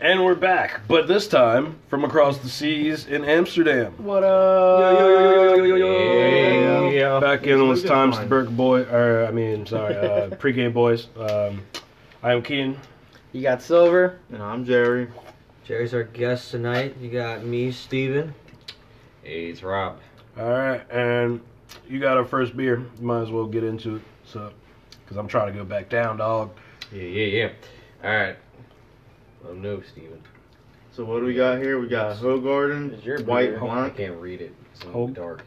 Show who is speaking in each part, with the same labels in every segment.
Speaker 1: And we're back, but this time from across the seas in Amsterdam. What up?
Speaker 2: yo. Yeah.
Speaker 1: Back
Speaker 2: Yes,
Speaker 1: in
Speaker 2: we
Speaker 1: with
Speaker 2: did
Speaker 1: Times
Speaker 2: fine.
Speaker 1: Berg Boy, or I mean, sorry, uh, pregame boys. Um, I am Keen.
Speaker 3: You got Silver.
Speaker 2: And I'm Jerry.
Speaker 4: Jerry's our guest tonight. You got me, Steven.
Speaker 5: Hey, it's Rob.
Speaker 1: All right, and you got our first beer. You might as well get into it, so because I'm trying to go back down, dog.
Speaker 5: Yeah, yeah, yeah. All right. Well, no, Steven.
Speaker 2: So what do we got here? We got Hogarden,
Speaker 3: It's your
Speaker 2: White
Speaker 3: beer.
Speaker 5: I
Speaker 2: Blank,
Speaker 5: can't read it. It's in
Speaker 1: Ho-
Speaker 5: the dark.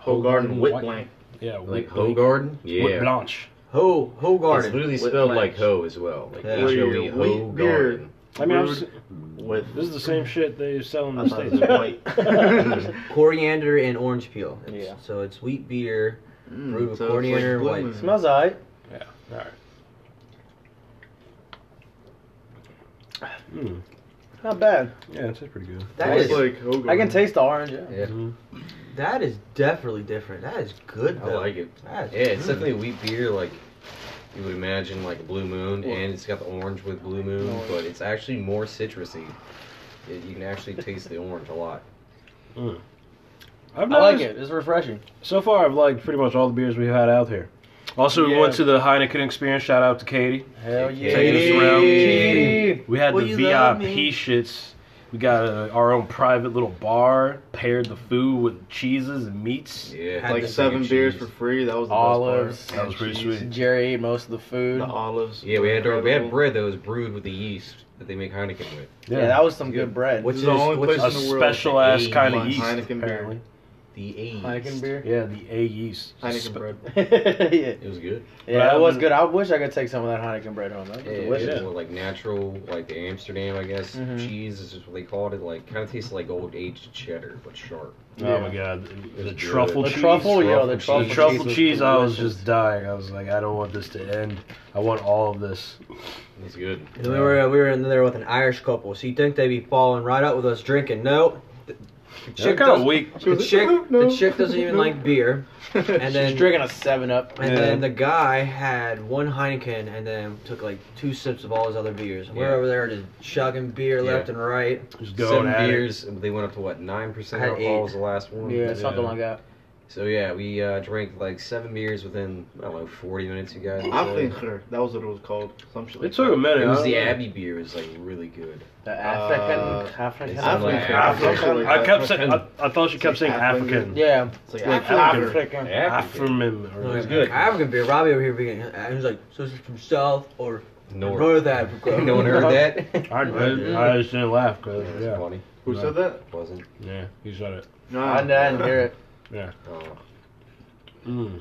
Speaker 2: Hogarden,
Speaker 1: White.
Speaker 2: White Blank.
Speaker 1: Yeah,
Speaker 5: Like
Speaker 1: with-
Speaker 5: Ho Garden?
Speaker 1: with
Speaker 5: Yeah.
Speaker 1: Blanche.
Speaker 4: Ho, Ho
Speaker 5: It's
Speaker 4: Garden.
Speaker 5: literally
Speaker 2: With
Speaker 5: spelled
Speaker 2: blanks.
Speaker 5: like Ho as well. Like
Speaker 4: Yeah.
Speaker 5: H O E,
Speaker 2: Wheat
Speaker 5: Ho
Speaker 2: beer.
Speaker 5: Garden.
Speaker 1: I mean, I've
Speaker 2: Brewed
Speaker 1: se-
Speaker 2: With
Speaker 1: this is the same shit they sell in
Speaker 2: I
Speaker 1: the
Speaker 2: thought it
Speaker 1: states.
Speaker 2: was white.
Speaker 4: Coriander and orange peel. It's,
Speaker 3: Yeah.
Speaker 4: So it's wheat beer.
Speaker 2: Mm,
Speaker 4: Brewed with
Speaker 2: so it's
Speaker 4: coriander
Speaker 2: like
Speaker 4: and
Speaker 2: blue
Speaker 4: white.
Speaker 2: moon.
Speaker 3: Smells alright.
Speaker 1: All right. Mm,
Speaker 3: Not bad.
Speaker 1: yeah, it tastes pretty good. Mm-hmm.
Speaker 4: That
Speaker 2: Tastes
Speaker 4: is
Speaker 2: like Hogarden.
Speaker 3: I can taste the orange. yeah.
Speaker 5: Yeah,
Speaker 4: that is definitely different. That is good
Speaker 5: I
Speaker 4: though.
Speaker 5: like it.
Speaker 4: That
Speaker 5: Yeah,
Speaker 4: is
Speaker 5: it's definitely a wheat beer like you would imagine, like a Blue Moon,
Speaker 3: Well-
Speaker 5: and it's got the orange with Blue Moon, but it's actually more citrusy. It, you can actually taste the orange a lot.
Speaker 1: I've
Speaker 3: I like
Speaker 1: noticed-
Speaker 3: it. It's refreshing.
Speaker 1: So far, I've liked pretty much all the beers we've had out here. Also, we
Speaker 3: Yeah.
Speaker 1: went to the Heineken Experience. Shout out to Katie.
Speaker 3: Hell
Speaker 5: Katie.
Speaker 3: yeah.
Speaker 1: Taking us around.
Speaker 3: Katie.
Speaker 1: We had
Speaker 4: Well,
Speaker 1: the
Speaker 4: you love
Speaker 1: VIP
Speaker 4: me.
Speaker 1: shits. We got uh our own private little bar. Paired the food with cheeses and meats.
Speaker 5: Yeah,
Speaker 4: Had
Speaker 2: like
Speaker 4: the
Speaker 2: seven
Speaker 5: cheese.
Speaker 2: beers for free. That was the
Speaker 3: Olives.
Speaker 2: Best part.
Speaker 1: That was pretty
Speaker 2: Cheese.
Speaker 1: sweet.
Speaker 3: Jerry ate most of the food.
Speaker 2: The olives.
Speaker 5: Yeah, we had our, we
Speaker 2: Incredible.
Speaker 5: had bread that was brewed with the yeast that they make Heineken with.
Speaker 3: yeah. that was some
Speaker 5: Good.
Speaker 3: good bread.
Speaker 4: Which
Speaker 2: This
Speaker 4: is,
Speaker 2: is the only
Speaker 4: which
Speaker 2: place
Speaker 1: a
Speaker 4: is
Speaker 2: in the world
Speaker 1: special ass
Speaker 5: that
Speaker 1: kind of
Speaker 5: they
Speaker 1: yeast.
Speaker 2: Heineken beer.
Speaker 1: apparently.
Speaker 5: The A.
Speaker 3: Heineken
Speaker 5: yeast.
Speaker 3: beer.
Speaker 1: Yeah, the A yeast.
Speaker 2: Heineken
Speaker 1: Spe-
Speaker 2: bread.
Speaker 3: yeah,
Speaker 5: It was good.
Speaker 3: yeah,
Speaker 1: But
Speaker 3: it was
Speaker 1: I'm-
Speaker 3: good. I wish I could take some of that Heineken bread home. That was
Speaker 5: Yeah,
Speaker 3: delicious.
Speaker 5: It was like natural, like the Amsterdam, I guess.
Speaker 2: Mm-hmm.
Speaker 3: Mhm.
Speaker 5: Cheese is just what they called it. Like kind of tastes like old aged cheddar, but sharp.
Speaker 1: Oh my god, the, the
Speaker 5: It's
Speaker 1: truffle
Speaker 3: The
Speaker 5: good.
Speaker 1: cheese.
Speaker 3: truffle, yo, the
Speaker 1: The
Speaker 5: Truffle
Speaker 3: truffle,
Speaker 5: cheese.
Speaker 1: truffle
Speaker 3: was
Speaker 1: cheese. I was
Speaker 3: delicious.
Speaker 1: just dying. I was like, I don't want this to end. I want all of this.
Speaker 5: It was good.
Speaker 4: And we were we were in there with an Irish couple, so you think they'd be falling right up with us drinking? No. The, the
Speaker 1: They're
Speaker 4: chick
Speaker 1: kind of
Speaker 4: doesn't,
Speaker 1: weak.
Speaker 2: She
Speaker 4: the
Speaker 2: was like,
Speaker 4: chick
Speaker 2: "No, no,
Speaker 4: the chick doesn't even
Speaker 2: no."
Speaker 4: like beer, and
Speaker 3: She's
Speaker 4: then
Speaker 3: drinking a Seven Up.
Speaker 4: And
Speaker 1: Yeah.
Speaker 4: then the guy had one Heineken and then took like two sips of all his other beers. We're
Speaker 5: Yeah.
Speaker 4: over there just chugging beer
Speaker 5: Yeah.
Speaker 4: left and right.
Speaker 1: Just going
Speaker 5: Seven
Speaker 1: at it.
Speaker 5: beers. They went up to what nine percent
Speaker 4: I had
Speaker 5: alcohol
Speaker 4: eight.
Speaker 5: was the last one.
Speaker 3: Yeah, something
Speaker 1: Yeah.
Speaker 3: like that.
Speaker 5: So yeah, we uh, drank like seven beers within I don't know forty minutes. You guys.
Speaker 2: I
Speaker 5: So.
Speaker 2: think her. That was what it was called. Some shit.
Speaker 1: It took a minute.
Speaker 5: It was
Speaker 1: I
Speaker 5: the
Speaker 1: don't know.
Speaker 5: Abbey beer. was like really good.
Speaker 3: The African,
Speaker 2: Uh,
Speaker 3: African,
Speaker 5: it's
Speaker 2: African.
Speaker 5: like
Speaker 2: African.
Speaker 5: African.
Speaker 1: I kept saying. I, I thought she kept saying
Speaker 2: African.
Speaker 1: African.
Speaker 3: Yeah,
Speaker 2: It's like
Speaker 3: like
Speaker 2: African.
Speaker 3: African.
Speaker 5: African.
Speaker 1: African.
Speaker 4: Like,
Speaker 5: was good.
Speaker 4: African beer. Robbie over here being, uh, and he's like, so this is from South or
Speaker 5: North.
Speaker 4: North Africa.
Speaker 5: no one heard that. That's
Speaker 1: I, I, I just didn't laugh because yeah,
Speaker 5: funny.
Speaker 2: Who said that?
Speaker 5: Wasn't.
Speaker 1: yeah, he said it.
Speaker 2: No.
Speaker 3: I didn't hear it.
Speaker 5: Oh.
Speaker 1: Mm.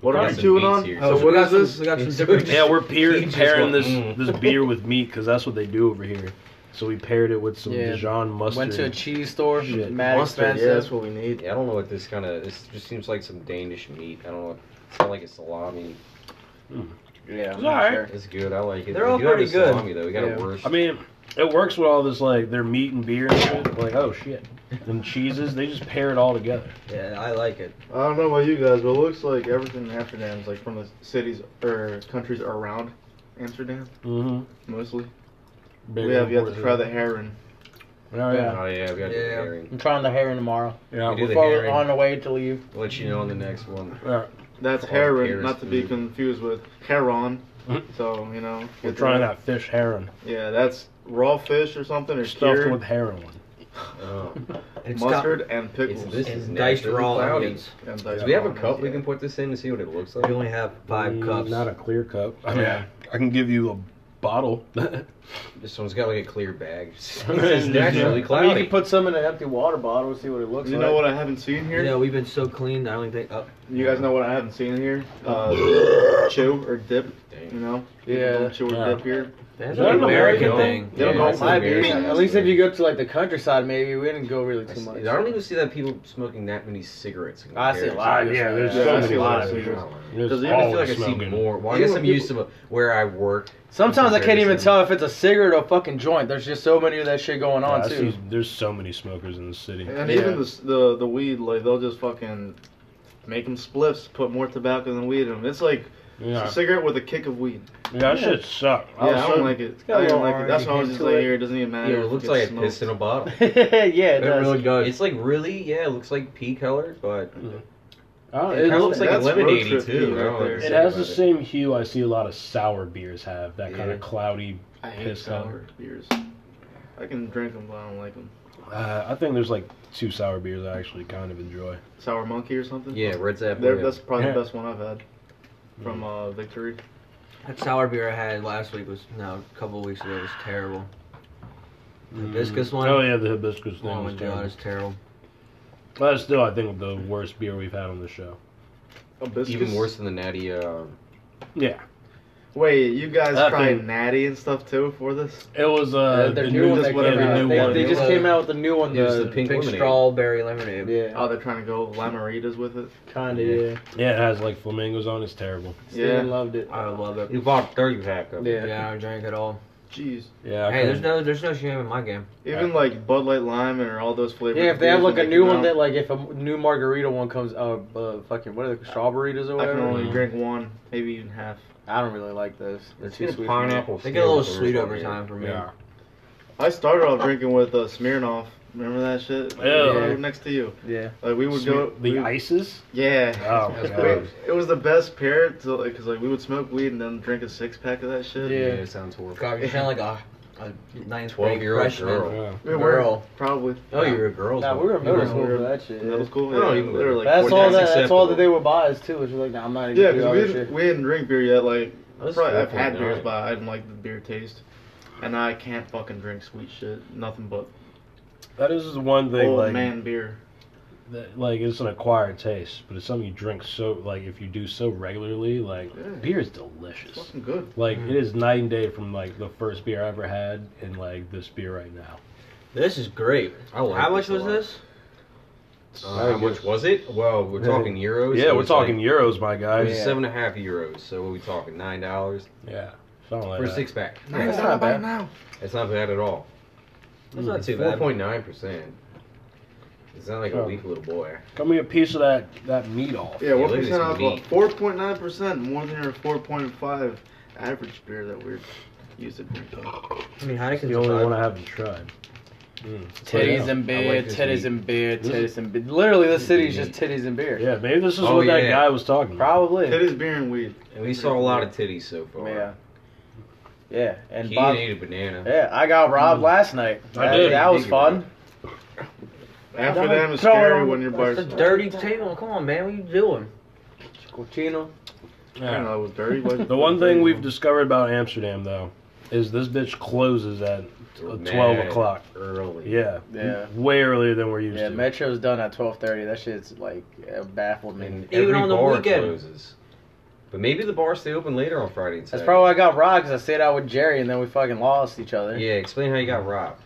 Speaker 2: What
Speaker 5: Got
Speaker 2: are you
Speaker 5: some
Speaker 2: chewing
Speaker 5: beats
Speaker 2: on?
Speaker 5: here.
Speaker 2: So
Speaker 4: Oh, So
Speaker 2: what
Speaker 4: we got
Speaker 2: is
Speaker 4: some,
Speaker 2: this?
Speaker 4: we got some
Speaker 5: It's-
Speaker 4: different.
Speaker 1: Yeah, we're peer,
Speaker 5: He just
Speaker 1: pairing
Speaker 5: went,
Speaker 1: this
Speaker 5: mm.
Speaker 1: this beer with meat because that's what they do over here. So we paired it with some
Speaker 3: Yeah.
Speaker 1: Dijon mustard.
Speaker 3: Went to a cheese store,
Speaker 1: Shit.
Speaker 3: mad
Speaker 2: Mustard, Yeah, that's
Speaker 3: expensive.
Speaker 2: what we need.
Speaker 5: Yeah, I don't know what this kind of. This just seems like some Danish meat. I don't know. It's not like a salami.
Speaker 3: Yeah,
Speaker 1: It's alright.
Speaker 5: It's good. I like it.
Speaker 4: They're
Speaker 5: We
Speaker 4: all
Speaker 5: do have
Speaker 4: pretty
Speaker 5: a
Speaker 4: good.
Speaker 5: Salami, though. We got
Speaker 3: Yeah.
Speaker 5: a worse.
Speaker 1: I mean, it works with all this like their meat and beer and shit. Like oh shit, and cheeses. They just pair it all together.
Speaker 4: Yeah, I like it.
Speaker 2: I don't know about you guys, but it looks like everything in Amsterdam is like from the cities or countries around Amsterdam
Speaker 1: Mm-hmm.
Speaker 2: mostly. we have yet to try the heron.
Speaker 1: Oh yeah,
Speaker 5: oh yeah, we got
Speaker 4: Yeah.
Speaker 5: yeah. herring.
Speaker 3: I'm trying the herring tomorrow.
Speaker 1: yeah.
Speaker 5: We do
Speaker 1: yeah.
Speaker 5: the
Speaker 3: Before
Speaker 5: herring.
Speaker 3: we're on the way to leave.
Speaker 5: We'll let you know on the next one.
Speaker 2: That's
Speaker 5: Oh,
Speaker 2: heron,
Speaker 5: heron's
Speaker 2: not to be
Speaker 5: food.
Speaker 2: confused with heron.
Speaker 1: Mhm.
Speaker 2: So you know,
Speaker 1: We're
Speaker 2: get
Speaker 1: trying
Speaker 2: that.
Speaker 1: that fish heron
Speaker 2: Yeah, that's raw fish or something or
Speaker 1: stuffed
Speaker 2: cured
Speaker 1: with heroin.
Speaker 5: Oh.
Speaker 4: It's
Speaker 2: mustard and pickles.
Speaker 5: It's, this
Speaker 4: Got,
Speaker 5: is
Speaker 4: and diced
Speaker 5: natural
Speaker 4: raw
Speaker 5: cloudy.
Speaker 4: onions.
Speaker 2: and
Speaker 5: Do
Speaker 2: diced
Speaker 5: we have a
Speaker 2: almonds,
Speaker 5: cup we
Speaker 2: yeah.
Speaker 5: can put this in to see what it looks
Speaker 4: We
Speaker 5: like?
Speaker 4: only have five
Speaker 1: Mm,
Speaker 4: cups.
Speaker 1: Not a clear cup. I mean,
Speaker 3: Yeah.
Speaker 1: I can give you a bottle.
Speaker 5: This one's got like a clear bag. It's naturally
Speaker 3: I mean, you
Speaker 5: cloudy.
Speaker 3: can put some in an empty water bottle and see what it looks
Speaker 2: You
Speaker 3: like.
Speaker 2: know what I haven't seen
Speaker 4: You
Speaker 2: here?
Speaker 4: know, we've been so clean. I only think. Oh,
Speaker 2: You guys know what I haven't seen here? Uh, chew or dip. You
Speaker 5: Dang.
Speaker 2: know,
Speaker 3: Yeah.
Speaker 2: People don't chew or
Speaker 1: Yeah.
Speaker 2: dip here.
Speaker 4: that's
Speaker 1: that
Speaker 4: an
Speaker 1: an
Speaker 4: American
Speaker 1: American
Speaker 4: thing.
Speaker 2: They don't
Speaker 5: Yeah,
Speaker 2: know
Speaker 5: that's
Speaker 2: what
Speaker 3: my
Speaker 5: an
Speaker 3: beer.
Speaker 5: American
Speaker 3: At least if you
Speaker 5: thing.
Speaker 3: go to like the countryside, maybe we didn't go really
Speaker 5: I
Speaker 3: too
Speaker 5: see-
Speaker 3: much.
Speaker 5: I don't even see that people smoking that many cigarettes. in
Speaker 3: I see a
Speaker 5: comparison.
Speaker 3: lot.
Speaker 1: Yeah, there's
Speaker 2: so
Speaker 3: I
Speaker 2: many
Speaker 3: see a lot
Speaker 2: of
Speaker 3: of
Speaker 2: them.
Speaker 3: beers.
Speaker 5: Does
Speaker 1: There's
Speaker 5: it even feel
Speaker 1: always
Speaker 5: like I see
Speaker 1: smoking.
Speaker 5: more? Well, I
Speaker 3: Yeah,
Speaker 5: guess
Speaker 3: some
Speaker 5: I'm used
Speaker 3: people-
Speaker 5: to where I work.
Speaker 3: Sometimes I can't even
Speaker 5: Comparison.
Speaker 3: tell if it's a cigarette or a fucking joint. There's just so many of that shit going
Speaker 1: Yeah,
Speaker 3: on
Speaker 1: I
Speaker 3: too.
Speaker 1: see- there's so many smokers in the city.
Speaker 2: And
Speaker 3: Yeah.
Speaker 2: even the, s- the the weed, like they'll just fucking make them spliffs, put more tobacco than weed in them. It's like It's
Speaker 1: Yeah,
Speaker 2: a cigarette with a kick of weed.
Speaker 1: yeah that shit suck.
Speaker 2: Yeah,
Speaker 5: Oh,
Speaker 2: I don't like it. I
Speaker 6: gotta
Speaker 2: don't
Speaker 6: go
Speaker 2: like it. That's why I
Speaker 6: orange
Speaker 2: was just like,
Speaker 6: into it.
Speaker 2: here, it doesn't even matter.
Speaker 5: Yeah, it
Speaker 2: if
Speaker 5: looks
Speaker 2: gets
Speaker 5: like I
Speaker 2: smoked.
Speaker 5: pissed in a bottle.
Speaker 6: yeah, it
Speaker 4: It really
Speaker 6: does.
Speaker 4: does.
Speaker 5: It's like really, yeah, it looks like pea color, but
Speaker 1: Oh,
Speaker 5: it kind of
Speaker 1: it's-
Speaker 5: looks like a
Speaker 2: that's
Speaker 5: lemon
Speaker 2: road
Speaker 5: 82.
Speaker 2: trip pea
Speaker 5: I don't
Speaker 2: right there.
Speaker 1: It
Speaker 5: understand
Speaker 1: has
Speaker 5: about
Speaker 1: the same hue I see a lot of sour beers have. That kind
Speaker 5: Yeah.
Speaker 1: of cloudy.
Speaker 2: I hate
Speaker 1: Piss
Speaker 2: sour beers. I can drink them, but I don't like them.
Speaker 1: Uh, I think there's like two sour beers I actually kind of enjoy.
Speaker 2: Sour monkey or something.
Speaker 5: Yeah, red zap.
Speaker 2: They're-
Speaker 5: yeah. Mm.
Speaker 2: that's probably
Speaker 1: Yeah.
Speaker 2: the best one I've had from uh, Victory.
Speaker 4: That sour beer I had last week was no, a couple of weeks ago was terrible. The hibiscus one.
Speaker 1: Oh yeah, the hibiscus thing
Speaker 4: Oh my
Speaker 1: was
Speaker 4: god,
Speaker 1: terrible.
Speaker 4: it's terrible.
Speaker 1: That's still, I think, the worst beer we've had on the show.
Speaker 2: Hibiscus.
Speaker 5: even worse than the natty. Uh,
Speaker 1: Yeah,
Speaker 2: Wait, you guys
Speaker 1: That
Speaker 2: tried
Speaker 1: thing-
Speaker 2: Natty and stuff too for this?
Speaker 1: it was uh,
Speaker 6: their
Speaker 1: the
Speaker 6: new
Speaker 1: new,
Speaker 6: one
Speaker 2: just
Speaker 6: that
Speaker 1: yeah,
Speaker 2: whatever
Speaker 6: came
Speaker 1: the
Speaker 6: out.
Speaker 1: new
Speaker 6: they,
Speaker 1: one.
Speaker 6: they just
Speaker 4: Yeah.
Speaker 6: came out with the new one.
Speaker 5: It was
Speaker 6: the-
Speaker 1: Uh,
Speaker 5: the pink lemonade.
Speaker 4: strawberry lemonade.
Speaker 6: yeah,
Speaker 2: Oh, they're trying to go lamaritas with it.
Speaker 6: kind of.
Speaker 5: Yeah.
Speaker 6: Yeah,
Speaker 1: yeah, it has like flamingos on. It's terrible.
Speaker 6: Steven
Speaker 2: Yeah.
Speaker 6: loved it.
Speaker 4: I love it.
Speaker 5: you bought a thirty pack of. it.
Speaker 6: Yeah.
Speaker 4: Yeah, I don't drink it all.
Speaker 2: Jeez.
Speaker 1: Yeah. I
Speaker 4: Hey, there's
Speaker 1: couldn't-
Speaker 4: no there's no shame in my game.
Speaker 2: Even like Bud Light Lime and all those flavors.
Speaker 6: Yeah, if they have like a new one that like if a new margarita one comes, uh, uh fucking what are they, strawberries or
Speaker 2: I can
Speaker 6: whatever? I,
Speaker 2: only
Speaker 1: Mhm.
Speaker 2: drink one, maybe even half.
Speaker 6: don't really like those. They're
Speaker 5: It's
Speaker 6: too
Speaker 5: got
Speaker 6: sweet. for me.
Speaker 5: Pineapple.
Speaker 4: They get a little
Speaker 5: syrup
Speaker 4: sweet
Speaker 5: on
Speaker 4: over
Speaker 5: it.
Speaker 4: time for me.
Speaker 1: Yeah.
Speaker 2: I started off drinking with uh, Smirnoff. Remember that shit?
Speaker 1: Ew.
Speaker 2: Yeah. Next to you.
Speaker 6: Yeah,
Speaker 2: Like we would go.
Speaker 1: the
Speaker 2: we-
Speaker 1: ices.
Speaker 2: Yeah.
Speaker 1: Oh,
Speaker 5: That's
Speaker 1: God.
Speaker 5: gross.
Speaker 2: It was the best pair to like, cause like we would smoke weed and then drink a six pack of that shit.
Speaker 5: Yeah,
Speaker 6: Yeah.
Speaker 5: it sounds horrible.
Speaker 4: God, you sound like a a ninth grade
Speaker 5: 12-year-old
Speaker 4: freshman.
Speaker 5: girl.
Speaker 1: Yeah.
Speaker 2: we were
Speaker 4: Girl.
Speaker 2: probably.
Speaker 4: Oh, you're a girl.
Speaker 6: nah, we were in middle
Speaker 2: Yeah.
Speaker 6: school for that shit.
Speaker 2: That
Speaker 6: Yeah.
Speaker 2: was cool.
Speaker 5: I don't
Speaker 2: Yeah,
Speaker 5: even-
Speaker 2: they were like
Speaker 6: That's
Speaker 2: 40
Speaker 6: all
Speaker 5: that's
Speaker 6: that. That's all
Speaker 5: acceptable.
Speaker 6: that they would buy us too. Which was like, nah, I'm not even
Speaker 2: Yeah,
Speaker 6: doing
Speaker 2: cause we
Speaker 6: all that
Speaker 2: didn't,
Speaker 6: shit.
Speaker 2: we didn't drink beer yet. Like
Speaker 5: That's
Speaker 2: probably, I've had
Speaker 5: 4.9.
Speaker 2: beers, but I didn't like the beer taste. And I can't fucking drink sweet shit. Nothing but
Speaker 1: That is one thing.
Speaker 2: old
Speaker 1: like,
Speaker 2: man beer.
Speaker 1: that, like it's an acquired taste, but it's something you drink so like if you do so regularly, like
Speaker 2: Yeah.
Speaker 1: beer is
Speaker 2: It's
Speaker 1: delicious.
Speaker 2: fucking good.
Speaker 1: Like
Speaker 4: Mm.
Speaker 1: it is night and day from like the first beer I ever had and like this beer right now.
Speaker 4: This is great.
Speaker 5: I like
Speaker 4: How
Speaker 5: this
Speaker 4: much
Speaker 5: a
Speaker 4: was
Speaker 5: lot.
Speaker 4: this?
Speaker 5: Uh, how much was it? Well, we're
Speaker 1: Yeah.
Speaker 5: talking euros.
Speaker 1: yeah,
Speaker 5: so
Speaker 1: we're
Speaker 5: it's like-
Speaker 1: talking euros, my
Speaker 5: It
Speaker 1: guy.
Speaker 5: was
Speaker 1: Yeah,
Speaker 5: seven and a half euros. So what are we talking? Nine dollars
Speaker 1: something like
Speaker 5: for a
Speaker 1: that.
Speaker 5: six pack.
Speaker 6: Yeah, it's not bad.
Speaker 2: now.
Speaker 5: It's not bad at all.
Speaker 4: That's not too
Speaker 5: Four
Speaker 4: bad.
Speaker 5: point nine percent. It's not like a
Speaker 1: Oh.
Speaker 5: weak little boy.
Speaker 1: Come get a piece of that that meat off.
Speaker 2: Yeah, what
Speaker 5: look at
Speaker 2: percent
Speaker 5: this
Speaker 2: alcohol?
Speaker 5: meat.
Speaker 2: Four point nine percent more than your four point five average beer that we're used to drinking.
Speaker 4: I mean,
Speaker 1: It's
Speaker 4: Heineken's
Speaker 1: the only
Speaker 4: alive.
Speaker 1: one I haven't tried. Mm.
Speaker 6: Titties
Speaker 1: Yeah.
Speaker 6: and
Speaker 5: I
Speaker 6: beer,
Speaker 5: like this
Speaker 6: titties
Speaker 5: meat.
Speaker 6: and beer,
Speaker 1: This
Speaker 6: titties and beer. Literally, the
Speaker 5: is
Speaker 6: city's
Speaker 5: meat.
Speaker 6: just titties and beer.
Speaker 1: Yeah, maybe this is
Speaker 5: Oh,
Speaker 1: what that
Speaker 5: yeah.
Speaker 1: guy was talking. about.
Speaker 2: It
Speaker 6: Probably.
Speaker 2: is beer and weed.
Speaker 5: And we saw a lot of titties so far.
Speaker 6: Yeah. Yeah, Mm. and
Speaker 5: He
Speaker 6: Bob.
Speaker 5: ate a banana.
Speaker 6: Yeah, I got robbed last night.
Speaker 1: I
Speaker 6: That-
Speaker 1: did.
Speaker 6: That was
Speaker 5: Big
Speaker 6: fun.
Speaker 2: After
Speaker 6: Don't
Speaker 2: that, it's
Speaker 6: throw it
Speaker 2: scary
Speaker 6: on-
Speaker 2: when you're by
Speaker 4: That's a
Speaker 2: yourself.
Speaker 4: dirty table. Come on, man. What you doing?
Speaker 6: Cochino.
Speaker 2: I don't know,
Speaker 1: Yeah.
Speaker 2: it was dirty. but-
Speaker 1: The one thing we've discovered about Amsterdam though is this bitch closes at
Speaker 5: We're
Speaker 1: twelve
Speaker 5: mad
Speaker 1: o'clock.
Speaker 5: Early.
Speaker 1: Yeah.
Speaker 6: Yeah.
Speaker 1: Way earlier than we're used
Speaker 6: Yeah,
Speaker 1: to.
Speaker 6: Metro's done at twelve thirty. That shit's like uh, baffled me.
Speaker 5: And
Speaker 4: Even
Speaker 5: every
Speaker 4: on the
Speaker 5: bar
Speaker 4: weekend.
Speaker 5: closes. But maybe the bar stay open later on Friday and
Speaker 6: That's
Speaker 5: Saturday.
Speaker 6: probably why I got robbed because I stayed out with Jerry and then we fucking lost each other.
Speaker 5: Yeah, explain how you got robbed.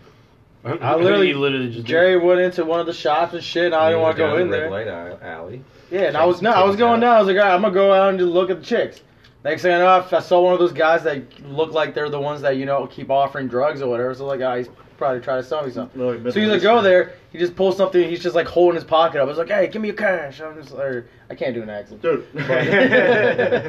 Speaker 1: I literally, literally just
Speaker 6: Jerry went into one of the shops and shit. and I
Speaker 5: You
Speaker 6: didn't want
Speaker 5: went
Speaker 6: to go
Speaker 5: down
Speaker 6: in
Speaker 5: the
Speaker 6: there.
Speaker 5: Red light a- alley.
Speaker 6: Yeah, and I
Speaker 5: Check
Speaker 6: was
Speaker 5: the
Speaker 6: no, I was
Speaker 5: titties
Speaker 6: going
Speaker 5: out.
Speaker 6: down. I was like, all right, I'm gonna go out and just look at the chicks. Next thing I know, I f- I saw one of those guys that look like they're the ones that you know keep offering drugs or whatever. So like, ah, he's probably trying to sell me something.
Speaker 2: No, it
Speaker 6: So he's like, go there. He just pulls something. He's just like holding his pocket up. I was like, hey, give me your cash. I'm just, or I can't do an accent.
Speaker 2: Dude.
Speaker 6: But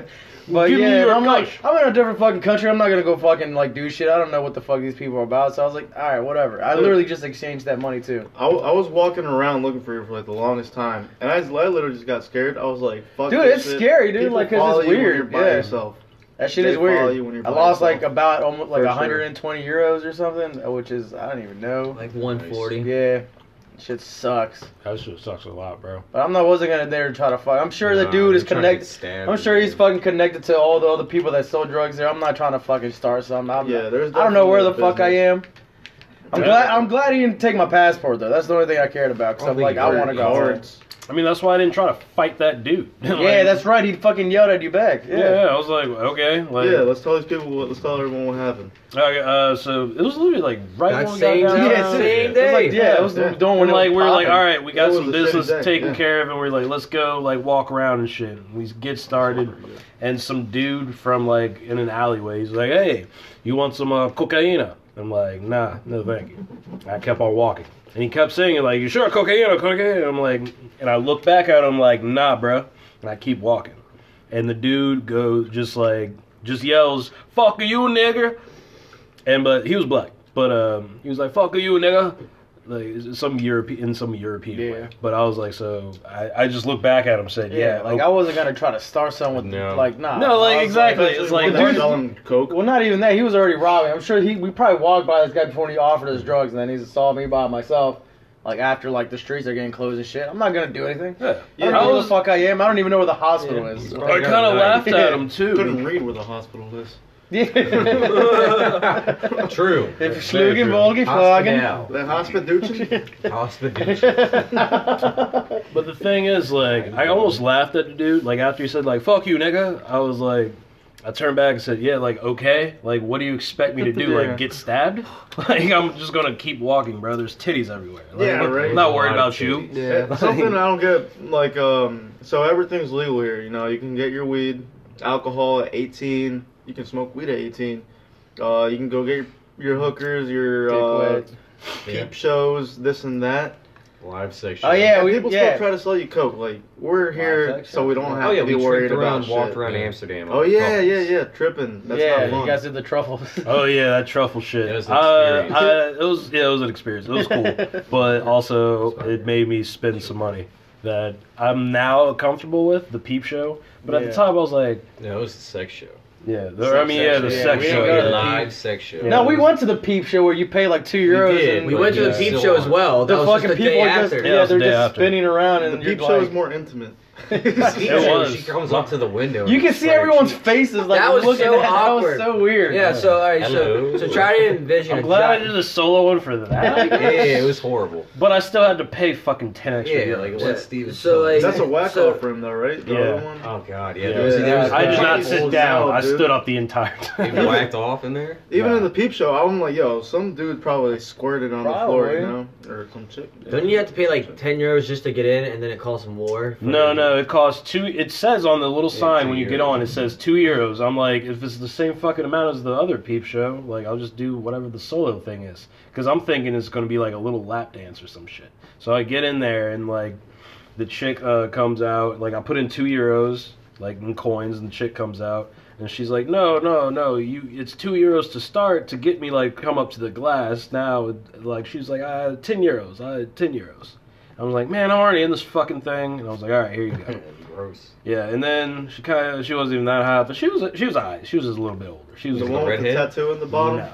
Speaker 1: Give me
Speaker 6: yeah,
Speaker 1: your
Speaker 6: I'm
Speaker 1: cash.
Speaker 6: like, I'm in a different fucking country. I'm not gonna go fucking like do shit. I don't know what the fuck these people are about. So I was like, all right, whatever. I
Speaker 2: Dude.
Speaker 6: literally just exchanged that money too.
Speaker 2: I, w- I was walking around looking for you for like the longest time, and I, just, I literally just got scared. I was like, "Fuck."
Speaker 6: Dude,
Speaker 2: this
Speaker 6: it's
Speaker 2: shit.
Speaker 6: scary, dude,
Speaker 2: People
Speaker 6: like, 'cause
Speaker 2: follow
Speaker 6: it's
Speaker 2: you when
Speaker 6: weird,
Speaker 2: You're by
Speaker 6: yeah.
Speaker 2: yourself.
Speaker 6: That shit
Speaker 2: They
Speaker 6: is
Speaker 2: follow
Speaker 6: weird.
Speaker 2: you when you're
Speaker 6: I
Speaker 2: by
Speaker 6: lost like
Speaker 2: yourself.
Speaker 6: about almost like
Speaker 2: For sure.
Speaker 6: 120 euros or something, which is I don't even know.
Speaker 4: Like 140.
Speaker 6: Yeah, shit sucks.
Speaker 1: That shit sucks a lot, bro.
Speaker 6: But I'm not wasn't gonna there to try to fuck. I'm sure the dude is connected. I'm sure he's fucking connected to all the other people that sold drugs there. I'm not trying to fucking start something. I'm,
Speaker 2: Yeah, there's.
Speaker 6: I don't know where the
Speaker 2: definitely
Speaker 6: fuck I
Speaker 2: business.
Speaker 6: am. I'm
Speaker 1: Yeah.
Speaker 6: glad. I'm glad he didn't take my passport though. That's the only thing I cared about. Cause
Speaker 5: I
Speaker 6: I'm
Speaker 5: don't
Speaker 6: like,
Speaker 5: think
Speaker 6: I
Speaker 5: he
Speaker 6: want to
Speaker 5: heard
Speaker 6: go.
Speaker 5: you.
Speaker 6: home.
Speaker 1: I mean, that's why I didn't try to fight that dude. Like,
Speaker 6: Yeah, that's right. He fucking yelled at you back.
Speaker 1: yeah.
Speaker 6: Yeah.
Speaker 1: I was like, okay, like,
Speaker 2: Yeah, let's tell these people. What, let's tell everyone what happened.
Speaker 1: okay, uh, so it was literally like right
Speaker 4: That
Speaker 1: when we
Speaker 4: same
Speaker 1: got
Speaker 4: time.
Speaker 1: down.
Speaker 6: Yeah,
Speaker 4: same
Speaker 6: It was like,
Speaker 4: day.
Speaker 6: yeah, it was
Speaker 2: Yeah.
Speaker 6: the doing
Speaker 1: And
Speaker 6: when
Speaker 1: like we were like, all right, we got
Speaker 2: It
Speaker 1: some
Speaker 2: was a shitty
Speaker 1: business
Speaker 2: day,
Speaker 1: taken
Speaker 2: yeah.
Speaker 1: care of, and we are like, let's go, like walk around and shit. We get started, and some dude from like in an alleyway, he's like, hey, you want some uh, cocaine? I'm like, nah, no thank you. I kept on walking, and he kept saying it like, you sure cocaine, cocaine? I'm like, and I look back at him like, nah, bruh. and I keep walking. and the dude goes just like just yells, "Fuck you, nigger," and but he was black, but um, he was like, "Fuck you, nigga." Like some European, in some European
Speaker 3: Yeah.
Speaker 1: way, but I was like, so I, I just looked back at him, and said, yeah,
Speaker 3: Yeah, like
Speaker 1: oh,
Speaker 3: I wasn't gonna try to start something with
Speaker 5: No.
Speaker 3: like nah.
Speaker 1: No, like,
Speaker 3: I was
Speaker 1: exactly. It's like,
Speaker 3: well,
Speaker 1: dude-
Speaker 3: dude,
Speaker 2: selling coke.
Speaker 3: well, not even that. He was already robbing. I'm sure he. We probably walked by this guy before he offered us drugs, and then he saw me by myself. Like after like the streets are getting closed and shit. I'm not gonna do anything.
Speaker 1: yeah.
Speaker 3: I don't
Speaker 1: I
Speaker 3: know who
Speaker 1: was
Speaker 3: the fuck I am. I don't even know where the hospital
Speaker 1: Yeah.
Speaker 3: is.
Speaker 1: I kind of laughed at him
Speaker 2: Couldn't
Speaker 1: too.
Speaker 2: read where the hospital is.
Speaker 3: Yeah.
Speaker 5: True.
Speaker 3: If schlugen, Volgen,
Speaker 4: Hospital.
Speaker 2: The hospital.
Speaker 4: Hospital.
Speaker 1: But the thing is, like, I almost laughed at the dude. Like after he said, like, "Fuck you, nigga," I was like, I turned back and said, "Yeah, like, okay, like, what do you expect me to do?
Speaker 2: Yeah.
Speaker 1: Like, get stabbed? Like, I'm just gonna keep walking, bro. There's titties everywhere. Like,
Speaker 2: Yeah,
Speaker 1: what-
Speaker 2: right.
Speaker 1: I'm not worried
Speaker 5: A lot of
Speaker 1: about you.
Speaker 5: titties.
Speaker 4: Yeah.
Speaker 2: Something I don't get, like, um, so everything's legal here. You know, you can get your weed, alcohol at 18. You can smoke weed at 18. Uh, you can go get your, your hookers, your uh,
Speaker 3: Dickhead.
Speaker 2: peep shows, this and that.
Speaker 5: Live section.
Speaker 3: Oh yeah,
Speaker 2: and
Speaker 3: we
Speaker 2: people
Speaker 3: yeah.
Speaker 2: still try to sell you coke. Like, we're here,
Speaker 3: sex
Speaker 2: so we don't have
Speaker 5: Oh yeah,
Speaker 2: to be
Speaker 5: we
Speaker 2: worried
Speaker 5: tripped
Speaker 2: about
Speaker 5: around,
Speaker 2: shit.
Speaker 5: walked around
Speaker 2: Yeah.
Speaker 5: Amsterdam.
Speaker 2: Oh yeah, yeah, yeah, tripping. That's
Speaker 3: yeah,
Speaker 2: not fun.
Speaker 3: you guys did the truffles.
Speaker 1: Oh yeah, that truffle shit.
Speaker 5: It was an
Speaker 1: uh,
Speaker 5: experience.
Speaker 1: I, it was yeah, it was an experience. It was cool, but also it made me spend some money that I'm now comfortable with the peep show. But at
Speaker 3: Yeah.
Speaker 1: the time, I was like,
Speaker 5: No, it was a sex show.
Speaker 1: yeah, the, I
Speaker 2: Sex
Speaker 1: mean, yeah, the
Speaker 2: show, yeah,
Speaker 1: sex
Speaker 3: we didn't go
Speaker 1: show.
Speaker 3: to
Speaker 1: yeah.
Speaker 5: a
Speaker 3: the
Speaker 5: live sex show.
Speaker 1: Yeah.
Speaker 3: no, we went to the peep show where you pay like two euros.
Speaker 5: did.
Speaker 3: And
Speaker 4: We went to the peep
Speaker 5: Still
Speaker 4: show as
Speaker 5: on.
Speaker 4: well. That
Speaker 3: the
Speaker 4: was
Speaker 3: fucking
Speaker 4: just the
Speaker 3: people
Speaker 4: day
Speaker 3: are just
Speaker 4: after.
Speaker 3: yeah,
Speaker 1: Yeah, it was
Speaker 3: they're
Speaker 1: the day
Speaker 3: just
Speaker 1: after.
Speaker 3: spinning around
Speaker 2: the
Speaker 3: and you're
Speaker 2: peep show
Speaker 3: like,
Speaker 2: is more intimate.
Speaker 4: She-
Speaker 1: It was.
Speaker 5: She comes up to the window.
Speaker 3: you
Speaker 5: and
Speaker 3: can see
Speaker 5: spreads
Speaker 3: everyone's
Speaker 5: cheeks.
Speaker 3: faces like
Speaker 4: That was
Speaker 3: looking
Speaker 4: so
Speaker 3: at
Speaker 4: awkward.
Speaker 3: That was so weird.
Speaker 4: Yeah, so all right, so
Speaker 5: Hello.
Speaker 4: so try to envision.
Speaker 1: I'm
Speaker 4: a
Speaker 1: glad I
Speaker 4: giant-
Speaker 1: did a solo one for that.
Speaker 5: Yeah, it was horrible.
Speaker 1: But I still had to pay fucking ten extra.
Speaker 5: Yeah,
Speaker 1: euros.
Speaker 5: like what Steve. was
Speaker 4: So,
Speaker 5: telling
Speaker 4: like-
Speaker 5: us.
Speaker 2: That's a whack
Speaker 4: So-
Speaker 2: off room though, right? The
Speaker 1: Yeah.
Speaker 2: other one?
Speaker 5: Oh god, yeah.
Speaker 1: Yeah.
Speaker 5: there was- there was-
Speaker 1: I did not
Speaker 2: Yeah.
Speaker 1: sit down. I
Speaker 2: Dude.
Speaker 1: stood up the entire
Speaker 5: Even
Speaker 1: time.
Speaker 5: whacked off in there.
Speaker 2: Even
Speaker 1: Nah.
Speaker 2: in the peep show, I'm like, yo, some dude probably squirted on the floor, you know, or some chick.
Speaker 4: Don't you have to pay like ten euros just to get in, and then it costs more? for-
Speaker 1: No, no, it costs two. It says on the little
Speaker 5: Yeah,
Speaker 1: sign
Speaker 5: two
Speaker 1: when you get
Speaker 5: euros.
Speaker 1: on, it says two euros. I'm like, if it's the same fucking amount as the other peep show, like I'll just do whatever the solo thing is, because I'm thinking it's gonna be like a little lap dance or some shit. So I get in there and like, the chick uh, comes out. Like I put in two euros, like in coins, and the chick comes out. And she's like, no, no, no, you. It's two euros to start to get me like come up to the glass. Now, like she's like, uh, ten euros, uh, ten euros. I was like, man, I'm already in this fucking thing. And I was like, all right, here you go.
Speaker 5: Gross.
Speaker 1: yeah, and then she kind of she wasn't even that hot, but she was she was alright. She was just a little bit older. She was
Speaker 2: The
Speaker 1: a
Speaker 5: the
Speaker 2: one
Speaker 1: little
Speaker 2: with the
Speaker 5: redhead?
Speaker 2: tattoo in the bottom.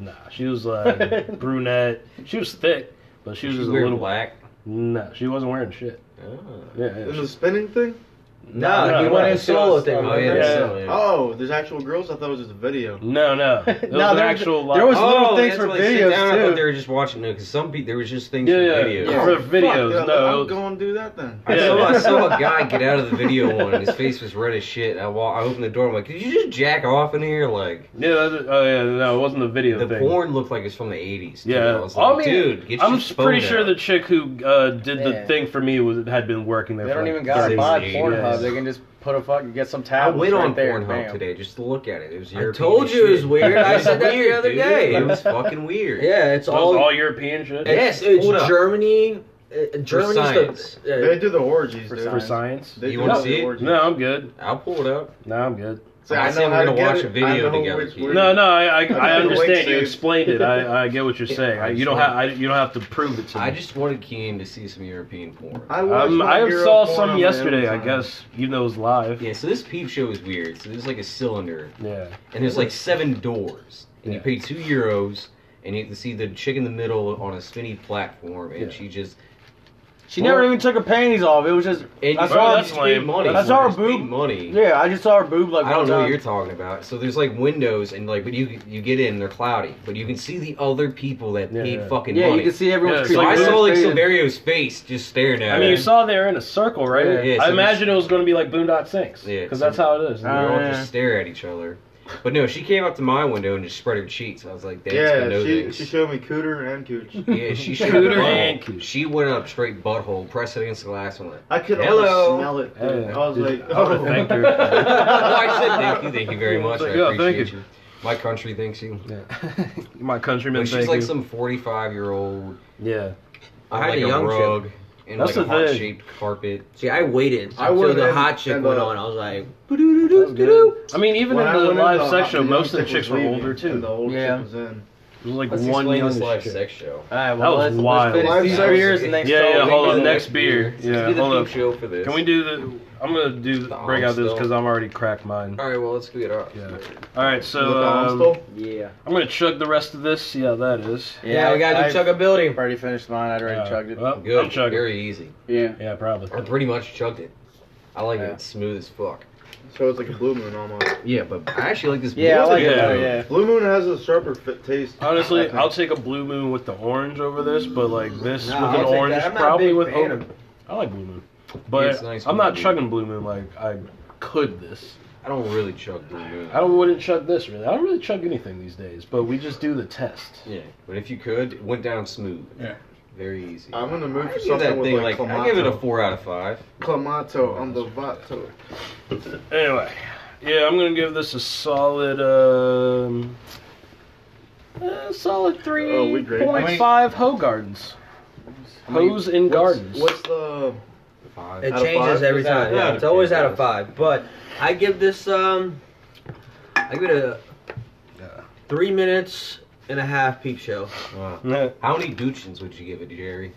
Speaker 1: no, nah. She was like brunette. She was thick, but she was just a
Speaker 5: wearing
Speaker 1: little
Speaker 5: black.
Speaker 1: No, she wasn't wearing shit. Yeah, yeah.
Speaker 2: In the spinning thing?
Speaker 4: no,
Speaker 1: No,
Speaker 4: he
Speaker 1: no,
Speaker 4: went
Speaker 1: no.
Speaker 4: in solo thing.
Speaker 5: Oh yeah,
Speaker 1: Yeah.
Speaker 5: that's so- yeah.
Speaker 2: Oh, there's actual girls? I thought it was just a video.
Speaker 1: No, no. It was
Speaker 3: No,
Speaker 1: an
Speaker 3: there-
Speaker 1: actual.
Speaker 3: there was-
Speaker 1: Oh,
Speaker 3: little things
Speaker 5: that's
Speaker 3: for
Speaker 5: why they sit
Speaker 3: videos,
Speaker 5: down. I
Speaker 3: too.
Speaker 5: thought they were just watching it because some pe- there was just things
Speaker 1: Yeah,
Speaker 5: for
Speaker 1: yeah,
Speaker 5: videos.
Speaker 1: yeah. For videos,
Speaker 2: Oh, fuck,
Speaker 1: no, it
Speaker 2: I'm
Speaker 1: was-
Speaker 2: going to do that then.
Speaker 5: I,
Speaker 1: Yeah.
Speaker 5: saw, I saw a guy get out of the video one, and his face was red as shit. I wa- I opened the door. I'm like, did you just jack off in here? Like
Speaker 1: yeah, that, oh yeah. No, it wasn't the video
Speaker 5: the
Speaker 1: thing.
Speaker 5: porn looked like it's from the 80s. too.
Speaker 1: Yeah,
Speaker 5: I was like,
Speaker 1: I mean,
Speaker 5: dude, get your
Speaker 1: Oh, I'm
Speaker 5: phone
Speaker 1: pretty
Speaker 5: out.
Speaker 1: sure the chick who uh, did the
Speaker 3: Yeah.
Speaker 1: thing for me was had been working there.
Speaker 3: They
Speaker 1: for
Speaker 3: don't
Speaker 1: like
Speaker 3: even gotta
Speaker 1: 30
Speaker 3: buy
Speaker 5: days.
Speaker 3: Pornhub.
Speaker 5: Yes.
Speaker 3: They can just put a fucking get some
Speaker 5: I
Speaker 3: tab.
Speaker 5: went
Speaker 3: right
Speaker 5: on
Speaker 3: there,
Speaker 5: Pornhub
Speaker 3: bam.
Speaker 5: today just to look at it. It was
Speaker 4: I
Speaker 5: European
Speaker 4: told you it was
Speaker 5: shit.
Speaker 4: weird. I said that the
Speaker 5: Weird,
Speaker 4: other
Speaker 5: dude.
Speaker 4: day.
Speaker 5: It was fucking weird.
Speaker 4: Yeah, it's
Speaker 1: That was all,
Speaker 4: all.
Speaker 1: European shit
Speaker 5: Yes,
Speaker 4: Yes, it's
Speaker 5: hold up.
Speaker 4: Germany. uh, Germany's
Speaker 5: science.
Speaker 2: They
Speaker 4: the. uh,
Speaker 2: do the orgies,
Speaker 3: For
Speaker 2: dude.
Speaker 1: for science.
Speaker 2: They
Speaker 5: You
Speaker 2: do
Speaker 5: wanna
Speaker 2: all
Speaker 5: see
Speaker 2: the
Speaker 5: it?
Speaker 2: orgies.
Speaker 1: No, I'm good.
Speaker 5: I'll pull it up.
Speaker 1: No, I'm good.
Speaker 2: See,
Speaker 5: I'm
Speaker 2: I
Speaker 5: not
Speaker 2: know
Speaker 5: saying
Speaker 2: how
Speaker 5: we're
Speaker 2: to
Speaker 5: gonna
Speaker 2: get
Speaker 5: watch
Speaker 2: it.
Speaker 5: a video
Speaker 2: I know
Speaker 5: together,
Speaker 2: which
Speaker 5: Keith.
Speaker 2: word-
Speaker 1: No, no, I I, I
Speaker 2: the
Speaker 1: understand.
Speaker 2: wait
Speaker 1: You
Speaker 2: save.
Speaker 1: explained it. I, I get what you're saying. I, you don't have I, you don't have to prove it to me.
Speaker 5: I just wanted Keen to see some European porn.
Speaker 2: I, watched
Speaker 1: um,
Speaker 2: my
Speaker 1: I
Speaker 2: hero
Speaker 1: saw
Speaker 2: porn on
Speaker 1: some
Speaker 2: my
Speaker 1: yesterday. I
Speaker 2: Amazon.
Speaker 1: guess even though it was live.
Speaker 5: Yeah, so this peep show is weird. So there's like a cylinder,
Speaker 1: Yeah.
Speaker 5: and there's like seven doors, and
Speaker 1: Yeah.
Speaker 5: you pay two euros, and you can see the chick in the middle on a spinny platform, and
Speaker 1: Yeah.
Speaker 5: she just
Speaker 3: She never even took her panties off. It was just
Speaker 5: and
Speaker 3: That's
Speaker 5: you
Speaker 3: all-
Speaker 5: just paid
Speaker 1: lame.
Speaker 5: money.
Speaker 3: That's
Speaker 5: for it.
Speaker 3: our
Speaker 5: It's paid
Speaker 3: boob.
Speaker 5: money.
Speaker 3: yeah. I just saw her boob like
Speaker 5: I don't
Speaker 3: one
Speaker 5: know what
Speaker 3: time.
Speaker 5: you're talking about. So there's like windows, and like, but you you get in, they're cloudy, but you can see the other people that
Speaker 1: Yeah,
Speaker 5: paid
Speaker 1: yeah.
Speaker 5: fucking
Speaker 3: yeah,
Speaker 5: money.
Speaker 3: you can see everyone's
Speaker 1: Yeah, it's
Speaker 5: So
Speaker 3: creepy.
Speaker 1: like
Speaker 5: I
Speaker 1: those
Speaker 5: saw like
Speaker 3: face.
Speaker 5: Silverio's face just staring at
Speaker 1: I mean, you
Speaker 5: her.
Speaker 1: saw there in a circle, right?
Speaker 5: Yeah, yeah,
Speaker 1: I
Speaker 5: so
Speaker 1: imagine it was going to be like Boondock Saints, because
Speaker 5: Yeah, so-
Speaker 1: that's how it is.
Speaker 5: We all
Speaker 3: yeah.
Speaker 5: just stare at each other. But no, she came up to my window and just spread her cheeks. I was like, "That's
Speaker 2: Yeah,
Speaker 5: no
Speaker 2: she,
Speaker 5: thanks."
Speaker 2: she showed me cooter and cooch.
Speaker 5: yeah, she showed
Speaker 1: Cooter
Speaker 5: her
Speaker 1: and
Speaker 5: butthole.
Speaker 1: cooch.
Speaker 5: She went up straight butthole, pressed it against the glass, and went.
Speaker 2: I could
Speaker 5: Hello.
Speaker 2: almost smell it. dude.
Speaker 1: Yeah.
Speaker 2: I was like,
Speaker 1: I would've
Speaker 2: oh.
Speaker 1: thanked her.
Speaker 5: no, I said thank you, thank you very much. I
Speaker 1: Yeah, thank
Speaker 5: appreciate
Speaker 1: you.
Speaker 5: you. My country thanks you.
Speaker 1: Yeah. My countrymen,
Speaker 5: Like,
Speaker 1: thank
Speaker 5: she's like
Speaker 1: you.
Speaker 5: some forty-five year old.
Speaker 1: yeah.
Speaker 4: I had
Speaker 5: like
Speaker 4: a young
Speaker 5: rug. in
Speaker 1: That's
Speaker 5: like a
Speaker 1: the thing.
Speaker 5: heart shaped carpet.
Speaker 4: See, I waited
Speaker 2: I
Speaker 4: until
Speaker 2: would've
Speaker 4: the
Speaker 2: been-
Speaker 4: hot chick
Speaker 2: and,
Speaker 4: went
Speaker 2: uh,
Speaker 4: on. I was like,
Speaker 1: That's good. I mean, even
Speaker 2: When
Speaker 1: in
Speaker 2: I
Speaker 1: the
Speaker 2: went in
Speaker 1: live sex show,
Speaker 2: the
Speaker 1: most of the
Speaker 2: young chick
Speaker 1: chicks were
Speaker 2: was leaving,
Speaker 1: older too.
Speaker 2: and The
Speaker 1: There
Speaker 2: older
Speaker 3: Yeah.
Speaker 2: chick was in.
Speaker 1: was like
Speaker 5: Let's
Speaker 1: one
Speaker 5: explain this
Speaker 1: youngest
Speaker 5: live
Speaker 1: chick.
Speaker 5: sex show.
Speaker 3: All right,
Speaker 1: That
Speaker 3: well,
Speaker 1: was
Speaker 3: let's,
Speaker 1: wild.
Speaker 3: let's
Speaker 2: Live
Speaker 3: finish these
Speaker 2: sex.
Speaker 3: beers and next
Speaker 1: Yeah, yeah,
Speaker 3: song.
Speaker 1: hold
Speaker 5: do
Speaker 1: on.
Speaker 5: the
Speaker 1: Next beer. Yeah,
Speaker 5: Let's do the
Speaker 1: hold
Speaker 5: theme
Speaker 1: up.
Speaker 5: show for this.
Speaker 1: Can we do the? I'm gonna do
Speaker 5: The
Speaker 1: break out this
Speaker 5: Amstel.
Speaker 1: because I'm already cracked mine.
Speaker 5: All right, well let's get up.
Speaker 1: Yeah. All right, so
Speaker 2: Look, I'm
Speaker 1: um,
Speaker 2: still-
Speaker 3: Yeah.
Speaker 1: I'm gonna chug the rest of this. See how that is.
Speaker 5: Yeah, we gotta
Speaker 3: I've
Speaker 5: do chuggability.
Speaker 3: already finished mine. I'd already
Speaker 1: Yeah.
Speaker 3: chugged it.
Speaker 1: Well, I'm
Speaker 5: Good,
Speaker 1: chugging.
Speaker 5: very easy.
Speaker 3: yeah.
Speaker 1: Yeah, probably.
Speaker 5: I pretty much chugged it. I like
Speaker 3: Yeah.
Speaker 5: it. It's smooth as fuck.
Speaker 2: So it's like a blue moon almost.
Speaker 5: Yeah, but I actually like this.
Speaker 3: Yeah, I
Speaker 5: blue
Speaker 3: like
Speaker 5: one.
Speaker 1: Yeah.
Speaker 3: it better, yeah.
Speaker 2: Blue moon has a sharper fit taste. I
Speaker 1: Honestly,
Speaker 2: think.
Speaker 1: I'll take a blue moon with the orange over this, but like this
Speaker 4: Nah,
Speaker 1: with
Speaker 4: I'll
Speaker 1: an
Speaker 4: take that.
Speaker 1: orange,
Speaker 4: I'm not a
Speaker 1: probably
Speaker 4: big
Speaker 1: with.
Speaker 4: fan
Speaker 1: orange. I like blue moon, but
Speaker 5: It's nice
Speaker 1: I'm
Speaker 5: blue
Speaker 1: not
Speaker 5: moon.
Speaker 1: chugging blue moon like I could this.
Speaker 5: I don't really chug blue moon.
Speaker 1: I wouldn't chug this really. I don't really chug anything these days, but we just do the test.
Speaker 5: Yeah, but if you could, it went down smooth.
Speaker 2: Yeah.
Speaker 5: very easy.
Speaker 2: I'm in the mood
Speaker 5: I
Speaker 2: for
Speaker 5: give
Speaker 2: something
Speaker 5: that
Speaker 2: with
Speaker 5: thing
Speaker 2: like,
Speaker 5: like,
Speaker 2: clamato.
Speaker 5: I give it a four out of five.
Speaker 2: clamato on the vato.
Speaker 1: Anyway, yeah, I'm gonna give this a solid, um, uh, solid
Speaker 2: Oh, we
Speaker 1: three
Speaker 2: great.
Speaker 1: point five hoe gardens. Hoes in gardens.
Speaker 2: What's the?
Speaker 5: Five.
Speaker 4: it
Speaker 2: Out of
Speaker 4: changes
Speaker 2: five?
Speaker 4: every
Speaker 2: Is that-
Speaker 4: time. Yeah,
Speaker 5: yeah,
Speaker 4: it's always out of
Speaker 5: yeah.
Speaker 4: five. But I give this um, I give it a three minutes and a half peep show.
Speaker 5: Wow.
Speaker 1: Yeah.
Speaker 5: How many Duchins would you give it, Jerry?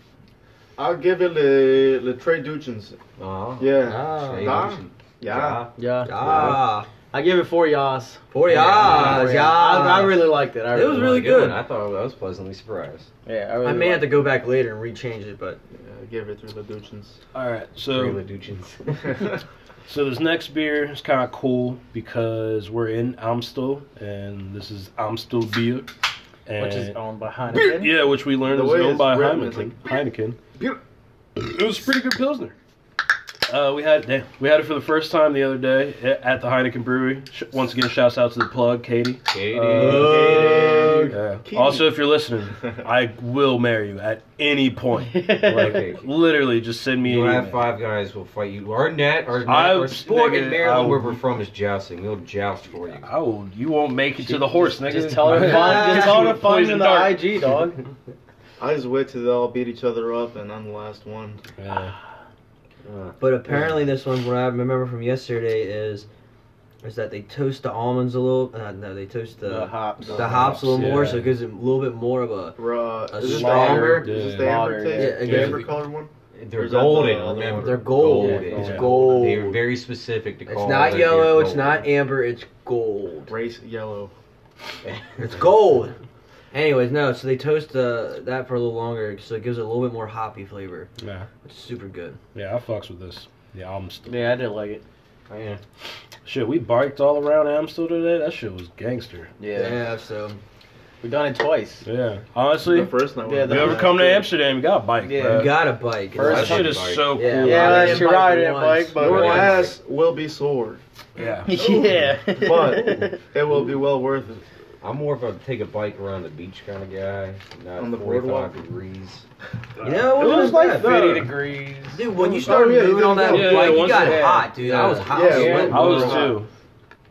Speaker 2: I'll give it le le Trey Duchins.
Speaker 5: Oh,
Speaker 2: Yeah.
Speaker 5: Ah,
Speaker 4: Ah,
Speaker 5: Trey
Speaker 2: Ah.
Speaker 5: Duchin.
Speaker 2: Yeah.
Speaker 3: Yeah.
Speaker 4: ah,
Speaker 3: I give it four yas.
Speaker 4: four
Speaker 5: Yeah,
Speaker 4: yas,
Speaker 3: yeah.
Speaker 4: yas.
Speaker 3: I, I really liked it. I
Speaker 4: It
Speaker 3: really
Speaker 4: was
Speaker 3: liked
Speaker 5: Well,
Speaker 4: really
Speaker 5: one.
Speaker 4: good.
Speaker 5: I thought I was pleasantly surprised.
Speaker 3: Yeah, I, really
Speaker 4: I may have
Speaker 3: liked
Speaker 4: to go back later and rechange it, but
Speaker 2: yeah I give it three Le Duchins.
Speaker 1: All right,
Speaker 5: Three
Speaker 1: so
Speaker 5: Duchins.
Speaker 1: so this next beer is kind of cool because we're in Amstel, and this is Amstel beer,
Speaker 3: it.
Speaker 1: and
Speaker 3: Which is owned by Heineken.
Speaker 1: yeah, which we learned
Speaker 2: The
Speaker 1: is
Speaker 2: way
Speaker 1: owned
Speaker 2: it's
Speaker 1: by
Speaker 2: written, it's
Speaker 1: Heineken. Heineken. It was a pretty good pilsner. Uh, we had damn, we had it for the first time the other day a- at the Heineken Brewery. Sh- Once again, shouts out to the plug, Katie.
Speaker 5: Katie.
Speaker 1: Yeah.
Speaker 2: Katie.
Speaker 1: Also, if you're listening, I will marry you at any point.
Speaker 5: Okay.
Speaker 1: Like, literally, just send me
Speaker 5: You
Speaker 1: an
Speaker 5: and I
Speaker 1: email.
Speaker 5: five guys will fight you. Our net, our, net,
Speaker 1: I-
Speaker 5: our sport
Speaker 1: nigga,
Speaker 5: in
Speaker 1: I-
Speaker 5: Maryland, where we're from, is jousting. We'll joust for you.
Speaker 1: I will. You won't make it to the horse, nigga.
Speaker 3: Just tell her to find, just tell her to find me in the
Speaker 1: Poison
Speaker 3: IG, dog.
Speaker 2: I just wait till they all beat each other up and I'm the last one.
Speaker 1: Yeah.
Speaker 4: but apparently this one, what I remember from yesterday is, is that they toast the almonds a little. Uh, no, they toast the
Speaker 3: The hops.
Speaker 4: the hops a little more, so
Speaker 1: yeah.
Speaker 4: it gives it a little bit more of a.
Speaker 2: Bruh,
Speaker 4: A
Speaker 2: is this the
Speaker 4: stronger-
Speaker 2: amber? Is this the
Speaker 1: Yeah.
Speaker 2: amber
Speaker 3: Lager,
Speaker 2: taste?
Speaker 4: yeah.
Speaker 2: the
Speaker 4: Yeah.
Speaker 2: amber colored one?
Speaker 5: They're
Speaker 2: Is that the
Speaker 5: golden,
Speaker 2: other
Speaker 5: remember.
Speaker 2: one?
Speaker 4: They're gold.
Speaker 5: Golden.
Speaker 1: It's
Speaker 4: gold.
Speaker 5: They were very specific to
Speaker 3: Oh,
Speaker 5: call
Speaker 4: It's not
Speaker 5: that
Speaker 4: yellow.
Speaker 5: beer
Speaker 4: It's not
Speaker 5: golden.
Speaker 4: amber. It's gold.
Speaker 2: Race yellow.
Speaker 4: It's gold. Anyways, no. So they toast uh, that for a little longer, so it gives it a little bit more hoppy flavor.
Speaker 1: Yeah.
Speaker 4: It's super good.
Speaker 1: Yeah, I fucks with this. Yeah, Amstel.
Speaker 3: Yeah, I did like it.
Speaker 5: Yeah.
Speaker 1: Shit, we biked all around Amstel today. That shit was gangster.
Speaker 3: Yeah.
Speaker 4: Yeah. so
Speaker 3: We've done it twice.
Speaker 1: Yeah. Honestly,
Speaker 2: the first night.
Speaker 3: Yeah,
Speaker 2: was
Speaker 1: If you
Speaker 3: the-
Speaker 1: ever come to Amsterdam, you got a bike.
Speaker 3: Yeah.
Speaker 1: bro.
Speaker 4: you got a bike.
Speaker 1: that
Speaker 3: First
Speaker 1: Uh, shit
Speaker 5: time.
Speaker 1: is so cool.
Speaker 4: Yeah.
Speaker 3: Yeah,
Speaker 4: I
Speaker 3: that's
Speaker 4: didn't
Speaker 3: true.
Speaker 4: bike
Speaker 3: I
Speaker 4: it
Speaker 3: didn't
Speaker 4: once.
Speaker 3: bike, but-
Speaker 2: Your
Speaker 5: Yeah.
Speaker 2: ass will be sore,
Speaker 1: Yeah.
Speaker 3: yeah.
Speaker 2: but it will be well worth it.
Speaker 5: I'm more of a take a bike around the beach kind of guy. Not
Speaker 2: On the
Speaker 5: 45
Speaker 2: boardwalk?
Speaker 5: degrees.
Speaker 4: You know, it,
Speaker 3: It was
Speaker 4: was
Speaker 3: like
Speaker 4: like
Speaker 1: that.
Speaker 3: 50 degrees.
Speaker 4: dude when you
Speaker 2: Oh,
Speaker 4: started
Speaker 2: yeah, you
Speaker 4: moving on
Speaker 2: didn't
Speaker 4: that
Speaker 1: know. Yeah,
Speaker 4: bike,
Speaker 1: yeah,
Speaker 4: you got
Speaker 3: once-
Speaker 4: hot, dude. I was
Speaker 3: Yeah.
Speaker 4: hot.
Speaker 2: Yeah,
Speaker 4: sweating.
Speaker 1: I was too.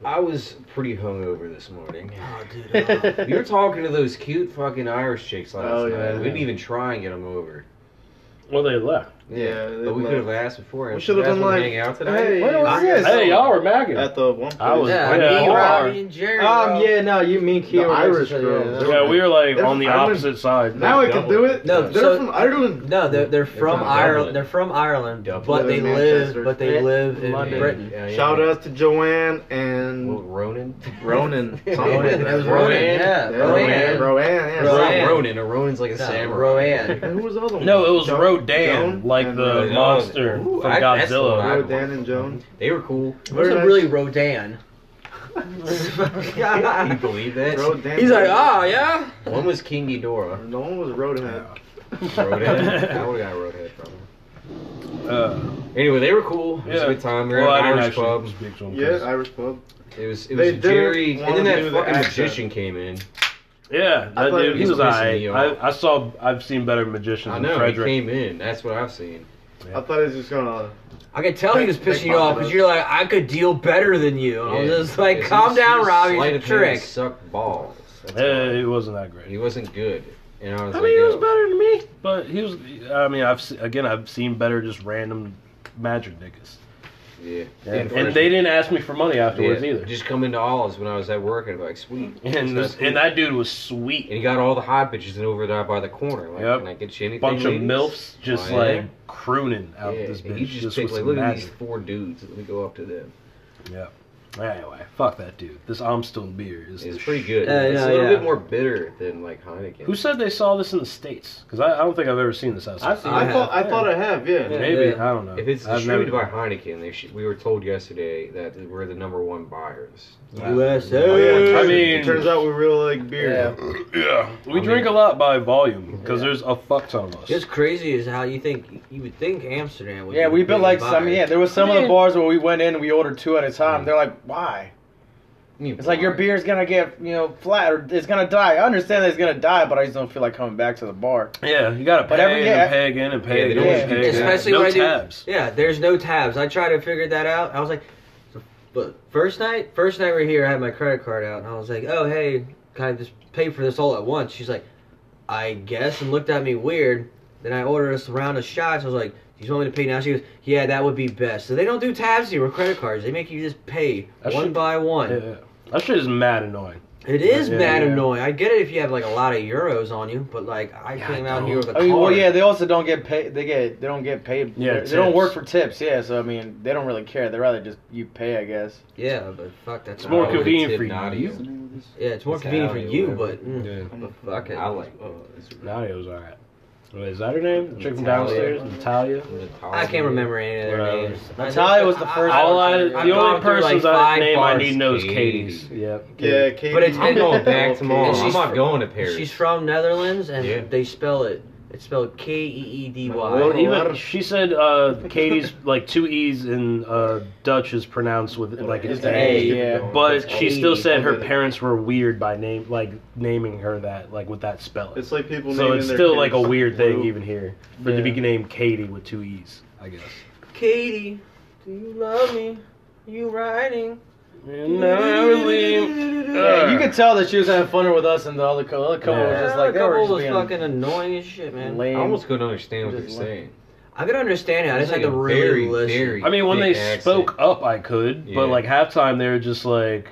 Speaker 5: I was pretty hungover this morning.
Speaker 4: Oh, dude. oh.
Speaker 5: You were talking to those cute fucking Irish chicks last
Speaker 2: Oh,
Speaker 5: night.
Speaker 2: yeah.
Speaker 5: We didn't even try and get them over.
Speaker 1: Well, they left.
Speaker 2: Yeah, they
Speaker 5: but we
Speaker 2: left.
Speaker 5: could have asked before.
Speaker 2: We should have
Speaker 5: You guys
Speaker 2: been
Speaker 5: wanna
Speaker 2: like,
Speaker 5: hang out
Speaker 2: hey,
Speaker 5: today.
Speaker 3: What was this?
Speaker 1: Hey, y'all were magging.
Speaker 2: At the one place.
Speaker 1: I was-
Speaker 4: yeah,
Speaker 1: Yeah.
Speaker 4: me,
Speaker 1: Hard.
Speaker 4: Robbie, and Jerry.
Speaker 6: Oh,
Speaker 3: Um,
Speaker 4: bro.
Speaker 3: yeah, no, you mean Kia.
Speaker 2: The
Speaker 3: were
Speaker 2: Irish
Speaker 3: yeah,
Speaker 2: girl.
Speaker 3: that's-
Speaker 1: Yeah, we were like
Speaker 2: They're
Speaker 1: on the
Speaker 2: from Ireland.
Speaker 1: opposite side.
Speaker 2: now I can do it.
Speaker 4: No,
Speaker 2: they're
Speaker 4: so-
Speaker 2: from Ireland.
Speaker 4: No, they're they're from
Speaker 5: from
Speaker 4: Ireland.
Speaker 5: Dublin.
Speaker 4: They're from Ireland,
Speaker 5: Dublin.
Speaker 4: but they
Speaker 2: They're Manchester.
Speaker 4: live but they
Speaker 3: Yeah.
Speaker 4: live in
Speaker 3: London.
Speaker 4: Britain.
Speaker 5: Yeah, yeah.
Speaker 2: Shout out to Joanne
Speaker 5: Well,
Speaker 2: and
Speaker 5: Ronan.
Speaker 2: Ronan. something like
Speaker 4: Ronan,
Speaker 2: that.
Speaker 4: it was Ronan, yeah,
Speaker 2: Yeah,
Speaker 4: Ronan.
Speaker 2: Ronan. Ronan. Yeah.
Speaker 5: It's not
Speaker 4: Ronan.
Speaker 5: Ronan. A Ronan's like a
Speaker 4: No,
Speaker 5: samurai.
Speaker 4: Ronan.
Speaker 2: And who was the other one?
Speaker 1: No, it was
Speaker 2: Jo-
Speaker 1: Rodan,
Speaker 2: Joan
Speaker 1: like
Speaker 2: and
Speaker 1: the
Speaker 5: Rodan.
Speaker 2: Ronan.
Speaker 1: monster
Speaker 5: Ooh,
Speaker 1: from
Speaker 5: I- that's the one
Speaker 1: Godzilla.
Speaker 5: I-
Speaker 2: Rodan and Joan.
Speaker 5: They were cool.
Speaker 4: What's
Speaker 2: Very
Speaker 4: a
Speaker 2: nice.
Speaker 4: really Rodan?
Speaker 5: you believe that?
Speaker 2: Rodan.
Speaker 4: He's like, oh yeah.
Speaker 5: One was King Ghidorah.
Speaker 2: No one was Rodan.
Speaker 5: Roadhead. I would have got Roadhead from him.
Speaker 1: Uh,
Speaker 5: Anyway, they were cool. It was
Speaker 1: Yeah.
Speaker 5: a good time. We were
Speaker 1: well, I
Speaker 5: at an
Speaker 1: didn't
Speaker 5: Irish
Speaker 1: actually
Speaker 5: pub.
Speaker 1: speak to him.
Speaker 2: Yeah, Irish pub.
Speaker 5: It was it was
Speaker 2: They didn't
Speaker 5: Jerry, and
Speaker 2: wanna
Speaker 5: then
Speaker 2: do
Speaker 5: that
Speaker 2: the
Speaker 5: fucking
Speaker 2: accent.
Speaker 5: magician came in.
Speaker 1: yeah,
Speaker 2: I
Speaker 1: that
Speaker 2: thought
Speaker 1: dude,
Speaker 2: he
Speaker 1: he
Speaker 5: was
Speaker 1: was
Speaker 5: pissing
Speaker 1: alright.
Speaker 5: me off.
Speaker 1: I, I saw, I've seen better magicians
Speaker 5: I
Speaker 1: than
Speaker 5: know
Speaker 1: Frederick.
Speaker 5: he came in. That's what I've seen.
Speaker 2: I thought he was just gonna.
Speaker 4: I could tell he was
Speaker 2: Big
Speaker 4: pissing you off
Speaker 2: pocket.
Speaker 4: because you're like, I could deal better than you. And I
Speaker 5: Yeah.
Speaker 4: was just like,
Speaker 5: It's-
Speaker 4: calm
Speaker 5: it's-
Speaker 4: down,
Speaker 5: it's
Speaker 4: Robbie.
Speaker 5: sleight
Speaker 4: It's a
Speaker 5: of hand
Speaker 4: trick.
Speaker 5: Suck balls. That's
Speaker 1: Eh,
Speaker 5: why.
Speaker 1: it wasn't that
Speaker 5: He
Speaker 1: great.
Speaker 5: wasn't good. And I was
Speaker 1: I
Speaker 5: like,
Speaker 1: mean, he was
Speaker 5: yo.
Speaker 1: better than me, but he was. I mean, I've se- again, I've seen better just random magic niggas,
Speaker 5: yeah.
Speaker 1: and, they didn't ask me for money afterwards
Speaker 5: yeah,
Speaker 1: either.
Speaker 5: Just come into Olives when I was at work and be like, sweet.
Speaker 1: and
Speaker 5: That's
Speaker 1: this,
Speaker 5: cool.
Speaker 1: and that dude was
Speaker 5: And
Speaker 1: sweet.
Speaker 5: he got all the hot bitches and over there by the corner. Like,
Speaker 1: Yep.
Speaker 5: can I get you anything?
Speaker 1: Bunch of
Speaker 5: ladies?"
Speaker 1: milfs just
Speaker 5: Oh, yeah.
Speaker 1: like crooning out
Speaker 5: yeah.
Speaker 1: this
Speaker 5: and
Speaker 1: bitch.
Speaker 5: He just
Speaker 1: just
Speaker 5: picked,
Speaker 1: with
Speaker 5: like,
Speaker 1: some
Speaker 5: look at
Speaker 1: magic.
Speaker 5: these four dudes. Let me go up to them.
Speaker 1: Anyway, fuck that dude. This Amstel beer is
Speaker 5: It's
Speaker 1: the
Speaker 5: pretty
Speaker 1: sh-
Speaker 5: good.
Speaker 4: Yeah,
Speaker 5: it's
Speaker 4: yeah,
Speaker 5: a little
Speaker 4: yeah.
Speaker 5: bit more bitter than like Heineken.
Speaker 1: Who said they saw this in the states? Because I, I don't think I've ever seen this outside.
Speaker 2: I've
Speaker 1: the
Speaker 2: seen,
Speaker 1: States.
Speaker 2: I,
Speaker 4: I
Speaker 2: thought
Speaker 4: have.
Speaker 2: I thought I have. Yeah.
Speaker 4: Yeah.
Speaker 1: Maybe I don't know.
Speaker 5: If it's
Speaker 1: Uh, I've never-
Speaker 5: distributed by Heineken, they should, we were told yesterday that we're the number one buyers.
Speaker 4: USA.
Speaker 2: Oh, yeah, it
Speaker 1: I
Speaker 2: turns-
Speaker 1: mean-
Speaker 2: it turns out we really like beer.
Speaker 1: yeah, we
Speaker 5: I
Speaker 1: drink
Speaker 5: mean-
Speaker 1: a lot by volume because
Speaker 4: Yeah.
Speaker 1: there's a fuck ton of us.
Speaker 4: Just crazy is how you think you would think Amsterdam would.
Speaker 6: Yeah,
Speaker 4: be
Speaker 6: we
Speaker 4: the
Speaker 6: built like
Speaker 4: biggest
Speaker 6: some.
Speaker 4: buyer.
Speaker 6: Yeah, there was some of the
Speaker 1: Man.
Speaker 6: bars where we went in, and we ordered two at a time. They're like, why?
Speaker 5: You
Speaker 6: It's like your
Speaker 5: buy-
Speaker 6: beer's gonna get you know flat, or it's gonna die. I understand that it's gonna die, but I just don't feel like coming back to the bar.
Speaker 1: Yeah, you gotta pay
Speaker 6: But every-
Speaker 1: and
Speaker 6: yeah.
Speaker 1: pay again and pay
Speaker 5: Yeah, they
Speaker 1: again.
Speaker 5: don't
Speaker 1: and
Speaker 6: do
Speaker 1: pay
Speaker 6: that.
Speaker 1: again.
Speaker 4: Especially
Speaker 1: no
Speaker 4: when I do-
Speaker 1: tabs.
Speaker 4: Yeah, there's no tabs. I tried to figure that out. I was like, but first night, first night we're here, I had my credit card out, and I was like, oh hey, can I just pay for this all at once? She's like, I guess, and looked at me weird. Then I ordered us a round of shots. I was like, do you want me to pay now? She goes, yeah, that would be best. So they don't do tabs here with credit cards. They make you just pay
Speaker 1: That
Speaker 4: one
Speaker 1: shit-
Speaker 4: by one.
Speaker 1: Yeah, yeah. That shit is mad annoying.
Speaker 4: It is
Speaker 1: Yeah,
Speaker 4: mad
Speaker 1: yeah.
Speaker 4: annoying. I get it if you have like a lot of euros on you, but like I
Speaker 1: Yeah,
Speaker 4: came
Speaker 1: I
Speaker 4: out
Speaker 1: don't.
Speaker 4: here with a
Speaker 6: I mean,
Speaker 1: oh,
Speaker 6: well,
Speaker 4: card.
Speaker 6: yeah, they also don't get paid. They get they don't get paid.
Speaker 1: Yeah,
Speaker 6: they they don't
Speaker 1: tips.
Speaker 6: work for tips. Yeah, so I mean, they don't really care. They'd rather just you pay, I guess.
Speaker 4: Yeah, but fuck, that's
Speaker 1: It's more
Speaker 5: Oh,
Speaker 1: convenient
Speaker 5: it's
Speaker 1: for
Speaker 5: Ibnati.
Speaker 1: you.
Speaker 4: Yeah, it's more
Speaker 5: It's
Speaker 4: convenient for
Speaker 5: Allie or
Speaker 4: you,
Speaker 5: whatever.
Speaker 4: but mm,
Speaker 1: Yeah.
Speaker 4: but fuck it.
Speaker 5: I like. Oh, it's
Speaker 1: Nadia's alright. Wait, is that her name? The chick from
Speaker 5: Natalia.
Speaker 1: downstairs? Natalia?
Speaker 4: I can't remember any of their
Speaker 1: Whatever.
Speaker 4: names.
Speaker 6: Natalia was the first
Speaker 1: All I,
Speaker 6: I've
Speaker 1: the only
Speaker 4: gone through, like,
Speaker 1: person's
Speaker 4: five
Speaker 1: name I
Speaker 4: bars.
Speaker 1: need to know is
Speaker 5: Katie.
Speaker 1: Katie's. Yep.
Speaker 2: Yeah, Katie.
Speaker 4: But it's
Speaker 5: I'm going back tomorrow.
Speaker 4: And
Speaker 5: Oh, I'm
Speaker 4: she's
Speaker 5: not
Speaker 4: fr-
Speaker 5: going to Paris.
Speaker 4: She's from Netherlands, and
Speaker 5: Yeah.
Speaker 4: they spell it. It's spelled K E E D
Speaker 1: Well,
Speaker 2: Well,
Speaker 4: Y.
Speaker 2: he- a lot
Speaker 1: even
Speaker 2: of-
Speaker 1: she said uh, Katie's like two E's in uh, Dutch is pronounced with like an
Speaker 2: It's
Speaker 1: A.
Speaker 2: an A, yeah.
Speaker 1: But she still
Speaker 4: Katie.
Speaker 1: said her parents were weird by name, like naming her that, like with that spelling.
Speaker 2: It's like people.
Speaker 1: so
Speaker 2: naming
Speaker 1: it's
Speaker 2: their
Speaker 1: still like a
Speaker 2: kids
Speaker 1: weird thing
Speaker 2: Lou.
Speaker 1: even here for it to be named Katie with two E's, I guess.
Speaker 4: Katie, do you love me? You riding?
Speaker 6: Yeah, you could tell that she was having fun with us, and the other couple, other couple
Speaker 1: Yeah.
Speaker 6: was
Speaker 4: Yeah,
Speaker 6: just like
Speaker 4: the
Speaker 6: they were
Speaker 4: couple
Speaker 6: just
Speaker 4: was
Speaker 6: being
Speaker 4: fucking annoying as shit, man.
Speaker 5: I
Speaker 6: lame.
Speaker 5: almost couldn't understand what they're
Speaker 6: Just like-
Speaker 5: saying.
Speaker 4: I could understand it. I just
Speaker 5: It's
Speaker 4: had
Speaker 5: like
Speaker 4: to
Speaker 5: a
Speaker 4: really
Speaker 5: very,
Speaker 4: listen.
Speaker 5: very-
Speaker 1: I mean, when they
Speaker 5: Thick accent.
Speaker 1: spoke up, I could,
Speaker 5: Yeah.
Speaker 1: but like halftime, they were just like,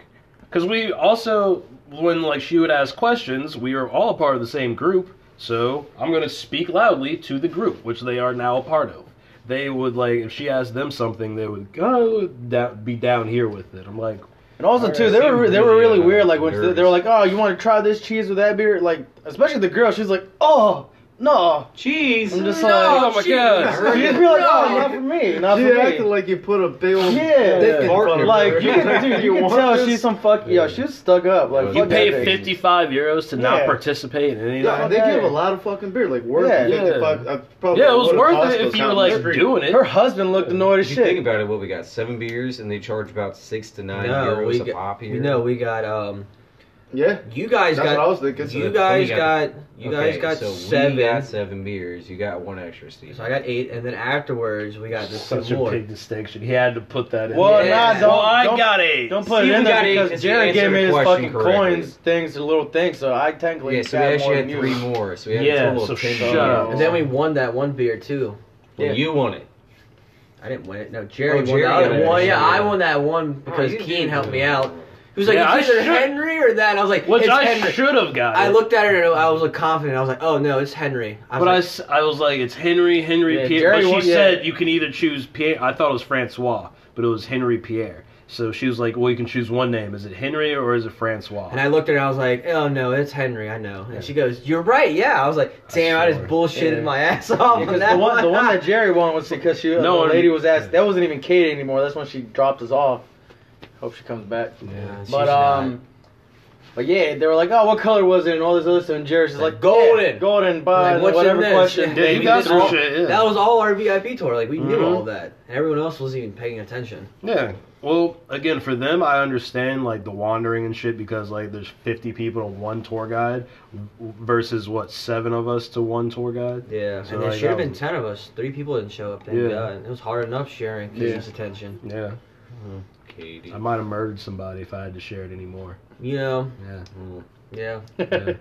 Speaker 1: because we also when like she would ask questions, we were all a part of the same group, so I'm gonna speak loudly to the group, which they are now a part of. They would like if she asked them something, they would go down, be down here with it. I'm like,
Speaker 6: And also
Speaker 5: Alright,
Speaker 6: too, they were
Speaker 5: seemed
Speaker 6: they were
Speaker 5: pretty,
Speaker 6: really
Speaker 5: uh,
Speaker 6: weird. Like when
Speaker 5: nervous.
Speaker 6: they were like, "Oh, you want to try this cheese with that beer?" Like especially the girl, she's like, "Oh, no."
Speaker 5: Jeez.
Speaker 6: I'm just
Speaker 1: oh
Speaker 6: like,
Speaker 1: my
Speaker 5: geez.
Speaker 1: god,
Speaker 5: heard
Speaker 6: you'd
Speaker 5: it.
Speaker 6: be like, "Oh,
Speaker 5: No.
Speaker 6: not for me, not
Speaker 2: She
Speaker 6: for
Speaker 2: acted
Speaker 6: me."
Speaker 2: like you put a big old
Speaker 6: Yeah.
Speaker 2: dick in front of her.
Speaker 6: Like you can, dude, you can
Speaker 2: want
Speaker 6: tell
Speaker 2: this?
Speaker 6: she's some fuck. Yo, she's stuck up. Like
Speaker 1: you
Speaker 6: fuck that
Speaker 1: pay
Speaker 6: bitch.
Speaker 1: 55 euros to not
Speaker 6: Yeah.
Speaker 1: participate in any of
Speaker 2: Yeah,
Speaker 1: that.
Speaker 2: and they
Speaker 6: Okay.
Speaker 2: give a lot of fucking beer, like worth
Speaker 6: Yeah.
Speaker 1: Yeah.
Speaker 2: 55. I probably
Speaker 1: Yeah, it was
Speaker 2: would've
Speaker 1: worth
Speaker 2: cost
Speaker 1: it
Speaker 2: us
Speaker 1: if you
Speaker 2: out
Speaker 1: were
Speaker 2: in the
Speaker 1: like
Speaker 2: street.
Speaker 1: doing it.
Speaker 6: Her husband looked annoyed as
Speaker 5: If you think
Speaker 6: shit.
Speaker 5: about it, what we got seven beers, and they charge about six to nine
Speaker 4: No,
Speaker 5: euros
Speaker 4: we
Speaker 5: a
Speaker 4: got-
Speaker 5: pop here.
Speaker 4: You know, we got um.
Speaker 2: Yeah,
Speaker 4: You guys
Speaker 2: that's what I
Speaker 4: got.
Speaker 2: was thinking.
Speaker 4: You
Speaker 5: we
Speaker 4: guys
Speaker 5: got-
Speaker 4: got. You guys
Speaker 5: Okay,
Speaker 4: got
Speaker 5: so
Speaker 4: seven.
Speaker 5: We got seven beers. You got one extra, Steve.
Speaker 4: So I got eight, and then afterwards we got this
Speaker 1: Such a
Speaker 4: more.
Speaker 1: big distinction. He had to put that in.
Speaker 6: Well,
Speaker 1: there.
Speaker 4: nah,
Speaker 1: Well,
Speaker 4: don't-
Speaker 1: I
Speaker 6: don't-
Speaker 1: got it.
Speaker 6: Don't put it
Speaker 5: Steven
Speaker 6: in
Speaker 5: got
Speaker 6: there
Speaker 5: eight
Speaker 6: because
Speaker 5: because he
Speaker 6: Jared gave
Speaker 5: answered
Speaker 6: me
Speaker 5: the
Speaker 6: his
Speaker 5: question
Speaker 6: fucking
Speaker 5: correctly.
Speaker 6: coins, things, the little things. So I technically
Speaker 5: yeah, so we
Speaker 6: got
Speaker 5: actually
Speaker 6: more
Speaker 5: had
Speaker 6: than you.
Speaker 5: three more. So we had
Speaker 1: Yeah,
Speaker 5: a total
Speaker 1: so
Speaker 5: of ten
Speaker 1: shut
Speaker 5: beers.
Speaker 1: up.
Speaker 4: And then we won that one beer too.
Speaker 5: Well,
Speaker 4: yeah.
Speaker 5: you won it.
Speaker 4: I didn't win it. No, Jerry
Speaker 5: Oh,
Speaker 4: won
Speaker 5: Jerry
Speaker 4: that
Speaker 5: got
Speaker 4: other
Speaker 5: it.
Speaker 4: one. Yeah,
Speaker 5: Yeah.
Speaker 4: I won that one because
Speaker 5: Oh, you
Speaker 4: Keen
Speaker 5: did.
Speaker 4: helped me out. He was like,
Speaker 1: Yeah, I
Speaker 4: it's either
Speaker 1: should-
Speaker 4: Henry or that. And I was like,
Speaker 1: Which
Speaker 4: it's
Speaker 1: I
Speaker 4: Henry.
Speaker 1: should have got.
Speaker 4: I
Speaker 1: it.
Speaker 4: looked at it and I was like, confident. I was like, oh no, it's Henry. I was
Speaker 1: But I,
Speaker 4: like,
Speaker 1: s- I was like, it's Henry, Henry,
Speaker 6: Yeah,
Speaker 1: Pierre.
Speaker 6: Jerry
Speaker 1: but
Speaker 6: won-
Speaker 1: she
Speaker 6: yeah.
Speaker 1: said you can either choose Pierre. I thought it was Francois, but it was Henry Pierre. So she was like, well, you can choose one name. Is it Henry or is it Francois?
Speaker 4: and I looked at it and I was like, oh no, it's Henry. I know. And she goes, you're right. Yeah. I was like, damn, I, just
Speaker 1: swore.
Speaker 4: bullshitted
Speaker 6: Yeah.
Speaker 4: my ass off. on
Speaker 6: Because
Speaker 5: Oh,
Speaker 4: that
Speaker 6: the one, the one that Jerry won was because she,
Speaker 1: No,
Speaker 6: no,
Speaker 1: and-
Speaker 6: the lady was asked. That wasn't even Katie anymore. That's when she dropped us off. Hope she comes back.
Speaker 4: Yeah, she's
Speaker 6: But
Speaker 4: not.
Speaker 6: um, but yeah, they were like, "Oh, what color was it?" and all this other stuff. And Jerry's just
Speaker 4: Like,
Speaker 6: like,
Speaker 4: golden.
Speaker 6: yeah, golden." By
Speaker 4: Like, what's
Speaker 6: whatever
Speaker 4: in this?
Speaker 6: question.
Speaker 4: Yeah,
Speaker 1: yeah,
Speaker 4: we
Speaker 1: you got
Speaker 4: did
Speaker 1: some
Speaker 4: all-
Speaker 1: shit. Yeah.
Speaker 4: That was all our VIP tour. Like we knew
Speaker 1: Mhm.
Speaker 4: all that, and everyone else wasn't even paying attention.
Speaker 1: yeah. Well, again, for them, I understand like the wandering and shit because like there's 50 people to one tour guide versus what seven of us to one tour guide.
Speaker 4: Yeah,
Speaker 1: So,
Speaker 4: and there
Speaker 1: like,
Speaker 4: should have
Speaker 1: that
Speaker 4: been
Speaker 1: was-
Speaker 4: ten of us. Three people didn't show up. Thank
Speaker 1: Yeah.
Speaker 4: God. It was hard enough sharing
Speaker 6: Yeah.
Speaker 4: kids' attention.
Speaker 1: Yeah,
Speaker 5: Katie.
Speaker 1: I might have murdered somebody if I had to share it anymore.
Speaker 4: You know.
Speaker 1: Yeah.
Speaker 4: Yeah.
Speaker 1: Yeah.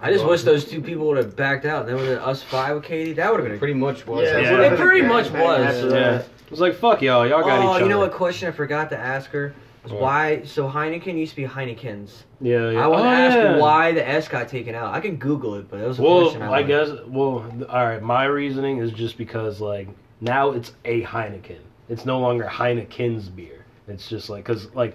Speaker 4: I just wish those two people would have backed out. Then with us five with Katie, that would have been.
Speaker 5: Pretty much was.
Speaker 2: Yeah,
Speaker 1: Yeah.
Speaker 2: would've
Speaker 1: It
Speaker 2: been a
Speaker 4: pretty
Speaker 2: bad
Speaker 4: much
Speaker 2: thing
Speaker 4: was.
Speaker 2: after
Speaker 1: Yeah.
Speaker 2: that.
Speaker 1: It was like, fuck y'all, y'all got
Speaker 4: oh,
Speaker 1: each other.
Speaker 4: you know what question I forgot to ask her was
Speaker 1: What?
Speaker 4: why? So Heineken used to be Heinekens.
Speaker 1: Yeah, yeah.
Speaker 4: I want to
Speaker 1: Oh,
Speaker 4: ask
Speaker 1: yeah.
Speaker 4: why the S got taken out. I can Google it, but that was a question.
Speaker 1: Well, I
Speaker 4: wanted.
Speaker 1: guess. Well, th- all right. My reasoning is just because like now it's a Heineken. It's no longer Heineken's beer. It's just like because like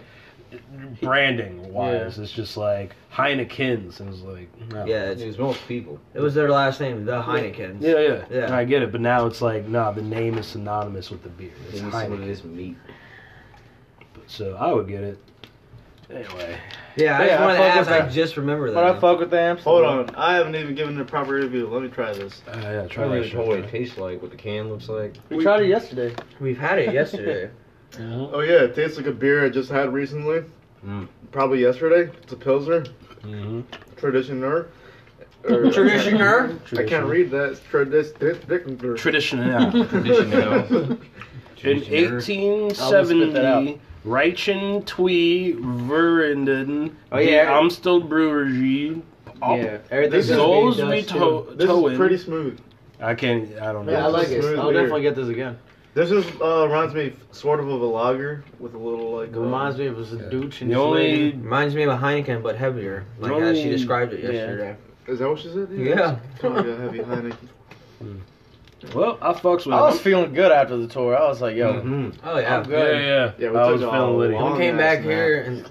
Speaker 1: branding wise, it's just like Heineken's, and it's like no.
Speaker 4: Yeah,
Speaker 5: It
Speaker 4: it's,
Speaker 5: was most people.
Speaker 4: it was their last name, the Heinekens.
Speaker 1: Yeah, yeah,
Speaker 4: Yeah.
Speaker 1: I get it, but now it's like, nah, the name is synonymous with the beer. It's
Speaker 5: It's some of
Speaker 1: Heineken,
Speaker 5: this meat.
Speaker 1: so I would get it. Anyway,
Speaker 4: Yeah, I
Speaker 6: Yeah,
Speaker 4: just
Speaker 6: I
Speaker 4: wanted to
Speaker 6: fuck
Speaker 4: ask.
Speaker 6: with
Speaker 4: I
Speaker 6: that.
Speaker 4: just remember that.
Speaker 6: But I fuck with them.
Speaker 2: Hold on, I haven't even given it a proper review. Let me try this.
Speaker 1: uh, yeah, try
Speaker 5: Try to
Speaker 1: that
Speaker 5: remember what it
Speaker 1: shit.
Speaker 5: tastes like, what the can looks like.
Speaker 6: We tried it yesterday.
Speaker 4: We've had it yesterday.
Speaker 1: Mhm.
Speaker 2: Oh yeah, it tastes like a beer I just had recently.
Speaker 5: Mm.
Speaker 2: Probably yesterday. It's a pilsner,
Speaker 1: Mhm.
Speaker 2: traditioner. Or- uh, I can't read that. It's traditioner.
Speaker 1: Traditional.
Speaker 5: Traditional.
Speaker 1: In
Speaker 5: Traditioner.
Speaker 1: 1870, Reichen Twee Verenden,
Speaker 6: Oh, yeah.
Speaker 1: the Amstel Brewery,
Speaker 6: Yeah, everything's
Speaker 2: This is-
Speaker 6: gonna be
Speaker 1: Zolls
Speaker 6: dust, too.
Speaker 2: This is pretty
Speaker 1: Vitoen.
Speaker 2: smooth.
Speaker 1: I can't, I don't know.
Speaker 6: Yeah, I like it.
Speaker 2: Smooth
Speaker 6: I'll
Speaker 2: beer.
Speaker 6: definitely get this again.
Speaker 2: This is uh, reminds me f- sort of of a lager with a little like.
Speaker 6: It
Speaker 2: uh,
Speaker 6: reminds me of a douche and
Speaker 1: The only,
Speaker 4: Reminds me of a Heineken, but heavier. Like how she
Speaker 1: Only-
Speaker 4: described it
Speaker 6: Yeah.
Speaker 4: yesterday.
Speaker 2: Is that what she said?
Speaker 4: Yeah.
Speaker 2: it's kinda like a heavy Heineken.
Speaker 1: well, I fucks with
Speaker 6: I was
Speaker 1: it.
Speaker 6: feeling good after the tour. I was like, yo,
Speaker 5: Mhm.
Speaker 4: Oh yeah.
Speaker 6: I'm
Speaker 1: Yeah,
Speaker 6: good.
Speaker 1: yeah,
Speaker 2: Yeah,
Speaker 1: yeah.
Speaker 2: we
Speaker 1: I
Speaker 2: took
Speaker 1: was
Speaker 2: a
Speaker 1: feeling litty.
Speaker 2: long-
Speaker 4: I came back
Speaker 2: ass
Speaker 4: here and.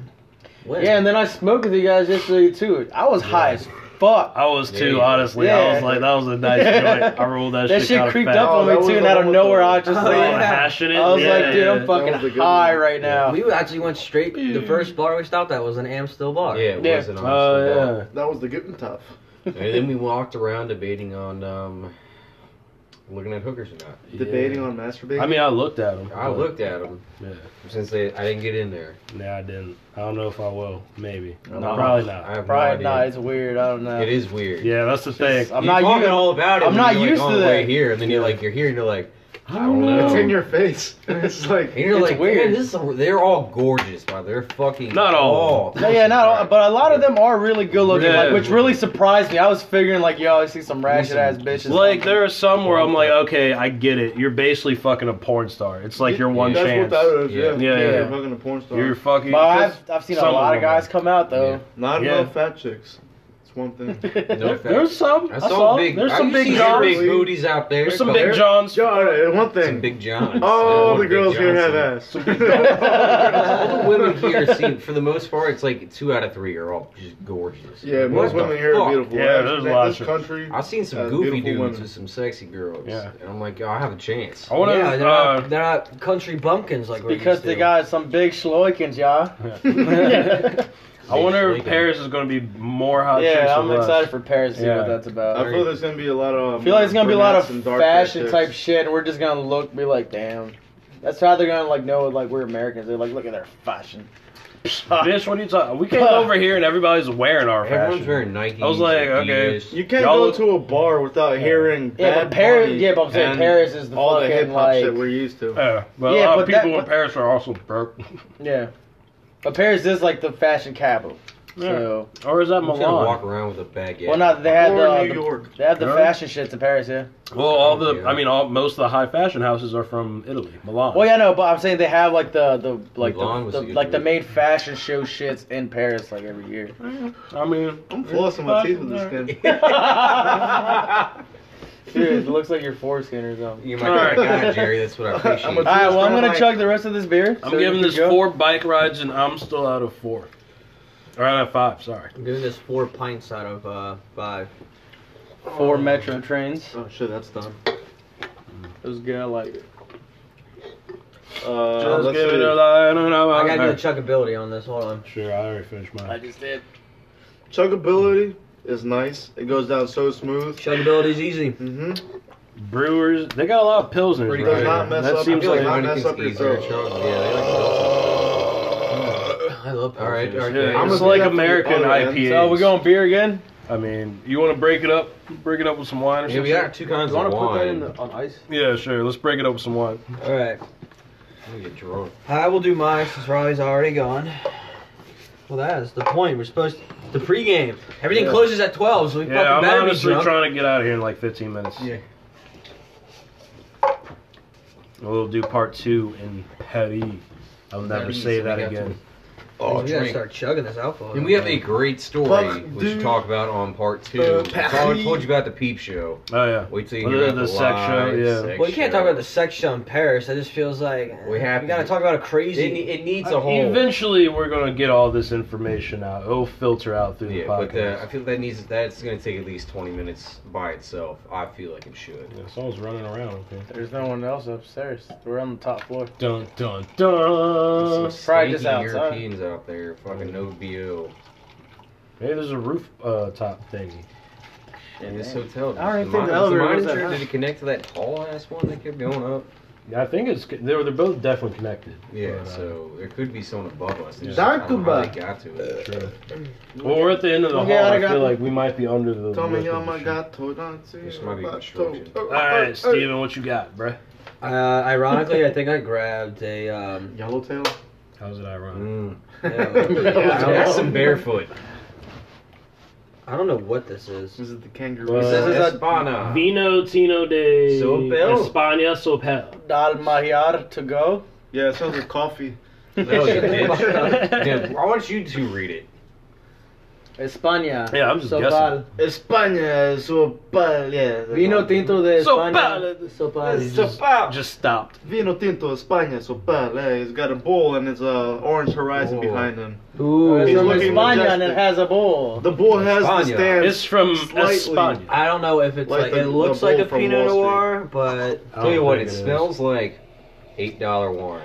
Speaker 4: What?
Speaker 6: Yeah, and then I smoked with you guys yesterday too. I was high as fuck.
Speaker 1: I was too,
Speaker 5: Yeah.
Speaker 1: honestly. I was
Speaker 6: Yeah.
Speaker 1: like, that was a nice joint. I rolled that,
Speaker 6: That shit
Speaker 1: kinda
Speaker 6: creeped
Speaker 1: fast.
Speaker 6: up
Speaker 2: Oh,
Speaker 6: on
Speaker 2: that
Speaker 6: me
Speaker 2: was
Speaker 6: too, and
Speaker 2: the
Speaker 6: out of
Speaker 2: one with
Speaker 6: nowhashing. I just
Speaker 2: the-
Speaker 4: Oh,
Speaker 1: Oh,
Speaker 6: like,
Speaker 4: yeah.
Speaker 1: hashing it.
Speaker 6: I was
Speaker 1: yeah,
Speaker 6: like, dude,
Speaker 1: yeah.
Speaker 6: I'm
Speaker 2: That was a
Speaker 6: fucking
Speaker 2: good
Speaker 6: high
Speaker 2: one.
Speaker 6: right now.
Speaker 4: We actually went straight. The first bar we stopped at was an Amstel bar.
Speaker 5: Yeah, it
Speaker 6: Yeah.
Speaker 5: wasn't on
Speaker 1: Oh,
Speaker 2: That was the getting tough.
Speaker 5: And then we walked around debating on um, looking at hookers or not.
Speaker 1: yeah.
Speaker 2: Debating on
Speaker 1: Yeah.
Speaker 2: masturbating.
Speaker 1: I mean, I looked at him.
Speaker 5: I looked at them
Speaker 1: Yeah.
Speaker 5: since they I didn't get in there.
Speaker 1: Nah, I didn't. I don't know if I will. Maybe.
Speaker 2: No,
Speaker 1: No, probably
Speaker 5: I
Speaker 6: Uh,
Speaker 1: not.
Speaker 5: have
Speaker 6: Probably
Speaker 5: no
Speaker 6: not.
Speaker 5: idea.
Speaker 6: It's weird. I don't know.
Speaker 5: It is weird.
Speaker 1: Yeah, that's the thing.
Speaker 6: I'm
Speaker 5: You're
Speaker 6: not
Speaker 5: talking
Speaker 6: used-
Speaker 5: all about it.
Speaker 6: I'm
Speaker 5: but
Speaker 6: not
Speaker 5: you're like,
Speaker 6: used
Speaker 5: "Oh,
Speaker 6: to
Speaker 5: wait
Speaker 6: that."
Speaker 5: here, and then you're like, you're here, and you're like, I don't
Speaker 2: it's
Speaker 5: know.
Speaker 2: in your face. It's like
Speaker 5: and you're
Speaker 6: It's
Speaker 5: like,
Speaker 6: weird.
Speaker 5: man, this is a, they're all gorgeous, bro. They're fucking
Speaker 1: Not all.
Speaker 5: Oh,
Speaker 6: No, yeah, no, but a lot of them are really good looking,
Speaker 1: Yeah.
Speaker 6: like, which really surprised me. I was figuring like, yo, I see some ratchet ass bitches.
Speaker 1: Like there are some where I'm like, okay, I get it. You're basically fucking a porn star. It's like your one
Speaker 2: That's
Speaker 1: chance.
Speaker 2: what that is.
Speaker 5: Yeah.
Speaker 2: Yeah,
Speaker 1: Yeah, yeah.
Speaker 2: You're fucking a porn star.
Speaker 1: You're fucking.
Speaker 6: but I've, I've seen a
Speaker 1: some
Speaker 6: lot of
Speaker 1: of them are.
Speaker 6: guys come out though.
Speaker 2: not
Speaker 1: Yeah.
Speaker 2: enough fat chicks. It's one thing.
Speaker 5: No
Speaker 1: there's some.
Speaker 5: I
Speaker 1: I
Speaker 5: saw,
Speaker 1: saw.
Speaker 5: big.
Speaker 1: there's
Speaker 5: I
Speaker 1: some
Speaker 5: used to
Speaker 1: big
Speaker 5: see
Speaker 1: Johns.
Speaker 5: big booties out there.
Speaker 1: There's some
Speaker 5: Color.
Speaker 1: big Johns.
Speaker 2: Yo, uh, one
Speaker 5: Some
Speaker 2: thing.
Speaker 5: big Johns. Yeah,
Speaker 2: Oh,
Speaker 5: one
Speaker 2: the
Speaker 5: Big
Speaker 2: girls here have
Speaker 5: Johnson.
Speaker 2: ass.
Speaker 5: All the women here seem, for the most part, it's like two out of three are all just gorgeous.
Speaker 2: yeah,
Speaker 5: What
Speaker 2: most
Speaker 5: the
Speaker 2: women here
Speaker 5: fuck?
Speaker 2: are beautiful.
Speaker 1: Yeah, there's
Speaker 2: This-
Speaker 1: lots
Speaker 2: This
Speaker 1: of-
Speaker 2: country.
Speaker 5: I've seen some
Speaker 2: Uh,
Speaker 5: goofy
Speaker 2: beautiful
Speaker 5: dudes
Speaker 2: women.
Speaker 5: with some sexy girls.
Speaker 1: Yeah.
Speaker 5: And I'm like, oh, I have a chance.
Speaker 1: I want to.
Speaker 4: Yeah, they're,
Speaker 1: uh,
Speaker 4: not, they're not country bumpkins like we're
Speaker 6: Because
Speaker 4: used
Speaker 6: they
Speaker 4: to.
Speaker 6: got some big schloikins, y'all.
Speaker 1: Yeah. I wonder if
Speaker 5: Big
Speaker 1: Paris is going to be more hot. chicks
Speaker 6: yeah, I'm
Speaker 1: than us.
Speaker 6: excited for Paris to see
Speaker 1: Yeah.
Speaker 6: what that's about.
Speaker 2: I feel there's gonna be a lot of.
Speaker 6: I feel like it's gonna be a lot of
Speaker 2: brunettes and dark fat
Speaker 6: fashion
Speaker 2: chicks.
Speaker 6: type shit, and we're just gonna look, be like, damn. That's how they're gonna like know, like we're Americans. They're like, look at their fashion.
Speaker 1: Bitch, what are you talking? We came over here and everybody's wearing our
Speaker 5: Everyone's
Speaker 1: fashion.
Speaker 5: wearing Nike.
Speaker 1: I was like, okay.
Speaker 2: You can't
Speaker 1: Y'all
Speaker 2: go
Speaker 1: look-
Speaker 2: to a bar without hearing
Speaker 6: Yeah,
Speaker 2: Bad
Speaker 6: but Paris.
Speaker 2: Bunny
Speaker 6: Yeah, but I'm saying
Speaker 2: and
Speaker 6: Paris is the
Speaker 2: all the hip
Speaker 6: fucking
Speaker 2: hop
Speaker 6: like.
Speaker 2: shit we're used to.
Speaker 1: Yeah, but
Speaker 6: Yeah,
Speaker 1: a lot
Speaker 6: but
Speaker 1: of people
Speaker 6: that-
Speaker 1: in Paris are also broke.
Speaker 6: yeah, but Paris is like the fashion capital. So
Speaker 1: Or is that
Speaker 5: I'm just gonna
Speaker 1: Milan?
Speaker 5: walk around with a baguette.
Speaker 6: well, not they
Speaker 2: Or
Speaker 6: have the,
Speaker 2: New
Speaker 6: the-
Speaker 2: York.
Speaker 6: they have the
Speaker 1: Huh?
Speaker 6: fashion shits in Paris. Yeah.
Speaker 1: Well, all the
Speaker 5: Yeah.
Speaker 1: I mean, all most of the high fashion houses are from Italy, Milan.
Speaker 6: Well, yeah, no, but I'm saying they have like the the like
Speaker 5: Milan
Speaker 6: the,
Speaker 5: was
Speaker 6: the
Speaker 5: a good
Speaker 6: like the
Speaker 5: movie.
Speaker 6: main fashion show shits in Paris like every year.
Speaker 1: I mean,
Speaker 2: I'm flossing my teeth with this
Speaker 1: Alright.
Speaker 2: kid.
Speaker 6: Dude, it looks like your foreskin or something.
Speaker 5: You're my kind of
Speaker 1: Alright.
Speaker 5: guy, Jerry. That's what I appreciate.
Speaker 2: I'm a-
Speaker 6: All right, well, I'm
Speaker 2: Kinda
Speaker 6: gonna
Speaker 2: like-
Speaker 6: chug the rest of this beer.
Speaker 1: I'm
Speaker 6: so you
Speaker 1: giving
Speaker 6: can
Speaker 1: this
Speaker 6: go.
Speaker 1: four bike rides, and I'm still out of four. Or out of five, sorry.
Speaker 4: I'm doing this four pints out of uh, five.
Speaker 6: four metro trains.
Speaker 2: Oh shit, that's done.
Speaker 6: It was good. I like it.
Speaker 2: Uh,
Speaker 1: Just
Speaker 2: let's
Speaker 1: give it
Speaker 2: see.
Speaker 1: a lie, I don't know.
Speaker 6: Uh,
Speaker 4: I gotta do
Speaker 1: Alright.
Speaker 4: the chuckability on this. Hold on.
Speaker 1: Sure, I already finished mine.
Speaker 6: just did.
Speaker 2: Chuggability is nice. It goes down so smooth.
Speaker 4: Chuckability is easy.
Speaker 2: Mm-hmm.
Speaker 1: Brewers, they got a lot of pilsners.
Speaker 5: Pretty
Speaker 1: right
Speaker 5: good.
Speaker 1: here.
Speaker 5: Not
Speaker 2: mess
Speaker 1: that
Speaker 2: up. I
Speaker 1: seems
Speaker 2: feel
Speaker 1: like,
Speaker 2: like
Speaker 5: I
Speaker 2: mine mess up your throat.
Speaker 5: Yeah, they like
Speaker 4: Mm.
Speaker 5: I love. All right, all right.
Speaker 1: yeah,
Speaker 2: I'm
Speaker 1: it's
Speaker 2: a-
Speaker 1: like
Speaker 2: definitely
Speaker 1: American
Speaker 2: other end.
Speaker 1: IPA.
Speaker 6: So we're going beer again.
Speaker 1: I mean, you want to break it up? Break it up with some wine or
Speaker 5: Yeah, we
Speaker 1: something?
Speaker 5: got two kinds of wine.
Speaker 6: on ice?
Speaker 1: Yeah, sure. Let's break it up with some wine.
Speaker 4: All right.
Speaker 5: I'm gonna get drunk.
Speaker 4: I will do mine since Riley's already gone. Well, that is the point. We're supposed to, the pregame. Everything
Speaker 2: Yeah.
Speaker 4: closes at twelve, so we
Speaker 1: Yeah,
Speaker 4: fucking
Speaker 1: I'm
Speaker 4: better be
Speaker 1: honestly
Speaker 4: drunk.
Speaker 1: trying to get out of here in like 15 minutes.
Speaker 4: Yeah.
Speaker 1: We'll do part two in Paris. I'll never
Speaker 5: Paris,
Speaker 1: say
Speaker 5: we
Speaker 1: that
Speaker 5: got
Speaker 1: again.
Speaker 5: Oh,
Speaker 4: we gotta
Speaker 5: drink.
Speaker 4: start chugging this alcohol.
Speaker 5: And we have a great story
Speaker 2: Fuck,
Speaker 5: we should
Speaker 2: dude.
Speaker 5: talk about on part two.
Speaker 2: Uh,
Speaker 5: I
Speaker 2: Paris.
Speaker 5: told you about the peep show.
Speaker 1: Oh yeah.
Speaker 5: Wait till you
Speaker 1: Well,
Speaker 5: hear
Speaker 1: the-
Speaker 5: about
Speaker 1: the sex show,
Speaker 5: live
Speaker 1: yeah.
Speaker 5: sex
Speaker 4: well, you can't
Speaker 5: show.
Speaker 4: talk about the sex show in Paris. That just feels like eh,
Speaker 5: We have
Speaker 4: We
Speaker 5: to
Speaker 4: gotta
Speaker 5: do-
Speaker 4: talk about a
Speaker 5: It,
Speaker 4: crazy.
Speaker 5: it needs
Speaker 6: Uh,
Speaker 5: a whole.
Speaker 1: Uh, Eventually, we're gonna get all this information out. It'll filter out through
Speaker 5: yeah,
Speaker 1: the podcast.
Speaker 5: but uh, I feel that needs that's going to take at least 20 minutes by itself. I feel like it should.
Speaker 1: Yeah, someone's running around. Okay.
Speaker 6: There's no one else upstairs. We're on the top floor.
Speaker 1: Dun dun dun.
Speaker 5: Some
Speaker 6: Uh, probably just
Speaker 5: sneaky
Speaker 6: outside.
Speaker 5: Europeans out there, fucking no bo.
Speaker 1: Hey, there's a roof uh, top thingy.
Speaker 5: In this
Speaker 6: man.
Speaker 5: hotel,
Speaker 6: I don't even think
Speaker 5: Is the
Speaker 6: the
Speaker 5: mon- is
Speaker 6: elevator was
Speaker 5: monitor-
Speaker 6: that high.
Speaker 5: Did it connect to that tall ass one that kept going up?
Speaker 1: Yeah, I think it's they're they're both definitely connected.
Speaker 5: Yeah,
Speaker 1: But, uh,
Speaker 5: so there could be someone above us. They just
Speaker 6: Dark
Speaker 5: don't know how
Speaker 6: Cuba.
Speaker 5: They got to it.
Speaker 1: True. Well, we're at the end of the
Speaker 6: Okay,
Speaker 1: hall.
Speaker 6: I
Speaker 1: I
Speaker 6: got-
Speaker 1: feel like we might be under the.
Speaker 2: Tell
Speaker 1: width
Speaker 2: me
Speaker 1: of
Speaker 2: how
Speaker 1: the
Speaker 2: my
Speaker 1: shoe.
Speaker 2: God told on to
Speaker 5: This might be
Speaker 2: about
Speaker 5: construction.
Speaker 2: to-
Speaker 1: All right, Steven, what you got, bruh?
Speaker 4: Uh, ironically, I think I grabbed a. Um,
Speaker 2: Yellowtail.
Speaker 1: How's it ironic?
Speaker 5: Mm.
Speaker 4: yeah, I,
Speaker 5: That's
Speaker 4: don't,
Speaker 5: some barefoot.
Speaker 4: I don't know what this is.
Speaker 2: This is the kangaroo.
Speaker 1: Uh,
Speaker 5: This is
Speaker 1: This
Speaker 6: is a-
Speaker 5: Espana.
Speaker 1: Vino Tino de
Speaker 5: Sopel.
Speaker 1: España Sopel.
Speaker 6: Dal Mahiar to go.
Speaker 2: yeah, it sounds like coffee.
Speaker 5: No, you didn't.
Speaker 1: yeah,
Speaker 5: Yeah, I want you to read it.
Speaker 6: España.
Speaker 1: Yeah, I'm just
Speaker 6: Sopal.
Speaker 2: España, so yeah.
Speaker 6: Vino tinto de España.
Speaker 1: Sopal.
Speaker 6: Sopal.
Speaker 1: just stopped.
Speaker 2: Vino tinto, España, so yeah. He's got a bowl and it's a orange horizon
Speaker 5: Whoa.
Speaker 2: behind him.
Speaker 4: Ooh,
Speaker 2: He's
Speaker 6: It's from
Speaker 2: looking
Speaker 6: España and
Speaker 2: majestic.
Speaker 6: it has a bowl.
Speaker 2: The bull has
Speaker 5: España.
Speaker 2: the stand.
Speaker 1: It's from
Speaker 2: Slightly.
Speaker 1: España.
Speaker 4: I don't know if it's
Speaker 2: Like
Speaker 4: like,
Speaker 2: the-
Speaker 4: it looks
Speaker 2: the
Speaker 4: like
Speaker 2: bull
Speaker 4: a
Speaker 2: from
Speaker 4: Pinot
Speaker 2: Wall
Speaker 4: Noir, but
Speaker 5: Tell you what, it smells like eight dollar wine.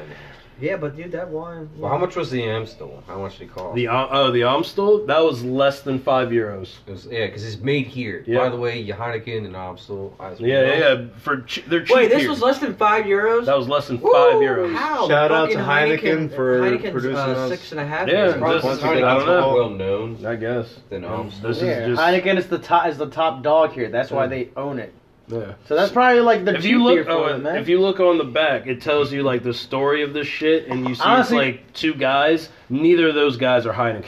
Speaker 4: yeah, but dude, that wine.
Speaker 5: Well, how much was the Amstel? How much did it cost?
Speaker 1: The Am- oh the Amstel that was less than five euros.
Speaker 5: It was, yeah, because it's made here.
Speaker 1: Yeah.
Speaker 5: By the way, your Heineken and Amstel. I was-
Speaker 1: Yeah, yeah, yeah. For ch- they're cheap
Speaker 4: Wait, this
Speaker 1: here.
Speaker 4: was less than five euros.
Speaker 1: that was less than
Speaker 4: Woo,
Speaker 1: five euros.
Speaker 4: How?
Speaker 2: Shout out
Speaker 4: Fucking
Speaker 2: to Heineken for
Speaker 4: Heineken's,
Speaker 2: producing
Speaker 4: uh,
Speaker 2: us.
Speaker 4: six and a half.
Speaker 1: Yeah,
Speaker 4: years.
Speaker 5: Probably
Speaker 1: This
Speaker 5: Once
Speaker 1: is-
Speaker 5: you get
Speaker 1: I don't know.
Speaker 5: Amstel well known,
Speaker 1: I guess.
Speaker 5: then Amstel.
Speaker 1: This
Speaker 6: Yeah.
Speaker 1: is just.
Speaker 6: Heineken is the top is the top dog here. That's why they own it.
Speaker 1: Yeah.
Speaker 6: So that's probably like the
Speaker 1: If you
Speaker 6: cheap beer
Speaker 1: look,
Speaker 6: for
Speaker 1: oh,
Speaker 6: them, man.
Speaker 1: if you look on the back, it tells you like the story of this shit, and you see
Speaker 6: Honestly-
Speaker 1: it's like two guys. Neither of those guys are Heineken.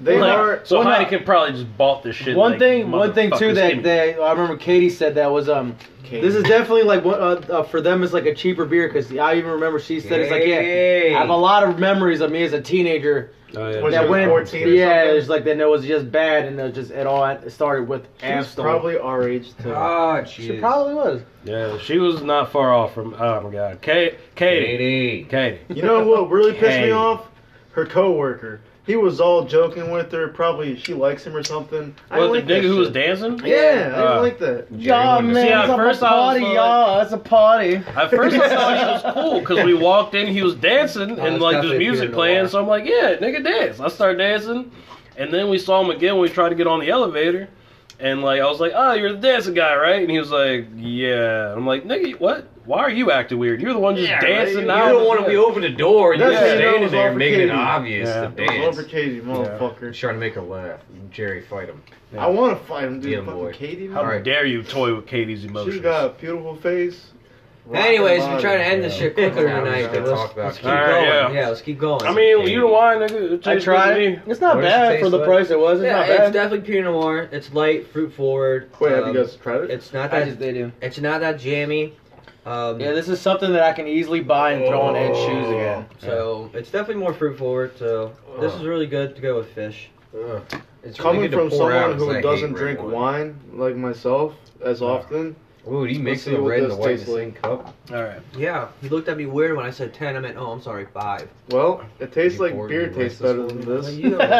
Speaker 2: they
Speaker 1: Like,
Speaker 2: are.
Speaker 1: so
Speaker 6: well,
Speaker 1: Heineken probably just bought this shit.
Speaker 6: one
Speaker 1: like,
Speaker 6: thing, one thing too
Speaker 1: motherfuckers
Speaker 6: that,
Speaker 1: didn't.
Speaker 6: that I remember Katie said that was um This is definitely like what uh, uh, for them is like a cheaper beer because I even remember she said it's like yeah. I have a lot of memories of me as a teenager
Speaker 1: Oh, yeah.
Speaker 2: Was
Speaker 6: that
Speaker 2: it
Speaker 6: went
Speaker 2: 14 or
Speaker 6: yeah
Speaker 2: something?
Speaker 6: it's like then it was just bad and it just it all it started with
Speaker 2: She's
Speaker 6: Amstel.
Speaker 2: probably our age too.
Speaker 5: Ah,
Speaker 6: she
Speaker 5: jeez.
Speaker 6: probably was.
Speaker 1: yeah, she was not far off from. Oh my god, Kate, Katie,
Speaker 5: Katie.
Speaker 1: Katie.
Speaker 2: You know what really pissed
Speaker 1: Hey.
Speaker 2: me off? Her coworker. He was all joking with her. Probably she likes him or something. I
Speaker 1: What
Speaker 2: didn't
Speaker 1: the
Speaker 2: like that
Speaker 1: nigga who was
Speaker 2: shit.
Speaker 1: dancing?
Speaker 2: Yeah, I
Speaker 1: Uh,
Speaker 2: didn't like that.
Speaker 6: Yeah,
Speaker 5: wouldn't-
Speaker 6: man,
Speaker 1: See,
Speaker 6: it's
Speaker 1: at
Speaker 6: a
Speaker 1: first I was
Speaker 6: party,
Speaker 1: like-
Speaker 6: y'all. It's a party.
Speaker 1: At first I thought he was cool because we walked in, he was dancing
Speaker 4: Oh,
Speaker 1: and
Speaker 4: it's
Speaker 1: like there's
Speaker 4: definitely
Speaker 1: music
Speaker 4: Pinot
Speaker 1: playing,
Speaker 4: Noir.
Speaker 1: so I'm like, yeah, nigga dance. I start dancing, and then we saw him again when we tried to get on the elevator, and like I was like, oh, you're the dancing guy, right? And he was like, yeah. I'm like, nigga, what? Why are you acting weird? You're the one just
Speaker 5: Yeah,
Speaker 1: dancing.
Speaker 5: You
Speaker 1: now."
Speaker 5: don't want to be open the door. and You're
Speaker 2: That's
Speaker 1: how you
Speaker 5: just
Speaker 2: know it
Speaker 5: standing
Speaker 2: was
Speaker 5: there
Speaker 2: all for
Speaker 5: making it
Speaker 2: Katie.
Speaker 5: obvious
Speaker 1: Yeah.
Speaker 5: to
Speaker 2: It was all for
Speaker 5: dance.
Speaker 2: Katie,
Speaker 5: You're
Speaker 2: motherfucker.
Speaker 5: trying to make her laugh. Jerry, fight him.
Speaker 1: Yeah.
Speaker 2: I want to fight him, dude.
Speaker 5: Yeah,
Speaker 2: fucking
Speaker 5: boy.
Speaker 2: Katie,
Speaker 1: How
Speaker 2: man.
Speaker 5: All right.
Speaker 1: dare you toy with Katie's emotions?
Speaker 2: She's got a beautiful face. rocking
Speaker 4: Anyways,
Speaker 2: body.
Speaker 4: we're trying to end this shit quicker
Speaker 5: Yeah, we
Speaker 4: tonight.
Speaker 5: gotta
Speaker 4: but
Speaker 5: talk
Speaker 4: Let's,
Speaker 5: about
Speaker 4: let's keep
Speaker 1: it. Alright,
Speaker 4: going.
Speaker 1: yeah.
Speaker 4: Yeah. let's keep going.
Speaker 1: I mean, you know why, nigga? It
Speaker 6: I
Speaker 1: tastes good
Speaker 6: tried.
Speaker 1: to me.
Speaker 6: It's not
Speaker 5: What does it
Speaker 6: bad
Speaker 5: taste
Speaker 6: for the
Speaker 5: like?
Speaker 6: price it was. It's
Speaker 4: yeah,
Speaker 6: not
Speaker 4: it's
Speaker 6: bad.
Speaker 4: definitely Pinot Noir. It's light, fruit forward.
Speaker 2: Wait, have
Speaker 4: um,
Speaker 2: you guys tried it?
Speaker 4: It's not
Speaker 6: I
Speaker 4: that.
Speaker 6: just did him.
Speaker 4: It's not that jammy. Um,
Speaker 6: Yeah, this is something that I can easily buy and throw on Ed's shoes again.
Speaker 4: so it's definitely more fruit forward. So this
Speaker 2: Uh.
Speaker 4: is really good to go with fish.
Speaker 5: It's really
Speaker 2: Coming
Speaker 5: good to
Speaker 2: from
Speaker 5: pour out,
Speaker 2: someone
Speaker 5: 'cause I
Speaker 2: who
Speaker 5: hate
Speaker 2: doesn't
Speaker 5: red
Speaker 2: drink
Speaker 5: wine.
Speaker 2: wine like myself as often,
Speaker 5: Ooh, he
Speaker 2: Let's see
Speaker 5: mixing the
Speaker 2: what
Speaker 5: red and the
Speaker 2: this
Speaker 5: white in the
Speaker 2: tastes
Speaker 5: same cup.
Speaker 1: All right.
Speaker 4: Yeah, he looked at me weird when I said ten. I meant oh, I'm sorry, five.
Speaker 2: well, it tastes
Speaker 5: You
Speaker 2: like
Speaker 5: poured
Speaker 2: beer
Speaker 5: the
Speaker 2: tastes
Speaker 5: rest of
Speaker 2: better than
Speaker 5: this
Speaker 2: this.
Speaker 4: You know,
Speaker 1: I've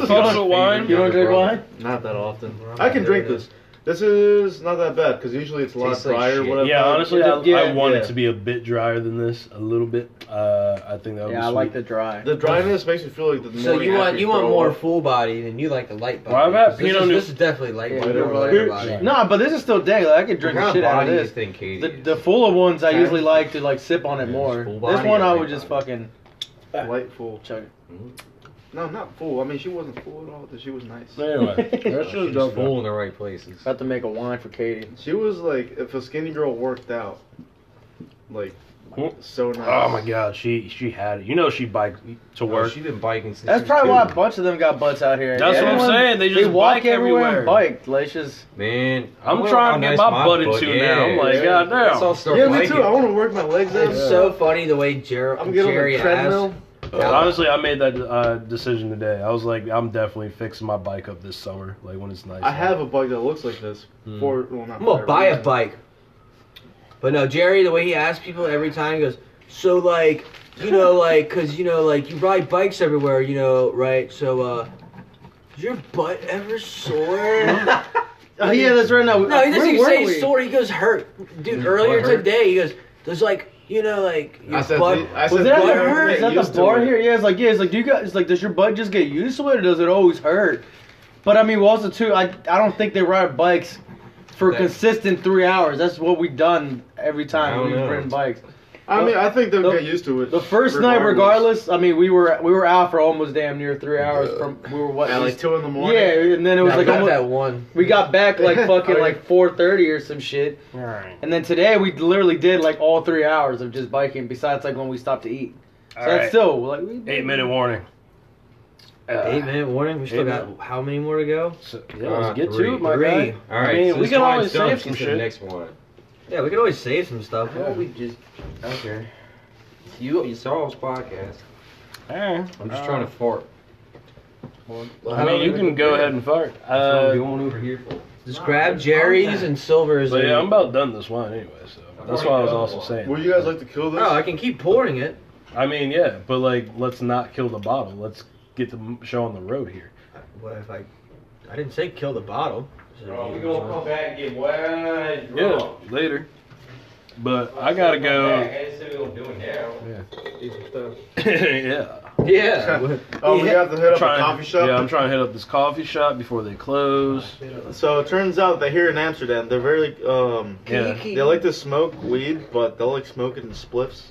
Speaker 5: My
Speaker 1: thought
Speaker 5: favorite
Speaker 1: of wine.
Speaker 6: You don't drink
Speaker 5: brother.
Speaker 6: wine?
Speaker 2: Not that often.
Speaker 4: Well,
Speaker 2: I can
Speaker 4: there
Speaker 2: drink
Speaker 4: it is.
Speaker 2: this. This is not that bad because usually it's a lot
Speaker 5: Tastes like
Speaker 2: drier.
Speaker 5: shit.
Speaker 2: whatever.
Speaker 1: uh, Yeah, honestly,
Speaker 6: Yeah,
Speaker 1: I, I
Speaker 6: yeah,
Speaker 1: want it
Speaker 2: yeah.
Speaker 1: to be a bit drier than this, a little bit. Uh, I think that would be
Speaker 6: Yeah, I
Speaker 1: sweet.
Speaker 6: like the dry.
Speaker 2: The dryness makes me feel like the
Speaker 4: So
Speaker 2: more
Speaker 4: you want
Speaker 2: happy
Speaker 4: you
Speaker 2: throw
Speaker 4: want more
Speaker 2: up.
Speaker 4: full body than you like the light body.
Speaker 1: Well, I've had
Speaker 4: 'Cause this
Speaker 1: Pinot
Speaker 4: is-
Speaker 1: Noir-
Speaker 4: This is definitely light
Speaker 2: Yeah,
Speaker 4: body.
Speaker 2: they're
Speaker 4: or
Speaker 2: like-
Speaker 4: lighter body.
Speaker 1: Yeah.
Speaker 6: No, but this is still dang. Like, I could drink the
Speaker 5: How
Speaker 6: shit out of
Speaker 5: body do you
Speaker 6: this.
Speaker 5: think Katie
Speaker 6: The,
Speaker 5: is?
Speaker 6: the fuller ones I
Speaker 4: Yeah.
Speaker 6: usually like to like sip on it
Speaker 5: Yeah,
Speaker 6: more.
Speaker 5: full
Speaker 6: This
Speaker 5: body
Speaker 6: one I
Speaker 5: or
Speaker 6: would just
Speaker 5: light
Speaker 6: fucking
Speaker 2: light full. Mm-hmm.
Speaker 6: chug it.
Speaker 2: No, not full. I mean, she wasn't full at all. But she was nice.
Speaker 1: Anyway,
Speaker 5: Uh,
Speaker 1: that's
Speaker 5: she's
Speaker 1: just dope.
Speaker 5: full in the right places.
Speaker 6: About to make a wine for Katie.
Speaker 2: She was like, if a skinny girl worked out, like So nice.
Speaker 1: Oh my god, she she had it. You know she biked to
Speaker 5: Well,
Speaker 1: work.
Speaker 5: Oh, she been biking since.
Speaker 6: That's
Speaker 5: she was
Speaker 6: probably
Speaker 5: two.
Speaker 6: why a bunch of them got butts out here.
Speaker 1: That's
Speaker 5: what I'm
Speaker 1: saying, they just
Speaker 6: walk
Speaker 1: bike
Speaker 6: everywhere.
Speaker 1: everywhere.
Speaker 6: And bike. Let's just
Speaker 5: Man,
Speaker 1: I'm
Speaker 5: I wonder
Speaker 1: trying
Speaker 5: how
Speaker 1: to get my butt into
Speaker 5: butt-
Speaker 1: now. I'm like,
Speaker 5: yeah.
Speaker 1: goddamn.
Speaker 5: Let's all start
Speaker 2: Yeah, me
Speaker 5: biking.
Speaker 2: too. I want to work my legs out.
Speaker 4: It's so funny the way Jer-
Speaker 2: I'm getting on
Speaker 4: Jerry
Speaker 2: the
Speaker 4: asked.
Speaker 2: treadmill.
Speaker 1: Honestly, I made that uh, decision today. I was like, I'm definitely fixing my bike up this summer, like when it's nice.
Speaker 2: I have a bike that looks like this.
Speaker 6: Hmm.
Speaker 2: For well, not
Speaker 4: I'm gonna
Speaker 2: forever.
Speaker 4: buy a bike. But no, Jerry, the way he asks people every time, he goes, so like, you know, like, cause you know, like, you ride bikes everywhere, you know, right? So, uh, is your butt ever sore?
Speaker 6: Oh yeah, that's right. No,
Speaker 4: no, he doesn't
Speaker 6: where
Speaker 4: even
Speaker 6: were
Speaker 4: say
Speaker 6: we?
Speaker 4: sore. He goes hurt, dude.
Speaker 5: His
Speaker 4: Earlier
Speaker 5: butt hurt?
Speaker 4: today, he goes, there's like, you know, like your
Speaker 2: I said,
Speaker 4: butt.
Speaker 2: the- I said
Speaker 6: Was it at
Speaker 4: Butt
Speaker 6: the,
Speaker 4: hurt.
Speaker 6: was it at the
Speaker 2: Used to
Speaker 6: bar
Speaker 2: it.
Speaker 6: here? Yeah, it's like yeah, it's like do you guys it's like does your butt just get used to it or does it always hurt? But I mean, well, also too, I I don't think they ride bikes for
Speaker 5: That-
Speaker 6: consistent three hours. That's what we've done every
Speaker 5: I
Speaker 6: time
Speaker 5: don't
Speaker 6: we've
Speaker 5: know.
Speaker 6: ridden bikes.
Speaker 2: I mean, I think they'll
Speaker 6: The-
Speaker 2: get used to it.
Speaker 6: The first night, regardless, I mean, we were we were out for almost damn near three hours from we were what
Speaker 2: At Uh, like two in the morning.
Speaker 6: yeah, and then it
Speaker 4: No,
Speaker 6: was like
Speaker 4: not
Speaker 6: almost,
Speaker 4: that one.
Speaker 6: we got back like fucking
Speaker 2: Oh, yeah.
Speaker 6: like four thirty or some shit, and then today we literally did like all three hours of just biking. Besides like when we stopped to eat, so
Speaker 1: All
Speaker 6: that's
Speaker 1: right.
Speaker 6: still like we,
Speaker 1: eight minute warning. Uh,
Speaker 4: Eight minute warning. We still
Speaker 1: Eight
Speaker 4: got how many more to go?
Speaker 1: so- yeah, let's
Speaker 5: Uh,
Speaker 1: get to
Speaker 5: three.
Speaker 1: it, my
Speaker 4: Three.
Speaker 1: guy.
Speaker 5: All right,
Speaker 1: I mean,
Speaker 5: so
Speaker 1: we
Speaker 5: this
Speaker 1: can
Speaker 5: time's
Speaker 1: always
Speaker 5: done.
Speaker 1: save
Speaker 5: Let's
Speaker 1: some
Speaker 5: get to
Speaker 1: shit.
Speaker 5: The next one.
Speaker 4: Yeah, we could always save some stuff. Why don't we
Speaker 5: just okay. You you saw this podcast.
Speaker 1: All right.
Speaker 5: I'm just trying to fart.
Speaker 1: I mean, you can go ahead and fart.
Speaker 5: That's what
Speaker 1: Uh,
Speaker 5: I'm going over here for.
Speaker 4: Just grab Jerry's and Silver's.
Speaker 1: but
Speaker 4: and-
Speaker 1: yeah, I'm about done this wine anyway, so that's why I was also saying.
Speaker 2: Would you guys like to kill this?
Speaker 4: Oh, I can keep pouring it.
Speaker 1: I mean, yeah, but like, let's not kill the bottle. Let's get the m- show on the road here.
Speaker 4: What if I? I didn't say kill the bottle.
Speaker 5: back and get wide.
Speaker 1: Yeah, later. But I gotta go. yeah.
Speaker 4: Yeah.
Speaker 2: Oh, we have to hit up a coffee shop.
Speaker 1: Yeah, I'm trying to hit up this coffee shop before they close.
Speaker 2: So it turns out that here in Amsterdam, they're very um,
Speaker 1: Yeah,
Speaker 2: they like to smoke weed, but they like smoking in spliffs.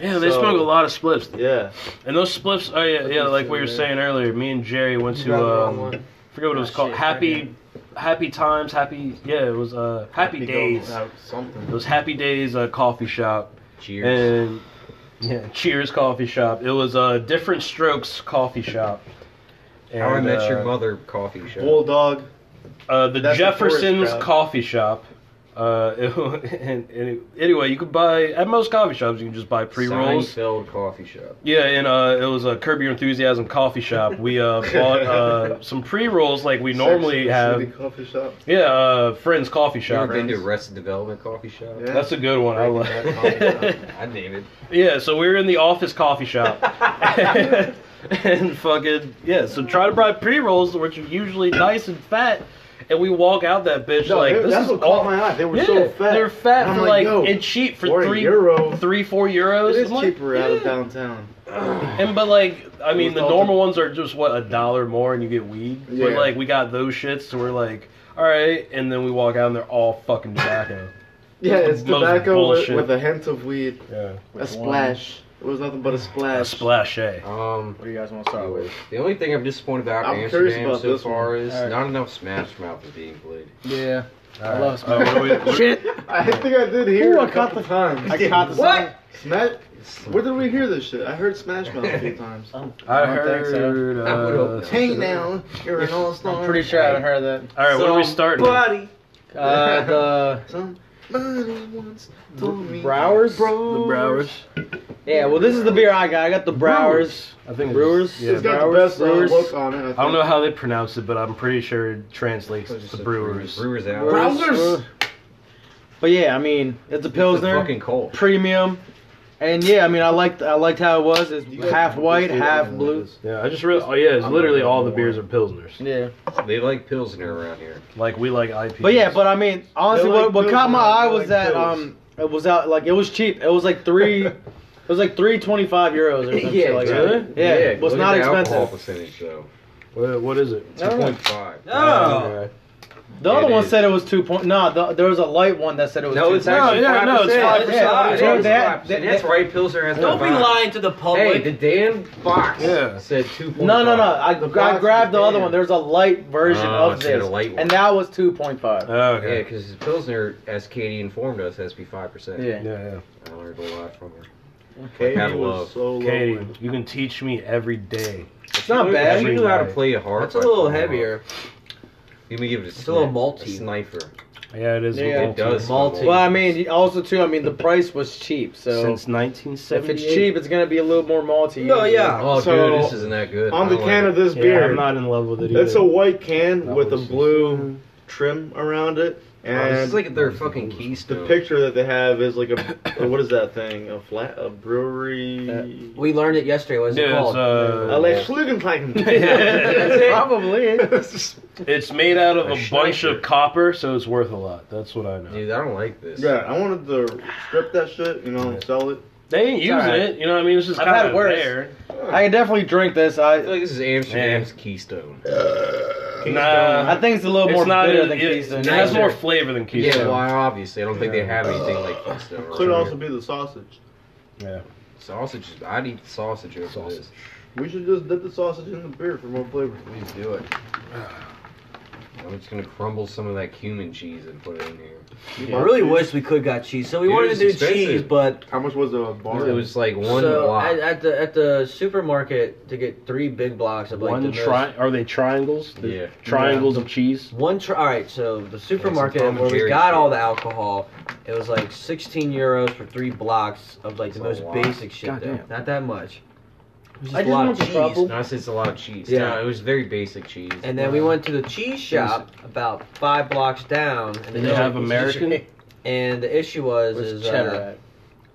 Speaker 1: yeah, they
Speaker 2: So-
Speaker 1: smoke a lot of spliffs,
Speaker 2: Yeah,
Speaker 1: and those spliffs. Oh yeah, yeah, like we were saying earlier. Me and Jerry went to um, I forget what it was called. Happy, happy times, happy. Yeah, it was uh, happy, days.
Speaker 2: Golden- uh, Something.
Speaker 1: It was happy days uh, coffee shop.
Speaker 5: Cheers.
Speaker 1: And yeah, Cheers Coffee Shop. It was a uh, Different Strokes Coffee Shop. And,
Speaker 5: How I Met Your
Speaker 1: uh,
Speaker 5: Mother coffee shop.
Speaker 2: Bulldog.
Speaker 1: uh, the
Speaker 2: That's the
Speaker 1: Jefferson's
Speaker 2: tourist crowd.
Speaker 1: Coffee Shop. Uh, it, wa- and, and it- anyway, you could buy at most coffee shops. You can just buy pre rolls.
Speaker 5: Seinfeld coffee shop.
Speaker 1: Yeah, and uh, it was a Curb Your Enthusiasm coffee shop. We uh, bought uh, some pre rolls like we normally
Speaker 2: Sex and the
Speaker 1: have.
Speaker 2: City Coffee shop.
Speaker 1: Yeah, uh, Friends Coffee
Speaker 5: You
Speaker 1: Shop.
Speaker 5: ever been to Arrested Development coffee shop?
Speaker 2: Yeah.
Speaker 1: That's a good one. I
Speaker 2: Breaking Bad coffee
Speaker 1: love.
Speaker 2: shop.
Speaker 5: I'd name it.
Speaker 1: Yeah, so we were in the office coffee shop. and fucking, yeah, so try to buy pre rolls, which are usually nice and fat. And we walk out that bitch
Speaker 2: No,
Speaker 1: like,
Speaker 2: they-
Speaker 1: this
Speaker 2: that's
Speaker 1: is
Speaker 2: what
Speaker 1: all.
Speaker 2: caught my eye. They were
Speaker 1: yeah,
Speaker 2: so fat.
Speaker 1: They're fat
Speaker 2: And I'm
Speaker 1: for like,
Speaker 2: yo,
Speaker 1: and cheap for,
Speaker 2: for a
Speaker 1: three,
Speaker 2: euro.
Speaker 1: three, four euros.
Speaker 2: It is
Speaker 1: I'm like,
Speaker 2: cheaper out of
Speaker 1: yeah.
Speaker 2: downtown.
Speaker 1: And but like, I mean,
Speaker 2: was
Speaker 1: the
Speaker 2: all
Speaker 1: normal ones are just what a dollar more, and you get weed. But
Speaker 2: Yeah.
Speaker 1: like, we got those shits, so we're like, all right. And then we walk out, and they're all fucking tobacco.
Speaker 2: Yeah,
Speaker 1: That's
Speaker 2: it's
Speaker 1: the most
Speaker 2: tobacco with,
Speaker 1: bullshit.
Speaker 2: with a hint of weed.
Speaker 1: yeah,
Speaker 2: a splash. It was nothing but a splash.
Speaker 1: a splash, eh?
Speaker 5: Um,
Speaker 6: What do you guys want to start with?
Speaker 5: the only thing I'm disappointed about
Speaker 2: I'm curious
Speaker 5: Amsterdam
Speaker 2: about
Speaker 5: so
Speaker 2: this
Speaker 5: far is
Speaker 6: All right.
Speaker 5: not enough Smash Mouth is being played.
Speaker 6: Yeah,
Speaker 1: All
Speaker 6: I love
Speaker 1: Uh, what do we- what-
Speaker 6: shit.
Speaker 2: I think I did
Speaker 6: Ooh,
Speaker 2: hear it
Speaker 6: I
Speaker 2: a
Speaker 6: caught
Speaker 2: couple times.
Speaker 6: I caught the
Speaker 2: What?
Speaker 6: song.
Speaker 2: Smash. Where did we hear this shit? I heard Smash Mouth a few times.
Speaker 1: I
Speaker 6: I don't think so.
Speaker 1: heard.
Speaker 5: I would
Speaker 1: Uh,
Speaker 5: hope
Speaker 2: Hang down, you're an all star.
Speaker 6: I'm pretty sure I haven't heard
Speaker 1: all right, what are we starting? with?
Speaker 6: that. Uh, the
Speaker 2: Somebody once told me.
Speaker 6: Browers?
Speaker 2: Bro.
Speaker 1: The Browers.
Speaker 6: yeah, well, this is the beer I got. I got the Browers.
Speaker 1: I think
Speaker 6: Brewers?
Speaker 1: Yeah,
Speaker 2: It's got
Speaker 1: Browers.
Speaker 2: the best uh,
Speaker 6: Brewers.
Speaker 2: look on it. I, think.
Speaker 1: I don't know how they pronounce it, but I'm pretty sure it translates
Speaker 5: It's
Speaker 1: to
Speaker 5: just a
Speaker 1: Brewers.
Speaker 5: Brewers out.
Speaker 6: Browers. Uh, But yeah, I mean, it's a
Speaker 5: It's
Speaker 6: pilsner.
Speaker 5: a fucking cold.
Speaker 6: premium. And yeah, I mean, I liked I liked how it was. It's half white, half blue.
Speaker 1: Yeah, I just realized. Oh yeah, it's
Speaker 5: I'm
Speaker 1: literally all the
Speaker 5: more.
Speaker 1: beers are pilsners.
Speaker 6: Yeah,
Speaker 5: They like Pilsner around here.
Speaker 1: Like we like IPAs.
Speaker 6: but yeah, but I mean, honestly,
Speaker 2: They're like
Speaker 6: what, what
Speaker 2: pills,
Speaker 6: caught my
Speaker 2: man.
Speaker 6: eye
Speaker 2: They're
Speaker 6: was
Speaker 2: like
Speaker 6: that
Speaker 2: pills.
Speaker 6: um, it was out like it was cheap. It was like three, it was like three twenty five euros or something
Speaker 4: Yeah,
Speaker 6: like
Speaker 1: really?
Speaker 6: that. Yeah, it
Speaker 5: look
Speaker 6: was
Speaker 5: at
Speaker 6: not
Speaker 5: the alcohol
Speaker 6: expensive.
Speaker 5: percentage though.
Speaker 1: What, what is it?
Speaker 6: I don't know.
Speaker 5: 2.5.
Speaker 4: No.
Speaker 1: Oh! Okay.
Speaker 3: The
Speaker 5: Yeah,
Speaker 3: other
Speaker 5: it
Speaker 3: one
Speaker 5: is.
Speaker 3: said it was two point. No, the, there was a light one that said it was.
Speaker 5: No,
Speaker 3: two
Speaker 5: it's
Speaker 3: point-
Speaker 5: actually
Speaker 1: No, yeah, no, it's
Speaker 5: 5%.
Speaker 3: yeah,
Speaker 5: It's
Speaker 3: yeah,
Speaker 5: 5%.
Speaker 3: that-
Speaker 5: It's
Speaker 3: that-
Speaker 5: 5%. That's right, Pilsner has
Speaker 4: Don't be
Speaker 5: five.
Speaker 4: lying to the
Speaker 5: Hey,
Speaker 4: public.
Speaker 5: the Dan Fox
Speaker 1: Yeah.
Speaker 5: said 2.5.
Speaker 3: No, no, no. I, I
Speaker 2: box
Speaker 3: grabbed
Speaker 2: is
Speaker 3: the other
Speaker 2: banned.
Speaker 3: one. There's a light version
Speaker 5: Oh,
Speaker 3: of
Speaker 5: so you had
Speaker 3: this,
Speaker 5: a light one.
Speaker 3: and that was two point five.
Speaker 5: Yeah,
Speaker 1: Okay.
Speaker 5: because Pilsner, as Katie informed us, has to be 5%.
Speaker 3: yeah.
Speaker 1: Yeah, yeah.
Speaker 5: I learned a lot from her.
Speaker 2: Katie
Speaker 5: Had
Speaker 2: was
Speaker 5: love.
Speaker 2: so low.
Speaker 1: Katie, you can teach me every day.
Speaker 3: It's not
Speaker 5: If
Speaker 3: bad.
Speaker 5: you knew how to play a harp.
Speaker 4: That's a little
Speaker 5: I'd play
Speaker 4: heavier.
Speaker 5: You may give it a,
Speaker 4: a little
Speaker 5: sni-
Speaker 4: malty.
Speaker 5: sniper.
Speaker 1: Yeah, it is.
Speaker 3: Yeah.
Speaker 1: a
Speaker 5: It does.
Speaker 4: Malty.
Speaker 5: smell
Speaker 3: Well, I mean, you- also too. I mean, the price was cheap,
Speaker 1: malty.
Speaker 3: so
Speaker 1: Since 1978.
Speaker 3: if it's cheap, it's gonna be a little more malty.
Speaker 4: No, yeah.
Speaker 5: Oh,
Speaker 2: So,
Speaker 5: dude, this isn't that good.
Speaker 2: On the
Speaker 5: I don't
Speaker 2: can
Speaker 5: like
Speaker 2: of this
Speaker 1: Yeah,
Speaker 2: beer,
Speaker 1: I'm not in love with it either.
Speaker 2: it's a white can
Speaker 1: That
Speaker 2: with a
Speaker 1: was-
Speaker 2: blue trim around it,
Speaker 5: it. Oh,
Speaker 2: and
Speaker 5: it's like their fucking keystone.
Speaker 2: the picture that they have is like a or what is that thing? A flat a brewery.
Speaker 4: We learned it yesterday. What is it
Speaker 1: Yeah, it's,
Speaker 4: called?
Speaker 1: uh,
Speaker 2: Alex Flugenplagen.
Speaker 3: Probably.
Speaker 1: It's made out of
Speaker 5: A
Speaker 1: a, bunch
Speaker 5: Schneider.
Speaker 1: of copper, so it's worth a lot. That's what I know.
Speaker 5: Dude, I don't like this.
Speaker 2: Yeah, I wanted to strip that shit, you know, and sell it.
Speaker 1: They ain't using
Speaker 3: alright.
Speaker 1: it. You know what I mean? It's just
Speaker 3: I've
Speaker 1: kind
Speaker 3: had
Speaker 1: of
Speaker 3: worse.
Speaker 1: there.
Speaker 3: I can definitely drink this.
Speaker 5: I feel
Speaker 3: I
Speaker 5: like this is Amsterdam's Keystone.
Speaker 1: Nah.
Speaker 3: I think it's a little
Speaker 1: Uh, It's
Speaker 3: more
Speaker 1: not.
Speaker 3: bitter
Speaker 1: it-
Speaker 3: than
Speaker 1: it-
Speaker 3: Keystone.
Speaker 1: It has
Speaker 5: Neither.
Speaker 1: more flavor than Keystone.
Speaker 5: Yeah, well, obviously, I don't think they have anything like Keystone.
Speaker 2: Could
Speaker 5: around
Speaker 2: also
Speaker 5: here.
Speaker 2: be the sausage.
Speaker 5: sausage. is- I'd eat sausage over
Speaker 1: Sausage.
Speaker 5: this.
Speaker 2: We should just dip the sausage in the beer for more flavor.
Speaker 5: Please do it. I'm just gonna crumble some of that cumin cheese and put it in here.
Speaker 4: I really wish we could got cheese. So we
Speaker 5: Dude,
Speaker 4: wanted to
Speaker 5: it's
Speaker 4: do
Speaker 5: expensive.
Speaker 4: cheese, but
Speaker 2: How much was the bar?
Speaker 5: It was like one
Speaker 4: so
Speaker 5: block.
Speaker 4: At, at the at the supermarket to get three big blocks of like the
Speaker 1: One
Speaker 4: most-
Speaker 1: tri- Are they triangles? The
Speaker 5: Yeah.
Speaker 1: Triangles of cheese.
Speaker 4: One tr- all right, so the supermarket
Speaker 5: Tom and
Speaker 4: where we
Speaker 5: Jerry
Speaker 4: got
Speaker 5: shit.
Speaker 4: all the alcohol, it was like 16 euros for three blocks of like the
Speaker 5: That's
Speaker 4: most
Speaker 5: a lot.
Speaker 4: basic shit.
Speaker 1: Goddamn.
Speaker 4: though. Not that much. It was
Speaker 3: I
Speaker 4: a
Speaker 3: just
Speaker 4: lot of
Speaker 3: want the
Speaker 4: cheese.
Speaker 3: trouble.
Speaker 5: No, I said it's a lot of cheese.
Speaker 4: Yeah.
Speaker 5: Yeah, it was very basic cheese.
Speaker 4: And then we went to the cheese shop about five blocks down, and,
Speaker 1: They
Speaker 4: the-
Speaker 1: have American.
Speaker 4: and the issue was
Speaker 3: Where's
Speaker 4: is
Speaker 3: cheddar
Speaker 4: uh,
Speaker 3: at?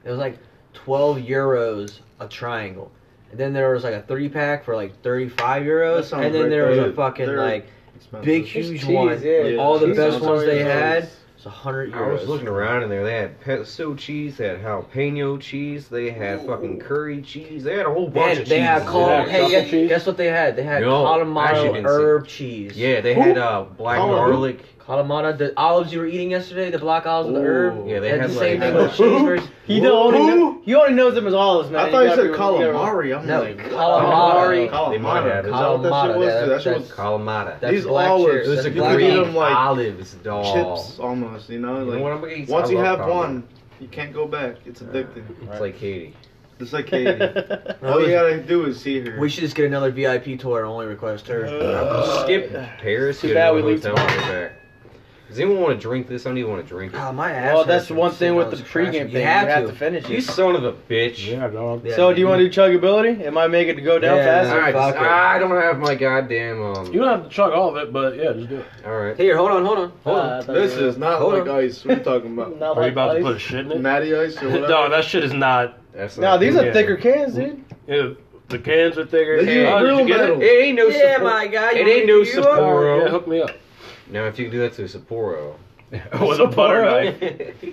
Speaker 4: it was like 12 euros a triangle. And then there was like a three pack for like 35
Speaker 2: That
Speaker 4: euros,
Speaker 2: sounds
Speaker 4: and then
Speaker 2: right,
Speaker 4: there was a
Speaker 2: though.
Speaker 4: fucking
Speaker 2: They're
Speaker 4: like
Speaker 2: Expensive.
Speaker 4: big
Speaker 3: Just
Speaker 4: huge
Speaker 3: cheese,
Speaker 4: one.
Speaker 3: yeah.
Speaker 4: Like, all the
Speaker 2: Cheese
Speaker 4: best
Speaker 2: sounds
Speaker 4: ones they
Speaker 2: always
Speaker 4: had
Speaker 2: nice.
Speaker 4: was 100
Speaker 5: I was looking
Speaker 4: euros.
Speaker 5: around and there. They had pesto cheese, they had jalapeno cheese, they had fucking curry cheese, they had a whole bunch
Speaker 4: Man,
Speaker 5: of cheese.
Speaker 4: they had
Speaker 1: Yeah,
Speaker 4: called, hey,
Speaker 1: chocolate
Speaker 4: guess,
Speaker 1: cheese.
Speaker 4: guess what they had? They had
Speaker 5: No, I actually
Speaker 4: Kalamata
Speaker 5: didn't
Speaker 4: herb cheese.
Speaker 5: Yeah, they had uh, black
Speaker 2: Colin.
Speaker 5: garlic.
Speaker 4: Kalamata, the olives you were eating yesterday, the black olives with the
Speaker 2: Ooh.
Speaker 4: herb.
Speaker 5: Yeah, they
Speaker 4: had,
Speaker 5: had,
Speaker 4: the
Speaker 5: like-
Speaker 4: same thing with cheeseburgers.
Speaker 3: He don't only
Speaker 2: Who?
Speaker 3: kn- he only knows them as olives, man.
Speaker 2: I thought you
Speaker 3: gotta
Speaker 2: said
Speaker 3: be- gotta-
Speaker 2: calamari. I'm
Speaker 4: No,
Speaker 2: like,
Speaker 4: calamari.
Speaker 2: Calamari.
Speaker 5: They might have.
Speaker 2: Is that what that shit
Speaker 4: Calamari,
Speaker 2: was?
Speaker 4: yeah,
Speaker 2: Dude, that shit
Speaker 4: that's-
Speaker 2: was
Speaker 5: Kalamata.
Speaker 4: That's
Speaker 2: These
Speaker 4: black
Speaker 2: olives,
Speaker 4: cherry-
Speaker 5: It was
Speaker 4: that's
Speaker 5: a
Speaker 2: You could
Speaker 4: black
Speaker 2: eat
Speaker 5: green
Speaker 4: cherry.
Speaker 2: them like
Speaker 5: olives, dog.
Speaker 2: chips almost, you know?
Speaker 5: You know
Speaker 2: Like,
Speaker 5: what I'm gonna eat?
Speaker 2: once
Speaker 5: I
Speaker 2: you
Speaker 5: love
Speaker 2: have
Speaker 5: calamari.
Speaker 2: one, you can't go back. It's addicting.
Speaker 5: it's like Katie.
Speaker 2: It's like Katie.
Speaker 4: No,
Speaker 2: All you
Speaker 4: it's-
Speaker 2: gotta do is see her.
Speaker 4: We should just get another VIP tour and only request
Speaker 6: Uh,
Speaker 4: her.
Speaker 5: Uh,
Speaker 2: Uh,
Speaker 5: Skip Paris.
Speaker 3: too
Speaker 5: Too
Speaker 3: bad
Speaker 5: bad
Speaker 3: we leave
Speaker 5: hotel and go back. Does anyone want to drink this? I don't even want to drink it.
Speaker 4: God, Oh, my ass.
Speaker 3: Well,
Speaker 4: hurts
Speaker 3: that's
Speaker 4: from
Speaker 3: one
Speaker 4: sitting
Speaker 3: thing
Speaker 4: on
Speaker 3: with the
Speaker 4: this trash.
Speaker 3: pregame thing.
Speaker 4: You have to.
Speaker 3: finish
Speaker 5: You
Speaker 3: it.
Speaker 5: son of a bitch.
Speaker 1: Yeah, dog.
Speaker 4: Yeah.
Speaker 3: So, do you want to do chuggability? It might make it to go down Uh,
Speaker 4: Yeah,
Speaker 3: faster.
Speaker 5: All right,
Speaker 4: Fuck it.
Speaker 5: I don't have my goddamn. Um,
Speaker 1: You don't have to chug all of it, but yeah, just do it.
Speaker 5: all right.
Speaker 4: Here, hold on, hold on, hold
Speaker 3: Uh,
Speaker 4: on.
Speaker 3: I thought
Speaker 2: This
Speaker 3: you were-
Speaker 2: is not
Speaker 4: Hold
Speaker 2: like
Speaker 4: on.
Speaker 2: ice. What are you talking about?
Speaker 3: not
Speaker 1: Are you
Speaker 3: like
Speaker 1: about to
Speaker 3: ice.
Speaker 1: put a shit in it?
Speaker 2: Natty ice or whatever?
Speaker 1: no, that shit is not.
Speaker 5: That's
Speaker 3: No, these
Speaker 1: Yeah.
Speaker 3: are thicker cans, dude.
Speaker 1: Yeah, the cans are thicker.
Speaker 2: They use
Speaker 1: Oh, did
Speaker 2: real
Speaker 1: you get
Speaker 2: metal.
Speaker 1: It?
Speaker 5: It ain't no.
Speaker 4: yeah,
Speaker 5: Sapporo-
Speaker 4: my guy.
Speaker 5: It
Speaker 4: you
Speaker 5: ain't
Speaker 4: want
Speaker 5: no
Speaker 4: me to do you up?
Speaker 5: Sapporo.
Speaker 1: Yeah, hook me up.
Speaker 5: Now, if you can do that to a Sapporo.
Speaker 1: With a butter knife.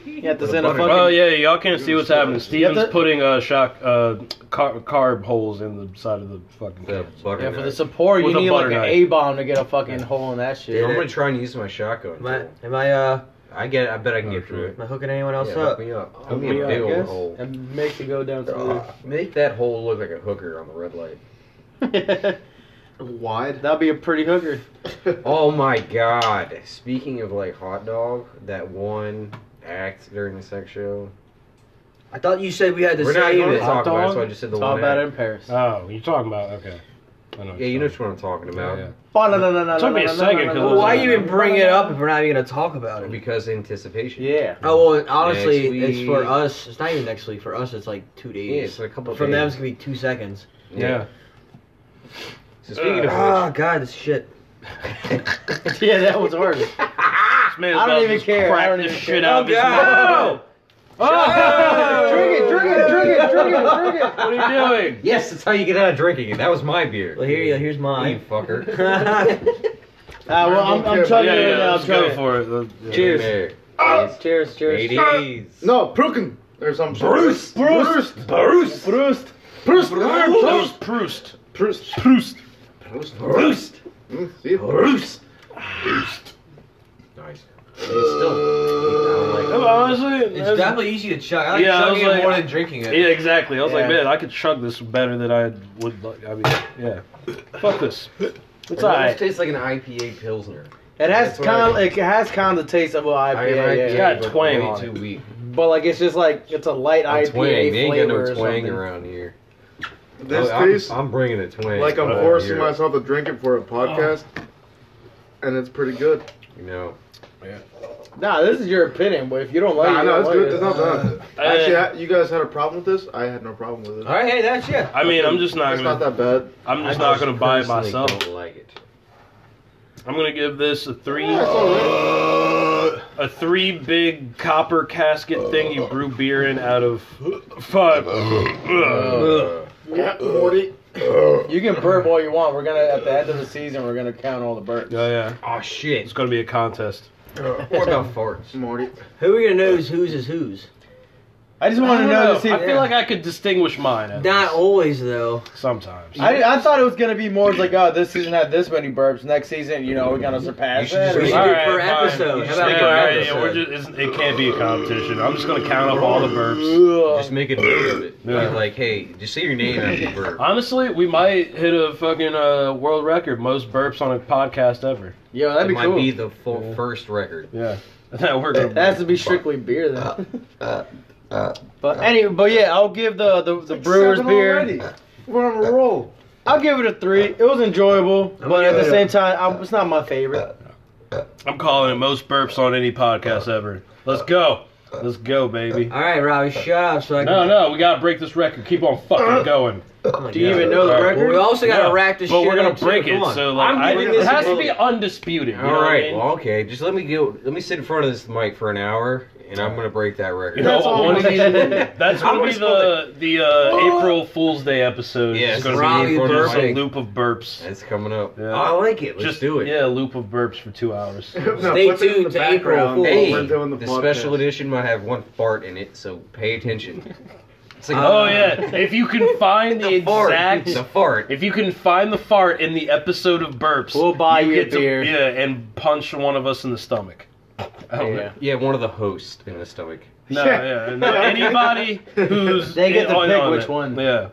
Speaker 3: You have to
Speaker 5: With a
Speaker 3: send a
Speaker 5: butter
Speaker 3: fucking.
Speaker 1: Oh yeah, y'all can't see what's happening.
Speaker 3: You have
Speaker 1: Steven's
Speaker 3: to-
Speaker 1: putting uh, shock uh, car- carb holes in the side of the fucking.
Speaker 5: The
Speaker 1: can.
Speaker 5: butter
Speaker 3: Yeah, for the
Speaker 5: knife.
Speaker 3: support, you
Speaker 1: With a
Speaker 3: need like
Speaker 1: butter
Speaker 3: an
Speaker 1: knife.
Speaker 3: A bomb to get a fucking hole in that
Speaker 5: Dude,
Speaker 3: shit.
Speaker 5: I'm gonna try and use my shotgun.
Speaker 4: Am I,
Speaker 5: tool.
Speaker 4: am I, uh,
Speaker 5: I get. I bet I can get
Speaker 1: Oh,
Speaker 5: through it.
Speaker 4: am I hooking anyone else
Speaker 5: Yeah,
Speaker 4: up?
Speaker 5: hook me up.
Speaker 1: Hook
Speaker 5: Hook me
Speaker 1: me
Speaker 5: a
Speaker 1: up,
Speaker 5: big
Speaker 3: I
Speaker 5: old
Speaker 3: guess,
Speaker 5: hole.
Speaker 3: and makes it go down smooth.
Speaker 5: Ah, Make that hole look like a hooker on the red light.
Speaker 2: Wide.
Speaker 3: That'd be a pretty hooker.
Speaker 5: Oh my god. Speaking of like hot dog, that one act during the sex show.
Speaker 4: I thought you said we had to
Speaker 5: We're not
Speaker 4: save
Speaker 5: even
Speaker 4: it.
Speaker 5: talking about it,
Speaker 3: dog?
Speaker 5: so I just said the
Speaker 3: Talk
Speaker 5: one
Speaker 3: about it
Speaker 5: act.
Speaker 3: in Paris.
Speaker 6: Uh,
Speaker 1: Oh, you're talking about okay. I know
Speaker 5: Yeah, you know what I'm talking about.
Speaker 1: Yeah,
Speaker 3: Took
Speaker 1: Took me a second, 'cause it was
Speaker 4: Why you even bring it up if we're not even gonna talk about it?
Speaker 5: Because anticipation.
Speaker 3: Yeah.
Speaker 4: Oh well, honestly,
Speaker 5: Next
Speaker 4: it's for
Speaker 5: week.
Speaker 4: us. It's not even next week. For us, it's like two
Speaker 5: Yeah,
Speaker 4: days.
Speaker 5: it's a couple
Speaker 4: From
Speaker 5: days.
Speaker 4: them, it's gonna be two seconds.
Speaker 1: yeah.
Speaker 5: So speaking of
Speaker 4: Oh
Speaker 3: Ah.
Speaker 5: which,
Speaker 4: god, this shit.
Speaker 3: yeah, that was hard.
Speaker 1: This man's
Speaker 3: I don't
Speaker 1: about to
Speaker 3: even
Speaker 1: just
Speaker 3: care.
Speaker 1: Crack
Speaker 3: I don't
Speaker 1: this
Speaker 3: even
Speaker 1: shit
Speaker 3: care.
Speaker 5: Oh,
Speaker 1: out. of his
Speaker 5: God.
Speaker 1: mouth.
Speaker 3: drink it, drink it, drink it, drink it, drink it.
Speaker 1: What are you doing?
Speaker 5: yes, that's how you get out of drinking it. That was my beer.
Speaker 4: Well, here you go. Here's
Speaker 5: You
Speaker 4: mine.
Speaker 5: fucker.
Speaker 4: Cheers.
Speaker 3: Ah, well, I'm, I'm
Speaker 1: Yeah,
Speaker 3: chugging
Speaker 1: yeah,
Speaker 3: it right now.
Speaker 1: let's
Speaker 3: I'm
Speaker 1: go
Speaker 3: chugging
Speaker 1: for it. Let's- yeah.
Speaker 3: Cheers.
Speaker 5: There.
Speaker 3: it. Cheers, cheers.
Speaker 5: Ladies.
Speaker 2: No, Pruken. Or some shit.
Speaker 1: Bruce.
Speaker 2: Bruce.
Speaker 1: Bruce.
Speaker 2: Bruce. Bruce.
Speaker 1: That
Speaker 2: Bruce.
Speaker 1: was Proust.
Speaker 2: Bruce.
Speaker 1: Proust.
Speaker 2: Bruce.
Speaker 1: Proust.
Speaker 2: Mm, See?
Speaker 1: Proust.
Speaker 5: It's
Speaker 1: that's-
Speaker 5: definitely easy to chug. I like
Speaker 1: Yeah, I
Speaker 5: chugging
Speaker 1: was
Speaker 5: it
Speaker 1: like-
Speaker 5: more than drinking it.
Speaker 1: Yeah, exactly. I was like,
Speaker 6: Yeah.
Speaker 1: man, I could chug this better than I would. like- I mean, yeah. Fuck this. It's
Speaker 5: It almost
Speaker 1: alright.
Speaker 5: tastes like an IPA pilsner.
Speaker 6: It has
Speaker 5: That's what I
Speaker 6: kind of it has kind of the taste of an
Speaker 5: I
Speaker 6: IPA,
Speaker 5: have
Speaker 6: yeah,
Speaker 5: IPA,
Speaker 6: yeah.
Speaker 1: got
Speaker 5: but
Speaker 1: twang
Speaker 5: way
Speaker 1: on
Speaker 5: too
Speaker 1: it.
Speaker 5: weak.
Speaker 6: but like it's just like it's a light
Speaker 5: A
Speaker 6: IPA
Speaker 5: twang. You ain't got
Speaker 6: flavor
Speaker 5: no
Speaker 6: or
Speaker 5: twang
Speaker 6: something.
Speaker 5: around here.
Speaker 1: Oh,
Speaker 2: This
Speaker 5: I'm,
Speaker 2: tastes
Speaker 5: I'm bringing a twang.
Speaker 2: like I'm
Speaker 5: over
Speaker 2: forcing
Speaker 5: here,
Speaker 2: myself to drink it for a podcast, and it's pretty good.
Speaker 5: You know.
Speaker 6: Nah, this is your opinion, but if you don't like
Speaker 2: Nah,
Speaker 6: it,
Speaker 2: no,
Speaker 6: you
Speaker 2: it's
Speaker 6: don't
Speaker 2: good.
Speaker 6: like
Speaker 2: It's
Speaker 6: it.
Speaker 2: not bad. Actually,
Speaker 1: I,
Speaker 2: I- you guys had a problem with this. I had no problem with it.
Speaker 5: All right, hey, that's yeah.
Speaker 1: I mean, I'm just not
Speaker 2: It's not
Speaker 1: gonna.
Speaker 2: that bad.
Speaker 1: I'm just not gonna buy it
Speaker 5: personally
Speaker 1: myself.
Speaker 5: Don't like it.
Speaker 1: I'm gonna give this a three.
Speaker 2: Yeah, it's all right.
Speaker 1: a three big copper casket thing you brew beer in out of five.
Speaker 5: Ugh.
Speaker 2: Yeah, forty.
Speaker 6: You can burp all you want. We're gonna at the end of the season, we're gonna count all the burps.
Speaker 1: Oh yeah,
Speaker 5: Oh shit.
Speaker 1: it's gonna be a contest.
Speaker 5: What about farts?
Speaker 2: Morty.
Speaker 4: Who are we gonna know is whose is whose?
Speaker 6: I just
Speaker 1: I,
Speaker 6: want to
Speaker 1: don't
Speaker 6: know.
Speaker 1: know.
Speaker 6: to see.
Speaker 1: I feel like I could distinguish mine. at
Speaker 4: Not
Speaker 1: least.
Speaker 4: always though.
Speaker 1: sometimes.
Speaker 6: I, I thought it was gonna be more like, oh, this season had this many burps. Next season, you know, we're gonna surpass
Speaker 5: You should
Speaker 6: that.
Speaker 5: just-
Speaker 6: or
Speaker 4: We should
Speaker 6: something.
Speaker 4: do
Speaker 1: Alright,
Speaker 4: per
Speaker 1: fine.
Speaker 4: episode.
Speaker 1: You
Speaker 4: How
Speaker 1: just
Speaker 4: about
Speaker 1: think,
Speaker 4: per
Speaker 1: alright, yeah,
Speaker 4: episode?
Speaker 1: we're just- it's- it can't be a competition. I'm just gonna count up all the burps.
Speaker 5: Just make a note of it.
Speaker 1: Yeah.
Speaker 5: You're Like, hey, just say your name after burp.
Speaker 1: Honestly, we might hit a fucking uh, world record most burps on a podcast ever.
Speaker 6: Yo, that'd
Speaker 5: That
Speaker 6: be
Speaker 5: might
Speaker 6: cool.
Speaker 5: be the full, first record.
Speaker 1: Yeah, we're gonna.
Speaker 6: That has to be strictly beer then.
Speaker 2: Uh,
Speaker 6: but anyway, but yeah, I'll give the the, the Brewers beer.
Speaker 2: We're on a roll.
Speaker 6: I'll give it a three. It was enjoyable, but at the same time, i it's not my
Speaker 5: Uh,
Speaker 6: favorite.
Speaker 1: I'm calling it most burps on any podcast ever. Let's go. Let's go, baby.
Speaker 4: All right, Robbie, shut up. So I can.
Speaker 1: No, no, we gotta break this record. Keep on fucking going.
Speaker 4: Oh my
Speaker 6: Do you
Speaker 4: God.
Speaker 6: even know the
Speaker 1: All right.
Speaker 4: Well,
Speaker 6: record?
Speaker 4: we also gotta
Speaker 1: No,
Speaker 4: wrap this
Speaker 1: but
Speaker 4: shit
Speaker 1: we're gonna
Speaker 4: up, too.
Speaker 1: break
Speaker 4: Come
Speaker 1: it.
Speaker 4: on.
Speaker 1: So like,
Speaker 4: I'm
Speaker 1: I,
Speaker 4: giving
Speaker 1: it
Speaker 4: this a
Speaker 1: has to
Speaker 4: vote.
Speaker 1: be undisputed. You know
Speaker 5: All
Speaker 1: what I
Speaker 5: right.
Speaker 1: mean?
Speaker 5: Well, okay. Just let me go. Let me sit in front of this mic for an hour, and I'm gonna break that
Speaker 1: You
Speaker 5: record.
Speaker 1: know,
Speaker 6: That's all
Speaker 1: one
Speaker 6: I'm
Speaker 1: of these-
Speaker 6: saying.
Speaker 1: that's
Speaker 5: I'm
Speaker 1: gonna be
Speaker 5: gonna
Speaker 1: the the uh, April Fool's Day episode.
Speaker 5: Yes,
Speaker 1: it's gonna
Speaker 5: Robbie
Speaker 1: be in front of
Speaker 5: burping.
Speaker 1: a loop of burps.
Speaker 5: That's coming up.
Speaker 1: Yeah.
Speaker 5: I like it. Let's
Speaker 1: Just
Speaker 5: do it.
Speaker 1: Yeah, a loop of burps for two hours.
Speaker 4: Stay tuned to April Fool's.
Speaker 5: Hey,
Speaker 2: we're doing the,
Speaker 5: the, special
Speaker 2: podcast.
Speaker 5: edition might have one fart in it, so pay attention. It's like,
Speaker 6: Um,
Speaker 1: oh yeah, if you can find the,
Speaker 5: the fart.
Speaker 1: exact.
Speaker 5: The fart.
Speaker 1: If you can find the fart in the episode of burps,
Speaker 6: We'll buy you a
Speaker 1: get to-
Speaker 6: beer.
Speaker 1: yeah, and punch one of us in the stomach. Oh,
Speaker 6: Yeah.
Speaker 5: Yeah, one of the hosts in the stomach.
Speaker 1: No, yeah, no. Anybody who's
Speaker 6: They get to
Speaker 1: on-
Speaker 6: pick
Speaker 1: on
Speaker 6: which
Speaker 1: it.
Speaker 6: one.
Speaker 1: Yeah.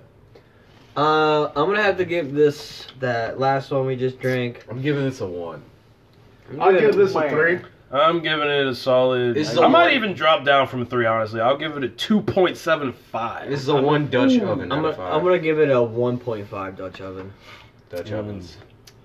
Speaker 4: Uh, I'm gonna have to give this that last one we just drank.
Speaker 5: I'm giving this a one.
Speaker 2: I'll give this a
Speaker 6: Man.
Speaker 2: three.
Speaker 1: I'm giving it a solid.
Speaker 5: This is
Speaker 1: I
Speaker 5: a
Speaker 1: might
Speaker 5: one.
Speaker 1: even drop down from three. Honestly, I'll give it a two point seven five.
Speaker 5: This is a one Dutch oven.
Speaker 4: I'm
Speaker 5: out
Speaker 4: gonna,
Speaker 5: of five.
Speaker 4: I'm gonna give it a 1.5 Dutch oven.
Speaker 5: Dutch ovens.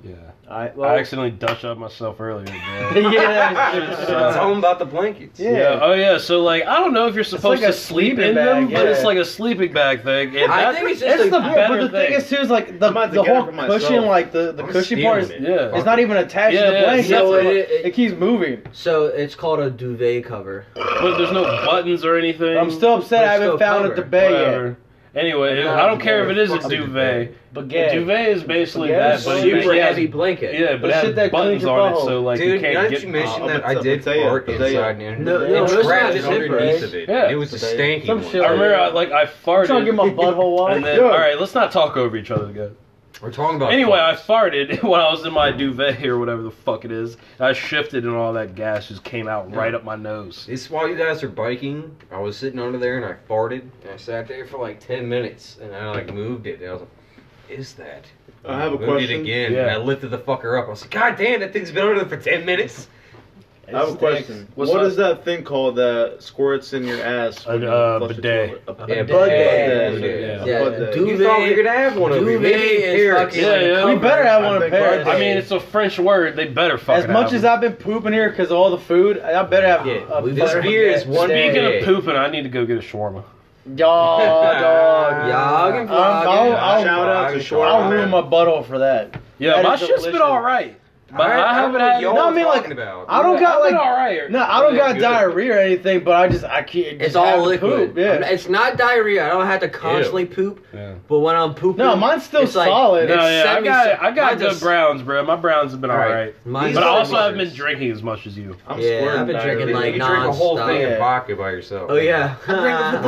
Speaker 1: Yeah,
Speaker 6: All right,
Speaker 1: I
Speaker 6: well,
Speaker 1: accidentally dutched up myself earlier. man.
Speaker 6: yeah, that was-
Speaker 1: It's,
Speaker 5: Tell
Speaker 1: uh,
Speaker 5: them about the blankets.
Speaker 6: Yeah.
Speaker 1: yeah. Oh yeah. So like, I don't know if you're supposed
Speaker 6: like a
Speaker 1: to sleep
Speaker 6: sleeping
Speaker 1: in them,
Speaker 6: bag,
Speaker 1: but
Speaker 6: yeah.
Speaker 1: it's like a sleeping bag thing. And
Speaker 5: I
Speaker 1: that-
Speaker 5: think it's just
Speaker 6: it's
Speaker 5: like,
Speaker 6: the
Speaker 1: Yeah,
Speaker 6: better
Speaker 1: but
Speaker 6: the thing is too is like the,
Speaker 2: about to
Speaker 6: the
Speaker 2: get it
Speaker 6: whole
Speaker 2: for myself.
Speaker 6: cushion, like the the
Speaker 5: I'm
Speaker 6: cushy part is
Speaker 5: stealing it.
Speaker 1: yeah.
Speaker 6: it's not even attached
Speaker 1: Yeah,
Speaker 6: to
Speaker 1: yeah,
Speaker 6: the blanket.
Speaker 4: no,
Speaker 6: That's
Speaker 4: it-
Speaker 6: what-
Speaker 4: it-
Speaker 6: it keeps moving.
Speaker 4: So it's called a duvet cover.
Speaker 1: But there's no buttons or anything.
Speaker 6: Uh, I'm still upset
Speaker 4: It's
Speaker 6: I haven't
Speaker 4: still
Speaker 6: found
Speaker 4: covered.
Speaker 6: a duvet yet.
Speaker 1: Whatever. Anyway, I don't care if it is a
Speaker 5: Fuck a
Speaker 1: duvet. A
Speaker 6: Baguette.
Speaker 1: duvet is basically
Speaker 6: Yeah,
Speaker 1: that,
Speaker 6: it's
Speaker 1: but
Speaker 4: Super
Speaker 1: it has-
Speaker 4: heavy blanket.
Speaker 1: Yeah, but
Speaker 6: The
Speaker 1: it has
Speaker 6: shit that
Speaker 1: buttons
Speaker 6: cleans your
Speaker 1: on it,
Speaker 6: butthole.
Speaker 1: so like you
Speaker 5: Dude, now
Speaker 1: can't
Speaker 5: that
Speaker 1: get.
Speaker 5: you mentioned
Speaker 2: Oh,
Speaker 5: that,
Speaker 2: I'm
Speaker 5: I did
Speaker 2: upset,
Speaker 5: fart
Speaker 2: I'm upset.
Speaker 5: inside and
Speaker 4: No,
Speaker 5: it
Speaker 4: no,
Speaker 5: was
Speaker 4: those are
Speaker 5: trapped
Speaker 4: just zippers.
Speaker 5: underneath of it.
Speaker 1: Yeah.
Speaker 5: and It was a stanky
Speaker 6: Some
Speaker 5: one.
Speaker 6: shit.
Speaker 1: I remember, I, like I
Speaker 6: I'm trying to get
Speaker 1: farted,
Speaker 6: my butthole out.
Speaker 1: and then all right, let's not talk over each other again.
Speaker 5: We're talking about
Speaker 1: Anyway, I farted when I was in my duvet or whatever the fuck it is. I shifted, and all that gas just came out right up my nose.
Speaker 5: It's while you guys are biking. I was sitting under there and I farted and I sat there for like ten minutes and I like moved it and I was like, "What "Is that?"
Speaker 2: I have a
Speaker 5: moved It
Speaker 2: question.
Speaker 5: again and
Speaker 1: Yeah.
Speaker 5: I lifted the fucker up. I was like, "God damn, that thing's been under there for ten minutes."
Speaker 2: I have a question.
Speaker 1: What's
Speaker 2: what
Speaker 1: up?
Speaker 2: is that thing called that squirts in your ass?
Speaker 1: An,
Speaker 2: when you
Speaker 1: uh,
Speaker 2: flush the
Speaker 1: bidet.
Speaker 2: toilet? A
Speaker 5: Yeah,
Speaker 2: bidet.
Speaker 5: but-
Speaker 4: bidet.
Speaker 1: Yeah.
Speaker 4: Yeah,
Speaker 2: But the-
Speaker 5: You thought we were
Speaker 4: duvet.
Speaker 5: gonna have one of these.
Speaker 4: Duvet
Speaker 5: Maybe
Speaker 4: is
Speaker 5: Eric's.
Speaker 4: fucking.
Speaker 1: Yeah, yeah.
Speaker 6: We better have one in
Speaker 2: I think
Speaker 6: Paris.
Speaker 1: I mean, it's a French word. They better fucking.
Speaker 6: as much
Speaker 1: have
Speaker 6: as
Speaker 1: it.
Speaker 6: I've been pooping here because of all the food, I better have
Speaker 5: Yeah,
Speaker 6: a,
Speaker 4: we-
Speaker 6: a
Speaker 5: This
Speaker 4: Butter-
Speaker 5: beer is one.
Speaker 1: Speaking
Speaker 5: day.
Speaker 1: of pooping, I need to go get a shawarma.
Speaker 6: Yaw, dog.
Speaker 4: Y'all can
Speaker 6: Um,
Speaker 4: vlog it.
Speaker 6: I'll- I'll-
Speaker 2: Shout out to
Speaker 5: I'll-
Speaker 2: Short.
Speaker 6: I'll ruin my butthole for that.
Speaker 1: Yeah,
Speaker 6: That
Speaker 1: my
Speaker 6: is
Speaker 1: shit's been
Speaker 6: delicious.
Speaker 1: all right, but I, haven't
Speaker 5: don't
Speaker 1: had.
Speaker 5: know what
Speaker 6: No, I
Speaker 5: y'all
Speaker 6: mean, like,
Speaker 5: talking about.
Speaker 6: I don't got
Speaker 1: I've been all
Speaker 6: like
Speaker 1: right.
Speaker 6: no, I don't
Speaker 5: Yeah,
Speaker 6: got
Speaker 5: good.
Speaker 6: diarrhea or anything, but I just I can't.
Speaker 4: It's
Speaker 6: just
Speaker 4: all
Speaker 6: have to
Speaker 4: liquid.
Speaker 6: Poop. Yeah.
Speaker 4: It's not diarrhea. I don't have to constantly poop,
Speaker 1: Yeah.
Speaker 4: but when I'm pooping,
Speaker 6: No, mine's still
Speaker 4: it's like-
Speaker 6: solid.
Speaker 1: No,
Speaker 4: It's
Speaker 1: yeah, I
Speaker 4: 70
Speaker 1: got I got
Speaker 4: mine's
Speaker 1: good
Speaker 4: a-
Speaker 1: browns, bro. My browns have been all
Speaker 5: All right.
Speaker 1: right.
Speaker 4: mine's
Speaker 1: But I
Speaker 4: a
Speaker 1: also
Speaker 4: seventy.
Speaker 1: haven't been drinking as much as you.
Speaker 2: I'm
Speaker 4: Yeah,
Speaker 2: squirting
Speaker 4: I've been
Speaker 2: diarrhea.
Speaker 4: drinking, like,
Speaker 5: you drink a whole
Speaker 4: nonstop.
Speaker 5: thing of
Speaker 6: Yeah.
Speaker 5: vodka by yourself.
Speaker 4: Oh yeah. I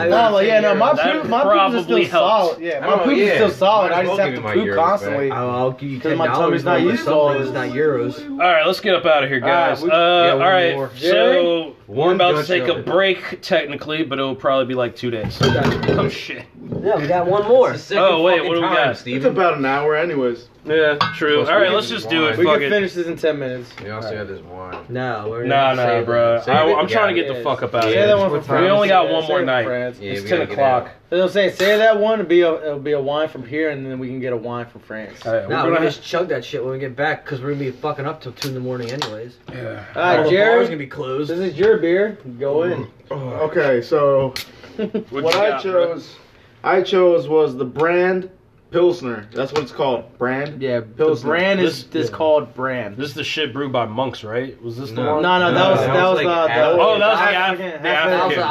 Speaker 4: was-
Speaker 6: Solid. Yeah, no, my
Speaker 1: That
Speaker 6: poop, my poop is
Speaker 1: probably
Speaker 6: still
Speaker 1: helps.
Speaker 6: solid. Yeah,
Speaker 5: I don't
Speaker 6: my poop
Speaker 5: know,
Speaker 6: is
Speaker 5: yeah.
Speaker 6: still solid.
Speaker 5: Might as
Speaker 6: I just
Speaker 5: well
Speaker 6: have
Speaker 5: give
Speaker 6: to
Speaker 5: me my
Speaker 6: poop
Speaker 5: Euros back.
Speaker 6: constantly.
Speaker 4: I'll, I'll give you
Speaker 6: Because
Speaker 4: ten
Speaker 6: my
Speaker 4: dollars.
Speaker 6: tummy's not used to all
Speaker 4: It's
Speaker 6: this.
Speaker 4: not your euros.
Speaker 1: All right, let's get up out of here, guys.
Speaker 6: All
Speaker 1: uh,
Speaker 4: yeah, one
Speaker 1: all right,
Speaker 4: more.
Speaker 1: so we're
Speaker 5: One
Speaker 1: about to
Speaker 5: Dutch
Speaker 1: take a
Speaker 5: oven.
Speaker 1: break technically, but it'll probably be like two days. Oh shit.
Speaker 4: No, we got one more.
Speaker 1: Oh, wait, what do we got?
Speaker 2: It's
Speaker 5: Steven?
Speaker 2: about an hour, anyways.
Speaker 1: Yeah, true.
Speaker 5: Plus,
Speaker 1: all
Speaker 5: we
Speaker 1: right,
Speaker 5: can
Speaker 1: let's just do it.
Speaker 5: rewind.
Speaker 6: We
Speaker 1: Fuck
Speaker 6: can
Speaker 1: it.
Speaker 6: finish this in ten minutes.
Speaker 5: We also have this wine.
Speaker 4: No, we're
Speaker 1: Nah,
Speaker 4: gonna
Speaker 1: nah,
Speaker 4: save
Speaker 1: bro.
Speaker 4: that.
Speaker 5: Save
Speaker 1: I,
Speaker 5: it.
Speaker 1: am trying to
Speaker 5: Yeah,
Speaker 1: get the
Speaker 6: it
Speaker 1: fuck up out of
Speaker 5: is.
Speaker 6: Say that
Speaker 1: here.
Speaker 6: one for
Speaker 5: What time
Speaker 6: France.
Speaker 1: We only got
Speaker 6: Say-
Speaker 1: one
Speaker 6: say
Speaker 1: more
Speaker 6: it for
Speaker 1: night.
Speaker 6: France.
Speaker 5: Yeah,
Speaker 1: it's
Speaker 5: we
Speaker 1: 10
Speaker 5: gotta get
Speaker 1: o'clock.
Speaker 5: out.
Speaker 6: They'll say say that one. It'll be a it'll be a wine from here, and then we can get a wine from France.
Speaker 1: All right,
Speaker 4: Nah,
Speaker 1: we're
Speaker 4: we're
Speaker 1: gonna
Speaker 4: gonna just chug that shit when we get back because we're gonna be fucking up till two in the morning anyways.
Speaker 1: yeah.
Speaker 6: All right,
Speaker 4: All the
Speaker 6: Jared.
Speaker 4: bar's gonna be closed.
Speaker 6: This is your beer. Go in.
Speaker 5: Oh,
Speaker 2: Okay, so
Speaker 1: What
Speaker 2: what,
Speaker 1: you
Speaker 2: I
Speaker 1: got, bro?
Speaker 2: chose, I chose was the brand Pilsner. That's what it's called, brand.
Speaker 6: Yeah,
Speaker 2: Pilsner.
Speaker 6: brand is
Speaker 1: This-
Speaker 6: is called brand.
Speaker 1: This is the shit brewed by monks, right? Was this the
Speaker 5: No.
Speaker 1: one?
Speaker 6: No, no, that was
Speaker 5: that
Speaker 6: that
Speaker 5: was
Speaker 6: was
Speaker 5: like
Speaker 6: uh,
Speaker 5: Af-
Speaker 6: the
Speaker 1: Oh, that was the Af- the African.
Speaker 4: African.
Speaker 6: African.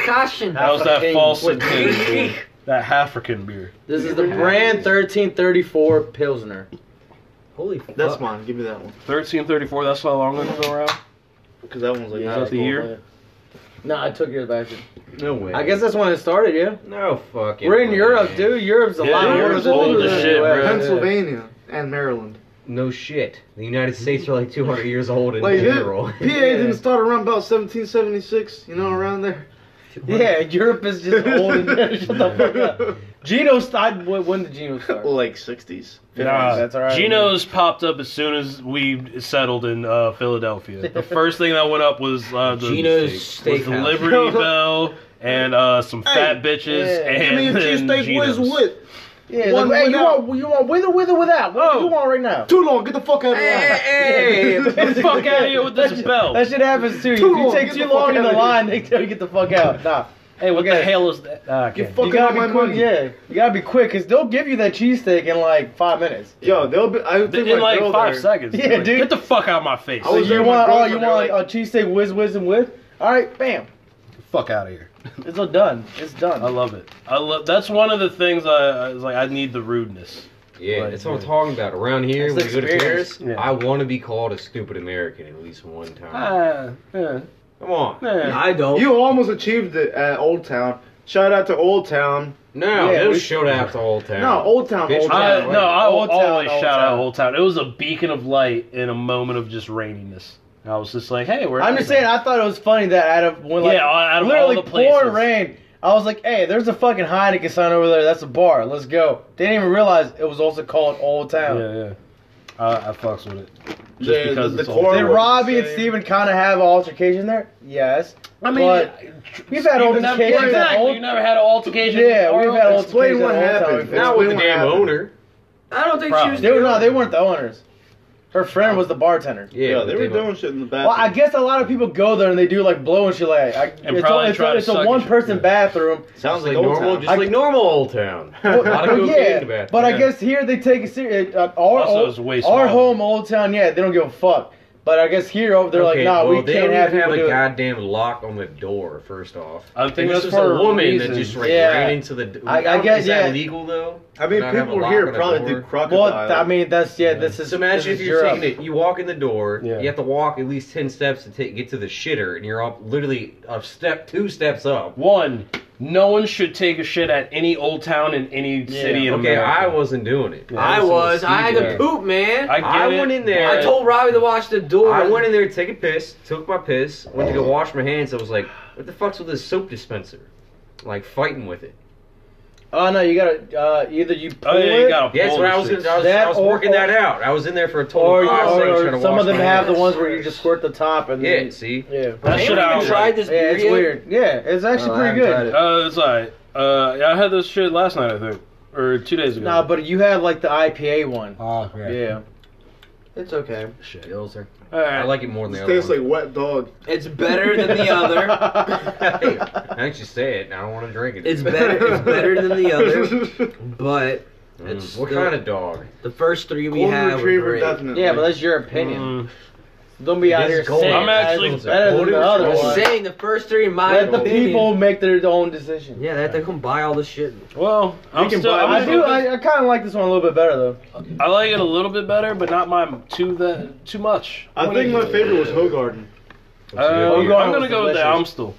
Speaker 4: African.
Speaker 1: That was that
Speaker 6: African.
Speaker 1: false
Speaker 6: With-
Speaker 1: beer. That African beer.
Speaker 6: This is the brand 1334 Pilsner.
Speaker 4: Holy fuck.
Speaker 2: That's mine. Give me that one,
Speaker 1: 1334, that's how long ago around?
Speaker 2: because that one's like.
Speaker 1: Yeah, is
Speaker 2: not
Speaker 1: that the
Speaker 2: cool.
Speaker 1: year?
Speaker 6: No, I took yours back.
Speaker 5: No way.
Speaker 6: I guess that's when it started, yeah.
Speaker 5: No fucking.
Speaker 6: We're in
Speaker 5: way.
Speaker 6: Europe, dude. Europe's a
Speaker 1: Yeah,
Speaker 6: lot
Speaker 1: Europe's
Speaker 6: older
Speaker 1: old
Speaker 6: than
Speaker 1: as
Speaker 6: the
Speaker 1: shit,
Speaker 6: US.
Speaker 1: bro.
Speaker 6: Yeah.
Speaker 2: Pennsylvania and Maryland.
Speaker 5: No shit. The United States are like 200 years old in
Speaker 2: Like it,
Speaker 5: general.
Speaker 2: PA didn't start around about 1776. You know, around there.
Speaker 6: Yeah, Europe is just old. And, shut the fuck up. Gino started. When when did Gino start?
Speaker 2: like 60s.
Speaker 1: Nah,
Speaker 6: that's all right.
Speaker 1: Geno's popped up as soon as we settled in uh, Philadelphia. The first thing that went up was uh, the,
Speaker 4: Gino's
Speaker 1: was the
Speaker 4: Steakhouse.
Speaker 1: Liberty Bell and uh, some fat bitches
Speaker 6: yeah.
Speaker 1: and then Geno's.
Speaker 6: Yeah,
Speaker 2: One
Speaker 6: like, hey, you
Speaker 2: without-
Speaker 6: want you want with or with or without? What do
Speaker 1: Oh.
Speaker 6: you want right now?
Speaker 2: Too long. Get the fuck out of here.
Speaker 4: Hey,
Speaker 1: Get the fuck out of here with this bell.
Speaker 6: That shit happens too. If
Speaker 2: Too
Speaker 6: you
Speaker 2: long,
Speaker 6: take
Speaker 2: get
Speaker 6: too
Speaker 2: the fuck
Speaker 6: long in
Speaker 2: outta
Speaker 6: the
Speaker 2: here.
Speaker 6: line, they tell you get the fuck out. Nah,
Speaker 1: hey, what the
Speaker 6: Okay.
Speaker 1: hell is that? Ah, okay.
Speaker 2: You fuck
Speaker 6: you gotta
Speaker 2: up
Speaker 6: be
Speaker 2: my
Speaker 6: quick.
Speaker 2: money.
Speaker 6: Yeah, you gotta be quick, cause they'll give you that cheesesteak in like five minutes.
Speaker 2: Yo, they'll be. I
Speaker 1: in
Speaker 2: think
Speaker 1: in
Speaker 2: my
Speaker 1: like
Speaker 2: girl
Speaker 1: five
Speaker 2: there-
Speaker 1: seconds.
Speaker 6: Yeah,
Speaker 1: Like,
Speaker 6: dude.
Speaker 1: Get the fuck out of my face.
Speaker 2: I
Speaker 6: So
Speaker 2: was
Speaker 6: you
Speaker 2: there with
Speaker 6: want
Speaker 2: my
Speaker 6: oh you
Speaker 2: girlfriend,
Speaker 6: want
Speaker 2: they're
Speaker 6: a cheesesteak whiz whiz and with? All right, bam.
Speaker 1: fuck out of here.
Speaker 6: It's all done. It's done.
Speaker 1: I love it. I love. That's one of the things I, I was like. I need the rudeness.
Speaker 5: Yeah,
Speaker 1: Like,
Speaker 5: that's what I'm talking about. Around here,
Speaker 6: That's
Speaker 5: when you go to
Speaker 6: experience.
Speaker 5: Paris,
Speaker 1: Yeah.
Speaker 5: I want to be called a stupid American at least one time.
Speaker 1: Ah, yeah,
Speaker 5: Come on. No,
Speaker 1: yeah.
Speaker 4: I don't.
Speaker 2: You almost achieved it at Old Town. Shout out to Old Town.
Speaker 6: Yeah,
Speaker 5: no
Speaker 6: we-
Speaker 5: shout out to Old Town.
Speaker 2: No, Old Town.
Speaker 5: Bitch,
Speaker 2: Old
Speaker 1: I,
Speaker 2: Town.
Speaker 1: no, I will
Speaker 6: Old Town,
Speaker 1: always
Speaker 6: Old
Speaker 1: shout out
Speaker 6: Town.
Speaker 1: Old Town. It was a beacon of light in a moment of just raininess. And I was just like, hey, we're.
Speaker 6: I'm just saying. I thought it was funny that out of when like
Speaker 1: yeah, out of
Speaker 6: literally
Speaker 1: all the places.
Speaker 6: pouring rain, I was like, hey, there's a fucking Heineken sign over there. That's a bar. Let's go. They didn't even realize it was also called Old Town.
Speaker 1: Yeah, yeah. I, I fucks with it. Just
Speaker 2: Yeah,
Speaker 1: because
Speaker 2: the
Speaker 1: it's Old
Speaker 2: corn-
Speaker 1: Town.
Speaker 6: Did
Speaker 2: Or
Speaker 6: Robbie
Speaker 2: the
Speaker 6: and
Speaker 2: same.
Speaker 6: Steven kind of have an altercation there? Yes.
Speaker 1: I mean,
Speaker 6: But we've had
Speaker 1: Steven,
Speaker 6: altercations
Speaker 1: that-
Speaker 6: at
Speaker 1: exactly.
Speaker 6: Old-
Speaker 1: you never had an altercation.
Speaker 6: Yeah,
Speaker 1: Or-
Speaker 6: we've had altercations
Speaker 2: Explain what
Speaker 6: at Old Town.
Speaker 2: happened.
Speaker 5: Not with the
Speaker 2: Explain what
Speaker 5: damn
Speaker 2: happened.
Speaker 5: owner.
Speaker 4: I don't think
Speaker 1: Bro.
Speaker 4: she was.
Speaker 6: They were no, they weren't the owners. Her friend was the bartender.
Speaker 5: Yeah,
Speaker 2: Yeah,
Speaker 5: but
Speaker 2: they were
Speaker 5: don't-
Speaker 2: doing shit in the bathroom.
Speaker 6: Well, I guess a lot of people go there and they do like blow and shit like. I, it's
Speaker 1: probably
Speaker 6: a, it's
Speaker 1: try
Speaker 6: a,
Speaker 1: to
Speaker 6: it's a
Speaker 1: suck and
Speaker 6: one
Speaker 1: shit.
Speaker 6: person bathroom.
Speaker 2: Sounds
Speaker 5: like
Speaker 2: Old
Speaker 5: normal,
Speaker 2: Town.
Speaker 5: just like normal Old Town.
Speaker 6: Well,
Speaker 5: lot of cocaine in the
Speaker 6: yeah,
Speaker 5: bathroom,
Speaker 6: but I
Speaker 5: yeah.
Speaker 6: guess here they take it serious. Uh, our
Speaker 1: Also,
Speaker 6: old-
Speaker 1: it's way
Speaker 6: our
Speaker 1: smaller.
Speaker 6: home, old town, yeah, they don't give a fuck. But I guess here, over they're like,
Speaker 5: Okay,
Speaker 6: nah,
Speaker 5: well,
Speaker 6: we
Speaker 5: they
Speaker 6: can't
Speaker 5: don't
Speaker 6: have
Speaker 5: even
Speaker 6: people
Speaker 5: have
Speaker 6: do
Speaker 5: a
Speaker 6: it.
Speaker 5: goddamn lock on the door. First off,
Speaker 1: I think
Speaker 5: this
Speaker 1: that's
Speaker 5: was
Speaker 1: for
Speaker 5: a
Speaker 1: a
Speaker 5: woman
Speaker 1: reason.
Speaker 5: that just like,
Speaker 6: Yeah.
Speaker 5: ran into the.
Speaker 6: I- I
Speaker 5: don't-
Speaker 6: guess,
Speaker 5: is that
Speaker 6: yeah.
Speaker 5: legal though?
Speaker 2: I mean,
Speaker 5: Not have a
Speaker 2: people
Speaker 5: lock
Speaker 2: here
Speaker 5: on a
Speaker 2: probably
Speaker 5: door.
Speaker 2: do crocodile.
Speaker 6: Well, I mean, that's yeah. This is
Speaker 5: So imagine
Speaker 6: this
Speaker 5: if
Speaker 6: is
Speaker 5: you're
Speaker 6: Europe.
Speaker 5: taking it, you walk in the door,
Speaker 1: Yeah.
Speaker 5: you have to walk at least ten steps to take, get to the shitter, and you're up literally a step, two steps up.
Speaker 1: One, no one should take a shit at any old town in any city in
Speaker 5: okay,
Speaker 1: America.
Speaker 5: I wasn't doing it.
Speaker 4: I was. I had
Speaker 1: Yeah.
Speaker 4: to poop, man.
Speaker 1: I
Speaker 4: I,
Speaker 1: get
Speaker 5: I
Speaker 1: it,
Speaker 5: went in there.
Speaker 1: but-
Speaker 4: told Robbie to watch the door.
Speaker 5: I went in there to take a piss, took my piss, went to go wash my hands. I was like, what the fuck's with this soap dispenser? Like fighting with it.
Speaker 6: Oh no, you gotta uh, either you pull
Speaker 1: Oh yeah, you
Speaker 6: it,
Speaker 1: got to
Speaker 5: Yeah, that's what I was gonna do. I was,
Speaker 6: That
Speaker 5: I was
Speaker 6: or-
Speaker 5: working that out. I was in there for a total
Speaker 6: or,
Speaker 5: of five
Speaker 6: or-
Speaker 5: seconds trying to
Speaker 6: or some
Speaker 5: wash
Speaker 6: of them
Speaker 5: my
Speaker 6: have the
Speaker 5: hands.
Speaker 6: ones where you just squirt the top and
Speaker 5: Yeah,
Speaker 6: then
Speaker 5: see?
Speaker 6: yeah.
Speaker 1: That shit
Speaker 4: Anyone
Speaker 1: I
Speaker 4: even
Speaker 1: don't
Speaker 4: tried
Speaker 1: like.
Speaker 4: this
Speaker 6: Yeah, it's
Speaker 4: beer yet?
Speaker 6: weird. Yeah, it's actually
Speaker 4: Oh, I
Speaker 6: pretty
Speaker 4: haven't tried
Speaker 6: good.
Speaker 4: it.
Speaker 1: Uh, it's alright. Uh, yeah, I had this shit last night, I think, or two days ago.
Speaker 6: Nah, but you had like the IPA one.
Speaker 1: oh,
Speaker 6: Yeah.
Speaker 4: It's okay.
Speaker 1: Shit.
Speaker 5: Gills are-
Speaker 1: All right.
Speaker 5: I like it more than the
Speaker 2: It
Speaker 5: other
Speaker 2: tastes
Speaker 5: one.
Speaker 2: like wet dog.
Speaker 4: It's better than the other.
Speaker 5: I actually say it. and I don't want to drink it.
Speaker 4: It's better. It's better than the other. But
Speaker 5: Mm,
Speaker 4: It's
Speaker 5: what
Speaker 4: still-
Speaker 5: kind of dog?
Speaker 4: the first three we
Speaker 2: Golden
Speaker 4: have were
Speaker 2: retriever,
Speaker 4: great.
Speaker 2: definitely.
Speaker 6: Yeah, but that's your opinion.
Speaker 1: Mm.
Speaker 6: Don't be out
Speaker 5: It is
Speaker 6: here
Speaker 5: gold.
Speaker 6: saying
Speaker 1: I'm actually-
Speaker 6: it's better than the
Speaker 5: Golden
Speaker 6: other
Speaker 4: I was
Speaker 6: one.
Speaker 4: saying the first three in my
Speaker 6: Let the
Speaker 4: opinion-
Speaker 6: people make their own decision.
Speaker 4: Yeah, they have to come buy all this shit.
Speaker 1: Well, I'm
Speaker 2: can
Speaker 1: still.
Speaker 2: buy-
Speaker 1: I'm
Speaker 6: I do.
Speaker 1: still-
Speaker 6: I, I kind of like this one a little bit better though.
Speaker 1: I like it a little bit better, but not my too the too much.
Speaker 2: I think my favorite was Hogarden.
Speaker 1: Uh, I'm
Speaker 6: Hoegaarden
Speaker 1: gonna
Speaker 6: was
Speaker 1: go with the
Speaker 6: delicious.
Speaker 1: Amstel.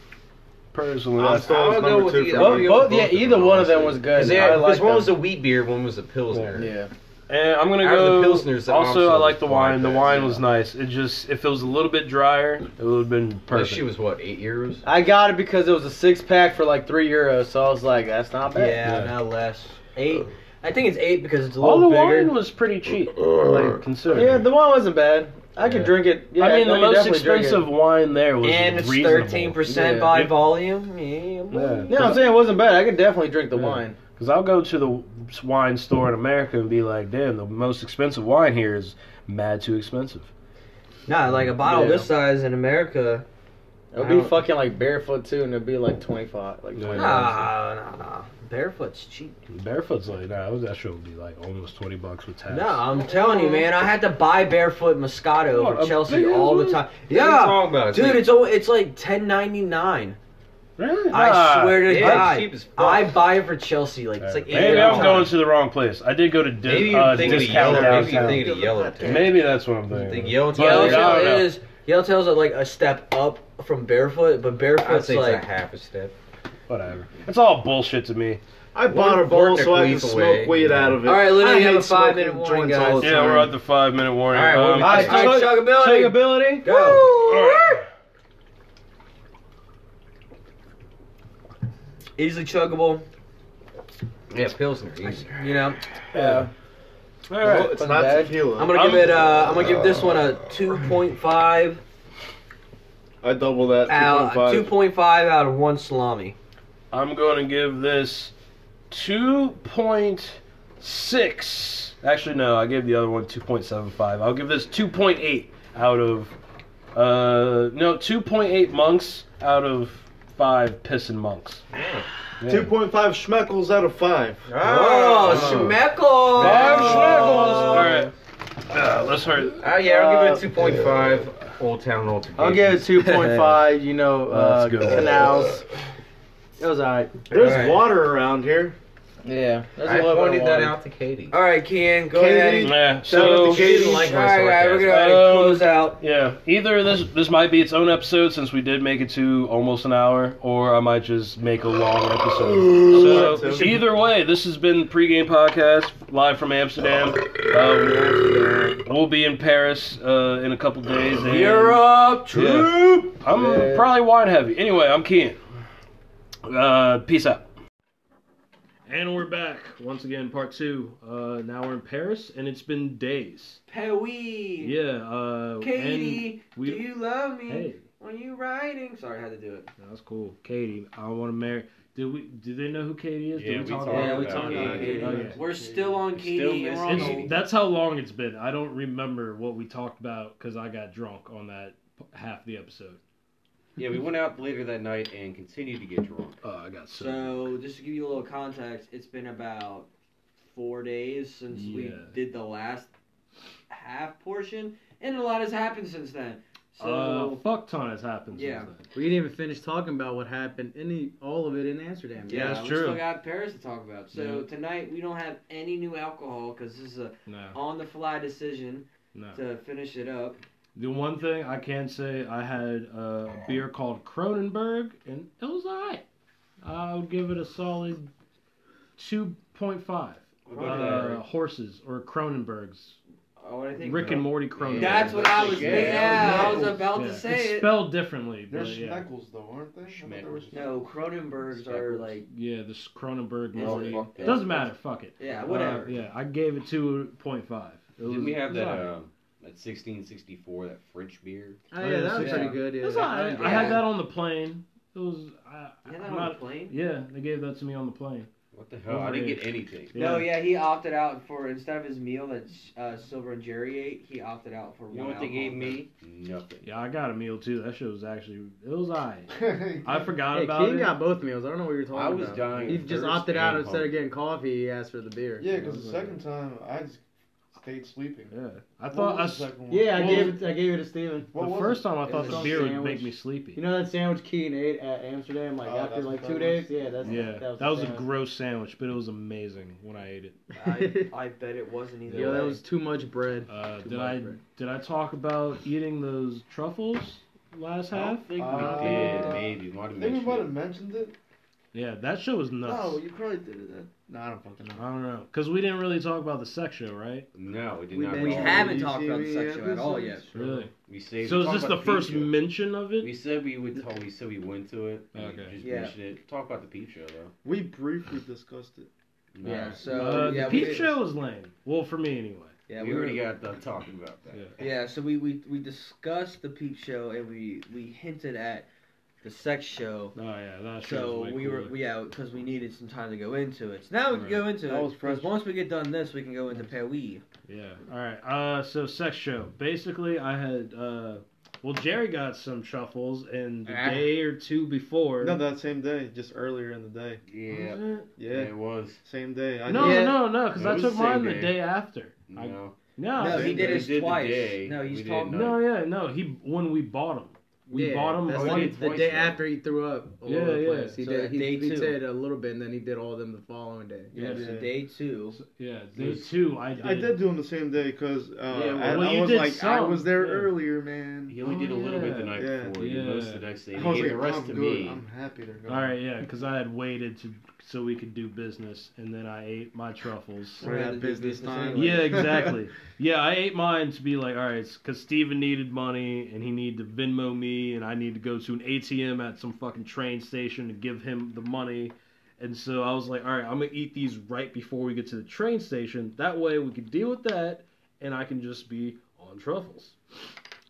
Speaker 1: Personally,
Speaker 2: I'm
Speaker 1: that's-
Speaker 2: still
Speaker 5: I'll
Speaker 2: was
Speaker 5: go
Speaker 2: number
Speaker 5: with
Speaker 2: two
Speaker 5: the-
Speaker 2: for
Speaker 5: I'll
Speaker 2: me.
Speaker 5: go
Speaker 6: Both,
Speaker 5: both
Speaker 6: yeah,
Speaker 5: of them,
Speaker 6: either one of them
Speaker 5: honestly.
Speaker 6: was good.
Speaker 5: Because they had-
Speaker 6: I
Speaker 5: 'cause
Speaker 6: like
Speaker 5: one was
Speaker 6: them.
Speaker 5: a wheat beer, one was a pilsner.
Speaker 6: Yeah.
Speaker 1: And I'm gonna
Speaker 5: Out of
Speaker 1: go.
Speaker 5: the Pilsners that
Speaker 1: also,
Speaker 5: Mom's
Speaker 1: I like the
Speaker 5: sold,
Speaker 1: wine. The
Speaker 5: like that,
Speaker 1: wine
Speaker 5: yeah.
Speaker 1: was nice. It just if it was a little bit drier, it would have been perfect.
Speaker 5: This shit was what eight euros.
Speaker 3: I got it because it was a six pack for like three euros, so I was like, that's not bad.
Speaker 4: Yeah,
Speaker 1: Yeah.
Speaker 4: now less. Eight. I think it's eight because it's a
Speaker 1: All
Speaker 4: little
Speaker 1: the
Speaker 4: bigger.
Speaker 1: wine was pretty cheap, like considering.
Speaker 3: Yeah, the wine wasn't bad. I could
Speaker 5: Yeah.
Speaker 3: drink it. Yeah,
Speaker 1: I mean,
Speaker 3: no,
Speaker 1: the
Speaker 3: you
Speaker 1: most
Speaker 3: definitely drink it.
Speaker 1: expensive wine there was
Speaker 4: and it's
Speaker 1: reasonable.
Speaker 4: thirteen percent
Speaker 3: Yeah.
Speaker 4: by
Speaker 1: Yeah.
Speaker 4: volume. Yeah, boy.
Speaker 1: Yeah.
Speaker 3: No, I'm saying it wasn't bad. I could definitely drink the
Speaker 1: Yeah.
Speaker 3: wine.
Speaker 1: Because I'll go to the wine store in America and be like, damn, the most expensive wine here is mad too expensive.
Speaker 4: Nah, like a bottle
Speaker 3: Yeah.
Speaker 4: this size in America.
Speaker 3: It'll
Speaker 4: I
Speaker 3: be
Speaker 4: don't-
Speaker 3: fucking like barefoot too, and it'll be like 25, like
Speaker 1: Yeah.
Speaker 3: 20.
Speaker 4: Nah, nah, nah. Barefoot's cheap.
Speaker 1: Barefoot's like, nah, that shit would be like almost 20 bucks with tax.
Speaker 4: No, I'm telling you, man. I had to buy barefoot Moscato
Speaker 1: What,
Speaker 4: for
Speaker 1: a
Speaker 4: Chelsea
Speaker 1: big
Speaker 4: all the
Speaker 1: one?
Speaker 5: What
Speaker 4: time.
Speaker 5: are you
Speaker 4: Yeah,
Speaker 5: talking about?
Speaker 4: dude,
Speaker 5: like-
Speaker 4: it's al- it's like ten ninety nine.
Speaker 1: Really?
Speaker 4: I
Speaker 1: Nah.
Speaker 4: swear to
Speaker 5: yeah, it's
Speaker 4: God,
Speaker 5: cheap as fuck.
Speaker 4: I buy it for Chelsea. Like it's like eight
Speaker 1: Maybe I'm
Speaker 4: dollars.
Speaker 1: going to the wrong place. I did go to di-
Speaker 5: maybe
Speaker 1: uh,
Speaker 5: you're thinking of
Speaker 1: discount
Speaker 5: yellow. Maybe you're
Speaker 1: downtown. Maybe,
Speaker 5: thinking of yellow. Tail.
Speaker 1: that's what I'm
Speaker 5: You think
Speaker 1: thinking.
Speaker 5: yellow tail?
Speaker 1: Yeah, I
Speaker 4: Yellowtail
Speaker 1: don't know.
Speaker 4: is Yellowtail's like a step up from barefoot, but
Speaker 5: I'd
Speaker 4: barefoot's
Speaker 5: say it's
Speaker 4: like
Speaker 5: a half a step.
Speaker 1: Whatever. It's all bullshit to me.
Speaker 2: I bought a
Speaker 5: One
Speaker 2: bowl so I
Speaker 5: vertically
Speaker 2: can
Speaker 5: away.
Speaker 2: smoke weed out of it.
Speaker 4: All right, literally
Speaker 2: I
Speaker 4: have
Speaker 2: hate
Speaker 4: a five-minute
Speaker 2: smoking
Speaker 4: warning,
Speaker 2: joints all
Speaker 4: guys.
Speaker 2: the
Speaker 1: Yeah, we're
Speaker 2: time.
Speaker 1: at the five minute warning.
Speaker 5: All right,
Speaker 1: Um,
Speaker 5: well,
Speaker 1: I-
Speaker 4: All right,
Speaker 3: Chug-
Speaker 4: chuggability.
Speaker 3: chuggability?
Speaker 4: Go. Easily chuggable,
Speaker 5: Yeah, pilsner. Easy.
Speaker 4: you know.
Speaker 3: Yeah.
Speaker 1: all
Speaker 2: Well,
Speaker 1: right.
Speaker 2: it's
Speaker 3: Wasn't
Speaker 2: not
Speaker 3: bad.
Speaker 2: tequila.
Speaker 4: I'm gonna give it. Uh, I'm gonna give this one a 2.5
Speaker 2: I double that.
Speaker 4: out.
Speaker 2: 2.5.
Speaker 4: 2.5 out of one salami.
Speaker 1: I'm going to give this 2.6. Actually, no, I gave the other one 2.75. I'll give this 2.8 out of. Uh, no, 2.8 monks out of five pissing monks. Yeah.
Speaker 2: 2.5 schmeckles out of 5.
Speaker 1: Ah.
Speaker 4: Oh,
Speaker 5: Oh.
Speaker 4: Schmeckles!
Speaker 1: Five schmeckles! Alright. Uh, let's hurt.
Speaker 5: Uh, yeah, I'll give it
Speaker 3: Uh,
Speaker 5: a 2.5 Old Town Old.
Speaker 3: I'll give it 2.5, you know,
Speaker 1: Well,
Speaker 3: uh,
Speaker 1: that's good.
Speaker 3: canals. It was alright.
Speaker 2: There's
Speaker 5: All right.
Speaker 2: water around here.
Speaker 3: Yeah. There's
Speaker 5: I
Speaker 3: a little
Speaker 5: pointed
Speaker 3: bit of
Speaker 5: that
Speaker 3: water.
Speaker 5: out to Katie.
Speaker 4: All right, Ken, go
Speaker 2: Katie,
Speaker 4: ahead. And,
Speaker 1: Yeah,
Speaker 2: out
Speaker 1: so.
Speaker 2: to Katie.
Speaker 5: She didn't like my
Speaker 4: all right, all right, we're
Speaker 5: sarcasm.
Speaker 4: gonna
Speaker 1: Um,
Speaker 4: close out.
Speaker 1: Yeah, either this this might be its own episode since we did make it to almost an hour, or I might just make a long episode. So either way, this has been pregame podcast live from Amsterdam. Um, we'll be in Paris uh, in a couple days. And
Speaker 4: Europe,
Speaker 1: Yeah. I'm
Speaker 3: Yeah.
Speaker 1: probably wine heavy. Anyway, I'm Keen. Uh, peace out. And we're back once again, part two. Uh, now we're in Paris, and it's been days.
Speaker 4: Pee.
Speaker 1: Yeah. Uh,
Speaker 4: Katie,
Speaker 1: and we-
Speaker 4: do you love me?
Speaker 1: Hey.
Speaker 4: Are you riding? Sorry, I had to do it.
Speaker 1: That was cool. Katie, I want to marry. Do we? Do they know who Katie is? Did
Speaker 5: Yeah, we
Speaker 1: talk
Speaker 5: talked
Speaker 1: about
Speaker 5: about
Speaker 1: it?
Speaker 5: we talked
Speaker 1: Oh, Yeah,
Speaker 5: about
Speaker 1: yeah,
Speaker 5: Katie.
Speaker 1: yeah, yeah.
Speaker 4: We're still on Katie. and we're on
Speaker 1: It's-
Speaker 4: the-
Speaker 1: that's how long it's been. I don't remember what we talked about because I got drunk on that p- half the episode.
Speaker 5: Yeah, we went out later that night and continued to get drunk.
Speaker 1: Oh, I got so.
Speaker 4: So, just to give you a little context, it's been about four days since we
Speaker 1: Yeah.
Speaker 4: did the last half portion, and a lot has happened since then.
Speaker 1: uh,
Speaker 4: So,
Speaker 1: fuck ton has happened.
Speaker 4: Yeah.
Speaker 1: Since then.
Speaker 6: We didn't even finish talking about what happened any all of it in Amsterdam.
Speaker 4: yeah,
Speaker 3: Oh,
Speaker 1: that's
Speaker 4: we
Speaker 1: true.
Speaker 4: still got Paris to talk about. So, tonight we don't have any new alcohol because this is a
Speaker 1: No,
Speaker 4: on the fly decision
Speaker 1: no.
Speaker 4: to finish it up.
Speaker 1: The one thing I can say, I had uh, a beer called Cronenberg, and it was alright. I would give it a solid two point five. Uh, horses or Cronenbergs.
Speaker 4: Oh, what I think.
Speaker 1: Rick and Morty Cronenberg.
Speaker 4: That's what I was.
Speaker 2: Yeah.
Speaker 4: Yeah, I was about
Speaker 1: Yeah,
Speaker 4: to say
Speaker 1: it's
Speaker 4: it.
Speaker 1: spelled differently, but yeah.
Speaker 2: though, aren't they?
Speaker 4: No, Cronenbergs are like.
Speaker 1: Yeah, this Cronenberg
Speaker 4: Is
Speaker 1: movie.
Speaker 4: it-
Speaker 5: fuck that.
Speaker 1: Doesn't matter. Fuck it.
Speaker 4: Yeah, whatever.
Speaker 1: Uh, yeah, I gave it two point five. It
Speaker 5: Didn't we have
Speaker 1: it was
Speaker 5: that
Speaker 1: alright.
Speaker 5: um, that 1664 that French beer?
Speaker 6: Oh, yeah, that was
Speaker 4: Yeah.
Speaker 6: pretty good.
Speaker 1: It
Speaker 6: Yeah.
Speaker 1: was alright. I
Speaker 4: Yeah.
Speaker 1: had that on the plane. It was. I,
Speaker 4: You had
Speaker 1: I'm
Speaker 4: that on
Speaker 1: not-
Speaker 4: the plane?
Speaker 1: Yeah, they gave that to me on the plane.
Speaker 5: What the hell? I didn't get anything.
Speaker 1: Yeah.
Speaker 4: No, yeah, he opted out for instead of his meal that uh, Silver and Jerry ate, he opted out for
Speaker 5: You know
Speaker 4: one.
Speaker 5: what they
Speaker 4: alcohol
Speaker 5: gave
Speaker 4: drink.
Speaker 5: me? Nothing.
Speaker 1: Yeah, I got a meal too. That shit was actually. It was alright. I forgot
Speaker 6: Hey,
Speaker 1: about
Speaker 6: King
Speaker 1: it.
Speaker 6: got both meals. I don't know what you're talking
Speaker 5: I was
Speaker 6: about.
Speaker 5: dying
Speaker 6: He
Speaker 5: of
Speaker 6: just
Speaker 5: thirst
Speaker 6: opted out
Speaker 5: and
Speaker 6: instead
Speaker 5: hunger.
Speaker 6: of getting coffee. He asked for the beer.
Speaker 2: Yeah, because the second time I just stayed sleeping.
Speaker 1: yeah, I
Speaker 2: What
Speaker 1: thought I.
Speaker 2: was
Speaker 1: s-
Speaker 2: the second one?
Speaker 6: Yeah, I
Speaker 2: What was-
Speaker 6: gave it. I gave it to Steven.
Speaker 2: what
Speaker 1: the
Speaker 2: was
Speaker 1: first
Speaker 2: it?
Speaker 1: time I
Speaker 6: It
Speaker 1: thought
Speaker 6: was
Speaker 1: the
Speaker 6: a
Speaker 1: beer would
Speaker 6: sandwich.
Speaker 1: make me sleepy.
Speaker 6: You know that sandwich Keen ate at Amsterdam, like
Speaker 2: Oh,
Speaker 6: after
Speaker 2: that's
Speaker 6: like
Speaker 2: what
Speaker 6: two
Speaker 2: that was?
Speaker 6: days. Yeah, that's
Speaker 1: yeah,
Speaker 6: That was,
Speaker 1: that was
Speaker 6: the
Speaker 1: a
Speaker 6: sandwich.
Speaker 1: gross sandwich, but it was amazing when I ate it.
Speaker 4: I, I bet it wasn't either.
Speaker 6: Yo, that
Speaker 4: way.
Speaker 6: was too much bread.
Speaker 1: Uh,
Speaker 6: Too
Speaker 1: did
Speaker 6: much
Speaker 1: I
Speaker 6: bread.
Speaker 1: did I talk about eating those truffles last half?
Speaker 5: think
Speaker 2: Uh,
Speaker 5: we did. Maybe. Might
Speaker 2: I
Speaker 5: have
Speaker 2: think we
Speaker 5: mentioned
Speaker 2: might
Speaker 5: it.
Speaker 2: have mentioned it.
Speaker 1: Yeah, that show was nuts.
Speaker 6: Oh, you probably did that. No, I don't fucking know.
Speaker 1: I don't know, cause we didn't really talk about the sex show, right?
Speaker 5: No, we did
Speaker 6: We
Speaker 5: not.
Speaker 6: mentioned-
Speaker 2: Oh,
Speaker 5: at all.
Speaker 6: have-
Speaker 4: haven't talked about the sex show at all yet.
Speaker 1: Really?
Speaker 5: We saved.
Speaker 1: So
Speaker 5: we
Speaker 1: is
Speaker 5: talked
Speaker 1: this the
Speaker 5: about
Speaker 1: first
Speaker 5: peep show.
Speaker 1: mention of
Speaker 5: We
Speaker 1: it?
Speaker 5: said we would. Talk, we said we went to it. We
Speaker 1: Okay.
Speaker 5: Just
Speaker 4: Yeah.
Speaker 5: mentioned it. Talk about the peep show though.
Speaker 2: We briefly discussed it.
Speaker 5: No.
Speaker 4: Yeah. So
Speaker 1: Uh,
Speaker 4: yeah,
Speaker 1: the peep
Speaker 4: we,
Speaker 1: show was lame. Well, for me anyway.
Speaker 4: Yeah,
Speaker 5: we, already got done talking about that.
Speaker 1: Yeah.
Speaker 4: Yeah, so we, we we discussed the peep show and we we hinted at the sex show.
Speaker 1: Oh yeah, that show.
Speaker 4: So
Speaker 1: was way
Speaker 4: we were
Speaker 1: cooler.
Speaker 4: we, yeah because we needed some time to go into it. So now we can go into
Speaker 2: That
Speaker 4: it.
Speaker 2: was fresh.
Speaker 4: because once we get done this, we can go into Perry.
Speaker 1: Yeah. All right. Uh, so sex show. Basically, I had uh, well, Jerry got some shuffles, and the
Speaker 4: Ah.
Speaker 1: day or two before.
Speaker 2: No, that same day, just earlier in the day.
Speaker 5: Yeah.
Speaker 1: Was it?
Speaker 2: Yeah, Uh,
Speaker 5: It was.
Speaker 2: same day. I
Speaker 1: No,
Speaker 4: Yeah.
Speaker 1: no, no, because
Speaker 5: It
Speaker 1: I
Speaker 5: was
Speaker 1: took
Speaker 5: the same
Speaker 1: mine the
Speaker 5: day.
Speaker 1: day after. I-
Speaker 5: No.
Speaker 1: no,
Speaker 4: No, he
Speaker 1: he-
Speaker 4: did
Speaker 5: We
Speaker 4: it
Speaker 5: did the
Speaker 4: twice.
Speaker 5: day.
Speaker 4: No, he's
Speaker 5: We did
Speaker 4: talking-
Speaker 5: night.
Speaker 1: no, yeah, no. He when we bought him, we
Speaker 6: Yeah,
Speaker 1: bought him.
Speaker 6: that's
Speaker 5: Oh,
Speaker 6: the,
Speaker 5: we
Speaker 6: day-
Speaker 5: did
Speaker 6: the
Speaker 5: twice,
Speaker 6: day
Speaker 5: though.
Speaker 6: after he threw up. All
Speaker 1: Yeah,
Speaker 6: over the
Speaker 1: yeah.
Speaker 6: Place. He,
Speaker 4: So
Speaker 6: did,
Speaker 4: that day
Speaker 6: he, he
Speaker 4: two.
Speaker 6: did a little bit, and then he did all of them the following day.
Speaker 1: Yeah.
Speaker 4: Yeah, so
Speaker 2: Yeah.
Speaker 4: day two.
Speaker 1: Yeah, day
Speaker 2: was-
Speaker 1: two. I did.
Speaker 2: I did do them the same day because uh,
Speaker 1: Yeah, well,
Speaker 2: I,
Speaker 1: well,
Speaker 2: I
Speaker 1: you
Speaker 2: was
Speaker 1: did
Speaker 2: like, I
Speaker 1: some,
Speaker 2: was there
Speaker 1: yeah.
Speaker 2: earlier, man.
Speaker 5: He only did a
Speaker 1: Oh,
Speaker 5: little bit the
Speaker 1: yeah.
Speaker 5: night
Speaker 2: Yeah.
Speaker 5: before. He did
Speaker 1: Yeah.
Speaker 5: most the next day.
Speaker 2: I
Speaker 5: He
Speaker 2: was
Speaker 5: gave
Speaker 2: like,
Speaker 5: the rest
Speaker 2: I'm
Speaker 5: to
Speaker 2: good.
Speaker 5: me.
Speaker 2: I'm happy they're going.
Speaker 1: All right, yeah, because I had waited to so we could do business, and then I ate my truffles.
Speaker 2: We're
Speaker 4: Had to
Speaker 2: at
Speaker 4: do
Speaker 2: business
Speaker 4: business
Speaker 2: time.
Speaker 4: anyway.
Speaker 1: Yeah, exactly. yeah, I ate mine to be like, all right, because Steven needed money and he needed to Venmo me, and I need to go to an ATM at some fucking train station to give him the money. And so I was like, all right, I'm going to eat these right before we get to the train station. That way we can deal with that, and I can just be on truffles.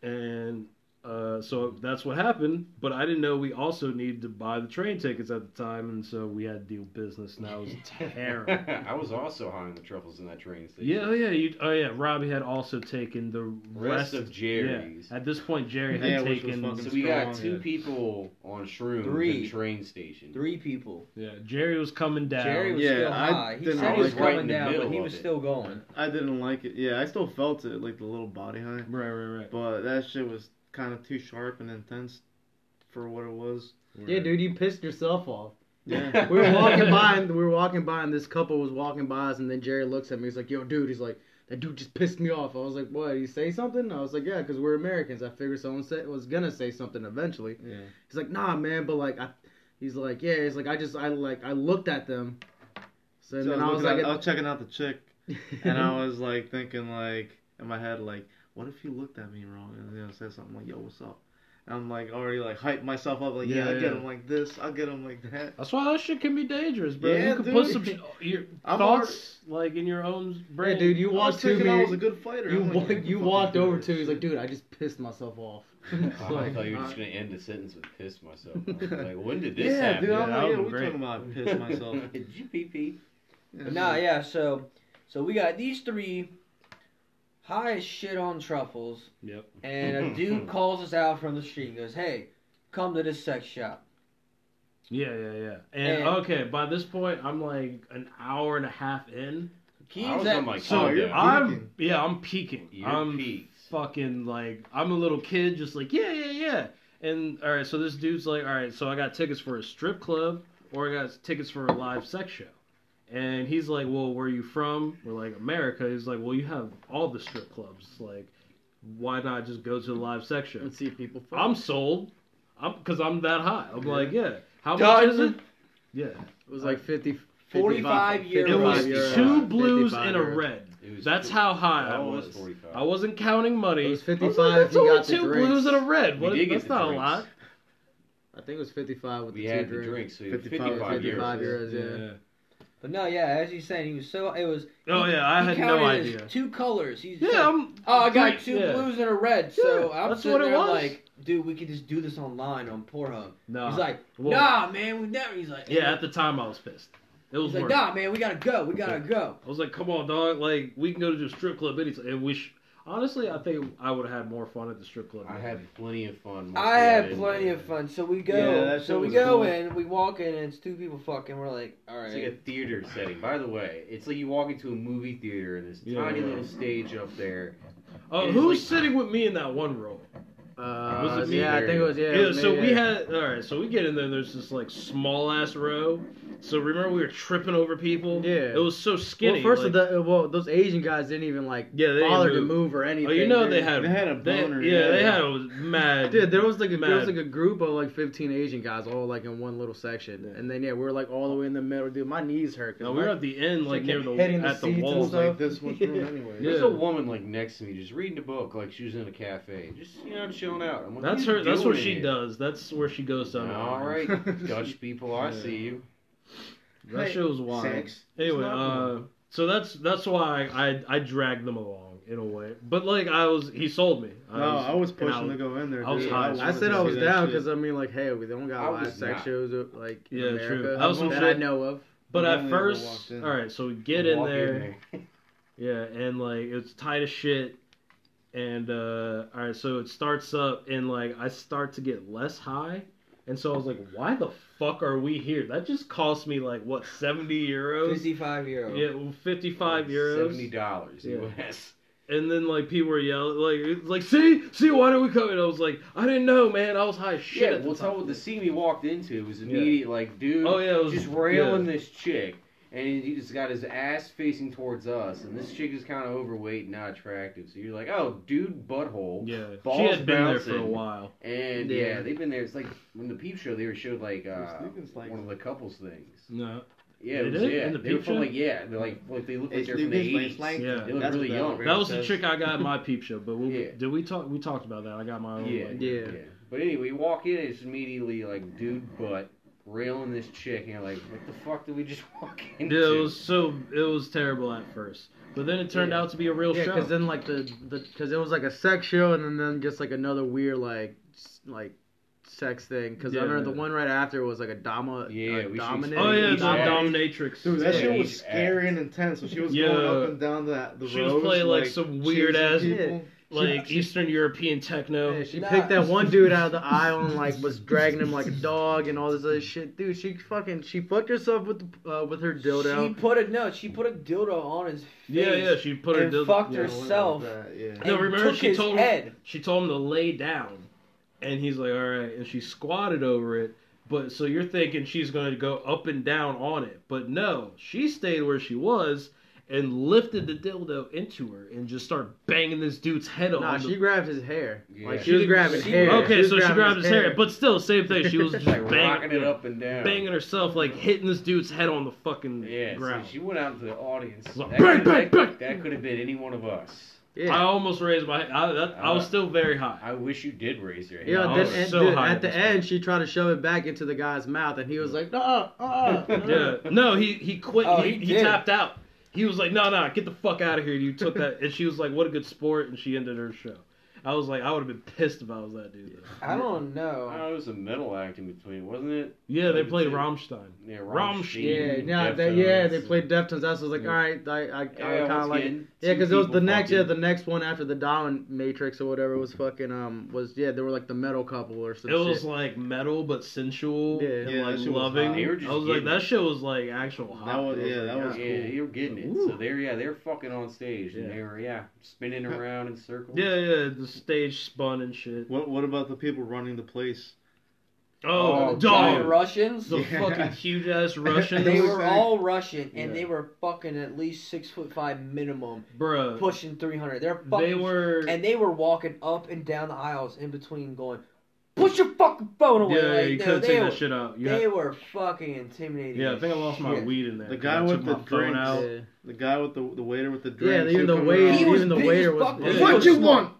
Speaker 1: And uh, so that's what happened. But I didn't know we also needed to buy the train tickets at the time, and so we had to deal business, and that was terrible.
Speaker 5: I was also high on the truffles in that train station.
Speaker 1: Yeah, oh yeah, you, oh yeah. Robbie had also taken the rest,
Speaker 5: Rest of Jerry's.
Speaker 1: Yeah, at this point, Jerry
Speaker 2: Yeah,
Speaker 1: had
Speaker 2: which was
Speaker 1: taken.
Speaker 2: fucking-
Speaker 5: So we got
Speaker 2: Strong,
Speaker 5: two
Speaker 2: yeah.
Speaker 5: people on shrooms
Speaker 4: Three.
Speaker 5: in train station.
Speaker 4: Three people.
Speaker 1: yeah, Jerry was coming down.
Speaker 4: Jerry was
Speaker 2: Yeah,
Speaker 4: still
Speaker 2: I
Speaker 4: high. He
Speaker 2: didn't
Speaker 4: said he was
Speaker 5: like- Right in
Speaker 4: coming
Speaker 5: the
Speaker 4: down, but
Speaker 5: middle
Speaker 4: he
Speaker 5: of
Speaker 4: was
Speaker 5: it.
Speaker 4: still going.
Speaker 2: I didn't like it. Yeah, I still felt it, like the little body high.
Speaker 1: right, right, right.
Speaker 2: But that shit was kind of too sharp and intense for what it was.
Speaker 6: Yeah, dude, you pissed yourself off.
Speaker 2: Yeah.
Speaker 6: We were walking by, and we were walking by, and this couple was walking by us, and then Jerry looks at me. He's like, "Yo, dude," he's like, "That dude just pissed me off." I was like, "What? You say something?" I was like, "Yeah," because we're Americans. I figured someone said, was gonna say something eventually.
Speaker 2: yeah.
Speaker 6: He's like, "Nah, man," but like, I, he's like, "Yeah," he's like, "I just, I like, I looked at them." So,
Speaker 2: So,
Speaker 6: then
Speaker 2: I was like, I
Speaker 6: "Uh,
Speaker 2: was checking out the chick, uh, and
Speaker 6: Mm-hmm.
Speaker 2: I was like thinking like in my head like, what if you looked at me wrong and then I said something like, yo, what's up? And I'm like already like hyped myself up like, yeah,
Speaker 1: Yeah,
Speaker 2: I get
Speaker 1: yeah.
Speaker 2: him like this, I get him like that.
Speaker 1: That's why that shit can be dangerous, bro.
Speaker 2: Yeah,
Speaker 1: you can
Speaker 2: dude.
Speaker 1: put some sh- your
Speaker 2: I'm
Speaker 1: thoughts like in your own brain.
Speaker 6: yeah, dude, you
Speaker 2: I was
Speaker 6: walked to
Speaker 2: thinking I was a
Speaker 6: me.
Speaker 2: good fighter.
Speaker 6: You
Speaker 2: I'm like,
Speaker 6: walked,
Speaker 2: I can
Speaker 6: you
Speaker 2: fucking
Speaker 6: walked
Speaker 2: do
Speaker 6: over
Speaker 2: this
Speaker 6: to. He's like,
Speaker 2: shit.
Speaker 6: "Dude, I just pissed myself off."
Speaker 5: Wow, I
Speaker 6: Like,
Speaker 5: thought you were
Speaker 6: uh,
Speaker 5: just gonna end the sentence with piss myself. I was like, when did this
Speaker 2: Yeah,
Speaker 5: happen?
Speaker 2: dude, I'm
Speaker 1: Yeah, that
Speaker 2: like, yeah,
Speaker 1: would've
Speaker 2: we
Speaker 1: been
Speaker 2: talking about piss myself.
Speaker 5: did you pee pee?
Speaker 2: Yeah.
Speaker 4: But nah, yeah, so so we got these three high as shit on truffles.
Speaker 1: Yep.
Speaker 4: And a dude calls us out from the street and goes, Hey, come to this sex shop.
Speaker 1: Yeah, yeah, yeah. And
Speaker 4: And-
Speaker 1: okay, by this point, I'm like an hour and a half in.
Speaker 4: Keen's
Speaker 5: I was
Speaker 4: at-
Speaker 5: on my
Speaker 1: So
Speaker 5: so
Speaker 2: you're-
Speaker 5: oh, you're,
Speaker 1: I'm
Speaker 2: peaking.
Speaker 1: yeah, I'm peaking. I'm
Speaker 5: peaked.
Speaker 1: fucking like I'm a little kid, just like yeah, yeah, yeah. And all right, so this dude's like, all right, so I got tickets for a strip club, or I got tickets for a live sex show. And he's like, well, where are you from? We're like America. He's like, well, you have all the strip clubs. Like, why not just go to the live sex show?
Speaker 6: and see people. fuck.
Speaker 1: I'm sold. I'm because I'm that high. I'm like, yeah. How
Speaker 4: Done.
Speaker 1: much is it? Yeah,
Speaker 6: It was like 50,
Speaker 4: 45
Speaker 1: it
Speaker 4: Euro.
Speaker 1: was
Speaker 5: Euro.
Speaker 6: uh,
Speaker 1: two blues
Speaker 6: 55
Speaker 1: and a
Speaker 6: euro.
Speaker 1: red.
Speaker 5: It was
Speaker 1: That's
Speaker 5: two-
Speaker 1: how high
Speaker 5: that
Speaker 1: I
Speaker 5: was
Speaker 1: was.
Speaker 5: 45.
Speaker 1: I wasn't counting money.
Speaker 6: It was
Speaker 1: I
Speaker 6: 55
Speaker 1: like,
Speaker 6: if you got
Speaker 1: that's
Speaker 6: the
Speaker 1: only two
Speaker 6: drinks.
Speaker 1: blues and a red.
Speaker 5: We
Speaker 1: What,
Speaker 5: did get
Speaker 1: that's
Speaker 5: the
Speaker 1: not a
Speaker 5: drinks.
Speaker 1: lot.
Speaker 6: I think it was 55 with
Speaker 5: We
Speaker 6: the
Speaker 5: had
Speaker 6: two
Speaker 5: the
Speaker 6: drinks.
Speaker 5: drinks, so 55,
Speaker 2: 55
Speaker 5: euros.
Speaker 6: euros, yeah.
Speaker 4: But no, yeah, as you saying, he was so it was.
Speaker 1: Oh,
Speaker 4: he-
Speaker 1: yeah, I
Speaker 4: he
Speaker 1: had
Speaker 4: counted
Speaker 1: no
Speaker 4: it as
Speaker 1: idea.
Speaker 4: Two colors. He's
Speaker 1: Yeah,
Speaker 4: like,
Speaker 1: I'm-
Speaker 4: oh, I got
Speaker 1: great,
Speaker 4: two
Speaker 1: yeah.
Speaker 4: blues and a red. So
Speaker 1: Yeah,
Speaker 4: I'm
Speaker 1: that's
Speaker 4: sitting
Speaker 1: what it
Speaker 4: there
Speaker 1: was.
Speaker 4: like, dude, we could just do this online on Pornhub.
Speaker 1: Nah.
Speaker 4: He's like,
Speaker 1: Well-
Speaker 4: nah, man, we never. He's like,
Speaker 1: Yeah, at the time I was pissed. It was
Speaker 4: he's like,
Speaker 1: worth
Speaker 4: nah, man, we gotta go. We gotta go.
Speaker 1: it. I was like, come on, dog. Like, we can go to the strip club anytime. And we sh- Honestly, I think I would have had more fun at the strip club.
Speaker 5: I had plenty of fun. once
Speaker 4: I
Speaker 5: we got
Speaker 4: had
Speaker 5: in
Speaker 4: plenty
Speaker 5: there.
Speaker 4: of fun. So we go.
Speaker 2: Yeah, that
Speaker 4: so
Speaker 2: shit
Speaker 4: we
Speaker 2: was
Speaker 4: go
Speaker 2: cool.
Speaker 4: in. We walk in, and it's two people fucking. We're like, all
Speaker 5: It's like a
Speaker 4: right.
Speaker 5: theater setting. By the way, it's like you walk into a movie theater and this
Speaker 1: Yeah.
Speaker 5: tiny little stage up there.
Speaker 1: Oh,
Speaker 5: It is
Speaker 1: who's
Speaker 5: like-
Speaker 1: sitting with me in that one row?
Speaker 6: Uh,
Speaker 7: Was it me?
Speaker 6: yeah, I think it was yeah. it
Speaker 1: Yeah,
Speaker 6: was
Speaker 1: so
Speaker 6: me,
Speaker 1: we had all right. So we get in there. and There's this like small ass row. So remember we were tripping over people.
Speaker 6: Yeah.
Speaker 1: it was so skinny.
Speaker 6: Well, first
Speaker 1: like-
Speaker 6: of the well, those Asian guys didn't even like
Speaker 1: Yeah, they didn't
Speaker 6: bother to
Speaker 1: move.
Speaker 6: move or anything.
Speaker 1: oh, you know they
Speaker 6: dude.
Speaker 1: had
Speaker 2: They had a boner,
Speaker 1: yeah, they
Speaker 2: yeah.
Speaker 1: had a mad.
Speaker 6: Dude, there was like a
Speaker 1: mad.
Speaker 6: there was like a group of like 15 Asian guys all like in one little section, and then yeah, we were like all the way in the middle. Dude, my knees hurt. 'cause
Speaker 1: No, we were
Speaker 6: my-
Speaker 1: at the end, like
Speaker 6: Like,
Speaker 1: near the
Speaker 6: hitting the
Speaker 1: at the
Speaker 6: seats and
Speaker 1: walls.
Speaker 6: stuff.
Speaker 1: Like,
Speaker 2: Like this much room anyway.
Speaker 1: Yeah.
Speaker 5: There's a woman like next to me just reading a book, like she was in a cafe, just you know chilling out. I'm like,
Speaker 1: that's
Speaker 5: "What
Speaker 1: her.
Speaker 5: are you
Speaker 1: That's what
Speaker 5: doing
Speaker 1: she
Speaker 5: here?"
Speaker 1: does. That's where she goes down.
Speaker 5: All right, Dutch people, I
Speaker 2: Yeah.
Speaker 5: see you.
Speaker 1: that show was wild. Anyway,
Speaker 2: It's not
Speaker 1: uh, so that's that's why I I dragged them along in a way. But like I was, he sold me. I
Speaker 2: No,
Speaker 1: was,
Speaker 2: I was
Speaker 1: and
Speaker 2: pushing to go in there.
Speaker 1: I was
Speaker 2: dude.
Speaker 1: high as
Speaker 6: I
Speaker 2: wanted
Speaker 6: said
Speaker 2: to
Speaker 6: I
Speaker 2: see
Speaker 6: was
Speaker 2: that
Speaker 6: down uh,
Speaker 2: shit.
Speaker 6: because I mean like hey, we don't got
Speaker 5: I
Speaker 6: live
Speaker 5: was
Speaker 6: sex
Speaker 5: not.
Speaker 6: shows uh, like in
Speaker 1: Yeah,
Speaker 6: America
Speaker 1: true. I was
Speaker 6: that
Speaker 1: gonna
Speaker 6: I
Speaker 1: say-
Speaker 6: know of.
Speaker 1: But
Speaker 2: We
Speaker 1: at
Speaker 2: only ever
Speaker 1: first,
Speaker 2: walked in.
Speaker 1: all right, so we get in
Speaker 5: Walk
Speaker 1: there, yeah, and like it's tight as shit, and uh, all right, so it starts up, and like I start to get less high, and so I was like, why the fuck are we here? That just cost me like what seventy euros?
Speaker 4: Fifty-five euro.
Speaker 1: Yeah, well, fifty-five euros.
Speaker 5: seventy dollars
Speaker 1: Yeah.
Speaker 5: US.
Speaker 1: And then like people were yelling, like it's like see, see, why didn't we come? And I was like, I didn't know, man. I was high as shit.
Speaker 5: yeah,
Speaker 1: at the
Speaker 5: well, tell
Speaker 1: time.
Speaker 5: what the scene we walked into was immediate. Like, dude,
Speaker 1: Oh, yeah, it was-
Speaker 5: just railing this chick, and he just got his ass facing towards us, and this chick is kind of overweight, and not attractive. So you're like, oh, dude, butthole.
Speaker 1: Yeah,
Speaker 5: Balls
Speaker 1: she had been there for a
Speaker 5: bouncing.
Speaker 1: while.
Speaker 5: And
Speaker 6: Yeah.
Speaker 5: yeah. they've been there. It's like when the peep show, they were showed like uh,
Speaker 2: Sneakers, like-
Speaker 5: one of the couples things.
Speaker 1: No,
Speaker 5: Yeah,
Speaker 1: They
Speaker 5: it was,
Speaker 1: did?
Speaker 5: yeah.
Speaker 1: In the
Speaker 5: they were
Speaker 1: peep
Speaker 5: from
Speaker 1: show?
Speaker 5: like yeah, they're like like they look like
Speaker 2: It's
Speaker 5: they're from the
Speaker 2: sneakers, like,
Speaker 5: eighties.
Speaker 2: slank.
Speaker 1: Yeah.
Speaker 5: They look
Speaker 2: That's
Speaker 5: really
Speaker 2: what
Speaker 5: young.
Speaker 1: that was the chick I got in my peep show. But we'll,
Speaker 5: Yeah.
Speaker 1: did we talk? We talked about that. I got my own.
Speaker 5: Yeah,
Speaker 1: like-
Speaker 5: yeah.
Speaker 6: Yeah.
Speaker 5: But anyway, you walk in, it's immediately like dude butt railing this chick, and you're like, what the fuck did we just walk into?
Speaker 1: Yeah, it was so it was terrible at first, but then it turned out to be a real
Speaker 6: Yeah,
Speaker 1: show.
Speaker 6: because then like the because it was like a sex show and then, then just like another weird like s- like sex thing. Because
Speaker 1: Yeah.
Speaker 6: I remember the one right after was like a dama.
Speaker 5: Yeah,
Speaker 6: a
Speaker 5: we should
Speaker 6: dominant.
Speaker 1: oh yeah, the
Speaker 5: Yeah.
Speaker 1: dominatrix.
Speaker 2: Dude, that
Speaker 5: Yeah,
Speaker 2: shit
Speaker 5: he's
Speaker 2: was scary and intense. When she was
Speaker 1: Yeah.
Speaker 2: going up and down the the
Speaker 1: She was
Speaker 2: rows,
Speaker 1: playing, like, some weird
Speaker 2: choosing
Speaker 1: ass-
Speaker 2: people.
Speaker 1: like Eastern European techno.
Speaker 6: Yeah, she picked that one dude out of the aisle and like was dragging him like a dog and all this other shit. Dude, she fucking she fucked herself with the, uh, with her
Speaker 4: She
Speaker 6: dildo.
Speaker 4: put a no. She put a dildo on his face.
Speaker 1: yeah, yeah, she put her
Speaker 4: and
Speaker 1: dildo.
Speaker 4: fucked
Speaker 1: yeah.
Speaker 4: herself.
Speaker 2: That, yeah.
Speaker 1: No,
Speaker 4: and
Speaker 1: remember
Speaker 4: took
Speaker 1: she
Speaker 4: his
Speaker 1: told
Speaker 4: head.
Speaker 1: him she told him to lay down, and he's like, all right, and she squatted over it. But so you're thinking she's going to go up and down on it, but no, she stayed where she was and lifted the dildo into her and just started banging this dude's head on.
Speaker 6: Nah,
Speaker 1: the
Speaker 6: she grabbed his hair.
Speaker 5: Yeah.
Speaker 6: Like she was grabbing
Speaker 4: She-
Speaker 6: hair.
Speaker 1: Okay,
Speaker 6: was
Speaker 1: so she grabbed his hair.
Speaker 6: hair.
Speaker 1: but still, same thing. She was just
Speaker 5: like rocking
Speaker 1: banging
Speaker 5: it up and down.
Speaker 1: banging herself, like hitting this dude's head on the fucking
Speaker 5: Yeah, so
Speaker 1: ground.
Speaker 5: she went out to the audience.
Speaker 1: Like,
Speaker 5: that
Speaker 1: bang,
Speaker 5: could-
Speaker 1: bang, bang.
Speaker 5: that, that could have been any one of us.
Speaker 1: I
Speaker 6: Yeah.
Speaker 1: almost raised my. I, that, I was still very high.
Speaker 5: I wish you did raise your hand.
Speaker 6: Yeah,
Speaker 1: I
Speaker 6: then,
Speaker 1: was
Speaker 6: and,
Speaker 1: so
Speaker 6: dude,
Speaker 1: high
Speaker 6: at
Speaker 1: at
Speaker 6: the
Speaker 1: this
Speaker 6: end,
Speaker 1: point.
Speaker 6: she tried to shove it back into the guy's mouth, and he was like, "Uh, uh,
Speaker 1: Yeah, no, he he quit.
Speaker 4: Oh,
Speaker 1: he,
Speaker 4: he
Speaker 1: he,
Speaker 4: did.
Speaker 1: tapped out. He was like, "No, no, get the fuck out of here!" You took that, and she was like, "What a good sport!" And she ended her show. I was like, I would have been pissed if I was that dude. Though.
Speaker 4: I don't know.
Speaker 5: Oh, it was a metal act in between, wasn't it?
Speaker 1: Yeah, they
Speaker 5: Like,
Speaker 1: played
Speaker 5: dude.
Speaker 1: Rammstein.
Speaker 5: Yeah,
Speaker 1: Rammstein.
Speaker 6: Yeah,
Speaker 5: Rammstein,
Speaker 6: yeah, they,
Speaker 5: Deftones.
Speaker 6: yeah, they played Deftones. I was like, all right, I, I, I kind
Speaker 5: once
Speaker 6: of like,
Speaker 5: again,
Speaker 6: yeah,
Speaker 5: two
Speaker 6: because it was the
Speaker 5: people
Speaker 6: next, yeah,
Speaker 5: fucking-
Speaker 6: the next one after the Dominant Matrix or whatever was fucking, um, was yeah, they were like the metal couple or some
Speaker 1: It was
Speaker 6: shit.
Speaker 1: like metal but sensual
Speaker 6: Yeah.
Speaker 1: and
Speaker 2: Yeah, that
Speaker 1: like
Speaker 2: shit was
Speaker 1: loving.
Speaker 2: hot. They
Speaker 5: were
Speaker 1: I
Speaker 5: just
Speaker 1: was like,
Speaker 5: getting
Speaker 1: that
Speaker 5: it.
Speaker 1: shit was like actual hot.
Speaker 2: That was
Speaker 1: bro.
Speaker 2: yeah, that was
Speaker 5: Yeah, you were getting it.
Speaker 1: Ooh.
Speaker 5: So they're yeah, they're fucking on stage and
Speaker 1: Yeah.
Speaker 5: they were yeah spinning around in circles.
Speaker 1: Yeah, yeah, the stage spun and shit.
Speaker 2: What what about the people running the place?
Speaker 1: Oh,
Speaker 4: Oh, giant
Speaker 1: dog!
Speaker 4: Russians.
Speaker 1: The
Speaker 2: Yeah.
Speaker 1: fucking huge ass Russian,
Speaker 4: They
Speaker 2: was
Speaker 4: were
Speaker 2: like-
Speaker 4: all Russian, and
Speaker 1: Yeah.
Speaker 4: they were fucking at least six foot five minimum,
Speaker 1: bruh.
Speaker 4: pushing three hundred. They're fucking,
Speaker 1: Uh, They were.
Speaker 4: and they were walking up and down the aisles in between, going, "Put your fucking phone away!"
Speaker 1: yeah,
Speaker 4: like,
Speaker 1: you
Speaker 4: no,
Speaker 1: couldn't
Speaker 4: they
Speaker 1: take
Speaker 4: were-
Speaker 1: that shit out. You
Speaker 4: they
Speaker 1: had-
Speaker 4: were fucking intimidating.
Speaker 1: yeah, I think I lost my
Speaker 4: shit.
Speaker 1: weed in there.
Speaker 2: The
Speaker 1: I
Speaker 2: guy
Speaker 1: took
Speaker 2: with the
Speaker 1: my phone
Speaker 2: drinks.
Speaker 1: out.
Speaker 6: Yeah.
Speaker 2: The guy with the the waiter with the
Speaker 6: Yeah,
Speaker 2: drink.
Speaker 6: even the waiter,
Speaker 4: He was
Speaker 6: even the
Speaker 4: big
Speaker 6: waiter
Speaker 4: as
Speaker 6: was.
Speaker 4: fuck,
Speaker 1: bro.
Speaker 6: Yeah.
Speaker 1: What you
Speaker 2: want?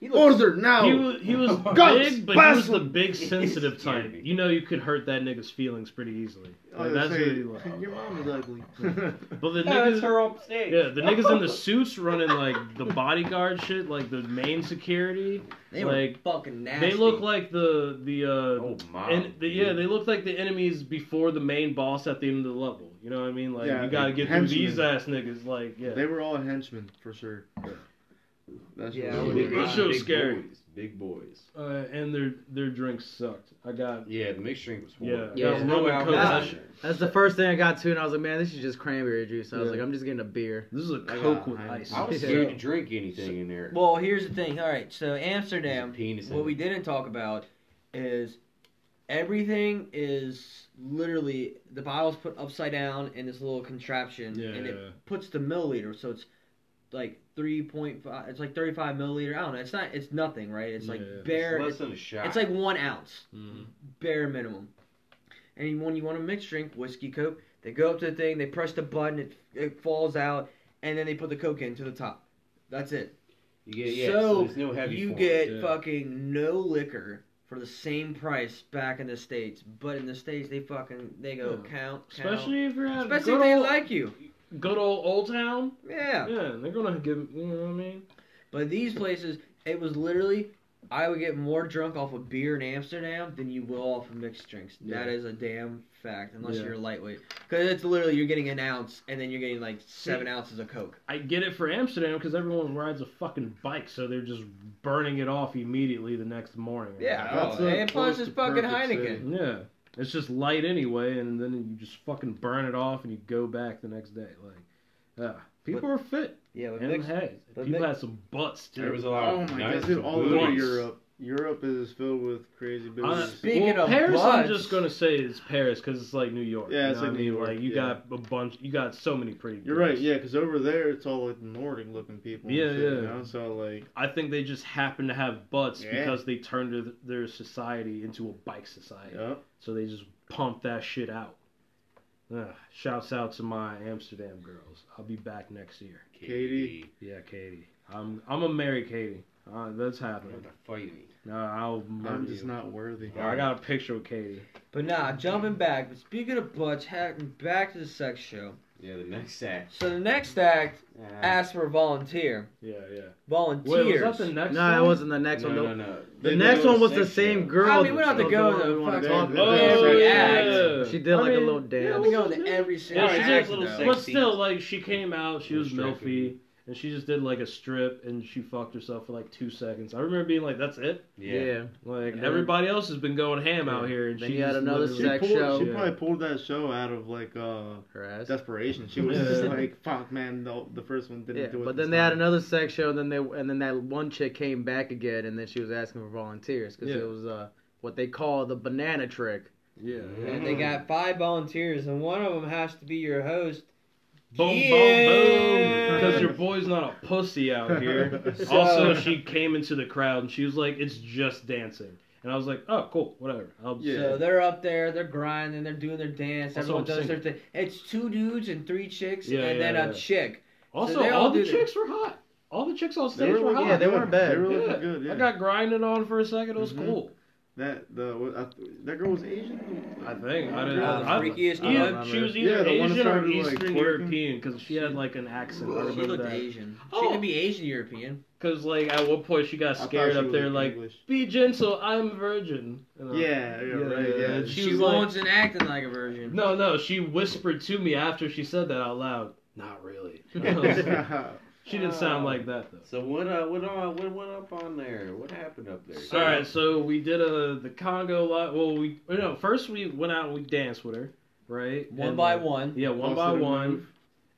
Speaker 4: He
Speaker 1: Oh,
Speaker 4: looked-
Speaker 2: Order now.
Speaker 1: He was, he was
Speaker 2: Guts,
Speaker 1: big, but he was the
Speaker 2: bastard.
Speaker 1: big sensitive type.
Speaker 5: Yeah.
Speaker 1: You know, you could hurt that nigga's feelings pretty easily.
Speaker 2: Oh,
Speaker 1: Like, that's
Speaker 2: say,
Speaker 1: what he was.
Speaker 2: Your mom is ugly.
Speaker 1: But the
Speaker 5: Yeah, that's
Speaker 1: niggas,
Speaker 5: her upstage.
Speaker 1: yeah, the niggas in the suits running like the bodyguard shit, like the main security.
Speaker 4: They
Speaker 1: like
Speaker 4: were fucking nasty.
Speaker 1: they look like the the uh,
Speaker 5: Oh my.
Speaker 1: And the, yeah,
Speaker 5: dude.
Speaker 1: they look like the enemies before the main boss at the end of the level. You know what I mean? Like
Speaker 2: Yeah,
Speaker 1: you gotta get
Speaker 2: henchmen.
Speaker 1: through these ass niggas. Like yeah,
Speaker 2: They were all henchmen for sure. That's
Speaker 4: Yeah,
Speaker 2: what
Speaker 4: I
Speaker 2: it
Speaker 4: would
Speaker 2: was.
Speaker 4: agree.
Speaker 1: That shit was
Speaker 5: Big
Speaker 1: scary.
Speaker 5: Boys, big boys.
Speaker 1: place, uh, and their their drinks sucked. I got
Speaker 5: Yeah, the mixed drink was
Speaker 1: yeah,
Speaker 5: horrible.
Speaker 1: yeah.
Speaker 6: Yeah,
Speaker 1: I got
Speaker 6: no
Speaker 1: rum and
Speaker 5: alcohol.
Speaker 1: coke.
Speaker 6: Nah. That's the first thing I got too, and I was like, man, this is just cranberry juice. I was
Speaker 1: Yeah.
Speaker 6: like, I'm just getting a beer.
Speaker 1: This is a
Speaker 5: I got-
Speaker 1: coke with
Speaker 5: I-
Speaker 1: ice.
Speaker 5: I was
Speaker 6: Yeah.
Speaker 5: scared to drink anything in there.
Speaker 4: Well, here's the thing. All right, so Amsterdam.
Speaker 5: Penis in
Speaker 4: What
Speaker 5: it.
Speaker 4: we didn't talk about is everything is literally the bottle's put upside down in this little contraption,
Speaker 1: Yeah,
Speaker 4: and
Speaker 1: yeah.
Speaker 4: it puts the milliliter. So it's like three point five. It's like thirty five milliliter. I don't know. It's not. It's nothing, right? It's like
Speaker 1: Yeah, yeah.
Speaker 4: bare.
Speaker 5: It's less
Speaker 4: It's,
Speaker 5: than a shot.
Speaker 4: like one ounce,
Speaker 1: Mhm.
Speaker 4: bare minimum. And when you want a mixed drink, whiskey coke, they go up to the thing, they press the button, it, it falls out, and then they put the coke in to the top. That's it
Speaker 5: you get, yeah, so,
Speaker 4: so
Speaker 5: there's no heavy
Speaker 4: you
Speaker 5: form.
Speaker 4: get
Speaker 1: yeah.
Speaker 4: fucking no liquor for the same price back in the states, but in the states they fucking they go
Speaker 1: Yeah.
Speaker 4: count, count.
Speaker 1: Especially if you're at
Speaker 4: Especially if
Speaker 1: good,
Speaker 4: they
Speaker 1: old,
Speaker 4: like you.
Speaker 1: good old Old Town.
Speaker 4: Yeah.
Speaker 1: Yeah, they're gonna give. You know what I mean?
Speaker 4: But these places, it was literally I would get more drunk off of beer in Amsterdam than you will off of mixed drinks. That
Speaker 1: Yeah.
Speaker 4: is a damn fact, unless
Speaker 1: Yeah.
Speaker 4: you're lightweight, because it's literally you're getting an ounce and then you're getting like seven ounces of coke.
Speaker 1: I get it for Amsterdam because everyone rides a fucking bike, so they're just burning it off immediately the next morning.
Speaker 4: Yeah.
Speaker 2: That's
Speaker 4: oh,
Speaker 2: a
Speaker 4: and
Speaker 2: close
Speaker 4: plus it's
Speaker 2: to
Speaker 4: fucking
Speaker 2: perfect
Speaker 4: Heineken.
Speaker 2: city.
Speaker 1: Yeah. It's just light anyway, and then you just fucking burn it off and you go back the next day. Like, yeah. People are fit.
Speaker 4: Yeah, but
Speaker 1: And
Speaker 4: mixed,
Speaker 1: hey,
Speaker 4: but
Speaker 1: people
Speaker 4: mix-
Speaker 1: had some butts, too.
Speaker 5: There was a lot
Speaker 2: Oh
Speaker 5: of
Speaker 2: my
Speaker 5: nice
Speaker 2: god, dude, all
Speaker 5: booties.
Speaker 2: over Europe. Europe is filled with crazy
Speaker 1: Uh,
Speaker 2: bitches.
Speaker 4: Speaking
Speaker 1: well,
Speaker 4: of
Speaker 1: Paris, I'm
Speaker 4: butts-
Speaker 1: just gonna say it's Paris because it's like New York.
Speaker 2: Yeah,
Speaker 1: you
Speaker 2: it's
Speaker 1: know
Speaker 2: like
Speaker 1: what I
Speaker 2: New
Speaker 1: mean?
Speaker 2: York,
Speaker 1: Like you
Speaker 2: yeah.
Speaker 1: got a bunch, you got so many pretty.
Speaker 2: You're
Speaker 1: girls.
Speaker 2: right, yeah, because over there it's all like Nordic looking people. and
Speaker 1: Yeah,
Speaker 2: shit, you
Speaker 1: yeah.
Speaker 2: know? So like,
Speaker 1: I think they just happen to have butts
Speaker 2: Yeah.
Speaker 1: because they turned their, their society into a bike society.
Speaker 2: yeah.
Speaker 1: So they just pump that shit out. Ugh, shouts out to my Amsterdam girls. I'll be back next year.
Speaker 2: Katie.
Speaker 1: Yeah, Katie. I'm I'm gonna marry Katie. Uh, that's
Speaker 5: You don't
Speaker 1: happening.
Speaker 5: have to fight me.
Speaker 1: No, I'll murder
Speaker 2: I'm just
Speaker 1: you.
Speaker 2: not worthy.
Speaker 1: I got a picture of Katie.
Speaker 4: but nah, jumping back. But speaking of butts, hacking back to the sex show.
Speaker 5: Yeah, the next act.
Speaker 4: So the next act
Speaker 5: Ah.
Speaker 4: asks for a volunteer.
Speaker 1: Yeah, yeah. Wait,
Speaker 4: Volunteers.
Speaker 1: was that the next?
Speaker 6: No, it
Speaker 1: one?
Speaker 6: wasn't the next
Speaker 5: no,
Speaker 6: one.
Speaker 5: no,
Speaker 6: The,
Speaker 5: no.
Speaker 6: the
Speaker 2: They
Speaker 6: next
Speaker 2: did a
Speaker 6: one was the
Speaker 5: sex
Speaker 6: same
Speaker 5: show.
Speaker 6: girl.
Speaker 4: I mean, we don't have to
Speaker 6: that
Speaker 4: go
Speaker 6: was
Speaker 4: to
Speaker 6: the one we
Speaker 4: fucking
Speaker 2: wanna
Speaker 6: wanted
Speaker 2: do.
Speaker 6: to
Speaker 1: Oh,
Speaker 6: do.
Speaker 4: every
Speaker 1: yeah.
Speaker 4: act.
Speaker 6: She did, like, a little dance.
Speaker 4: I
Speaker 1: yeah,
Speaker 4: don't go to every single
Speaker 1: Yeah, she
Speaker 4: act.
Speaker 1: did
Speaker 5: a little
Speaker 4: though.
Speaker 5: sex-
Speaker 1: But
Speaker 5: sexy.
Speaker 1: still, like she came out, she was
Speaker 5: Little
Speaker 1: milfy,
Speaker 5: stripy.
Speaker 1: and she just did like a strip, and she fucked herself for like two seconds. I remember being like, "That's it."
Speaker 5: Yeah.
Speaker 6: Yeah.
Speaker 1: Like
Speaker 6: And then-
Speaker 1: everybody else has been going ham out here, and
Speaker 6: Then
Speaker 1: she
Speaker 6: you had
Speaker 1: just
Speaker 6: another
Speaker 1: literally-
Speaker 6: sex
Speaker 1: She pulled-
Speaker 6: show.
Speaker 2: She
Speaker 1: yeah.
Speaker 2: probably pulled that show out of like uh
Speaker 6: Her ass.
Speaker 2: desperation. She was
Speaker 1: Yeah.
Speaker 2: just like, "Fuck, man, the, the first one didn't
Speaker 6: Yeah,
Speaker 2: do it."
Speaker 6: but
Speaker 2: this
Speaker 6: then they had
Speaker 2: time."
Speaker 6: another sex show, and then they and then that one chick came back again, and then she was asking for volunteers because
Speaker 1: Yeah.
Speaker 6: it was uh, what they call the banana trick.
Speaker 1: Yeah.
Speaker 4: And they got five volunteers, and one of them has to be your host.
Speaker 1: Boom, boom, boom.
Speaker 4: Yeah.
Speaker 1: Because your boy's not a pussy out here.
Speaker 4: So-
Speaker 1: also,
Speaker 2: uh,
Speaker 1: she came into the crowd and she was like, "It's just dancing," and I was like, "Oh, cool, whatever." I'll
Speaker 2: Yeah.
Speaker 4: So they're up there, they're grinding, they're doing their dance.
Speaker 1: Also,
Speaker 4: Everyone
Speaker 1: I'm
Speaker 4: does their thing. It's two dudes and three chicks,
Speaker 1: Yeah,
Speaker 4: and
Speaker 1: yeah,
Speaker 4: then
Speaker 1: yeah.
Speaker 4: a chick.
Speaker 1: Also,
Speaker 4: they
Speaker 1: all
Speaker 4: all
Speaker 1: the
Speaker 4: do that.
Speaker 1: chicks were hot. All the chicks on
Speaker 2: They
Speaker 1: stage
Speaker 2: were
Speaker 1: were
Speaker 2: looking-
Speaker 1: hot.
Speaker 6: yeah, they weren't bad.
Speaker 2: They were
Speaker 1: Yeah.
Speaker 2: looking good. Yeah.
Speaker 1: I got grinded on for a second. It was
Speaker 2: Mhm.
Speaker 1: cool.
Speaker 2: that the what- I, that girl was Asian.
Speaker 1: I think I didn't.
Speaker 4: Yeah,
Speaker 1: I,
Speaker 4: the freakiest
Speaker 1: either-
Speaker 4: girl.
Speaker 1: she was
Speaker 2: Yeah,
Speaker 1: either
Speaker 2: the one that
Speaker 1: Asian or
Speaker 2: started, like,
Speaker 1: Eastern
Speaker 2: twerking.
Speaker 1: European because she had like an accent. I
Speaker 4: She
Speaker 1: remember
Speaker 4: looked
Speaker 1: that.
Speaker 4: Asian. She
Speaker 1: Oh.
Speaker 4: could be Asian European.
Speaker 1: Because like at one point she got
Speaker 2: I thought
Speaker 1: scared
Speaker 2: she
Speaker 1: up
Speaker 2: was
Speaker 1: there, like
Speaker 2: English.
Speaker 1: "Be gentle, I'm virgin." And I'm-
Speaker 2: Yeah, yeah, right, yeah.
Speaker 1: and She,
Speaker 2: She
Speaker 4: She,
Speaker 1: was like,
Speaker 4: wants an acting like a virgin.
Speaker 1: "No, no." She whispered to me after she said that out loud. Not really. she didn't sound like that though.
Speaker 5: So what? Uh, what? Uh, what went up on there? What happened up there?
Speaker 1: All right, so we did a the Congo lot. Well, we no first we went out and we danced with her, right?
Speaker 4: One
Speaker 1: And,
Speaker 4: by
Speaker 1: like,
Speaker 4: one.
Speaker 1: Yeah, one by
Speaker 2: Busted a
Speaker 1: one.
Speaker 2: move.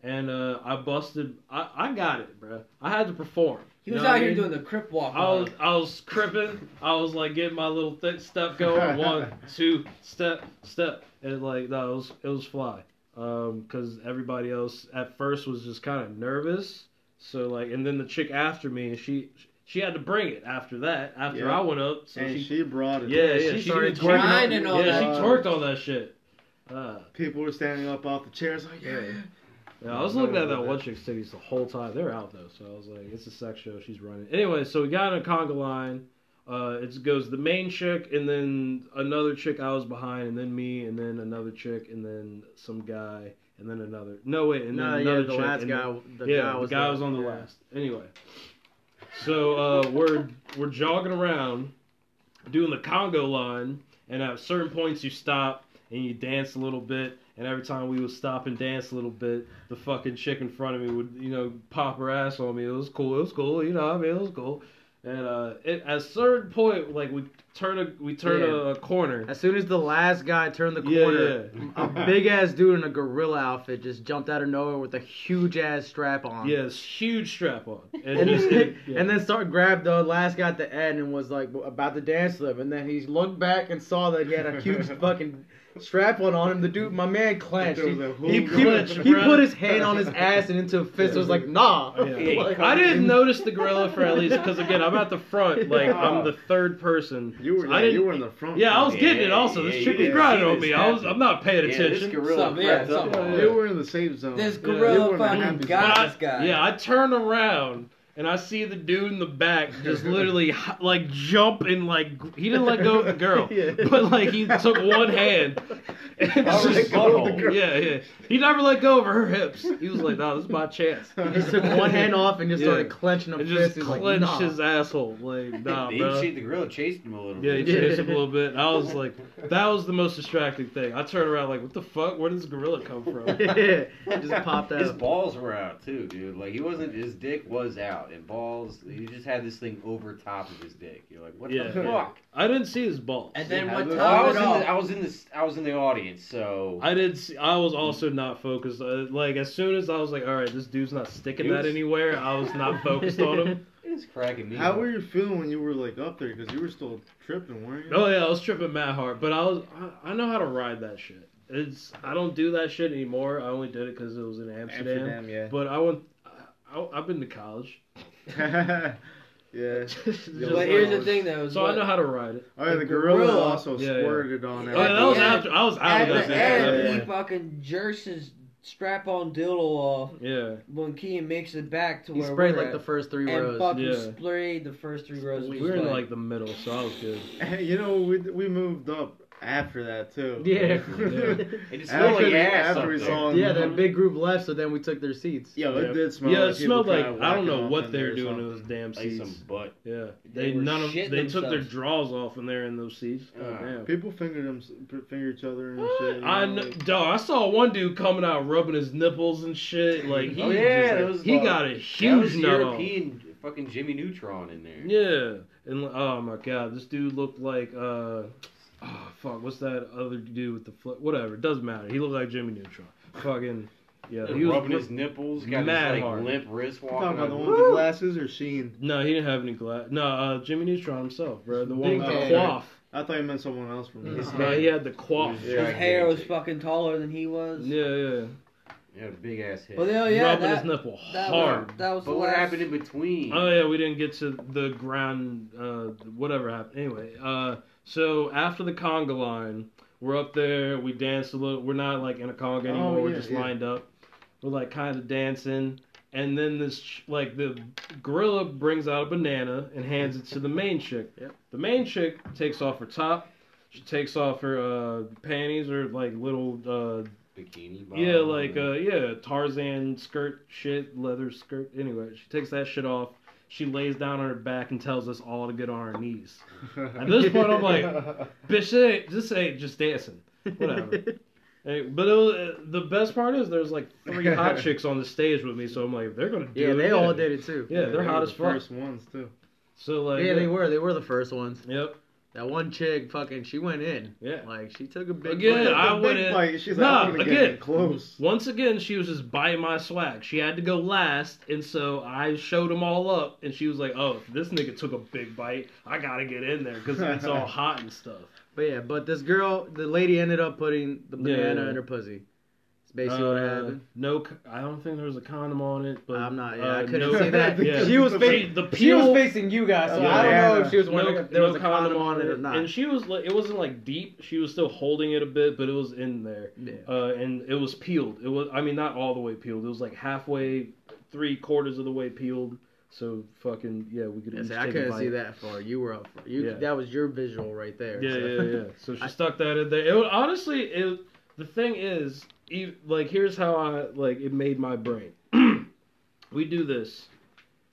Speaker 1: And uh, I busted. I, I got it, bro. I had to perform.
Speaker 4: He
Speaker 1: You
Speaker 4: was
Speaker 1: know
Speaker 4: out
Speaker 1: what I
Speaker 4: here
Speaker 1: mean?
Speaker 4: doing the crip walk.
Speaker 1: I was I was cripping. I was like getting my little thick stuff going. One, two, step, step, and like that was it was fly. Um, cause everybody else at first was just kind of nervous. So like, and then the chick after me, she she had to bring it after that. After
Speaker 2: Yeah.
Speaker 1: I went up, so
Speaker 2: and
Speaker 1: she,
Speaker 2: she, brought it.
Speaker 1: yeah yeah
Speaker 6: she
Speaker 1: she, started
Speaker 6: started
Speaker 1: twerking. on-
Speaker 4: grinding on
Speaker 1: yeah,
Speaker 4: that.
Speaker 1: she twerked on that shit. Uh,
Speaker 2: People were standing up off the chairs like, yeah.
Speaker 1: Yeah, I was looking at that one chick's titties the whole time. They're out though, so I was like, it's a sex show. She's running. Anyway, so we got in a conga line. Uh, it goes the main chick, and then another chick I was behind, and then me, and then another chick, and then some guy, and then another. No wait, and then
Speaker 6: No, yeah,
Speaker 1: another
Speaker 6: the
Speaker 1: chick.
Speaker 6: last
Speaker 1: and
Speaker 6: guy, the
Speaker 1: then- yeah,
Speaker 6: guy was
Speaker 1: the guy was on the last. Anyway, so uh, we're we're jogging around, doing the Congo line, and at certain points you stop and you dance a little bit. And every time we would stop and dance a little bit, the fucking chick in front of me would, you know, pop her ass on me. It was cool. It was cool. You know, I mean, it was cool. And uh, it, at a certain point, like we turn a we turn a,
Speaker 6: Yeah.
Speaker 1: corner.
Speaker 6: As soon as the last guy turned the
Speaker 1: Yeah,
Speaker 6: corner, a big ass dude in a gorilla outfit just jumped out of nowhere with a huge ass strap on.
Speaker 1: Yes, huge strap on,
Speaker 6: And
Speaker 1: he's
Speaker 6: then,
Speaker 1: yeah.
Speaker 6: and then start grabbed the last guy at the end and was like about to dance with him. And then he looked back and saw that he had a huge fucking strap on on him. The dude, my man, clenched.
Speaker 2: There
Speaker 6: He,
Speaker 2: was a whole
Speaker 6: he, he-
Speaker 1: clench,
Speaker 6: he
Speaker 1: bro.
Speaker 6: put his hand on his ass and into a fist. was like, nah.
Speaker 1: Yeah.
Speaker 6: Like,
Speaker 1: I didn't notice the gorilla for at least because again I'm at the front, like I'm the third person.
Speaker 2: You were
Speaker 1: So
Speaker 2: yeah,
Speaker 1: I didn't.
Speaker 2: you were in the front.
Speaker 1: yeah, I was
Speaker 5: Yeah,
Speaker 1: getting it also. This
Speaker 5: yeah,
Speaker 1: chick
Speaker 5: you
Speaker 1: was
Speaker 5: did.
Speaker 1: grinding
Speaker 5: See
Speaker 1: on
Speaker 5: this
Speaker 1: me. I was.
Speaker 5: happen.
Speaker 1: I'm not paying
Speaker 5: Yeah, this
Speaker 1: attention.
Speaker 5: gorilla.
Speaker 4: Something, yeah,
Speaker 5: crept up
Speaker 4: something.
Speaker 5: on
Speaker 2: You
Speaker 5: us.
Speaker 2: were in the safe zone.
Speaker 4: This
Speaker 2: Yeah,
Speaker 4: gorilla
Speaker 2: you were in the
Speaker 4: fucking
Speaker 2: happy
Speaker 4: got
Speaker 2: zone.
Speaker 1: And I-
Speaker 4: this guy.
Speaker 1: Yeah, I turn around and I see the dude in the back just literally h- like jump and like gr- he didn't let go of the girl, but like he took one hand and
Speaker 2: Alright,
Speaker 1: just
Speaker 2: go with the girl.
Speaker 1: yeah, yeah. He never let go of her hips. He was like, "No, this is my chance."
Speaker 6: He just took one hand off and just
Speaker 1: Yeah.
Speaker 6: started clenching a
Speaker 1: And
Speaker 6: fist.
Speaker 1: just
Speaker 6: He's
Speaker 1: clenched
Speaker 6: like, nah.
Speaker 1: his asshole. Like, nah,
Speaker 5: They
Speaker 1: bro.
Speaker 5: shit, the gorilla chased him a little
Speaker 1: Yeah, he
Speaker 5: bit.
Speaker 1: chased him a little bit. I was like, that was the most distracting thing. I turned around like, what the fuck? Where did this gorilla come from?
Speaker 6: yeah, he just popped
Speaker 5: His
Speaker 6: out.
Speaker 5: balls were out too, dude. Like he wasn't. His dick was out, and balls. He just had this thing over top of his dick. You're like, what
Speaker 1: Yeah.
Speaker 5: the fuck?
Speaker 1: I didn't see his balls.
Speaker 4: And then what
Speaker 2: Well,
Speaker 5: Well, I
Speaker 4: time
Speaker 5: was
Speaker 4: it
Speaker 5: in. The, I was in
Speaker 4: off?
Speaker 5: this. I was in the audience, so
Speaker 1: I did. See, I was also not focused. Uh, like as soon as I was like, all right, this dude's not sticking
Speaker 5: He
Speaker 1: that
Speaker 5: was-
Speaker 1: anywhere. I was not focused on him.
Speaker 5: it was cracking me.
Speaker 2: How
Speaker 5: up.
Speaker 2: were you feeling when you were like up there? Because you were still tripping, weren't you?
Speaker 1: Oh yeah, I was tripping mad hard, but I was. I, I know how to ride that shit. It's. I don't do that shit anymore. I only did it because it was in Amsterdam.
Speaker 2: Amsterdam, yeah.
Speaker 1: But I went. I, I, I've been to college.
Speaker 2: yeah.
Speaker 1: Just
Speaker 4: But
Speaker 1: like-
Speaker 4: here's the thing, though. is
Speaker 1: so I
Speaker 4: what-
Speaker 1: know how to ride it.
Speaker 2: Oh, yeah, the
Speaker 4: The
Speaker 2: gorilla,
Speaker 4: gorilla.
Speaker 2: also
Speaker 1: Yeah, yeah.
Speaker 2: squirted on
Speaker 4: Yeah,
Speaker 1: Oh, yeah,
Speaker 2: everything.
Speaker 1: that was
Speaker 4: the end-
Speaker 1: after. I was out
Speaker 4: At
Speaker 1: of that.
Speaker 4: the
Speaker 1: bitch.
Speaker 4: end,
Speaker 1: Yeah.
Speaker 4: he fucking jerks his strap-on dildo off
Speaker 1: Yeah.
Speaker 4: when Kean makes it back to
Speaker 6: He
Speaker 4: where
Speaker 6: sprayed
Speaker 4: we're
Speaker 6: like
Speaker 4: at,
Speaker 6: the first three
Speaker 4: and
Speaker 6: rows.
Speaker 4: fucking
Speaker 1: Yeah.
Speaker 4: sprayed the first three rows.
Speaker 1: We
Speaker 4: of
Speaker 1: were in
Speaker 4: display.
Speaker 1: like the middle, so I was good.
Speaker 2: you know, we we moved up after that too.
Speaker 6: Yeah.
Speaker 5: It just smelled
Speaker 2: after
Speaker 5: like
Speaker 2: the,
Speaker 5: ass.
Speaker 2: after we
Speaker 5: up
Speaker 2: saw him.
Speaker 6: Yeah, that big group left, so then we took their seats.
Speaker 2: Yo,
Speaker 1: Yeah.
Speaker 2: it did smell.
Speaker 1: yeah,
Speaker 2: like
Speaker 1: it
Speaker 2: people
Speaker 1: smelled like
Speaker 2: kinda
Speaker 1: I don't
Speaker 2: whacking
Speaker 1: know
Speaker 2: off
Speaker 1: what
Speaker 2: in
Speaker 1: they
Speaker 2: there
Speaker 1: were
Speaker 2: or
Speaker 1: doing to those
Speaker 2: something.
Speaker 1: damn
Speaker 5: there. Like
Speaker 1: seats.
Speaker 5: some butt.
Speaker 1: Yeah, they,
Speaker 4: They were
Speaker 1: none of they
Speaker 4: shitting
Speaker 1: took their
Speaker 4: themselves.
Speaker 1: draws off when they were in those seats. Oh,
Speaker 5: Ah.
Speaker 1: damn.
Speaker 2: People finger them, finger each other and shit. you
Speaker 1: I
Speaker 2: know,
Speaker 1: know,
Speaker 2: like-
Speaker 1: dog, I saw one dude coming out rubbing his nipples and shit. Like he,
Speaker 5: Oh, yeah,
Speaker 1: just,
Speaker 5: that was
Speaker 1: he
Speaker 5: like-
Speaker 1: got a
Speaker 5: That was
Speaker 1: huge nut off.
Speaker 5: European fucking Jimmy Neutron in there.
Speaker 1: Yeah, and oh my god, this dude looked like uh, oh fuck, what's that other dude with the flip? Whatever, it doesn't matter. He looked like Jimmy Neutron. Fucking yeah, he was
Speaker 5: rubbing his nipples, got
Speaker 1: mad
Speaker 5: this like
Speaker 1: hard.
Speaker 5: limp wrist
Speaker 2: You talking
Speaker 5: walking.
Speaker 2: about the
Speaker 5: out.
Speaker 2: one with the glasses or Sheen?
Speaker 1: No, he didn't have any glass. No, uh, Jimmy Neutron himself, bro. The one
Speaker 6: Big
Speaker 1: with the
Speaker 2: man.
Speaker 1: quaff.
Speaker 2: I thought you meant someone else from
Speaker 4: Yeah.
Speaker 2: this.
Speaker 1: No, he had the quaff.
Speaker 5: He
Speaker 4: his
Speaker 5: Gigantic.
Speaker 4: hair was fucking taller than he was.
Speaker 1: Yeah, yeah.
Speaker 5: Yeah, big ass head.
Speaker 4: Well, hell Oh, yeah,
Speaker 1: Rubbing his
Speaker 4: that,
Speaker 1: nipple
Speaker 4: that,
Speaker 1: hard.
Speaker 4: Was, that was. the
Speaker 5: but what
Speaker 4: last-
Speaker 5: happened in between?
Speaker 1: Oh yeah, we didn't get to the ground. Uh, whatever happened. Anyway, uh, so after the conga line, we're up there. We danced a little. We're not like in a conga anymore. we're
Speaker 2: Oh, yeah,
Speaker 1: just
Speaker 2: yeah.
Speaker 1: lined up. We're like kind of dancing, and then this ch- like the gorilla brings out a banana and hands it to the main chick.
Speaker 6: Yep.
Speaker 1: The main chick takes off her top. She takes off her uh, panties or like little uh,
Speaker 5: Bikini
Speaker 1: yeah,
Speaker 6: Um,
Speaker 5: bottom.
Speaker 1: like uh yeah, Tarzan skirt shit, leather skirt. Anyway, she takes that shit off. She lays down on her back and tells us all to get on our knees. At this point, I'm like, bitch, this ain't, this ain't just dancing. Whatever. Hey, but it was, uh, the best part is there's like three hot chicks on the stage with me, so I'm like, they're gonna do
Speaker 6: Yeah,
Speaker 1: it.
Speaker 6: they all did it too.
Speaker 1: Yeah, they're hot
Speaker 2: were
Speaker 1: as
Speaker 2: the
Speaker 1: fuck.
Speaker 2: First ones too.
Speaker 1: So like,
Speaker 6: Yeah, they were. They were the first ones.
Speaker 1: Yep.
Speaker 6: That one chick, fucking, she went in.
Speaker 1: Yeah.
Speaker 6: Like she took a big.
Speaker 1: Again,
Speaker 6: look.
Speaker 1: I
Speaker 2: The
Speaker 1: went
Speaker 2: big
Speaker 1: in-
Speaker 2: fight, She's
Speaker 1: Nah,
Speaker 2: like, I'm gonna get
Speaker 1: again.
Speaker 2: in close.
Speaker 1: Once again, she was just buying my swag. She had to go last, and so I showed them all up, and she was like, "Oh, if this nigga took a big bite. I gotta get in there because it's all hot and stuff."
Speaker 6: But yeah, but this girl, the lady ended up putting the
Speaker 1: Yeah.
Speaker 6: banana in her pussy. It's basically what
Speaker 1: Uh,
Speaker 6: happened.
Speaker 1: No, c- I don't think there was a condom on it, but
Speaker 6: I'm not. Yeah,
Speaker 1: uh,
Speaker 6: I couldn't
Speaker 1: no-
Speaker 6: see that.
Speaker 1: Yeah.
Speaker 6: She was
Speaker 1: She-
Speaker 6: facing.
Speaker 1: the
Speaker 6: She
Speaker 1: peel.
Speaker 6: was facing you guys, so I don't know if she was wearing.
Speaker 1: no,
Speaker 6: a, there was
Speaker 1: no
Speaker 6: a condom on it or not.
Speaker 1: And she was like, it wasn't like deep. She was still holding it a bit, but it was in there,
Speaker 6: Yeah.
Speaker 1: uh, and it was peeled. It was, I mean, not all the way peeled. It was like halfway, three quarters of the way peeled. So fucking yeah, we could.
Speaker 6: Yeah,
Speaker 1: each
Speaker 6: see, I
Speaker 1: take a
Speaker 6: couldn't
Speaker 1: bite.
Speaker 6: see that far. You were up. Front. You
Speaker 1: Yeah.
Speaker 6: that was your visual right there.
Speaker 1: Yeah,
Speaker 6: so.
Speaker 1: yeah, yeah. So she stuck that in there. It would, honestly, it, the thing is, e, ev like here's how I like it made my brain. we do this.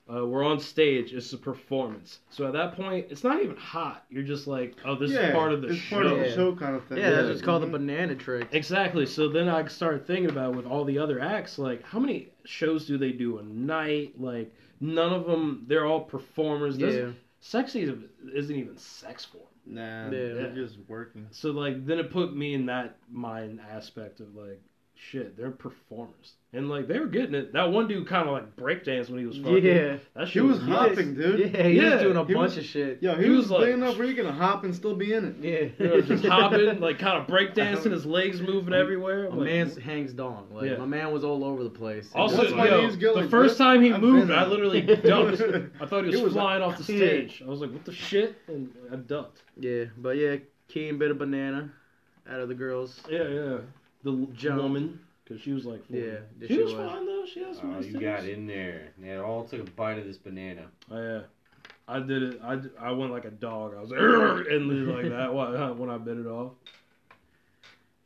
Speaker 1: Uh, we're on stage. It's a performance. So at that point, it's not even hot. You're just like, oh, this is part of the
Speaker 2: it's
Speaker 1: show.
Speaker 2: part of the
Speaker 6: Yeah.
Speaker 2: show kind of thing.
Speaker 6: Yeah, that's what's called the
Speaker 2: Mhm.
Speaker 6: banana trick.
Speaker 1: Exactly. So then I started thinking about with all the other acts, like how many shows do they do a night? Like none of them. They're all performers. This,
Speaker 6: Yeah.
Speaker 1: Sexy isn't isn't even sex form.
Speaker 2: Nah,
Speaker 6: Yeah.
Speaker 2: they're just working.
Speaker 1: So like then it put me in that mind aspect of like shit, they're performers. And like they were getting it. That one dude kinda like breakdanced when he was fucking
Speaker 6: Yeah.
Speaker 1: that
Speaker 2: He
Speaker 1: shit
Speaker 2: was
Speaker 1: nuts.
Speaker 2: hopping, dude.
Speaker 6: Yeah, he
Speaker 1: Yeah,
Speaker 6: was doing a
Speaker 2: he
Speaker 6: bunch
Speaker 2: was-
Speaker 6: of shit.
Speaker 2: Yo, he,
Speaker 1: He
Speaker 2: was,
Speaker 1: was like-
Speaker 2: big enough where you can hop and still be in it.
Speaker 6: Yeah.
Speaker 1: You know, just hopping, like kind of breakdancing, his legs moving everywhere.
Speaker 6: My
Speaker 1: Like,
Speaker 6: man hangs dong. Like
Speaker 1: Yeah.
Speaker 6: my man was all over the place.
Speaker 1: also,
Speaker 2: Once my
Speaker 1: yo,
Speaker 2: knees go
Speaker 1: the
Speaker 2: like
Speaker 1: first
Speaker 2: this,
Speaker 1: time he
Speaker 2: I've
Speaker 1: moved,
Speaker 2: been
Speaker 1: I
Speaker 2: there.
Speaker 1: literally dumped. I thought he was,
Speaker 2: It was
Speaker 1: flying off the
Speaker 6: Yeah.
Speaker 1: stage. I was like, "What the shit?" And I ducked.
Speaker 6: yeah, but yeah, Keen bit a banana out of the girls.
Speaker 1: Yeah, yeah. The l-
Speaker 6: Jump.
Speaker 1: woman, because she was like, 40.
Speaker 6: Yeah,
Speaker 1: she,
Speaker 6: yeah, she
Speaker 1: was,
Speaker 6: was.
Speaker 1: fine though. She has some
Speaker 5: Oh,
Speaker 1: nice
Speaker 5: you
Speaker 1: titties.
Speaker 5: got in there. They all took a bite of this banana.
Speaker 1: I, uh, I did it. I, d- I went like a dog. I was like, "Arr!" and then like that when when I bit it off.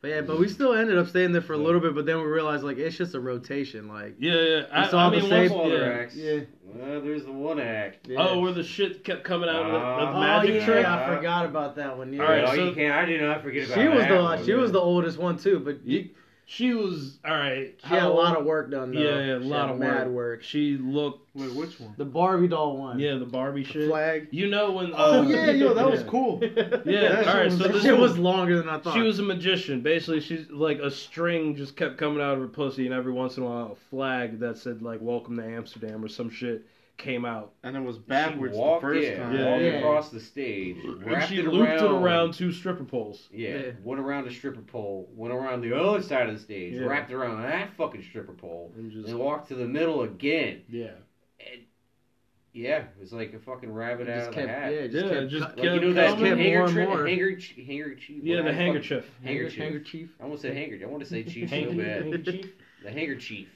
Speaker 6: But yeah, but we still ended up staying there for a little bit. But then we realized like it's just a rotation. Like
Speaker 1: Yeah, yeah. I,
Speaker 6: saw
Speaker 1: I
Speaker 6: the
Speaker 1: mean,
Speaker 6: same-
Speaker 1: once-
Speaker 5: All
Speaker 1: yeah.
Speaker 5: their acts.
Speaker 6: yeah.
Speaker 5: Well, there's the one act.
Speaker 6: yeah.
Speaker 1: Oh, where the shit kept coming out of the, the
Speaker 5: Ah.
Speaker 6: Oh,
Speaker 1: magic
Speaker 6: yeah,
Speaker 1: trick.
Speaker 6: I forgot about that one. Yeah.
Speaker 1: All right,
Speaker 5: No,
Speaker 1: so-
Speaker 5: Oh, you can't. I did not forget about
Speaker 6: she was
Speaker 5: that
Speaker 6: the
Speaker 5: one.
Speaker 6: she was the oldest one too, but
Speaker 1: You- she was all right.
Speaker 6: she had a lot of work done though.
Speaker 1: Yeah, yeah, a
Speaker 6: She
Speaker 1: lot
Speaker 6: had
Speaker 1: of
Speaker 6: mad
Speaker 1: She looked.
Speaker 2: Wait, which one?
Speaker 6: The Barbie doll one.
Speaker 1: Yeah, the Barbie shit.
Speaker 2: Flag.
Speaker 1: You know when?
Speaker 2: Oh
Speaker 1: uh,
Speaker 2: yeah, yo, that was
Speaker 1: yeah.
Speaker 2: cool.
Speaker 1: Yeah.
Speaker 2: That
Speaker 1: all right.
Speaker 2: shit
Speaker 1: So
Speaker 2: was-
Speaker 1: this
Speaker 6: It was
Speaker 1: was.
Speaker 6: longer than I thought.
Speaker 1: She was a magician. Basically, she's like a string just kept coming out of her pussy, and every once in a while, a flag that said like "Welcome to Amsterdam" or some shit came out.
Speaker 2: And it was
Speaker 5: she
Speaker 2: backwards the
Speaker 5: walked,
Speaker 2: first
Speaker 5: yeah,
Speaker 2: time.
Speaker 1: Yeah.
Speaker 5: walked
Speaker 6: Yeah.
Speaker 5: across the stage.
Speaker 1: And
Speaker 5: wrapped
Speaker 1: she
Speaker 5: it
Speaker 1: looped
Speaker 5: around,
Speaker 1: it around two stripper poles.
Speaker 5: Yeah,
Speaker 6: Yeah.
Speaker 5: went around a stripper pole, went around the other side of the stage,
Speaker 1: Yeah.
Speaker 5: wrapped around that fucking stripper pole,
Speaker 1: And just
Speaker 5: and walked to the middle again.
Speaker 1: yeah,
Speaker 5: Yeah, it was like a fucking rabbit out
Speaker 6: just
Speaker 5: of
Speaker 6: kept,
Speaker 5: a hat.
Speaker 6: yeah, just
Speaker 1: yeah.
Speaker 6: kept
Speaker 1: just
Speaker 6: cut-
Speaker 1: kept
Speaker 5: Like you know that
Speaker 1: coming.
Speaker 6: kept more and
Speaker 5: handkerchief,
Speaker 6: more.
Speaker 5: handkerchief, handkerchief.
Speaker 1: yeah,
Speaker 5: what
Speaker 1: the
Speaker 5: the fuck-
Speaker 1: handkerchief.
Speaker 5: handkerchief.
Speaker 6: handkerchief.
Speaker 5: I almost said handkerchief. I want to say chief so
Speaker 1: Hanker-
Speaker 5: bad.
Speaker 1: handkerchief.
Speaker 5: The handkerchief.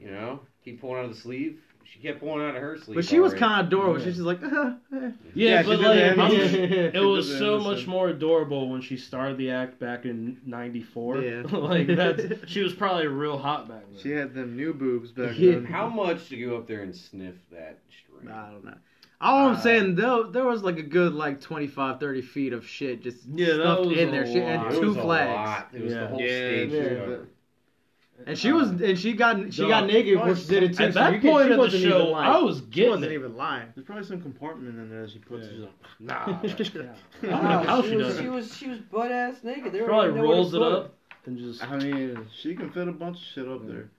Speaker 5: You know, keep pulling out of the sleeve. She kept pulling out of her sleeve.
Speaker 6: But she was
Speaker 5: already.
Speaker 6: kind of adorable.
Speaker 1: Yeah.
Speaker 6: She's just like, uh, eh.
Speaker 1: Yeah,
Speaker 2: Yeah, she
Speaker 1: but
Speaker 2: did
Speaker 1: like,
Speaker 2: that.
Speaker 1: I'm-
Speaker 2: Yeah.
Speaker 1: it
Speaker 2: She
Speaker 1: was
Speaker 2: did that
Speaker 1: so
Speaker 2: in the
Speaker 1: much
Speaker 2: scene.
Speaker 1: more adorable when she started the act back in '94.
Speaker 6: Yeah.
Speaker 1: like that's she was probably real hot back then.
Speaker 2: She had them new boobs back
Speaker 6: Yeah.
Speaker 2: then.
Speaker 5: How much to go up there and sniff that string?
Speaker 6: I don't know. All
Speaker 5: Uh,
Speaker 6: I'm saying though, there was like a good like 25, 30 feet of shit just
Speaker 1: Yeah, that
Speaker 6: stuffed
Speaker 1: was
Speaker 6: in
Speaker 1: a
Speaker 6: there, She
Speaker 1: lot.
Speaker 6: and
Speaker 5: It
Speaker 6: two
Speaker 5: was a
Speaker 6: flags.
Speaker 5: lot. It was
Speaker 1: Yeah.
Speaker 5: the whole
Speaker 2: Yeah,
Speaker 5: stage.
Speaker 2: yeah,
Speaker 5: was
Speaker 2: but-
Speaker 5: covered.
Speaker 6: And she was, and she got, she got
Speaker 1: dog.
Speaker 6: naked when she did it too.
Speaker 1: At
Speaker 6: so you
Speaker 1: that
Speaker 6: can-
Speaker 1: point
Speaker 6: she
Speaker 1: of the
Speaker 6: wasn't even
Speaker 1: show,
Speaker 6: lying.
Speaker 1: I was
Speaker 6: she
Speaker 1: getting
Speaker 6: wasn't
Speaker 1: it.
Speaker 6: even lying.
Speaker 2: There's probably some compartment in there she puts.
Speaker 1: Yeah.
Speaker 2: she's like,
Speaker 5: Nah.
Speaker 1: I don't know how she does
Speaker 4: she
Speaker 1: it.
Speaker 4: was she was butt ass naked. There
Speaker 1: Probably rolls it up and just
Speaker 2: I mean, she can fit a bunch of shit up there.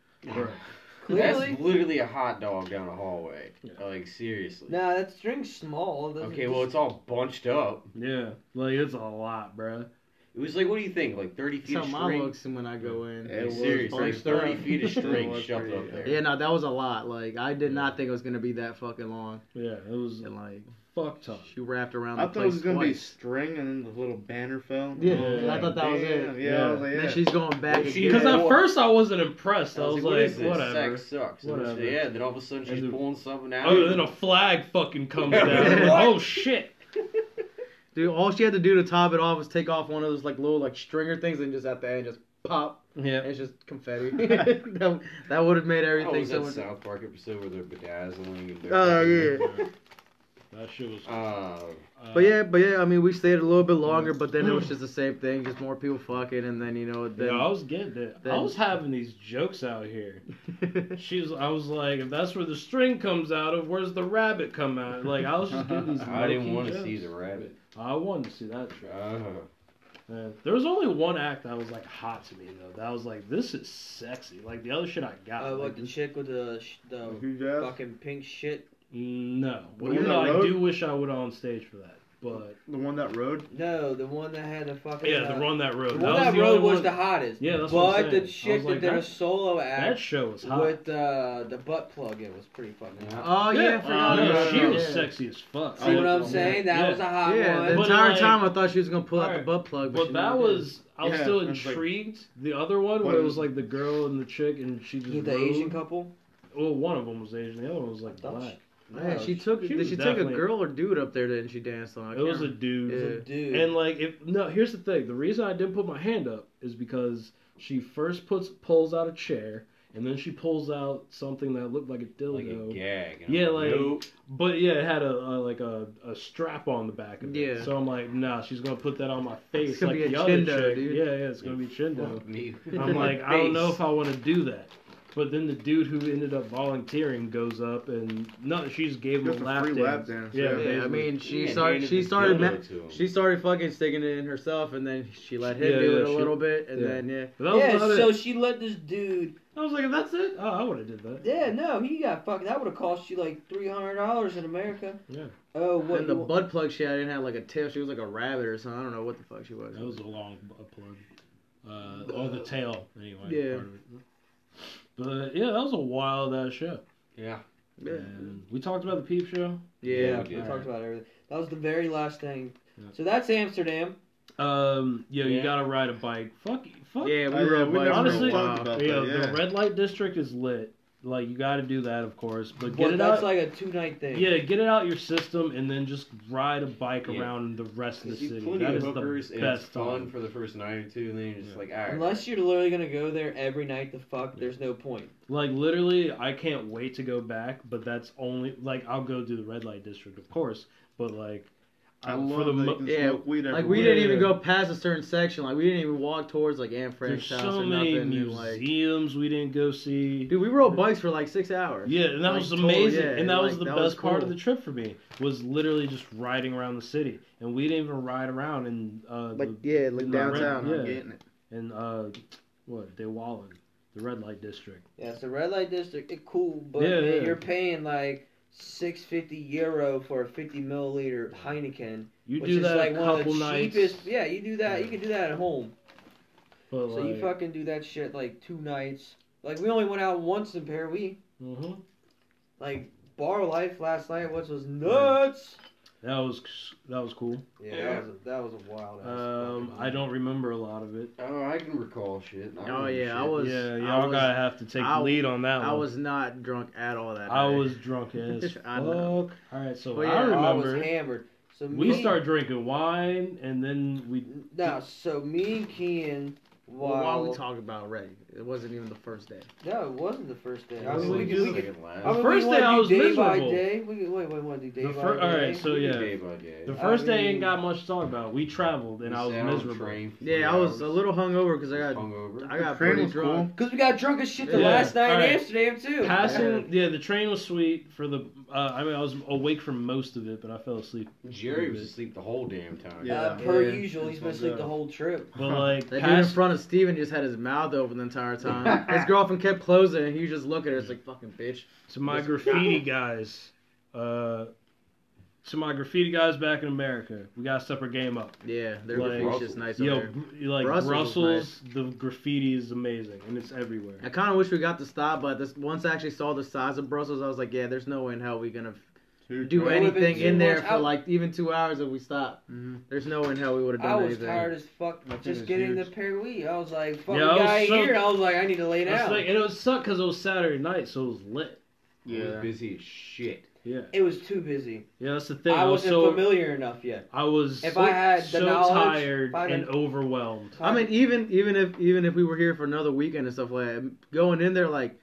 Speaker 4: Clearly.
Speaker 5: That's literally a hot dog down a hallway. Like seriously.
Speaker 4: Nah, that string's small. It doesn't
Speaker 5: Okay, well it's all bunched up.
Speaker 1: yeah, like it's a lot, bruh.
Speaker 5: It was like, what do you think? Like thirty feet
Speaker 6: That's
Speaker 5: of
Speaker 6: how mine
Speaker 5: string.
Speaker 6: looks when I go in.
Speaker 5: Like,
Speaker 2: It was
Speaker 5: seriously, like
Speaker 2: bunched
Speaker 5: thirty
Speaker 2: up.
Speaker 5: feet of
Speaker 2: It
Speaker 5: string
Speaker 2: was
Speaker 5: shoved
Speaker 2: pretty-
Speaker 5: up there.
Speaker 6: Yeah, no, that was a lot. Like I did not think it was gonna be that fucking long.
Speaker 1: Yeah, it was
Speaker 6: And
Speaker 1: a
Speaker 6: like
Speaker 1: fuck ton.
Speaker 6: she wrapped around
Speaker 2: I
Speaker 6: the
Speaker 2: thought it
Speaker 6: place
Speaker 2: was gonna be
Speaker 6: twice. Oh,
Speaker 2: string, and then the little banner fell.
Speaker 6: Yeah,
Speaker 1: Yeah.
Speaker 6: I thought that was
Speaker 2: Damn,
Speaker 6: it.
Speaker 2: Yeah, I was like,
Speaker 6: And
Speaker 2: yeah.
Speaker 6: then she's going back
Speaker 5: She-
Speaker 1: Because
Speaker 6: again.
Speaker 5: Yeah.
Speaker 1: at first I wasn't impressed.
Speaker 5: I
Speaker 1: I
Speaker 5: was like,
Speaker 1: was
Speaker 5: what
Speaker 1: like,
Speaker 5: is this?
Speaker 1: whatever.
Speaker 5: Sex sucks. And
Speaker 1: Whatever.
Speaker 5: then, yeah, then all of a sudden she's
Speaker 1: And then-
Speaker 5: pulling something out.
Speaker 1: Oh, then a flag fucking comes down.
Speaker 5: What?
Speaker 1: oh shit!
Speaker 6: Dude, all she had to do to top it off was take off one of those like little like stringer things and just at the end just pop. And
Speaker 1: Yeah.
Speaker 6: it's just confetti. that that would have made
Speaker 5: Oh,
Speaker 6: everything
Speaker 5: was
Speaker 6: so
Speaker 5: that
Speaker 6: much.
Speaker 5: South Park episode where they're bedazzling? And they're
Speaker 6: Oh yeah.
Speaker 1: That shit was.
Speaker 5: Uh,
Speaker 1: uh,
Speaker 6: But yeah, but yeah, I mean we stayed a little bit longer, but then it was just the same thing, just more people fucking and then you know
Speaker 1: you
Speaker 6: then
Speaker 1: know, I was getting it. I
Speaker 6: then-
Speaker 1: was having these jokes out here. She was. I was like, if that's where the string comes out of, where's the rabbit come out? Like I was just getting these.
Speaker 5: I didn't
Speaker 1: low-key
Speaker 5: want to
Speaker 1: jokes.
Speaker 5: see the rabbit.
Speaker 1: I wanted to see that. Trick.
Speaker 5: Uh,
Speaker 1: Yeah. There was only one act that was like hot to me though. That was like, this is sexy. Like the other shit I got.
Speaker 4: Uh,
Speaker 1: like,
Speaker 4: what the chick with the sh-
Speaker 6: Oh,
Speaker 4: the
Speaker 2: Who does?
Speaker 4: fucking pink shit?
Speaker 1: no.
Speaker 2: Were
Speaker 1: Even
Speaker 2: you
Speaker 1: though
Speaker 2: on the
Speaker 1: I
Speaker 2: road?
Speaker 1: do wish I would on stage for that. But
Speaker 2: The one that rode.
Speaker 4: No, the one that had the fucking
Speaker 1: yeah,
Speaker 4: uh,
Speaker 1: the run that
Speaker 4: The
Speaker 1: road.
Speaker 4: one
Speaker 1: that was
Speaker 4: that
Speaker 1: the
Speaker 4: rode
Speaker 1: only
Speaker 4: was
Speaker 1: one.
Speaker 4: the hottest.
Speaker 1: Yeah, that's
Speaker 4: but
Speaker 1: what I'm saying.
Speaker 4: the
Speaker 1: I was
Speaker 4: chick
Speaker 1: like,
Speaker 4: that did a
Speaker 1: that,
Speaker 4: solo
Speaker 1: that
Speaker 4: act
Speaker 1: show was hot.
Speaker 4: with uh, the butt plug in was pretty fucking hot.
Speaker 6: Oh yeah, I forgot
Speaker 1: no,
Speaker 6: about
Speaker 1: Uh, she
Speaker 6: that.
Speaker 1: was
Speaker 6: Yeah.
Speaker 1: sexy as fuck.
Speaker 4: See what I'm
Speaker 2: Yeah.
Speaker 4: saying? That
Speaker 1: Yeah.
Speaker 4: was a hot
Speaker 6: Yeah, the
Speaker 4: one.
Speaker 1: But,
Speaker 6: entire
Speaker 1: like-
Speaker 6: time I thought she was gonna pull out the
Speaker 1: Alright.
Speaker 6: butt plug, but,
Speaker 1: But
Speaker 6: she
Speaker 1: that
Speaker 6: never
Speaker 1: was I was
Speaker 2: Yeah,
Speaker 1: still
Speaker 2: I was like-
Speaker 1: intrigued. the other one where
Speaker 2: What
Speaker 1: it was
Speaker 2: is-
Speaker 1: like the girl and the chick and she just
Speaker 4: With the
Speaker 1: rode.
Speaker 4: Asian couple?
Speaker 1: Well, one of them was Asian. The other one was like
Speaker 4: That's-
Speaker 1: black.
Speaker 6: did. Yeah, she took
Speaker 1: She
Speaker 6: did
Speaker 1: was
Speaker 6: she take a
Speaker 1: definitely-
Speaker 6: girl or dude up there? Didn't she dance on? I
Speaker 1: It
Speaker 6: can't
Speaker 1: was a
Speaker 6: remember.
Speaker 1: dude.
Speaker 6: Yeah.
Speaker 4: Dude.
Speaker 1: And like, if no, here's the thing: the reason I didn't put my hand up is because she first puts pulls out a chair and then she pulls out something that looked like a
Speaker 5: like
Speaker 1: dildo.
Speaker 5: a gag.
Speaker 1: Yeah, like
Speaker 8: Nope.
Speaker 1: but yeah, it had a, a like a, a strap on the back of it.
Speaker 6: Yeah.
Speaker 1: So I'm like, nah, she's gonna put that on my face
Speaker 6: It's gonna
Speaker 1: like
Speaker 6: be a
Speaker 1: the other
Speaker 6: chindo,
Speaker 1: chick.
Speaker 6: dude.
Speaker 1: Yeah, yeah, it's gonna be chindo.
Speaker 5: Fuck me.
Speaker 1: I'm like, I
Speaker 5: Face.
Speaker 1: don't know if I want to do that. But then the dude who ended up volunteering goes up and no, she just gave him a
Speaker 2: Just a
Speaker 1: lap
Speaker 2: free
Speaker 1: dance.
Speaker 2: lap dance, yeah.
Speaker 1: Yeah,
Speaker 2: Yeah, I
Speaker 1: basically.
Speaker 6: I mean, she
Speaker 5: Yeah,
Speaker 6: started.
Speaker 5: handed
Speaker 6: She
Speaker 5: the
Speaker 6: started.
Speaker 5: dildo
Speaker 6: ma-
Speaker 5: to him.
Speaker 6: she started fucking sticking it in herself, and then she let him
Speaker 1: Yeah,
Speaker 6: do
Speaker 1: yeah,
Speaker 6: it a
Speaker 1: she-
Speaker 6: little bit, and
Speaker 1: yeah.
Speaker 6: then yeah.
Speaker 1: But that was
Speaker 4: Yeah,
Speaker 1: about
Speaker 4: so
Speaker 1: it.
Speaker 4: she let this dude.
Speaker 1: I was like, if that's it, oh, I would have did that.
Speaker 4: Yeah, no, he got fucking. That would have cost you like three hundred dollars in America.
Speaker 1: Yeah.
Speaker 4: Oh, what?
Speaker 6: and the
Speaker 4: you want-
Speaker 6: butt plug she had didn't have like a tail. She was like a rabbit or something. I don't know what the fuck she was.
Speaker 1: That was a long b- plug. Uh, or the tail, anyway.
Speaker 6: Yeah.
Speaker 1: part of it. But yeah, that was a wild ass show.
Speaker 5: Yeah.
Speaker 6: yeah.
Speaker 1: And we talked about the peep show.
Speaker 5: Yeah, we
Speaker 4: yeah, we
Speaker 5: did.
Speaker 4: talked about everything. That was the very last thing.
Speaker 1: Yeah.
Speaker 4: So that's Amsterdam.
Speaker 1: Um, yo, you
Speaker 5: Yeah.
Speaker 1: gotta ride a bike. Fuck, fuck.
Speaker 6: Yeah, we
Speaker 2: I-
Speaker 6: rode bikes
Speaker 2: we never
Speaker 6: for a
Speaker 1: honestly-
Speaker 2: talked
Speaker 6: while.
Speaker 2: about
Speaker 1: Yeah,
Speaker 2: that, yeah.
Speaker 1: the red light district is lit. Like you got to do that, of course. But get
Speaker 4: Well,
Speaker 1: it
Speaker 4: that's
Speaker 1: out.
Speaker 4: like a two night thing.
Speaker 1: yeah, get it out your system, and then just ride a bike
Speaker 5: Yeah.
Speaker 1: around the rest of
Speaker 5: You
Speaker 1: the
Speaker 5: see
Speaker 1: city.
Speaker 5: plenty
Speaker 1: That
Speaker 5: of
Speaker 1: is
Speaker 5: hookers
Speaker 1: the
Speaker 5: and it's
Speaker 1: best
Speaker 5: fun
Speaker 1: time.
Speaker 5: for the first night or two, and then you're just
Speaker 1: Yeah.
Speaker 5: like, all right.
Speaker 4: Unless you're literally gonna go there every night to fuck, there's no point.
Speaker 1: Like literally, I can't wait to go back. But that's only like I'll go do the red light district, of course. But like,
Speaker 2: I
Speaker 1: uh,
Speaker 2: love
Speaker 1: for the
Speaker 2: that you
Speaker 1: mo-
Speaker 2: can
Speaker 6: yeah,
Speaker 2: smoke weed
Speaker 6: Like
Speaker 2: everywhere.
Speaker 6: we didn't even
Speaker 1: Yeah.
Speaker 6: go past a certain section. Like we didn't even walk towards like Anne Frank's
Speaker 1: there's
Speaker 6: house
Speaker 1: so
Speaker 6: or
Speaker 1: many
Speaker 6: nothing. And, like,
Speaker 1: museums we didn't go see.
Speaker 6: dude, we rode bikes for like six hours.
Speaker 1: Yeah, and that
Speaker 6: Like,
Speaker 1: was
Speaker 6: total-
Speaker 1: amazing.
Speaker 6: yeah,
Speaker 1: and that was
Speaker 6: like,
Speaker 1: the
Speaker 6: that
Speaker 1: best
Speaker 6: was
Speaker 1: part of
Speaker 6: cool.
Speaker 1: the trip for me was literally just riding around the city. And we didn't even ride around in uh
Speaker 2: Like,
Speaker 1: the,
Speaker 2: yeah, like
Speaker 1: in the red-
Speaker 2: downtown, I'm
Speaker 1: yeah,
Speaker 2: getting it.
Speaker 1: in uh what, Dewallen, the red light district.
Speaker 4: Yeah, it's the red light district. It cool, but
Speaker 1: Yeah,
Speaker 4: man,
Speaker 1: yeah.
Speaker 4: you're paying like six fifty euro for a fifty milliliter Heineken,
Speaker 1: You
Speaker 4: which
Speaker 1: do
Speaker 4: is
Speaker 1: that
Speaker 4: like
Speaker 1: a
Speaker 4: one of the
Speaker 1: couple nights.
Speaker 4: cheapest. Yeah, you do that. You can do that at home.
Speaker 1: but
Speaker 4: So you
Speaker 1: like-
Speaker 4: fucking do that shit like two nights. Like we only went out once in Paris. We
Speaker 1: Mhm.
Speaker 4: like bar life last night, which was nuts.
Speaker 1: That was that was cool.
Speaker 4: Yeah,
Speaker 5: Yeah.
Speaker 4: That, was a, that was a wild. Ass
Speaker 1: Um,
Speaker 4: fucking-
Speaker 1: I don't remember a lot of it.
Speaker 5: Oh, I can recall shit. I
Speaker 6: Oh
Speaker 5: remember
Speaker 6: yeah, I
Speaker 5: shit.
Speaker 6: was.
Speaker 1: yeah,
Speaker 6: I
Speaker 1: y'all
Speaker 6: was-
Speaker 1: gotta have to take
Speaker 6: I-
Speaker 1: the lead on that
Speaker 6: I
Speaker 1: one.
Speaker 6: was not drunk at all that.
Speaker 1: I
Speaker 6: night.
Speaker 1: was drunk as fuck.
Speaker 6: I
Speaker 1: All
Speaker 6: know.
Speaker 1: right, so
Speaker 6: But
Speaker 1: I
Speaker 6: yeah,
Speaker 4: I
Speaker 1: remember
Speaker 4: was hammered. So
Speaker 1: we
Speaker 4: me,
Speaker 1: started drinking wine and then we
Speaker 4: No, so me and Ken.
Speaker 6: Well,
Speaker 4: While,
Speaker 6: why we talking about Ray? It wasn't even the first day.
Speaker 4: No, it wasn't the first day. I
Speaker 1: was
Speaker 4: mean,
Speaker 1: like
Speaker 4: we
Speaker 1: this
Speaker 4: could, we
Speaker 1: is
Speaker 4: could,
Speaker 5: Fucking laugh.
Speaker 4: I mean,
Speaker 1: The first
Speaker 4: we
Speaker 1: day I
Speaker 4: wanna do
Speaker 1: was
Speaker 4: day
Speaker 1: miserable.
Speaker 4: By day. We could, wait, wait, want to do day
Speaker 1: The
Speaker 4: by
Speaker 1: fir-
Speaker 4: day.
Speaker 1: all right, so- Oh, yeah.
Speaker 5: Day by day.
Speaker 1: The
Speaker 4: I
Speaker 1: first day ain't
Speaker 4: mean-
Speaker 1: got much to talk about. We traveled and
Speaker 5: We
Speaker 1: I was
Speaker 5: sat on a
Speaker 1: miserable.
Speaker 5: train for three
Speaker 6: Yeah, I was
Speaker 5: hours.
Speaker 6: a little hungover because I got
Speaker 5: hungover.
Speaker 6: I got
Speaker 2: Train
Speaker 6: pretty
Speaker 2: was cool.
Speaker 6: drunk.
Speaker 4: Because we got drunk as shit the
Speaker 1: Yeah,
Speaker 4: last night
Speaker 1: all right.
Speaker 4: in Amsterdam too.
Speaker 1: Passing, yeah, the train was sweet for the. Uh, I mean, I was awake for most of it, but I fell asleep.
Speaker 5: Jerry was asleep the whole damn time.
Speaker 2: Yeah.
Speaker 4: uh, per
Speaker 6: Yeah.
Speaker 4: usual, he's been
Speaker 2: That's
Speaker 4: asleep
Speaker 2: what
Speaker 4: the
Speaker 2: I'm
Speaker 4: whole trip.
Speaker 1: But like,
Speaker 6: That dude in
Speaker 1: pass,
Speaker 6: front of Steven just had his mouth open the entire time. his girlfriend kept closing, and he was just looking at her. It's like fucking bitch.
Speaker 1: to my graffiti guys, uh, to my graffiti guys back in America, we gotta step our game up.
Speaker 6: Yeah, their
Speaker 1: Like-
Speaker 6: graffiti's just nice
Speaker 1: Yo,
Speaker 6: over there.
Speaker 1: gr- like Brussels,
Speaker 6: Brussels was
Speaker 1: the graffiti is amazing and it's everywhere.
Speaker 6: I kind of wish we got to stop, but this once I actually saw the size of Brussels, I was like, yeah, there's no way in hell we gonna
Speaker 2: Dude,
Speaker 6: do
Speaker 4: It would've been
Speaker 6: anything
Speaker 4: too
Speaker 6: in there
Speaker 4: much
Speaker 6: for
Speaker 4: out-
Speaker 6: like even two hours if we stopped.
Speaker 1: Mm-hmm.
Speaker 2: Mhm.
Speaker 6: There's no way in hell we would have
Speaker 4: I
Speaker 6: done
Speaker 4: was
Speaker 6: anything.
Speaker 4: tired as fuck
Speaker 2: That thing
Speaker 4: just
Speaker 2: is
Speaker 4: getting
Speaker 2: huge.
Speaker 4: to Paris. I was like, fuck,
Speaker 1: Yeah, I
Speaker 4: we
Speaker 1: was
Speaker 4: got
Speaker 1: so-
Speaker 4: here. I was like, I need to lay
Speaker 1: That's
Speaker 4: down.
Speaker 1: the thing, and it was suck because it was Saturday night, so it was lit.
Speaker 5: He was
Speaker 2: Yeah.
Speaker 5: busy as shit.
Speaker 1: Yeah,
Speaker 4: it was too busy.
Speaker 1: yeah, that's the thing.
Speaker 4: I
Speaker 1: I was
Speaker 4: wasn't
Speaker 1: so
Speaker 4: familiar enough yet.
Speaker 1: I was
Speaker 4: If
Speaker 1: so,
Speaker 4: I had the
Speaker 1: so
Speaker 4: knowledge,
Speaker 1: tired
Speaker 4: if I had-
Speaker 1: and overwhelmed.
Speaker 6: I mean, even even if even if we were here for another weekend and stuff like that, going in there like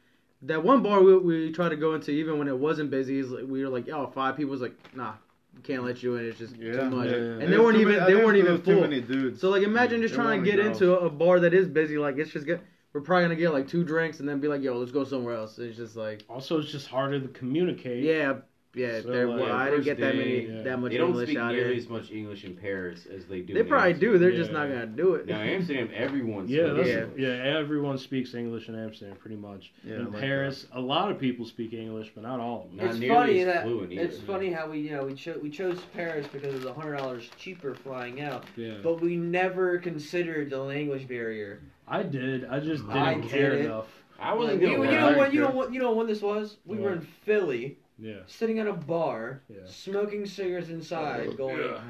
Speaker 6: that one bar we, we tried to go into even when it wasn't busy, is like, we were like, oh, five people was like, nah, we can't let you in. It's just
Speaker 2: Yeah.
Speaker 6: too much,
Speaker 1: Yeah, yeah, yeah.
Speaker 6: and they weren't even they weren't even
Speaker 2: too
Speaker 6: full.
Speaker 2: many dudes.
Speaker 6: So like, imagine just
Speaker 2: They were
Speaker 6: trying to
Speaker 2: only
Speaker 6: get
Speaker 2: girls.
Speaker 6: into a, a bar that is busy. Like, it's just get we're probably gonna get like two drinks and then be like, yo, let's go somewhere else. It's just like,
Speaker 1: Also, it's just harder to communicate.
Speaker 6: yeah, yeah.
Speaker 1: So,
Speaker 6: there,
Speaker 1: like,
Speaker 6: well, I didn't
Speaker 5: first
Speaker 6: get that
Speaker 5: day,
Speaker 6: many
Speaker 1: yeah.
Speaker 6: that much
Speaker 5: They don't
Speaker 6: English
Speaker 5: speak
Speaker 6: out
Speaker 5: nearly
Speaker 6: here.
Speaker 5: as much English in Paris as they do.
Speaker 6: They
Speaker 5: in
Speaker 6: probably do.
Speaker 5: Amsterdam.
Speaker 6: They're just
Speaker 1: Yeah.
Speaker 6: not gonna do it.
Speaker 5: Now Amsterdam, everyone's
Speaker 1: Yeah, that's, yeah,
Speaker 6: Yeah.
Speaker 1: Everyone speaks English in Amsterdam, pretty much.
Speaker 2: Yeah,
Speaker 1: in
Speaker 2: I like
Speaker 1: Paris, a lot of people speak English, but not all of them.
Speaker 5: not
Speaker 4: it's
Speaker 5: nearly
Speaker 4: funny
Speaker 5: as
Speaker 4: that
Speaker 5: fluent either.
Speaker 4: it's funny how we you know we chose we chose Paris because it was hundred dollars cheaper flying out,
Speaker 1: Yeah,
Speaker 4: but we never considered the language barrier.
Speaker 1: I did. I just didn't
Speaker 4: I
Speaker 1: care
Speaker 4: did it.
Speaker 1: enough.
Speaker 5: I wasn't
Speaker 4: Like,
Speaker 5: gonna.
Speaker 4: you,
Speaker 5: lie.
Speaker 4: you know when you know what you know when this was? We were
Speaker 1: What?
Speaker 4: in Philly,
Speaker 1: Yeah,
Speaker 4: sitting at a bar,
Speaker 1: yeah.
Speaker 4: smoking cigarettes inside, going,
Speaker 1: Yeah.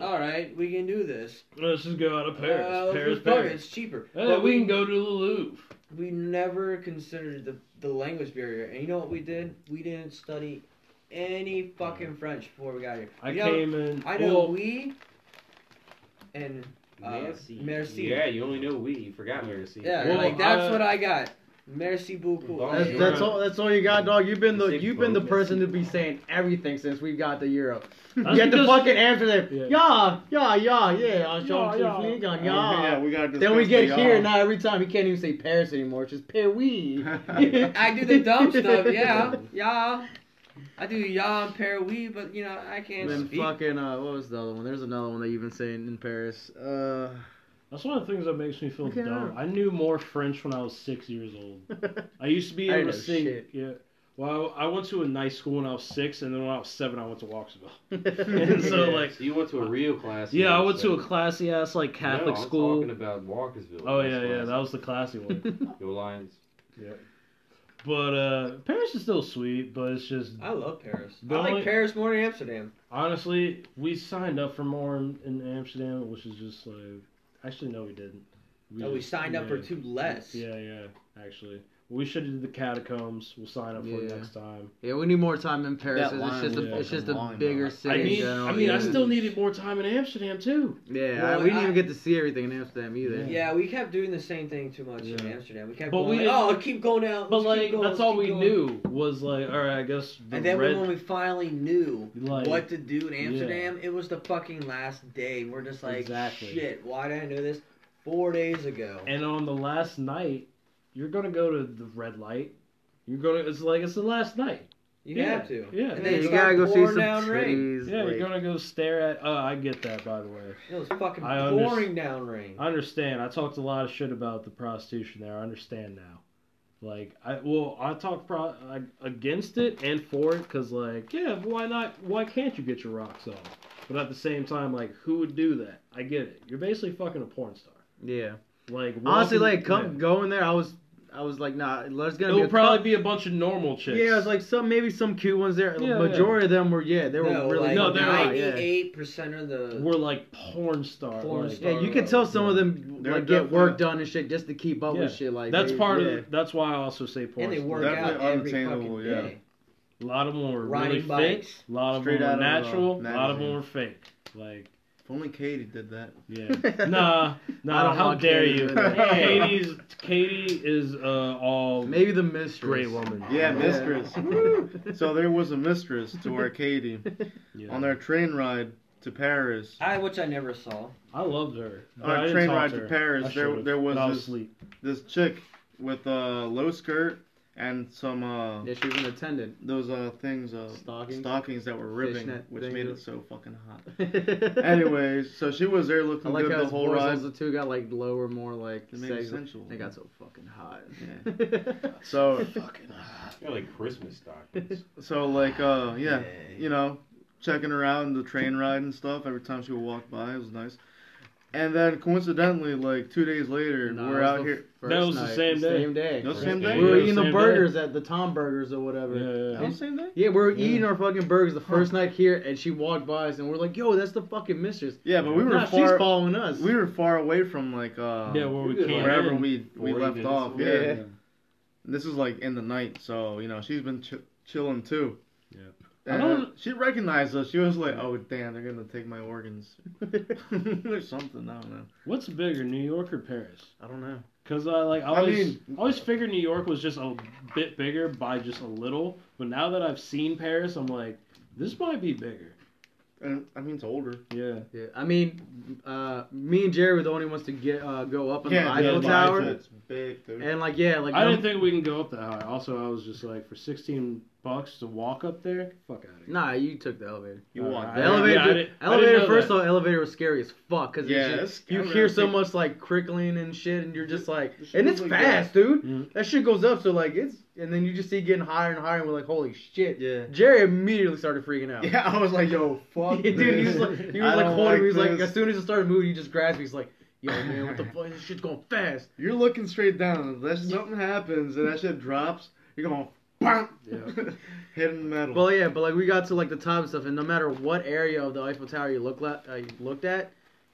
Speaker 4: "All right, we can do this.
Speaker 1: Let's just go out of Paris.
Speaker 4: Uh, let's
Speaker 1: Paris,
Speaker 4: just fuck it,
Speaker 1: Paris.
Speaker 4: It's cheaper."
Speaker 1: Hey,
Speaker 4: but
Speaker 1: we can go to the Louvre.
Speaker 4: we never considered the the language barrier, and you know what we did? We didn't study any fucking French before we got here.
Speaker 1: I
Speaker 4: You know-
Speaker 1: came in.
Speaker 4: I know
Speaker 1: well,
Speaker 4: we and uh,
Speaker 5: Merci.
Speaker 4: Merci.
Speaker 5: Yeah, you only know we. You forgot Merci.
Speaker 4: Uh, Yeah,
Speaker 1: Well, uh,
Speaker 4: like that's
Speaker 1: I-
Speaker 4: what I got.
Speaker 6: Merci beaucoup.
Speaker 5: Bonjour.
Speaker 6: That's, that's all. That's all you got, dog. You've been the
Speaker 5: Say
Speaker 6: you've been the
Speaker 5: bonjour.
Speaker 6: person to be saying everything since we've got the euro.
Speaker 1: That's
Speaker 6: Get the
Speaker 1: because-
Speaker 6: fucking Amsterdam.
Speaker 1: Yeah.
Speaker 6: Yeah, yeah, yeah, yeah. I'll show
Speaker 1: Yeah,
Speaker 6: you
Speaker 1: yeah.
Speaker 6: Vliegen,
Speaker 2: yeah,
Speaker 6: yeah.
Speaker 2: we gotta
Speaker 6: Then we get
Speaker 2: discuss the,
Speaker 6: here
Speaker 2: uh,
Speaker 6: now. Every time he can't even say Paris anymore. It's just Paris.
Speaker 5: I do the dumb stuff, yeah, yeah. I do y'all and Paris, but you know I can't
Speaker 6: And then
Speaker 5: speak.
Speaker 6: fucking uh, what was the other one? There's another one that you've been saying in Paris. Uh,
Speaker 1: That's one of the things that makes me feel
Speaker 6: Okay,
Speaker 1: dumb.
Speaker 6: alright.
Speaker 1: I knew more French when I was six years old. I used to be
Speaker 6: I
Speaker 1: able to
Speaker 6: know
Speaker 1: sing.
Speaker 6: shit.
Speaker 1: Yeah. Well, I I went to a nice school when I was six, and then when I was seven, I went to Walksville. And so, like,
Speaker 5: So you went to a real class.
Speaker 1: yeah, I
Speaker 5: you
Speaker 1: went to
Speaker 5: said.
Speaker 1: a classy ass like Catholic
Speaker 5: no,
Speaker 1: school.
Speaker 5: I'm talking about Walkersville.
Speaker 1: Oh yeah, yeah, that was the classy one.
Speaker 5: the Lions.
Speaker 1: but uh Paris is still sweet, but it's just
Speaker 4: I love Paris.
Speaker 1: The
Speaker 4: I
Speaker 1: only-
Speaker 4: like Paris more than Amsterdam.
Speaker 1: honestly, we signed up for more in, in Amsterdam, which is just like actually no, we didn't.
Speaker 4: Oh, we
Speaker 1: just-
Speaker 4: signed up for
Speaker 1: yeah.
Speaker 4: two less.
Speaker 1: Yeah, yeah, actually, we should have did the catacombs. We'll sign up for it
Speaker 6: Yeah.
Speaker 1: next time.
Speaker 6: yeah, we need more time in Paris.
Speaker 2: That
Speaker 6: It's
Speaker 2: line
Speaker 6: just
Speaker 1: was
Speaker 6: a, it's just a
Speaker 2: fucking
Speaker 6: bigger
Speaker 2: long,
Speaker 6: city
Speaker 1: I mean,
Speaker 6: in general.
Speaker 1: I mean, I
Speaker 6: yeah.
Speaker 1: still needed more time in Amsterdam too.
Speaker 6: Yeah,
Speaker 4: Well,
Speaker 6: I, we didn't
Speaker 4: I-
Speaker 6: even get to see everything in Amsterdam either.
Speaker 4: Yeah, we kept doing the same thing too much in
Speaker 1: Yeah.
Speaker 4: Amsterdam. We kept
Speaker 1: But
Speaker 4: going,
Speaker 1: we
Speaker 4: like, oh,
Speaker 1: didn't-
Speaker 4: keep going out.
Speaker 1: But
Speaker 4: let's
Speaker 1: like
Speaker 4: keep going,
Speaker 1: that's
Speaker 4: let's
Speaker 1: all
Speaker 4: keep
Speaker 1: we knew
Speaker 4: going.
Speaker 1: was like, all right, I guess the
Speaker 4: And then
Speaker 1: red.
Speaker 4: when we finally knew
Speaker 1: Like-
Speaker 4: what to do in Amsterdam, it was the fucking last day. We're just like,
Speaker 1: Exactly.
Speaker 4: shit, why did I know this four days ago?
Speaker 1: and on the last night, you're gonna go to the red light. You're gonna. It's like it's the last night.
Speaker 4: you
Speaker 1: yeah,
Speaker 4: have to.
Speaker 1: Yeah.
Speaker 6: Yeah,
Speaker 4: And then it
Speaker 6: you gotta
Speaker 4: started
Speaker 6: go see
Speaker 4: pouring
Speaker 6: some
Speaker 4: down rain.
Speaker 6: trees.
Speaker 1: Yeah,
Speaker 6: like-
Speaker 1: you're gonna go stare at. Oh, I get that. By the way,
Speaker 4: It was fucking
Speaker 1: I under-
Speaker 4: pouring down rain.
Speaker 1: I understand. I talked a lot of shit about the prostitution there. I understand now. Like I well, I talk pro I, against it and for it because like yeah, why not? Why can't you get your rocks on? But at the same time, like who would do that? I get it. You're basically fucking a porn star.
Speaker 6: yeah.
Speaker 1: Like
Speaker 6: Honestly,
Speaker 1: walking-
Speaker 6: like come
Speaker 1: yeah.
Speaker 6: going there, I was I was like, nah, there's gonna
Speaker 1: It'll
Speaker 6: be a
Speaker 1: probably
Speaker 6: cou-
Speaker 1: be a bunch of normal chicks.
Speaker 6: Yeah, it was like some maybe some cute ones there.
Speaker 1: Yeah,
Speaker 6: Majority of them were yeah, they were
Speaker 4: no,
Speaker 6: really
Speaker 4: like
Speaker 1: No,
Speaker 6: good.
Speaker 1: they're not,
Speaker 6: yeah.
Speaker 4: ninety-eight percent of the
Speaker 1: we're like porn star.
Speaker 4: Porn
Speaker 1: like-
Speaker 4: star.
Speaker 6: Yeah, you could tell some of them
Speaker 2: They're
Speaker 6: like get work
Speaker 2: definitely-
Speaker 6: done and shit just to keep up
Speaker 1: Yeah.
Speaker 6: with shit. Like
Speaker 1: That's
Speaker 6: they-
Speaker 1: part
Speaker 6: yeah.
Speaker 1: of. The, that's why I also say porn.
Speaker 4: and they
Speaker 1: star.
Speaker 4: work
Speaker 2: Definitely
Speaker 4: out every
Speaker 2: unattainable,
Speaker 4: fucking
Speaker 2: yeah.
Speaker 4: day.
Speaker 1: A lot of them were really
Speaker 4: Riding
Speaker 1: fake.
Speaker 4: bikes.
Speaker 1: A lot of
Speaker 2: Straight
Speaker 1: them
Speaker 2: out
Speaker 1: were
Speaker 2: of, uh,
Speaker 1: natural. A lot of
Speaker 2: magazine.
Speaker 1: them were fake. Like,
Speaker 2: If only Katie did that.
Speaker 1: yeah. nah,
Speaker 6: I
Speaker 1: nah.
Speaker 6: don't
Speaker 1: How
Speaker 6: want
Speaker 1: dare
Speaker 6: Katie
Speaker 1: you?
Speaker 6: to do that.
Speaker 1: Katie's Katie is uh all
Speaker 6: Maybe the mistress.
Speaker 1: great woman.
Speaker 6: Yeah.
Speaker 2: Yeah, mistress. so there was a mistress to our Katie
Speaker 1: Yeah.
Speaker 2: on our train ride to Paris.
Speaker 4: I which I never saw.
Speaker 1: I loved her.
Speaker 2: On
Speaker 1: but I
Speaker 2: our
Speaker 1: didn't
Speaker 2: train
Speaker 1: talk
Speaker 2: ride
Speaker 1: to
Speaker 2: to
Speaker 1: her.
Speaker 2: Paris,
Speaker 1: I
Speaker 2: there-
Speaker 1: should've,
Speaker 2: there was
Speaker 1: but I was
Speaker 2: this-
Speaker 1: asleep.
Speaker 2: This chick with a low skirt and some uh,
Speaker 6: Yeah, she was an attendant.
Speaker 2: those uh things
Speaker 1: Oh.
Speaker 2: uh
Speaker 6: Stockings?
Speaker 2: that were ripping,
Speaker 6: Fishnet
Speaker 2: which
Speaker 6: things.
Speaker 2: made it so fucking hot. Anyways, so she was there
Speaker 6: I
Speaker 2: looking
Speaker 6: like
Speaker 2: good
Speaker 6: how
Speaker 2: the
Speaker 6: his
Speaker 2: whole
Speaker 6: voice
Speaker 2: ride.
Speaker 6: also too got like lower, more like
Speaker 2: It made it
Speaker 6: sexy.
Speaker 2: sensual.
Speaker 6: They got so fucking hot.
Speaker 2: So
Speaker 5: They're like Christmas stockings.
Speaker 2: so like uh yeah, you know checking her out in the train ride and stuff every time she would walk by. It was nice. And then coincidentally, like two days later,
Speaker 6: Nah,
Speaker 2: we're
Speaker 6: that was
Speaker 2: out
Speaker 6: the
Speaker 2: here.
Speaker 6: first
Speaker 1: That was the
Speaker 6: night.
Speaker 1: same day.
Speaker 6: Same day.
Speaker 2: No,
Speaker 5: First
Speaker 2: same
Speaker 5: day.
Speaker 2: day.
Speaker 6: We were
Speaker 1: Yeah,
Speaker 6: eating the
Speaker 1: same
Speaker 6: burgers at the Tom Burgers or whatever.
Speaker 1: Yeah, yeah,
Speaker 2: No,
Speaker 1: yeah.
Speaker 2: same day.
Speaker 6: Yeah, we were
Speaker 1: Yeah.
Speaker 6: eating our fucking burgers the first night here, and she walked by us, and we're like, "Yo, that's the fucking mistress."
Speaker 2: Yeah, but we were
Speaker 6: Nah, she's
Speaker 2: far.
Speaker 6: following us.
Speaker 2: we were far away from like uh
Speaker 1: Yeah, where we
Speaker 5: Wherever
Speaker 1: came
Speaker 2: wherever
Speaker 1: in.
Speaker 2: we we
Speaker 5: 40
Speaker 2: left
Speaker 5: minutes
Speaker 2: off.
Speaker 5: away.
Speaker 2: Yeah.
Speaker 6: Yeah.
Speaker 2: This is like in the night, so you know she's been ch- chilling too.
Speaker 1: Yeah. I
Speaker 2: And
Speaker 1: don't-
Speaker 2: she recognized us. She was like, "Oh damn, they're gonna take my organs or something." I don't know.
Speaker 1: What's bigger, New York or Paris?
Speaker 2: I don't know.
Speaker 1: Cause I like I
Speaker 2: I
Speaker 1: always
Speaker 2: mean-
Speaker 1: I always figured New York was just a bit bigger by just a little, but now that I've seen Paris, I'm like this might be bigger.
Speaker 2: And I mean, it's older.
Speaker 1: Yeah,
Speaker 6: Yeah, I mean, uh, me and Jerry were the only ones to get uh, go up on the
Speaker 2: yeah,
Speaker 6: Eiffel
Speaker 2: the
Speaker 6: Tower,
Speaker 2: Eiffel, It's big, dude.
Speaker 6: and like, yeah, like
Speaker 1: I didn't
Speaker 6: num-
Speaker 1: think we can go up that high. Also, I was just like for 16 bucks to walk up there, fuck out of here.
Speaker 6: Nah, you took the elevator.
Speaker 2: you want
Speaker 1: I-
Speaker 6: The
Speaker 1: Yeah,
Speaker 6: elevator,
Speaker 1: I
Speaker 6: dude-
Speaker 1: didn't- I didn't
Speaker 6: elevator.
Speaker 1: know
Speaker 6: First
Speaker 1: that.
Speaker 6: of all, elevator was scary as fuck because
Speaker 2: Yeah,
Speaker 6: just,
Speaker 2: that's-
Speaker 6: you
Speaker 2: I
Speaker 6: hear so
Speaker 2: remember-
Speaker 6: much like crickling and shit, and you're just like,
Speaker 2: It
Speaker 6: and it's
Speaker 2: feels like
Speaker 6: fast, dude.
Speaker 1: Mhm.
Speaker 6: That shit goes up, so like it's, and then you just see it getting higher and higher, and we're like, holy shit.
Speaker 2: Yeah.
Speaker 6: Jerry immediately started freaking out.
Speaker 2: Yeah, I was like, "Yo, fuck,
Speaker 6: Yeah, dude, he was
Speaker 2: this.
Speaker 6: like, he
Speaker 2: I
Speaker 6: was like
Speaker 2: don't
Speaker 6: holding me. He was like,
Speaker 2: this.
Speaker 6: as soon as it started moving, he just grabbed me. He's like, yo, man, what the fuck? This shit's going fast.
Speaker 2: You're looking straight down. Unless something happens and that shit drops, you're going, bam,
Speaker 1: Yeah.
Speaker 2: hitting metal.
Speaker 6: Well, yeah, but like we got to like the top and stuff, and no matter what area of the Eiffel Tower you look at, uh, you looked at,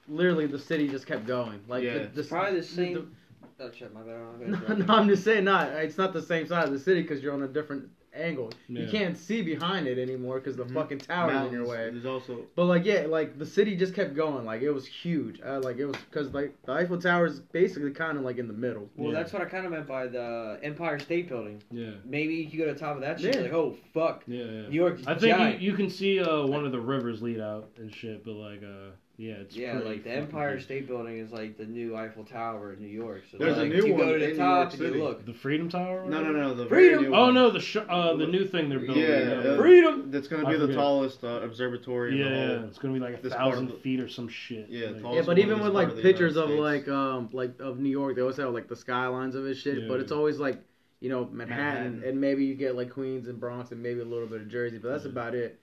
Speaker 6: literally the city just kept going. Like,
Speaker 2: Yeah.
Speaker 6: the, the,
Speaker 4: Probably the same. oh shit, my bad. I'm
Speaker 6: the-
Speaker 4: gonna
Speaker 6: no,
Speaker 4: drive.
Speaker 6: no, I'm just saying, not. It's not the same side of the city because you're on a different angled. You
Speaker 1: Yeah.
Speaker 6: can't see behind it anymore because the
Speaker 2: Mhm.
Speaker 6: fucking tower's in your way.
Speaker 2: There's also
Speaker 6: But like yeah, like the city just kept going. Like it was huge. Uh, like it was because like the Eiffel Tower is basically kind of like in the middle.
Speaker 4: Well,
Speaker 1: Yeah.
Speaker 4: that's what I kind of meant by the Empire State Building.
Speaker 1: Yeah.
Speaker 4: Maybe you could go to the top of that shit.
Speaker 6: Yeah.
Speaker 4: Like, oh fuck,
Speaker 1: Yeah, yeah.
Speaker 4: New York.
Speaker 1: I think
Speaker 4: giant.
Speaker 1: you, you can see uh, one of the rivers lead out and shit, but like, uh, yeah, it's
Speaker 4: yeah,
Speaker 1: pretty
Speaker 4: like the
Speaker 1: fucking
Speaker 4: Empire
Speaker 1: big.
Speaker 4: State Building is like the new Eiffel Tower in New York. So
Speaker 2: There's
Speaker 4: like,
Speaker 2: a new
Speaker 4: you
Speaker 2: one
Speaker 4: go to
Speaker 2: in
Speaker 4: the
Speaker 2: New
Speaker 4: top
Speaker 2: York
Speaker 4: and
Speaker 2: City.
Speaker 4: you look.
Speaker 1: The Freedom Tower. or
Speaker 2: no, no,
Speaker 1: whatever?
Speaker 2: no. The
Speaker 4: Freedom!
Speaker 2: very new
Speaker 1: Oh
Speaker 2: one.
Speaker 1: no, the sh- uh, the new thing they're building.
Speaker 2: Yeah, uh,
Speaker 4: Freedom!
Speaker 2: That's gonna
Speaker 1: I
Speaker 2: be the
Speaker 1: forget.
Speaker 2: tallest uh, observatory.
Speaker 1: yeah,
Speaker 2: in the
Speaker 1: yeah,
Speaker 2: whole.
Speaker 1: it's gonna be like a
Speaker 2: this part of
Speaker 1: thousand
Speaker 2: the-
Speaker 1: feet or some shit.
Speaker 2: Yeah,
Speaker 1: like,
Speaker 2: tall
Speaker 6: Yeah,
Speaker 2: Also
Speaker 6: but
Speaker 2: one
Speaker 6: even
Speaker 2: is
Speaker 6: with
Speaker 2: part
Speaker 6: like
Speaker 2: of the
Speaker 6: pictures
Speaker 2: United
Speaker 6: of
Speaker 2: States.
Speaker 6: like um like of New York, they always have like the skylines of his shit. But
Speaker 1: Yeah.
Speaker 6: it's always like you know Manhattan,
Speaker 2: Manhattan.
Speaker 6: and maybe you get like Queens and Bronx and maybe a little bit of Jersey, but that's
Speaker 1: Yeah.
Speaker 6: about it.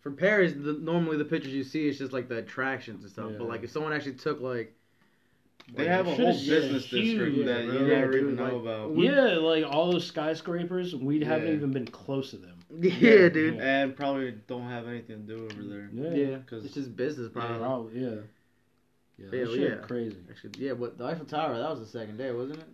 Speaker 6: For Paris, the, normally the pictures you see is just like the attractions and stuff. But
Speaker 1: Yeah.
Speaker 6: like if someone actually took like
Speaker 2: They have a
Speaker 1: Shit
Speaker 2: whole
Speaker 1: is
Speaker 2: business district
Speaker 1: huge,
Speaker 2: that you
Speaker 6: bro.
Speaker 2: never
Speaker 6: Yeah,
Speaker 2: even
Speaker 6: dude, like-
Speaker 2: know about.
Speaker 1: yeah, like all those skyscrapers, we haven't
Speaker 2: Yeah.
Speaker 1: even been close to them.
Speaker 6: yeah, dude
Speaker 2: And probably don't have anything to do over there.
Speaker 1: Yeah,
Speaker 6: yeah,
Speaker 2: 'Cause-
Speaker 6: it's just business
Speaker 2: Uh-huh.
Speaker 6: probably.
Speaker 1: probably, yeah, yeah, that
Speaker 6: Yeah,
Speaker 1: shit
Speaker 6: yeah.
Speaker 1: crazy.
Speaker 6: Actually, yeah, but the Eiffel Tower that was the second day, wasn't it?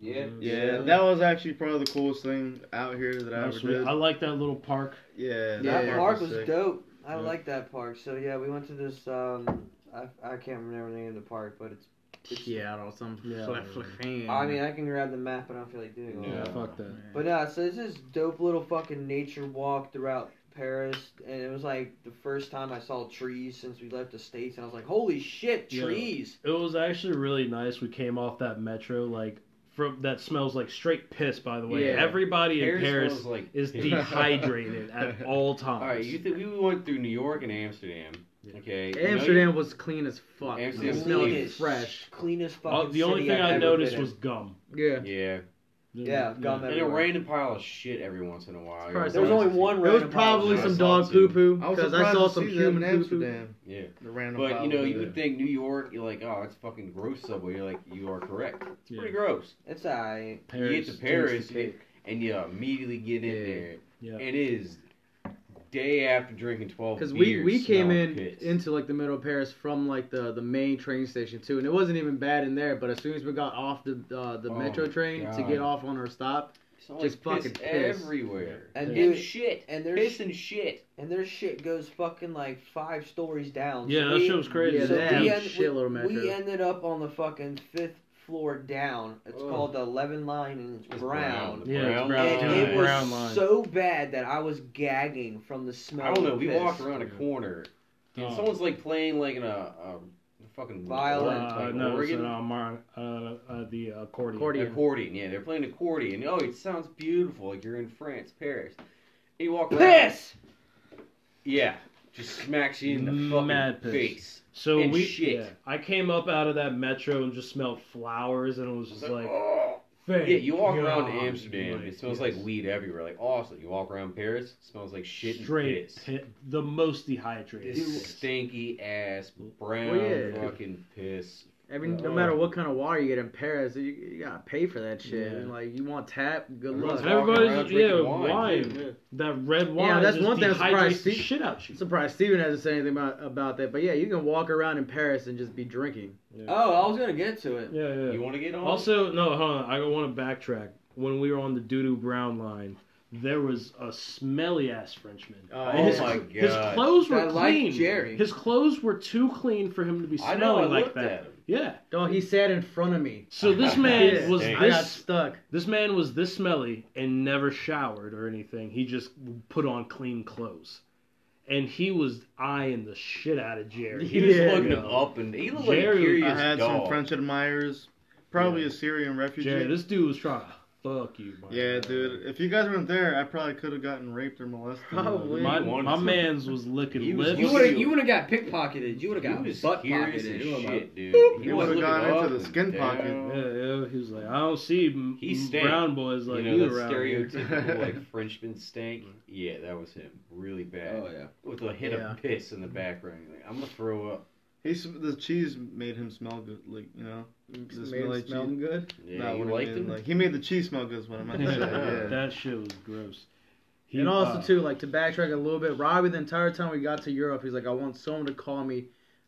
Speaker 5: Yeah.
Speaker 2: Yeah, that was actually probably the coolest thing out here that I
Speaker 1: That was
Speaker 2: ever
Speaker 1: sweet.
Speaker 2: did.
Speaker 1: I like that little park.
Speaker 2: Yeah,
Speaker 4: That
Speaker 6: Yeah.
Speaker 4: park was
Speaker 2: sick.
Speaker 4: dope. I
Speaker 1: Yeah.
Speaker 4: like that park. So yeah, we went to this. um I, I can't remember the name of the park, but it's. it's
Speaker 6: Yeah, I don't know, some
Speaker 1: Yeah.
Speaker 6: fl- fl- fan.
Speaker 4: I mean, I can grab the map, but I don't feel like doing all
Speaker 1: Yeah,
Speaker 4: that.
Speaker 1: fuck that.
Speaker 4: But uh, so this is dope little fucking nature walk throughout Paris, and it was like the first time I saw trees since we left the states, and I was like, holy shit,
Speaker 1: Yeah.
Speaker 4: trees!
Speaker 1: It was actually really nice. We came off that metro like from that smells like straight piss. By the way,
Speaker 6: Yeah.
Speaker 1: everybody in
Speaker 5: Paris
Speaker 1: Paris
Speaker 5: smells like
Speaker 1: is
Speaker 5: piss.
Speaker 1: dehydrated at all times.
Speaker 5: All right, you think we went through New York and Amsterdam? Okay, You know you-
Speaker 6: Amsterdam was clean as fuck.
Speaker 5: Amsterdam
Speaker 6: Amsterdam
Speaker 5: was
Speaker 6: smelled
Speaker 5: clean as-
Speaker 6: fresh.
Speaker 4: Cleanest fucking.
Speaker 1: Oh, the only
Speaker 4: city
Speaker 1: thing
Speaker 4: I've
Speaker 1: I
Speaker 4: ever
Speaker 1: noticed
Speaker 4: been
Speaker 1: was
Speaker 4: in.
Speaker 1: gum.
Speaker 6: Yeah.
Speaker 5: yeah,
Speaker 4: Yeah, gum
Speaker 5: and a
Speaker 4: Everywhere.
Speaker 5: random pile of shit every once in a while.
Speaker 6: Surprised
Speaker 4: there was only one.
Speaker 6: There was
Speaker 4: random pile of
Speaker 6: probably
Speaker 4: trees.
Speaker 6: some
Speaker 5: I
Speaker 6: dog
Speaker 5: saw
Speaker 6: poo
Speaker 5: too.
Speaker 6: poo
Speaker 2: I was
Speaker 6: because I
Speaker 2: surprised
Speaker 6: saw
Speaker 2: to
Speaker 6: some
Speaker 2: see that in
Speaker 6: human poo poo.
Speaker 2: Amsterdam.
Speaker 5: Yeah,
Speaker 2: The random.
Speaker 5: but you
Speaker 2: pile
Speaker 5: know,
Speaker 2: over
Speaker 5: you
Speaker 2: there.
Speaker 5: would think New York, you're like, oh, it's fucking gross subway. You're like, you are correct. It's
Speaker 1: Yeah.
Speaker 5: pretty gross.
Speaker 4: It's alright.
Speaker 5: you get to Paris you- and you immediately get in
Speaker 6: Yeah.
Speaker 5: there.
Speaker 1: Yeah.
Speaker 5: And it is day after drinking twelve.
Speaker 6: Because we,
Speaker 5: beers,
Speaker 6: we came
Speaker 5: smell
Speaker 6: in
Speaker 5: piss.
Speaker 6: into like the middle of Paris from like the, the main train station too, and it wasn't even bad in there. But as soon as we got off the uh, the
Speaker 5: Oh,
Speaker 6: metro train to
Speaker 5: God.
Speaker 6: get off on our stop,
Speaker 5: Smell like
Speaker 6: just fucking
Speaker 5: piss
Speaker 6: piss.
Speaker 5: everywhere.
Speaker 4: And
Speaker 5: And,
Speaker 4: dude-
Speaker 5: shit.
Speaker 4: And
Speaker 5: Piss
Speaker 4: there's
Speaker 5: and shit.
Speaker 4: and their shit goes fucking like five stories down.
Speaker 1: Yeah,
Speaker 4: so
Speaker 1: that
Speaker 4: we,
Speaker 1: shit was crazy.
Speaker 6: Yeah,
Speaker 4: so
Speaker 6: that
Speaker 4: we,
Speaker 6: was
Speaker 4: end-
Speaker 6: shit, little
Speaker 4: we, we
Speaker 6: metro.
Speaker 4: ended up on the fucking fifth floor down. It's
Speaker 5: Ugh.
Speaker 4: called the Eleven Line, and it's,
Speaker 5: It's
Speaker 4: brown.
Speaker 5: brown.
Speaker 1: Yeah, it's
Speaker 5: Brown
Speaker 1: brown
Speaker 4: And
Speaker 5: line.
Speaker 1: line.
Speaker 4: it was
Speaker 1: brown line.
Speaker 4: so bad that I was gagging from the smell.
Speaker 5: I don't know.
Speaker 4: of
Speaker 5: We
Speaker 4: piss.
Speaker 5: walked around a corner, and
Speaker 1: Oh.
Speaker 5: someone's like playing like in a, a fucking
Speaker 4: Violin.
Speaker 5: like,
Speaker 1: Uh, no, it's
Speaker 5: organ.
Speaker 1: an, uh, mar- uh, uh, the accordion.
Speaker 6: Accordion.
Speaker 5: Accordion, yeah, they're playing accordion. Oh, it sounds beautiful, like you're in France, Paris. And you walk around,
Speaker 4: Piss.
Speaker 5: yeah, just smacks you in the fucking
Speaker 1: Mad piss.
Speaker 5: face.
Speaker 1: So
Speaker 5: And
Speaker 1: we,
Speaker 5: shit.
Speaker 1: yeah, I came up out of that metro and just smelled flowers, and it was just like,
Speaker 5: oh.
Speaker 1: thank
Speaker 5: yeah, you walk
Speaker 1: God.
Speaker 5: around Amsterdam,
Speaker 1: Like,
Speaker 5: it smells
Speaker 1: yes.
Speaker 5: like weed everywhere. Like awesome. You walk around Paris, it smells like shit and
Speaker 1: straight
Speaker 5: piss.
Speaker 1: pit, the most dehydrated.
Speaker 5: This stinky ass brown
Speaker 6: Well, yeah.
Speaker 5: fucking piss.
Speaker 6: every no
Speaker 1: Oh.
Speaker 6: matter what kind of water you get in Paris, you, you gotta pay for that shit.
Speaker 1: Yeah.
Speaker 6: And like you want tap, good
Speaker 5: Everyone's
Speaker 6: luck.
Speaker 5: walking
Speaker 1: Everybody's-
Speaker 5: around
Speaker 1: yeah,
Speaker 5: drinking wine.
Speaker 1: wine. That red wine.
Speaker 6: that's
Speaker 1: just
Speaker 6: one thing I'm surprised
Speaker 1: dehydrates the
Speaker 6: Steve-
Speaker 1: shit out
Speaker 6: I'm
Speaker 1: you.
Speaker 6: surprised Steven hasn't said anything about, about that, but yeah, you can walk around in Paris and just be drinking.
Speaker 4: Oh, I was gonna get to it.
Speaker 1: Yeah, yeah.
Speaker 5: You want to get on?
Speaker 1: Also, no, hold on. I want to backtrack. When we were on the doo-doo brown line, there was a smelly ass Frenchman.
Speaker 6: Uh,
Speaker 5: oh
Speaker 1: his,
Speaker 5: my god.
Speaker 1: His clothes were
Speaker 4: I like
Speaker 1: clean.
Speaker 4: Jerry.
Speaker 1: His clothes were too clean for him to be
Speaker 5: I
Speaker 1: smelling
Speaker 5: know. I
Speaker 1: like
Speaker 5: looked
Speaker 1: that.
Speaker 5: at him.
Speaker 1: Yeah.
Speaker 6: No, he sat in front of me.
Speaker 1: So this man
Speaker 6: Yeah.
Speaker 1: was
Speaker 5: Dang.
Speaker 6: I got
Speaker 1: this
Speaker 6: stuck.
Speaker 1: this man was this smelly and never showered or anything. He just put on clean clothes. And he was eyeing the shit out of Jerry.
Speaker 5: He was
Speaker 6: Yeah.
Speaker 5: looking him up, and he looked like
Speaker 1: Jerry-
Speaker 5: a
Speaker 2: I
Speaker 5: curious
Speaker 2: had
Speaker 5: dog.
Speaker 2: some French admirers, probably
Speaker 1: Yeah.
Speaker 2: a Syrian refugee.
Speaker 1: Jerry, this dude was trying to fuck you. my
Speaker 2: yeah,
Speaker 1: man.
Speaker 2: dude. If you guys weren't there, I probably could have gotten raped or molested.
Speaker 6: Probably.
Speaker 1: My,
Speaker 5: He wanted
Speaker 1: my
Speaker 5: to.
Speaker 1: man's was
Speaker 5: He
Speaker 1: licking
Speaker 5: was
Speaker 1: lips.
Speaker 4: You
Speaker 5: You
Speaker 4: would
Speaker 5: would've-
Speaker 4: have
Speaker 5: you
Speaker 4: you would have got pickpocketed. You would
Speaker 5: He
Speaker 4: have
Speaker 5: was
Speaker 4: got butt
Speaker 5: curious
Speaker 4: pocketed.
Speaker 5: as shit, dude.
Speaker 2: He would've
Speaker 5: looked
Speaker 2: gone
Speaker 5: up
Speaker 2: into the
Speaker 5: and
Speaker 2: skin
Speaker 5: down.
Speaker 2: pocket.
Speaker 1: Yeah, yeah, he was like, I don't see m-
Speaker 5: He
Speaker 1: m-
Speaker 5: stank.
Speaker 1: brown boys like
Speaker 5: you know that
Speaker 1: around. here."
Speaker 5: stereotypical like Frenchman stank. Yeah, that was him, really bad,
Speaker 4: Oh yeah.
Speaker 5: with a hit
Speaker 6: Yeah.
Speaker 5: of piss in the background. Like, I'm gonna throw up.
Speaker 2: He's the cheese made him smell good, like you know. The
Speaker 6: Made
Speaker 2: smell
Speaker 6: it
Speaker 2: like
Speaker 6: smell
Speaker 2: cheese.
Speaker 6: good.
Speaker 5: Yeah,
Speaker 2: Not
Speaker 5: you
Speaker 2: what I
Speaker 5: liked
Speaker 2: mean,
Speaker 5: him.
Speaker 2: Like, he made the cheese smell good. Is what I meant to say. yeah.
Speaker 1: That shit was gross. He,
Speaker 6: and also
Speaker 1: uh,
Speaker 6: too, like to backtrack a little bit, Robbie the entire time we got to Europe, he's like, I want someone to call me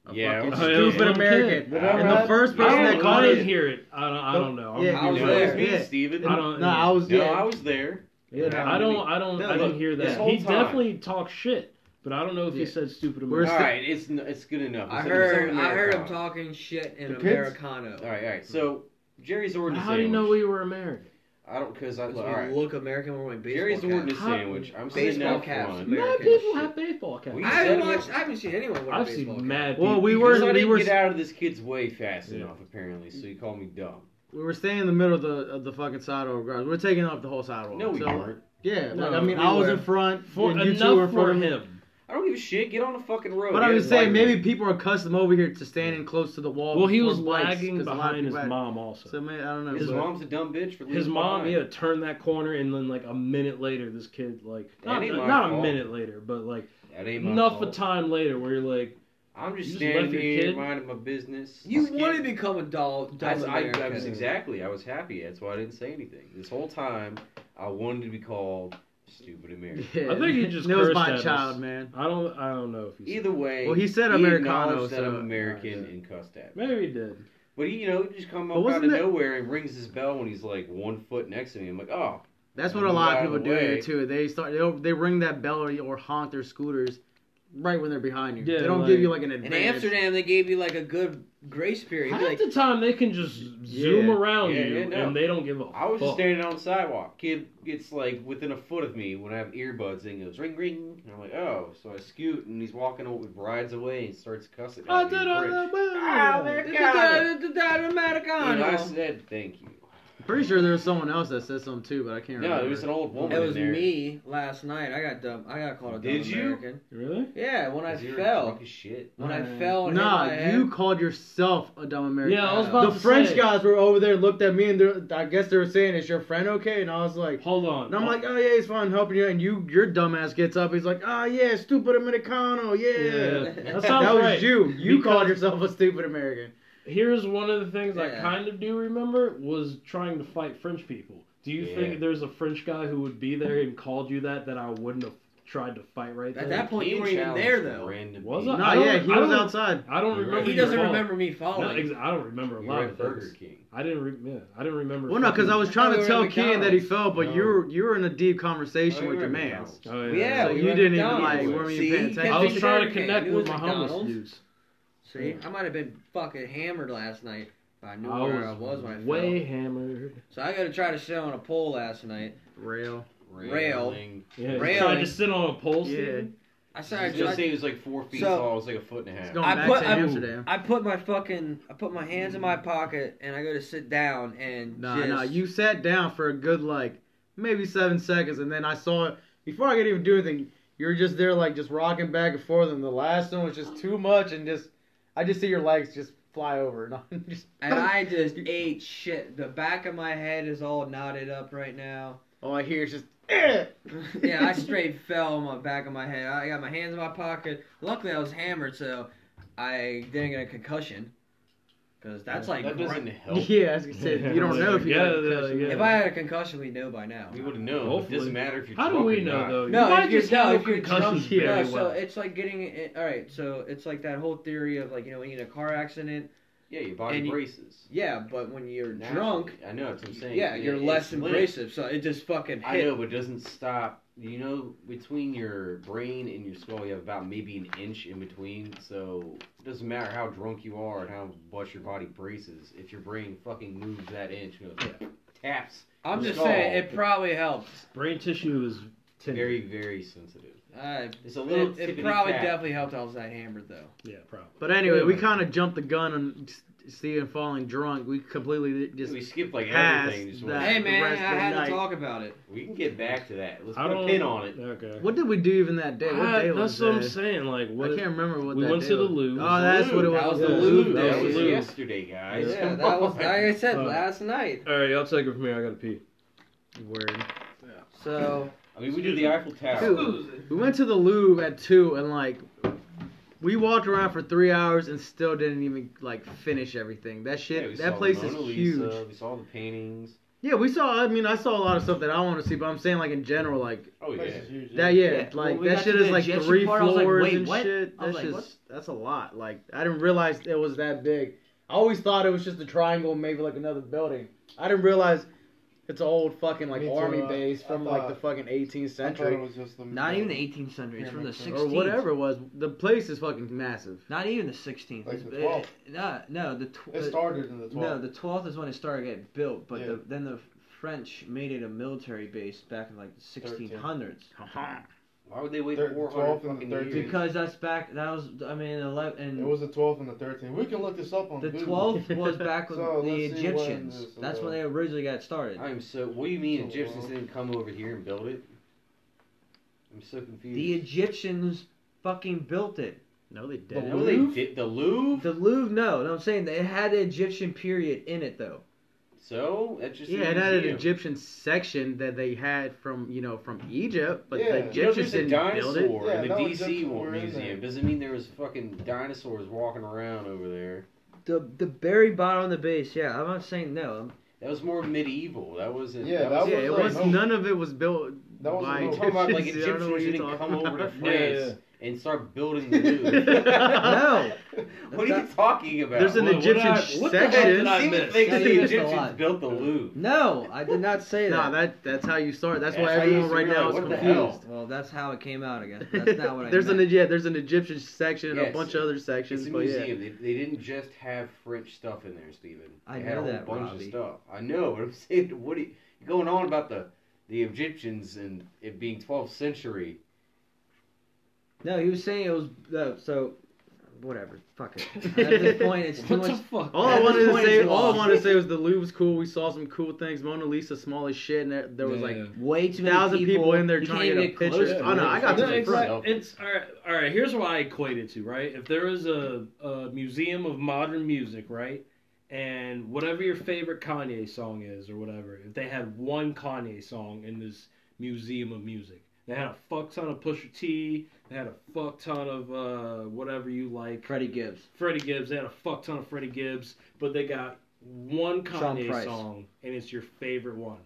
Speaker 6: a
Speaker 5: Yeah,
Speaker 6: fucking
Speaker 1: I was-
Speaker 6: stupid
Speaker 1: I was-
Speaker 6: American.
Speaker 5: Did I
Speaker 6: And the
Speaker 5: write-
Speaker 6: first
Speaker 1: I
Speaker 6: person
Speaker 1: don't,
Speaker 6: that
Speaker 1: I
Speaker 6: called
Speaker 1: didn't
Speaker 6: it
Speaker 1: hear it. I don't, I don't know. I'm-
Speaker 6: Oh, Yeah,
Speaker 5: I was
Speaker 6: Yeah.
Speaker 5: there. Me,
Speaker 6: Yeah.
Speaker 5: Steven.
Speaker 1: I don't-
Speaker 6: No, I was
Speaker 5: No,
Speaker 6: yeah.
Speaker 5: I was there.
Speaker 1: Yeah,
Speaker 5: Yeah,
Speaker 1: I don't.
Speaker 5: maybe.
Speaker 1: I don't.
Speaker 5: No,
Speaker 1: I
Speaker 5: look,
Speaker 1: didn't hear
Speaker 5: this
Speaker 1: that.
Speaker 5: whole
Speaker 1: He
Speaker 5: time-
Speaker 1: definitely talked shit, but I don't know if he
Speaker 6: Yeah.
Speaker 1: said stupid
Speaker 6: Where's
Speaker 1: America.
Speaker 5: All
Speaker 6: the-
Speaker 5: right, it's n- it's good enough. It's-
Speaker 4: I heard,
Speaker 5: it's
Speaker 4: I heard him
Speaker 5: Americana.
Speaker 4: talking shit in
Speaker 6: The kids?
Speaker 4: Americano.
Speaker 5: All right, all right. So Jerry's ordered a
Speaker 1: How do you
Speaker 5: sandwich.
Speaker 1: know we were American?
Speaker 5: I don't because I
Speaker 4: Because
Speaker 5: look.
Speaker 4: we
Speaker 5: All right.
Speaker 4: look American when we're in baseball
Speaker 5: Jerry's ordered a
Speaker 4: caps.
Speaker 1: How-
Speaker 5: sandwich. I'm sitting
Speaker 4: Baseball
Speaker 5: down
Speaker 4: caps.
Speaker 5: front.
Speaker 1: Not
Speaker 4: American
Speaker 1: people
Speaker 4: shit.
Speaker 1: have baseball caps.
Speaker 5: We-
Speaker 4: I haven't watched. I haven't seen anyone wear a
Speaker 1: I've
Speaker 4: baseball
Speaker 1: seen
Speaker 4: cap.
Speaker 1: mad.
Speaker 6: Well,
Speaker 1: people.
Speaker 6: we
Speaker 5: Because
Speaker 6: were-
Speaker 5: I
Speaker 6: we
Speaker 5: didn't
Speaker 6: were
Speaker 5: get
Speaker 6: s-
Speaker 5: out of this kid's way fast
Speaker 1: Yeah.
Speaker 5: enough, apparently. So you called me dumb.
Speaker 6: We were staying in the middle of the of the fucking sidewalk garage. We We're taking up the whole sidewalk.
Speaker 5: No, we
Speaker 6: So,
Speaker 5: weren't.
Speaker 6: Yeah,
Speaker 1: No,
Speaker 6: like, I mean,
Speaker 9: we
Speaker 6: I was
Speaker 9: were.
Speaker 6: in front.
Speaker 1: for
Speaker 6: and you two were
Speaker 1: enough
Speaker 6: in
Speaker 1: for
Speaker 6: front of me.
Speaker 1: him.
Speaker 5: I don't give a shit. Get on the fucking road.
Speaker 6: But I
Speaker 5: Get
Speaker 6: was
Speaker 5: a
Speaker 6: saying,
Speaker 5: white
Speaker 6: maybe
Speaker 5: man.
Speaker 6: people are accustomed over here to standing close to the wall.
Speaker 1: Well, he
Speaker 6: before
Speaker 1: was
Speaker 6: bikes,
Speaker 1: lagging
Speaker 6: 'cause a lot of
Speaker 1: behind his
Speaker 6: people had-
Speaker 1: mom also.
Speaker 6: So maybe I don't know.
Speaker 5: his
Speaker 6: but-
Speaker 5: mom's a dumb bitch for leaving
Speaker 1: his mom,
Speaker 5: behind.
Speaker 1: yeah, turned that corner, and then like a minute later, this kid, like
Speaker 5: That
Speaker 1: not,
Speaker 5: ain't my
Speaker 1: not a
Speaker 5: fault.
Speaker 1: minute later, but like
Speaker 5: That ain't my
Speaker 1: enough
Speaker 5: fault.
Speaker 1: of time later, where you're like,
Speaker 5: I'm just
Speaker 1: You just
Speaker 5: standing
Speaker 1: left your
Speaker 5: here
Speaker 1: kid?
Speaker 5: minding my business.
Speaker 4: You
Speaker 5: Just
Speaker 4: want to
Speaker 5: kidding.
Speaker 4: become a doll, dumb
Speaker 5: That's, I,
Speaker 4: American.
Speaker 5: I was exactly. I was happy. That's why I didn't say anything. This whole time, I wanted to be called stupid American.
Speaker 6: Yeah.
Speaker 1: I think he just
Speaker 6: It was
Speaker 1: cursed
Speaker 6: my
Speaker 1: at us.
Speaker 6: child, man.
Speaker 1: I don't, I don't know if he said
Speaker 5: Either way,
Speaker 6: Well, he said
Speaker 5: he
Speaker 6: Americano,
Speaker 5: acknowledged that
Speaker 6: so-
Speaker 5: I'm American
Speaker 6: Alright,
Speaker 5: and cussed at. me.
Speaker 1: maybe he did.
Speaker 5: But he, you know, just come
Speaker 6: But
Speaker 5: up out of
Speaker 6: wasn't it-
Speaker 5: nowhere and rings his bell when he's like one foot next to me. I'm like, oh,
Speaker 6: That's what a lot of
Speaker 5: By the
Speaker 6: people do
Speaker 5: way-
Speaker 6: here too. They start they they ring that bell or, or honk their scooters right when they're behind you.
Speaker 1: Yeah,
Speaker 6: they don't
Speaker 1: like-
Speaker 6: give you like an
Speaker 4: In
Speaker 6: advantage.
Speaker 4: Amsterdam, they gave you like a good grace period. You'd
Speaker 1: Half
Speaker 4: be like,
Speaker 1: the time they can just zoom
Speaker 6: Yeah.
Speaker 1: around
Speaker 5: Yeah,
Speaker 1: you
Speaker 5: yeah, no.
Speaker 1: and they don't give a
Speaker 5: I
Speaker 1: fuck.
Speaker 5: was just standing on the sidewalk. Kid gets like within a foot of me when I have earbuds and he goes ring ring, and I'm like, oh, so I scoot and he's walking over, rides away and starts cussing.
Speaker 1: I
Speaker 5: at me
Speaker 1: did
Speaker 5: in
Speaker 1: all
Speaker 5: French.
Speaker 1: that, but-
Speaker 5: Ah, Americano. And I
Speaker 4: Americano.
Speaker 5: said thank you.
Speaker 6: I'm pretty sure there was someone else that said something too, but I can't remember.
Speaker 5: No, it was an old woman.
Speaker 4: It was
Speaker 5: in there.
Speaker 4: me last night. I got dumb. I got called a dumb
Speaker 5: Did you?
Speaker 4: American.
Speaker 1: Really?
Speaker 4: Yeah, when I
Speaker 5: Because you were drunk
Speaker 4: fell.
Speaker 5: as shit.
Speaker 4: When I
Speaker 1: Alright.
Speaker 4: fell. and hit my
Speaker 6: Nah,
Speaker 4: head.
Speaker 6: you called yourself a dumb American.
Speaker 1: Yeah, I was
Speaker 4: Uh,
Speaker 1: about
Speaker 6: the
Speaker 1: to
Speaker 6: French
Speaker 1: say,
Speaker 6: guys were over there, looked at me, and they're- I guess they were saying, "Is your friend okay?" And I was like,
Speaker 1: Hold on.
Speaker 6: and I'm like, "Oh yeah, he's fine, helping you." And you, your dumbass gets up. He's like, "Ah yeah, stupid Americano, yeah."
Speaker 1: yeah, that sounds
Speaker 6: That was
Speaker 1: right.
Speaker 6: you. You
Speaker 1: Because-
Speaker 6: called yourself a stupid American.
Speaker 1: Here's one of the things I
Speaker 4: Yeah.
Speaker 1: kind of do remember was trying to fight French people. Do you
Speaker 5: Yeah.
Speaker 1: think there's a French guy who would be there and called you that that I wouldn't have tried to fight right
Speaker 4: At
Speaker 1: there?
Speaker 4: that point, you
Speaker 5: He
Speaker 4: weren't even
Speaker 5: challenged
Speaker 4: there, though.
Speaker 5: random
Speaker 1: Was
Speaker 5: people.
Speaker 1: I?
Speaker 6: No,
Speaker 1: don't-
Speaker 6: yeah, he
Speaker 1: I
Speaker 6: was
Speaker 1: don't-
Speaker 6: outside.
Speaker 1: I don't
Speaker 5: You're
Speaker 1: remember.
Speaker 5: right.
Speaker 4: He
Speaker 1: your
Speaker 4: doesn't
Speaker 1: fault.
Speaker 4: remember me
Speaker 1: No,
Speaker 4: falling.
Speaker 1: ex- I don't remember a
Speaker 5: You
Speaker 1: lot
Speaker 5: were
Speaker 1: of
Speaker 5: at Burger
Speaker 1: things.
Speaker 5: King.
Speaker 1: I didn't. Re- yeah, I didn't remember.
Speaker 6: Well, no, because I was trying
Speaker 4: Oh, we
Speaker 6: to
Speaker 4: were
Speaker 6: tell
Speaker 4: at
Speaker 6: Ken that he
Speaker 4: McDonald's.
Speaker 6: fell, but
Speaker 5: No.
Speaker 6: you were you were in a deep conversation
Speaker 5: Oh,
Speaker 6: with
Speaker 5: you
Speaker 6: your
Speaker 5: were
Speaker 6: man.
Speaker 5: McDonald's.
Speaker 1: Oh,
Speaker 4: yeah,
Speaker 6: So
Speaker 4: we
Speaker 6: you
Speaker 4: were at
Speaker 6: didn't even like
Speaker 4: McDonald's.
Speaker 6: you weren't
Speaker 4: See,
Speaker 6: even paying
Speaker 4: he
Speaker 6: attention.
Speaker 4: kept
Speaker 1: I was
Speaker 4: thinking
Speaker 1: trying to
Speaker 4: American.
Speaker 1: connect
Speaker 4: He
Speaker 1: with
Speaker 4: was
Speaker 1: my homeless
Speaker 4: McDonald's.
Speaker 1: dudes.
Speaker 4: See,
Speaker 1: Yeah.
Speaker 4: I might have been fucking hammered last night, but I
Speaker 1: I
Speaker 4: knew where I was
Speaker 1: was
Speaker 4: when I
Speaker 1: way
Speaker 4: fell.
Speaker 1: hammered.
Speaker 4: So I got to try to sit on a pole last night.
Speaker 6: Rail.
Speaker 4: Rail.
Speaker 5: Railing.
Speaker 1: Yeah, you
Speaker 4: Railing.
Speaker 1: tried to sit on a pole. Steven?
Speaker 4: I
Speaker 5: I
Speaker 4: started.
Speaker 5: just
Speaker 4: I,
Speaker 5: say it was like four feet
Speaker 4: So-
Speaker 5: tall. It was like a foot and a
Speaker 6: It's
Speaker 5: half.
Speaker 6: going
Speaker 4: I
Speaker 6: back
Speaker 4: put-
Speaker 6: to
Speaker 4: I-
Speaker 6: Amsterdam.
Speaker 4: I put my fucking. I put my hands in my pocket and I go to sit down and
Speaker 6: Nah,
Speaker 4: just.
Speaker 6: nah. You sat down for a good like maybe seven seconds, and then I saw it before I could even do anything. You were just there like just rocking back and forth, and the last one was just too much, and just I just see your legs just fly over, and I'm just
Speaker 4: and I just ate shit. The back of my head is all knotted up right now.
Speaker 6: all I hear is just eh.
Speaker 4: yeah, I straight fell on my back of my head. I got my hands in my pocket. Luckily, I was hammered, so I didn't get a concussion. Because that's like.
Speaker 5: that doesn't
Speaker 4: right-
Speaker 5: help.
Speaker 6: yeah. I was gonna say you don't know if you
Speaker 1: Yeah,
Speaker 6: got a
Speaker 1: yeah,
Speaker 6: concussion.
Speaker 1: yeah.
Speaker 4: If I had a concussion, we'd know by now.
Speaker 5: We would have known. but It
Speaker 1: Hopefully.
Speaker 5: doesn't matter if you're
Speaker 1: How do
Speaker 5: drunk
Speaker 1: we
Speaker 5: or
Speaker 1: know
Speaker 5: not.
Speaker 1: though?
Speaker 4: No,
Speaker 1: you might
Speaker 4: if you're,
Speaker 1: just
Speaker 4: no,
Speaker 1: handle
Speaker 4: if you're
Speaker 1: concussions
Speaker 4: drunk,
Speaker 1: very
Speaker 4: no, so
Speaker 1: well.
Speaker 4: it's like getting it, all right. So it's like that whole theory of like you know when you get in a car accident,
Speaker 5: Yeah, your body
Speaker 4: And you-
Speaker 5: braces.
Speaker 4: yeah, but when you're
Speaker 5: Naturally.
Speaker 4: drunk,
Speaker 5: I know that's what I'm saying.
Speaker 4: yeah, you're
Speaker 5: it's
Speaker 4: less
Speaker 5: linked.
Speaker 4: embracive, so it just fucking hit.
Speaker 5: I know, but it doesn't stop. You know, between your brain and your skull, you have about maybe an inch in between. So it doesn't matter how drunk you are and how much your body braces. If your brain fucking moves that inch, you know, taps.
Speaker 4: I'm
Speaker 5: your
Speaker 4: just saying
Speaker 5: skull,
Speaker 4: it probably helps.
Speaker 1: Brain tissue is tender.
Speaker 5: very, very sensitive.
Speaker 4: Uh,
Speaker 5: It's a little.
Speaker 4: it, it probably
Speaker 5: tippity-tap.
Speaker 4: definitely helped. I was that hammered though.
Speaker 1: yeah, probably.
Speaker 6: But anyway, we kind of jumped the gun on Steven falling drunk. We completely just
Speaker 5: We skipped like
Speaker 6: Past
Speaker 5: everything. Just
Speaker 6: that.
Speaker 5: went-
Speaker 4: Hey
Speaker 6: the
Speaker 4: man, I
Speaker 6: rest of the
Speaker 4: had to
Speaker 6: night.
Speaker 4: talk about it.
Speaker 5: We can get back to that. Let's
Speaker 1: I
Speaker 5: put a
Speaker 1: don't-
Speaker 5: pin on it.
Speaker 1: Okay.
Speaker 6: What did we do even that day? What
Speaker 1: I-
Speaker 6: day
Speaker 1: Uh, that's
Speaker 6: was
Speaker 1: what I'm
Speaker 6: that?
Speaker 1: saying. Like,
Speaker 6: I
Speaker 1: what?
Speaker 6: can't remember what
Speaker 1: we
Speaker 6: that
Speaker 1: went
Speaker 6: day
Speaker 1: to the
Speaker 6: was.
Speaker 1: Louvre.
Speaker 6: Oh, that's what it was.
Speaker 4: That was the
Speaker 6: Yeah.
Speaker 4: Louvre
Speaker 5: That,
Speaker 4: That
Speaker 5: was
Speaker 1: was Lou.
Speaker 5: yesterday, guys.
Speaker 1: Yeah,
Speaker 5: Come
Speaker 4: that was
Speaker 5: on.
Speaker 4: like I said
Speaker 1: Uh,
Speaker 4: last night.
Speaker 1: All right, y'all take it from here. I gotta pee.
Speaker 6: Word.
Speaker 4: So
Speaker 5: I mean, we did the Eiffel Tower.
Speaker 6: Dude, we went to the Louvre at two, and like, we walked around for three hours and still didn't even like finish everything. That
Speaker 5: Yeah,
Speaker 6: shit,
Speaker 5: we saw
Speaker 6: that place
Speaker 5: the
Speaker 6: is
Speaker 5: Mona
Speaker 6: huge.
Speaker 5: Lisa, We saw the paintings.
Speaker 6: Yeah, we saw. I mean, I saw a lot of stuff that I want to see, but I'm saying like in general, like
Speaker 5: Oh yeah.
Speaker 6: that. Yeah,
Speaker 4: Yeah.
Speaker 6: like
Speaker 4: Well, we
Speaker 6: that
Speaker 4: got
Speaker 6: shit
Speaker 4: to the
Speaker 6: is like
Speaker 4: Egyptian
Speaker 6: three
Speaker 4: part, I was like,
Speaker 6: floors
Speaker 4: wait,
Speaker 6: and
Speaker 4: what?
Speaker 6: shit.
Speaker 4: I was
Speaker 6: That's just
Speaker 4: like, what?
Speaker 6: that's a lot. Like I didn't realize it was that big. I always thought it was just a triangle, maybe like another building. I didn't realize It's an old fucking like
Speaker 2: Me too,
Speaker 6: army
Speaker 2: uh,
Speaker 6: base
Speaker 2: I
Speaker 6: from
Speaker 2: thought-
Speaker 6: like the fucking 18th
Speaker 2: I thought
Speaker 6: century
Speaker 2: it was just them-
Speaker 4: Not even the 18th century. It's from the
Speaker 2: Pyramid
Speaker 4: 16th.
Speaker 6: or whatever it was. The place is fucking massive.
Speaker 4: Not even the 16th.
Speaker 2: Like
Speaker 4: It's-
Speaker 2: the 12th.
Speaker 4: it- no, no, the tw-
Speaker 2: It started in the 12th.
Speaker 4: No, the 12th is when it started getting built, but
Speaker 2: Yeah.
Speaker 4: the, then the French made it a military base back in like the 1600s.
Speaker 5: Why would they wait
Speaker 2: Thir-
Speaker 5: 400
Speaker 2: 12 and
Speaker 5: fucking
Speaker 2: thirteen.
Speaker 5: years?
Speaker 4: Because that's back. That was I mean 11
Speaker 2: it
Speaker 4: and
Speaker 2: was the 12th and the 13th. We can look this up on
Speaker 4: the
Speaker 2: Google.
Speaker 4: 12th was back with
Speaker 2: So, let's
Speaker 4: the
Speaker 2: see when
Speaker 4: Egyptians.
Speaker 2: this,
Speaker 4: that's when
Speaker 2: uh,
Speaker 4: they originally got started.
Speaker 5: I'm so. What do you mean
Speaker 2: So
Speaker 5: Egyptians
Speaker 2: long.
Speaker 5: didn't come over here and build it? I'm so confused.
Speaker 4: The Egyptians fucking built it.
Speaker 6: No, they
Speaker 5: the
Speaker 6: didn't.
Speaker 5: Louvre? They did the Louvre.
Speaker 4: The Louvre, no, no, I'm saying that it had the Egyptian period in it though.
Speaker 5: So that's just a
Speaker 6: Yeah, it had an
Speaker 5: museum.
Speaker 6: Egyptian section that they had from you know from Egypt, but
Speaker 2: Yeah.
Speaker 6: the
Speaker 5: You know,
Speaker 6: Egyptians
Speaker 5: there's a
Speaker 6: didn't build it.
Speaker 5: dinosaur
Speaker 2: Yeah,
Speaker 5: in the
Speaker 2: no
Speaker 5: DC
Speaker 2: Egyptians
Speaker 5: War
Speaker 2: were in
Speaker 5: Museum.
Speaker 2: there.
Speaker 5: Doesn't mean there was fucking dinosaurs walking around over there.
Speaker 4: The the very bottom of the base, yeah. I'm not saying no.
Speaker 5: That was more medieval. That wasn't.
Speaker 2: Yeah,
Speaker 5: that was.
Speaker 6: Yeah, it
Speaker 2: That
Speaker 6: was
Speaker 2: was a-
Speaker 6: none of it was built
Speaker 2: That was a
Speaker 6: by
Speaker 2: little-
Speaker 5: You're talking about like
Speaker 6: Egyptians. I don't know what
Speaker 5: Egyptians
Speaker 6: you're
Speaker 5: didn't
Speaker 6: talking
Speaker 5: come over to
Speaker 6: about.
Speaker 5: France and start building the Louvre.
Speaker 4: No.
Speaker 5: what are you talking about?
Speaker 6: There's an
Speaker 1: What- what
Speaker 6: Egyptian
Speaker 1: I- what the hell did
Speaker 6: section.
Speaker 1: I
Speaker 5: You seem to
Speaker 1: miss?
Speaker 5: think that
Speaker 4: That
Speaker 5: the
Speaker 4: is a
Speaker 5: Egyptians
Speaker 4: lot.
Speaker 5: built the Louvre.
Speaker 4: No, I did not say that.
Speaker 6: Nah, that that's how you start. That's, why
Speaker 5: That's how
Speaker 6: everyone
Speaker 5: you used to
Speaker 6: right now
Speaker 5: realize,
Speaker 6: is
Speaker 5: what the hell?
Speaker 6: confused.
Speaker 4: Well, that's how it came out, I guess. That's not what I
Speaker 6: there's
Speaker 4: meant.
Speaker 6: an yeah, there's an Egyptian section and
Speaker 5: Yeah,
Speaker 6: a bunch
Speaker 5: it's-
Speaker 6: of other
Speaker 5: It's
Speaker 6: sections,
Speaker 5: a
Speaker 6: but yeah.
Speaker 5: museum. They, they didn't just have French stuff in there, Stephen.
Speaker 4: I
Speaker 5: They had
Speaker 4: know
Speaker 5: a whole
Speaker 4: that,
Speaker 5: bunch
Speaker 4: Robbie.
Speaker 5: of stuff. I know, but I'm saying, what are you you're going on about the the Egyptians and it being 12th century?
Speaker 4: No, he was saying it was no, so whatever. Fuck it. At this point, it's too
Speaker 1: What the
Speaker 4: much.
Speaker 1: fuck?
Speaker 6: All
Speaker 4: At
Speaker 6: I
Speaker 4: this
Speaker 6: wanted to
Speaker 4: point,
Speaker 6: say,
Speaker 4: it's
Speaker 6: all I
Speaker 4: lost.
Speaker 6: wanted to say was the Louvre's cool. We saw some cool things. Mona Lisa, small as shit, and there, there was like
Speaker 1: Yeah.
Speaker 4: Way too many
Speaker 6: thousand people in there
Speaker 4: You
Speaker 6: trying
Speaker 4: can't
Speaker 6: to
Speaker 4: even
Speaker 6: get a picture.
Speaker 4: close to
Speaker 6: Oh no,
Speaker 4: it.
Speaker 6: I got
Speaker 1: No,
Speaker 6: to the
Speaker 1: it's,
Speaker 6: front.
Speaker 5: front.
Speaker 1: it's all right, all right. Here's what I equate it to, right? If there is a, a museum of modern music, right, and whatever your favorite Kanye song is or whatever, if they had one Kanye song in this museum of music, they had a fuck ton of Pusha T, they had a fuck ton of uh, whatever you like,
Speaker 4: Freddie Gibbs.
Speaker 1: Freddie Gibbs. They had a fuck ton of Freddie Gibbs, but they got one
Speaker 4: Sean
Speaker 1: Kanye
Speaker 4: Price.
Speaker 1: song, and it's your favorite one.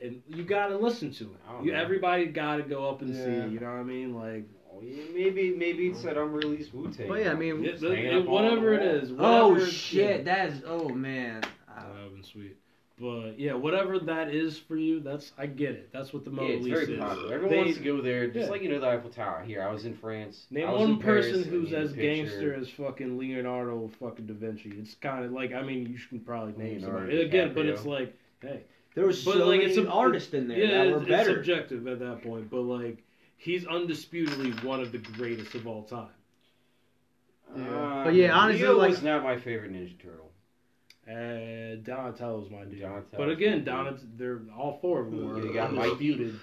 Speaker 1: And you gotta listen to
Speaker 5: I
Speaker 1: it.
Speaker 5: don't
Speaker 1: You,
Speaker 5: know.
Speaker 1: everybody gotta go up and
Speaker 2: Yeah.
Speaker 1: see. You know what I mean? Like,
Speaker 5: Oh, yeah, maybe maybe it's that unreleased Wu Tang.
Speaker 6: But yeah, I mean,
Speaker 1: it-
Speaker 5: hanging
Speaker 1: it-
Speaker 5: up on
Speaker 1: whatever
Speaker 5: the
Speaker 1: it
Speaker 5: wall.
Speaker 1: is.
Speaker 4: Oh
Speaker 1: whatever it-
Speaker 4: shit,
Speaker 1: yeah.
Speaker 4: that is. Oh man.
Speaker 1: That would
Speaker 4: Uh,
Speaker 1: have been sweet. But yeah, whatever that is for you, that's I get it. That's what the
Speaker 5: Yeah,
Speaker 1: Mona
Speaker 5: it's
Speaker 1: Lisa
Speaker 5: very
Speaker 1: is.
Speaker 5: popular. Everyone
Speaker 1: They-
Speaker 5: wants to go there, just
Speaker 1: yeah.
Speaker 5: like you know the Eiffel Tower. Here, I was in France. I
Speaker 1: Name
Speaker 5: was in
Speaker 1: one
Speaker 5: Paris,
Speaker 1: person
Speaker 5: I
Speaker 1: who's
Speaker 5: needed a
Speaker 1: as gangster
Speaker 5: picture.
Speaker 1: as fucking Leonardo fucking da Vinci. It's kind of like I mean you should probably name
Speaker 5: Leonardo
Speaker 1: somebody again, but
Speaker 5: DiCaprio.
Speaker 1: it's like hey,
Speaker 4: there was
Speaker 1: But,
Speaker 4: so
Speaker 1: like,
Speaker 4: many
Speaker 1: it's a-
Speaker 4: artists in there
Speaker 1: yeah,
Speaker 4: that
Speaker 1: it's,
Speaker 4: were
Speaker 1: it's
Speaker 4: better.
Speaker 1: subjective at that point, but like he's undisputedly one of the greatest of all time.
Speaker 2: Yeah.
Speaker 5: Uh,
Speaker 6: But yeah, honestly,
Speaker 5: Leo
Speaker 6: like-
Speaker 5: was not my favorite Ninja Turtle.
Speaker 1: Uh, Donatello's my dude.
Speaker 5: Donatello's
Speaker 1: but
Speaker 5: my
Speaker 1: again,
Speaker 5: dude.
Speaker 1: Donat, they're all four of them.
Speaker 5: You
Speaker 1: Are
Speaker 5: got Mike-
Speaker 1: undisputed.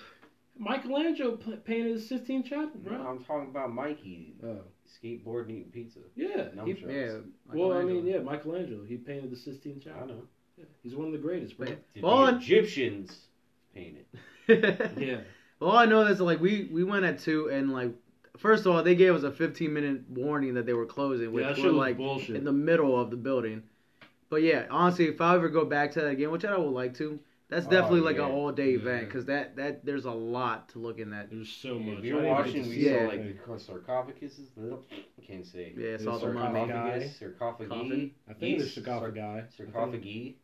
Speaker 1: Michelangelo p- painted the Sistine Chapel,
Speaker 5: No,
Speaker 1: bro.
Speaker 5: I'm talking about Mikey
Speaker 1: Oh.
Speaker 5: skateboarding eating pizza.
Speaker 1: Yeah.
Speaker 5: Num
Speaker 1: he-
Speaker 5: shots.
Speaker 6: Yeah.
Speaker 1: well, I mean,
Speaker 6: Michelangelo.
Speaker 1: yeah, Michelangelo. He painted the Sistine
Speaker 5: I don't
Speaker 1: Chapel.
Speaker 5: know.
Speaker 1: Yeah, he's one of the greatest, bro.
Speaker 5: Did
Speaker 6: Well,
Speaker 5: the
Speaker 6: and-
Speaker 5: Egyptians paint it?
Speaker 1: yeah.
Speaker 6: Well, I know that's like we we went at two and like first of all they gave us a 15 minute warning that they were closing, which
Speaker 1: yeah, that shit
Speaker 6: we're
Speaker 1: was
Speaker 6: like
Speaker 1: bullshit.
Speaker 6: in the middle of the building. But yeah, honestly, if I ever go back to that again, which I would like to, that's
Speaker 5: Oh,
Speaker 6: definitely like
Speaker 5: yeah.
Speaker 6: an all day event
Speaker 1: Yeah.
Speaker 6: because that that there's a lot to look in that.
Speaker 1: There's so
Speaker 5: Yeah,
Speaker 1: much.
Speaker 5: if
Speaker 1: I
Speaker 5: you're
Speaker 1: didn't get
Speaker 5: watching,
Speaker 1: to
Speaker 5: we
Speaker 1: see
Speaker 6: Yeah.
Speaker 5: saw
Speaker 1: it.
Speaker 5: like the sarcophaguses. I can't say.
Speaker 6: Yeah, it's
Speaker 1: There's
Speaker 6: all the mummy.
Speaker 1: sarcophagi.
Speaker 5: sarcophagus, sarcophagi,
Speaker 6: Coffin.
Speaker 1: I think there's
Speaker 5: Yes.
Speaker 1: sarcophagi. I think-
Speaker 5: sarcophagi.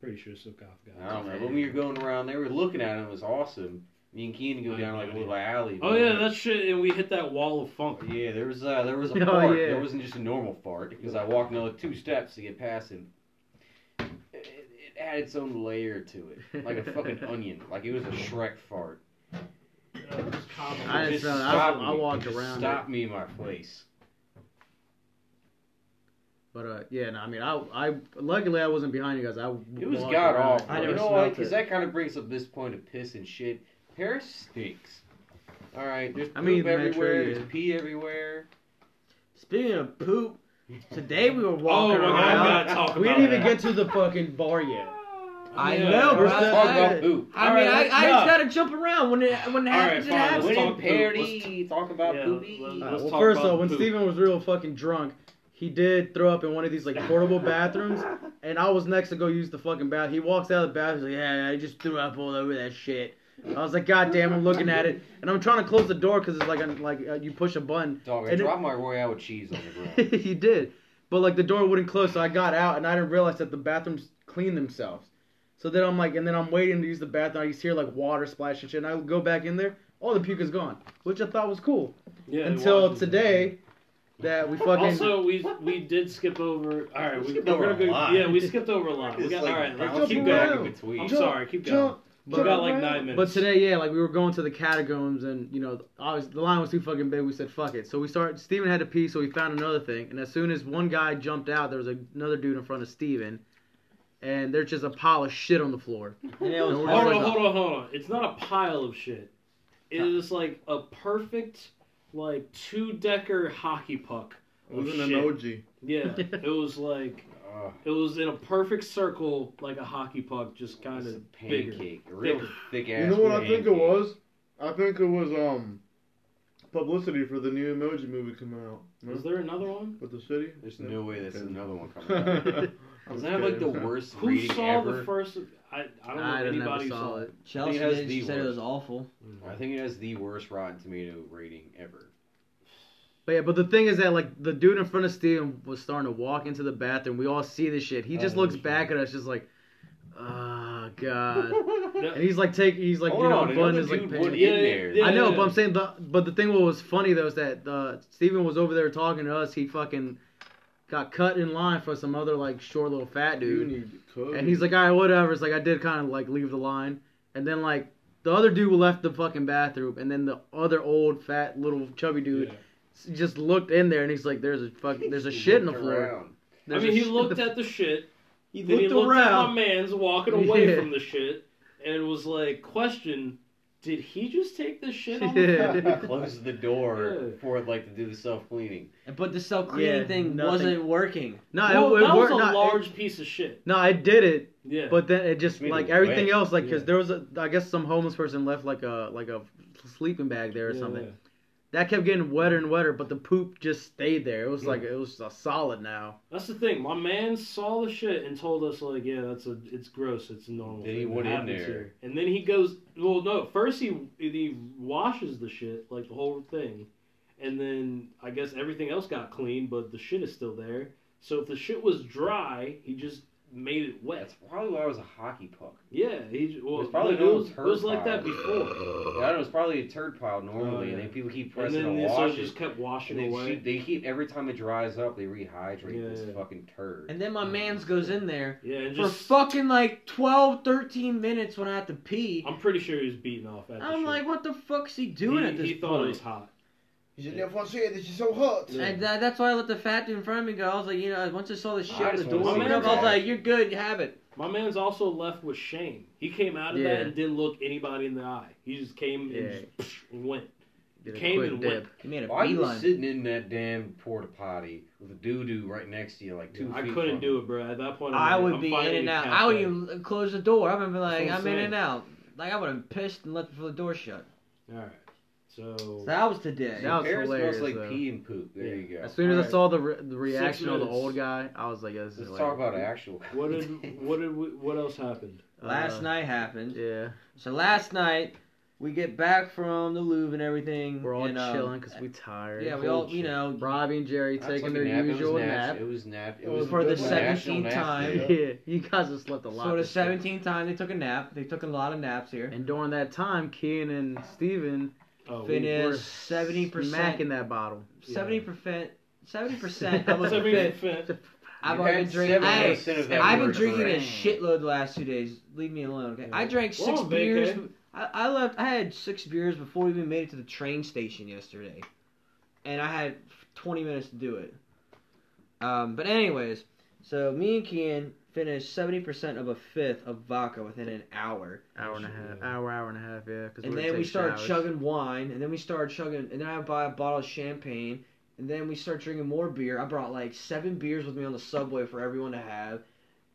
Speaker 1: Pretty sure it's sarcophagi.
Speaker 5: I don't know. But when we were going around, they were looking at it. It was awesome. Me and Keenan go down like a little alley.
Speaker 1: Oh yeah, that shit, and we hit that wall of funk.
Speaker 5: Yeah, there was uh, there was a
Speaker 6: Oh,
Speaker 5: fart.
Speaker 6: yeah.
Speaker 5: There wasn't just a normal fart because I walked another two steps to get past him. It, it had its own layer to it, like a fucking onion. Like it was a Shrek fart.
Speaker 6: I
Speaker 5: It
Speaker 4: uh,
Speaker 6: just found- I-
Speaker 5: stopped
Speaker 6: I
Speaker 5: me.
Speaker 6: walked
Speaker 5: It just
Speaker 6: around
Speaker 5: Stopped me in my place.
Speaker 6: But uh, yeah, no, I mean, I I luckily I wasn't behind you guys. I
Speaker 5: It was
Speaker 6: walked
Speaker 5: god
Speaker 6: around.
Speaker 5: awful.
Speaker 4: I
Speaker 5: You
Speaker 4: never
Speaker 5: know why?
Speaker 4: smelt
Speaker 5: Because
Speaker 4: it.
Speaker 5: that kind of brings up this point of piss and shit. Paris stinks. All right, there's poop
Speaker 6: I mean, the metro,
Speaker 5: everywhere.
Speaker 6: yeah.
Speaker 5: There's pee everywhere.
Speaker 4: Speaking of poop, today we were
Speaker 1: Oh my
Speaker 4: walking
Speaker 1: god,
Speaker 4: around.
Speaker 1: we gotta talk
Speaker 6: We
Speaker 1: about
Speaker 6: didn't even
Speaker 1: that.
Speaker 6: get to the fucking bar yet.
Speaker 4: I
Speaker 1: Yeah.
Speaker 4: know,
Speaker 6: We're
Speaker 4: bro.
Speaker 6: still-
Speaker 5: Talk
Speaker 4: I,
Speaker 5: about poop.
Speaker 4: I mean, I,
Speaker 1: Alright,
Speaker 4: I
Speaker 1: enough.
Speaker 4: just gotta jump around when it when it
Speaker 1: Alright,
Speaker 4: happens. it
Speaker 1: fine,
Speaker 4: happens.
Speaker 1: let's
Speaker 5: When
Speaker 1: talk
Speaker 5: in
Speaker 1: poop.
Speaker 5: parody, talk about
Speaker 1: Yeah,
Speaker 5: poopy.
Speaker 1: let's-
Speaker 6: Uh, well,
Speaker 1: talk
Speaker 6: first
Speaker 1: about
Speaker 6: off, when
Speaker 1: poop.
Speaker 6: Steven was real fucking drunk, he did throw up in one of these like portable bathrooms, and I was next to go use the fucking bath. He walks out of the bathroom, he's like, yeah, I just threw up all over that shit. I was like, God damn, I'm looking at it, and I'm trying to close the door because it's like I'm, like uh, you push a button.
Speaker 5: Dog, I
Speaker 6: And it-
Speaker 5: dropped my Royale with cheese on the ground.
Speaker 6: he did, but like the door wouldn't close, so I got out and I didn't realize that the bathrooms cleaned themselves. So then I'm like, and then I'm waiting to use the bathroom. I just hear like water splash and shit. And I go back in there, all the puke is gone, which I thought was cool
Speaker 1: Yeah, it
Speaker 6: until
Speaker 1: was.
Speaker 6: today that we fucking.
Speaker 1: Also, we we did skip over. All right, we,
Speaker 2: skipped
Speaker 1: we're
Speaker 2: over
Speaker 1: gonna go.
Speaker 2: a lot.
Speaker 1: Yeah, we skipped over a lot. We
Speaker 2: It's
Speaker 1: got,
Speaker 2: like
Speaker 1: all right, let's
Speaker 2: bouncing
Speaker 1: keep
Speaker 6: back
Speaker 1: going.
Speaker 5: in between.
Speaker 1: I'm
Speaker 6: Jump,
Speaker 1: sorry, keep going.
Speaker 6: Jump,
Speaker 1: We got like nine minutes.
Speaker 6: But today, yeah, like we were going to the catacombs, and you know, obviously the line was too fucking big. We said fuck it, so we started. Steven had to pee, so we found another thing. And as soon as one guy jumped out, there was another dude in front of Steven, and there's just a pile of shit on the floor.
Speaker 4: And it was
Speaker 6: No,
Speaker 1: Hold
Speaker 6: we're
Speaker 4: hard.
Speaker 1: on, hold on, hold on. It's not a pile of shit. It is like a perfect, like two decker hockey puck.
Speaker 10: It was
Speaker 1: of
Speaker 10: an
Speaker 1: shit.
Speaker 10: emoji.
Speaker 1: Yeah, it was like
Speaker 5: Ugh,
Speaker 1: it was in a perfect circle, like a hockey puck, just kind
Speaker 5: it's a
Speaker 1: of bigger.
Speaker 5: pancake, a real
Speaker 1: Bigger.
Speaker 5: thick ass.
Speaker 2: You know what I think it was? I think it was um publicity for the new emoji movie coming out. No?
Speaker 1: Was there another one?
Speaker 2: With the city?
Speaker 5: There's no way that's
Speaker 2: Okay.
Speaker 5: another one coming. out. Doesn't that have like the worst
Speaker 1: Who
Speaker 5: rating
Speaker 1: saw
Speaker 5: ever?
Speaker 1: the first? I, I don't know
Speaker 6: I
Speaker 1: if
Speaker 6: didn't
Speaker 1: anybody
Speaker 6: ever
Speaker 1: saw
Speaker 6: saw
Speaker 1: it.
Speaker 6: it.
Speaker 4: Chelsea
Speaker 5: He has
Speaker 4: did. She
Speaker 5: the
Speaker 4: said it
Speaker 5: worst.
Speaker 4: was awful.
Speaker 5: I think it has the worst Rotten Tomato rating ever.
Speaker 6: But yeah, but the thing is that like the dude in front of Steven was starting to walk into the bathroom. We all see this shit. He just
Speaker 1: Oh,
Speaker 6: looks
Speaker 1: shit.
Speaker 6: back at us, just like, oh god.
Speaker 1: No,
Speaker 6: and he's like take, he's like
Speaker 5: Hold
Speaker 6: you know,
Speaker 5: on,
Speaker 6: button
Speaker 5: another
Speaker 6: his like.
Speaker 5: dude
Speaker 6: pants.
Speaker 5: would
Speaker 1: Yeah,
Speaker 5: in there.
Speaker 1: yeah,
Speaker 6: I know,
Speaker 1: yeah.
Speaker 6: but I'm saying the but the thing what was funny though is that uh, Steven was over there talking to us. He fucking got cut in line for some other like short little fat dude, and he's like, "All right, whatever." It's like I did kind of like leave the line, and then like the other dude left the fucking bathroom, and then the other old fat little chubby dude
Speaker 1: Yeah.
Speaker 6: s- just looked in there, and he's like, "There's a fucking there's a shit in the floor."
Speaker 5: Around.
Speaker 1: I
Speaker 6: There's
Speaker 1: mean,
Speaker 6: a
Speaker 1: he
Speaker 6: shit in
Speaker 1: looked
Speaker 6: the-
Speaker 1: at the shit.
Speaker 6: he
Speaker 1: Then he
Speaker 6: looked
Speaker 1: looked at my
Speaker 6: around.
Speaker 1: man's walking away
Speaker 6: Yeah.
Speaker 1: from the shit and was like, question, did he just take this shit on the
Speaker 6: Yeah.
Speaker 5: He closed the door
Speaker 1: Yeah.
Speaker 5: for like to do the self cleaning.
Speaker 4: But the self cleaning
Speaker 6: Yeah,
Speaker 4: thing
Speaker 6: nothing.
Speaker 4: wasn't working.
Speaker 6: No, it-
Speaker 1: Well,
Speaker 6: it,
Speaker 1: that was
Speaker 6: worked.
Speaker 1: a
Speaker 6: no, it-
Speaker 1: large piece of shit.
Speaker 6: no, I did it.
Speaker 1: Yeah.
Speaker 6: But then it just
Speaker 5: Just made
Speaker 6: like
Speaker 5: it
Speaker 6: everything
Speaker 5: wet.
Speaker 6: else, like because
Speaker 1: Yeah.
Speaker 6: there was a, I guess some homeless person left like a like a sleeping bag there or
Speaker 1: Yeah,
Speaker 6: something.
Speaker 1: yeah.
Speaker 6: That kept getting wetter and wetter, but the poop just stayed there. It was like it was a solid now.
Speaker 1: That's the thing. My man saw the shit and told us like, yeah, that's a, it's gross. It's a normal.
Speaker 5: Then
Speaker 1: thing
Speaker 5: he
Speaker 1: that
Speaker 5: went in
Speaker 1: happens
Speaker 5: there.
Speaker 1: here. and then he goes. Well, no. First he he washes the shit like the whole thing, and then I guess everything else got clean, but the shit is still there. So if the shit was dry, he just made it wet.
Speaker 5: That's probably why it was a hockey puck.
Speaker 1: Yeah, he j- well,
Speaker 5: It's probably
Speaker 1: it
Speaker 5: no
Speaker 1: was, it
Speaker 5: turd
Speaker 1: was like that
Speaker 5: pile.
Speaker 1: before.
Speaker 5: I don't know, it's probably a turd pile normally,
Speaker 1: Oh, yeah.
Speaker 5: and then people keep
Speaker 1: And
Speaker 5: pressing
Speaker 1: then
Speaker 5: to
Speaker 1: they
Speaker 5: wash
Speaker 1: sort of
Speaker 5: it.
Speaker 1: just kept washing
Speaker 5: and they,
Speaker 1: away.
Speaker 5: keep- they keep every time it dries up, they rehydrate
Speaker 1: Yeah,
Speaker 5: this
Speaker 1: yeah.
Speaker 5: fucking turd.
Speaker 4: And then my man's goes in there
Speaker 1: yeah, and
Speaker 4: for
Speaker 1: Mm. just
Speaker 4: fucking like 12, 13 minutes when I had to pee.
Speaker 1: I'm pretty Oh, sure he was beaten off at the
Speaker 4: I'm
Speaker 1: shit.
Speaker 4: like, what the fuck's he doing
Speaker 1: he,
Speaker 4: at this
Speaker 1: he thought
Speaker 4: point?
Speaker 1: it was hot.
Speaker 2: He said, "Never say this is so hot."
Speaker 4: And that, that's why I let the fat dude in front of me go. I was like, you know, once I saw the shit
Speaker 5: I
Speaker 4: on the
Speaker 5: just wanna
Speaker 4: door,
Speaker 1: see
Speaker 4: open up,
Speaker 1: that.
Speaker 4: I was like, you're good, you have it.
Speaker 1: My man's also left with shame. He came out of
Speaker 6: Yeah.
Speaker 1: that and didn't look anybody in the eye. He just came and,
Speaker 6: Yeah.
Speaker 1: just, psh, and went.
Speaker 6: Did a
Speaker 1: Came
Speaker 6: quick
Speaker 1: and
Speaker 6: dip.
Speaker 1: went.
Speaker 4: He made a
Speaker 5: Why are you
Speaker 4: beeline.
Speaker 5: sitting in that damn porta potty with a doo doo right next to you, like two
Speaker 1: I
Speaker 5: feet
Speaker 1: couldn't
Speaker 5: from
Speaker 1: do it, bro. At that point, I'm
Speaker 4: I
Speaker 1: like,
Speaker 4: would
Speaker 1: I'm
Speaker 4: be in
Speaker 1: finally
Speaker 4: and out.
Speaker 1: tapped
Speaker 4: I would
Speaker 1: in.
Speaker 4: even close the door. I would be like,
Speaker 1: That's what
Speaker 4: I'm
Speaker 1: I'm
Speaker 4: in
Speaker 1: saying.
Speaker 4: and out. Like I would have pissed and left the door shut.
Speaker 1: All right. So
Speaker 4: So that was today.
Speaker 6: That was
Speaker 5: Paris
Speaker 6: hilarious,
Speaker 5: smells like
Speaker 6: though.
Speaker 5: pee and poop. There you go.
Speaker 6: As soon as I
Speaker 1: Alright.
Speaker 6: saw the, re- the reaction of the
Speaker 1: minutes.
Speaker 6: old guy, I was like, yeah, "This is
Speaker 5: Let's
Speaker 6: like,
Speaker 5: talk about actual.
Speaker 1: what did what did we, what else happened?
Speaker 4: last
Speaker 6: uh,
Speaker 4: night happened.
Speaker 6: Yeah,
Speaker 4: So last night we get back from the Louvre and everything.
Speaker 6: we're all
Speaker 4: and, um,
Speaker 6: chilling because we tired.
Speaker 4: Yeah, we all you know
Speaker 6: Robbie and Jerry
Speaker 5: I
Speaker 6: taking
Speaker 5: took
Speaker 6: their
Speaker 5: a nap,
Speaker 6: usual
Speaker 5: it was
Speaker 6: nap. Oh,
Speaker 5: It was nap. It
Speaker 2: It
Speaker 5: was
Speaker 2: was
Speaker 4: for the
Speaker 5: a national
Speaker 4: seventeenth
Speaker 5: nap
Speaker 4: time.
Speaker 5: day.
Speaker 6: Yeah, you guys have slept a lot.
Speaker 4: for the
Speaker 6: this year.
Speaker 4: 17th time they took a nap. They took a lot of naps here.
Speaker 6: And during that time, Kean and Steven
Speaker 1: Oh, we-
Speaker 6: were
Speaker 4: Finished 70%.
Speaker 6: smacking that bottle.
Speaker 4: 70%. 70% of
Speaker 1: What's
Speaker 4: the
Speaker 1: every
Speaker 4: fit
Speaker 1: fit?
Speaker 4: I've
Speaker 5: You
Speaker 4: already
Speaker 5: had
Speaker 4: been drinking.
Speaker 5: 70% of
Speaker 4: Hey,
Speaker 5: that
Speaker 4: I've been
Speaker 5: word
Speaker 4: drinking a
Speaker 5: correct.
Speaker 4: shitload the last two days. Leave me alone, okay? I drank
Speaker 1: We're
Speaker 4: six
Speaker 1: on
Speaker 4: beers.
Speaker 1: vacay.
Speaker 4: I, I left. I had six beers before we even made it to the train station yesterday, and I had 20 minutes to do it. Um, but anyways, so me and Kian finished 70% of a fifth of vodka within an hour,
Speaker 6: Hour and a half, hour, hour and a half, yeah. 'cause
Speaker 4: and
Speaker 6: would
Speaker 4: then we
Speaker 6: take
Speaker 4: started
Speaker 6: showers.
Speaker 4: chugging wine, and then we started chugging, and then I bought a bottle of champagne, and then we started drinking more beer. I brought like seven beers with me on the subway for everyone to have,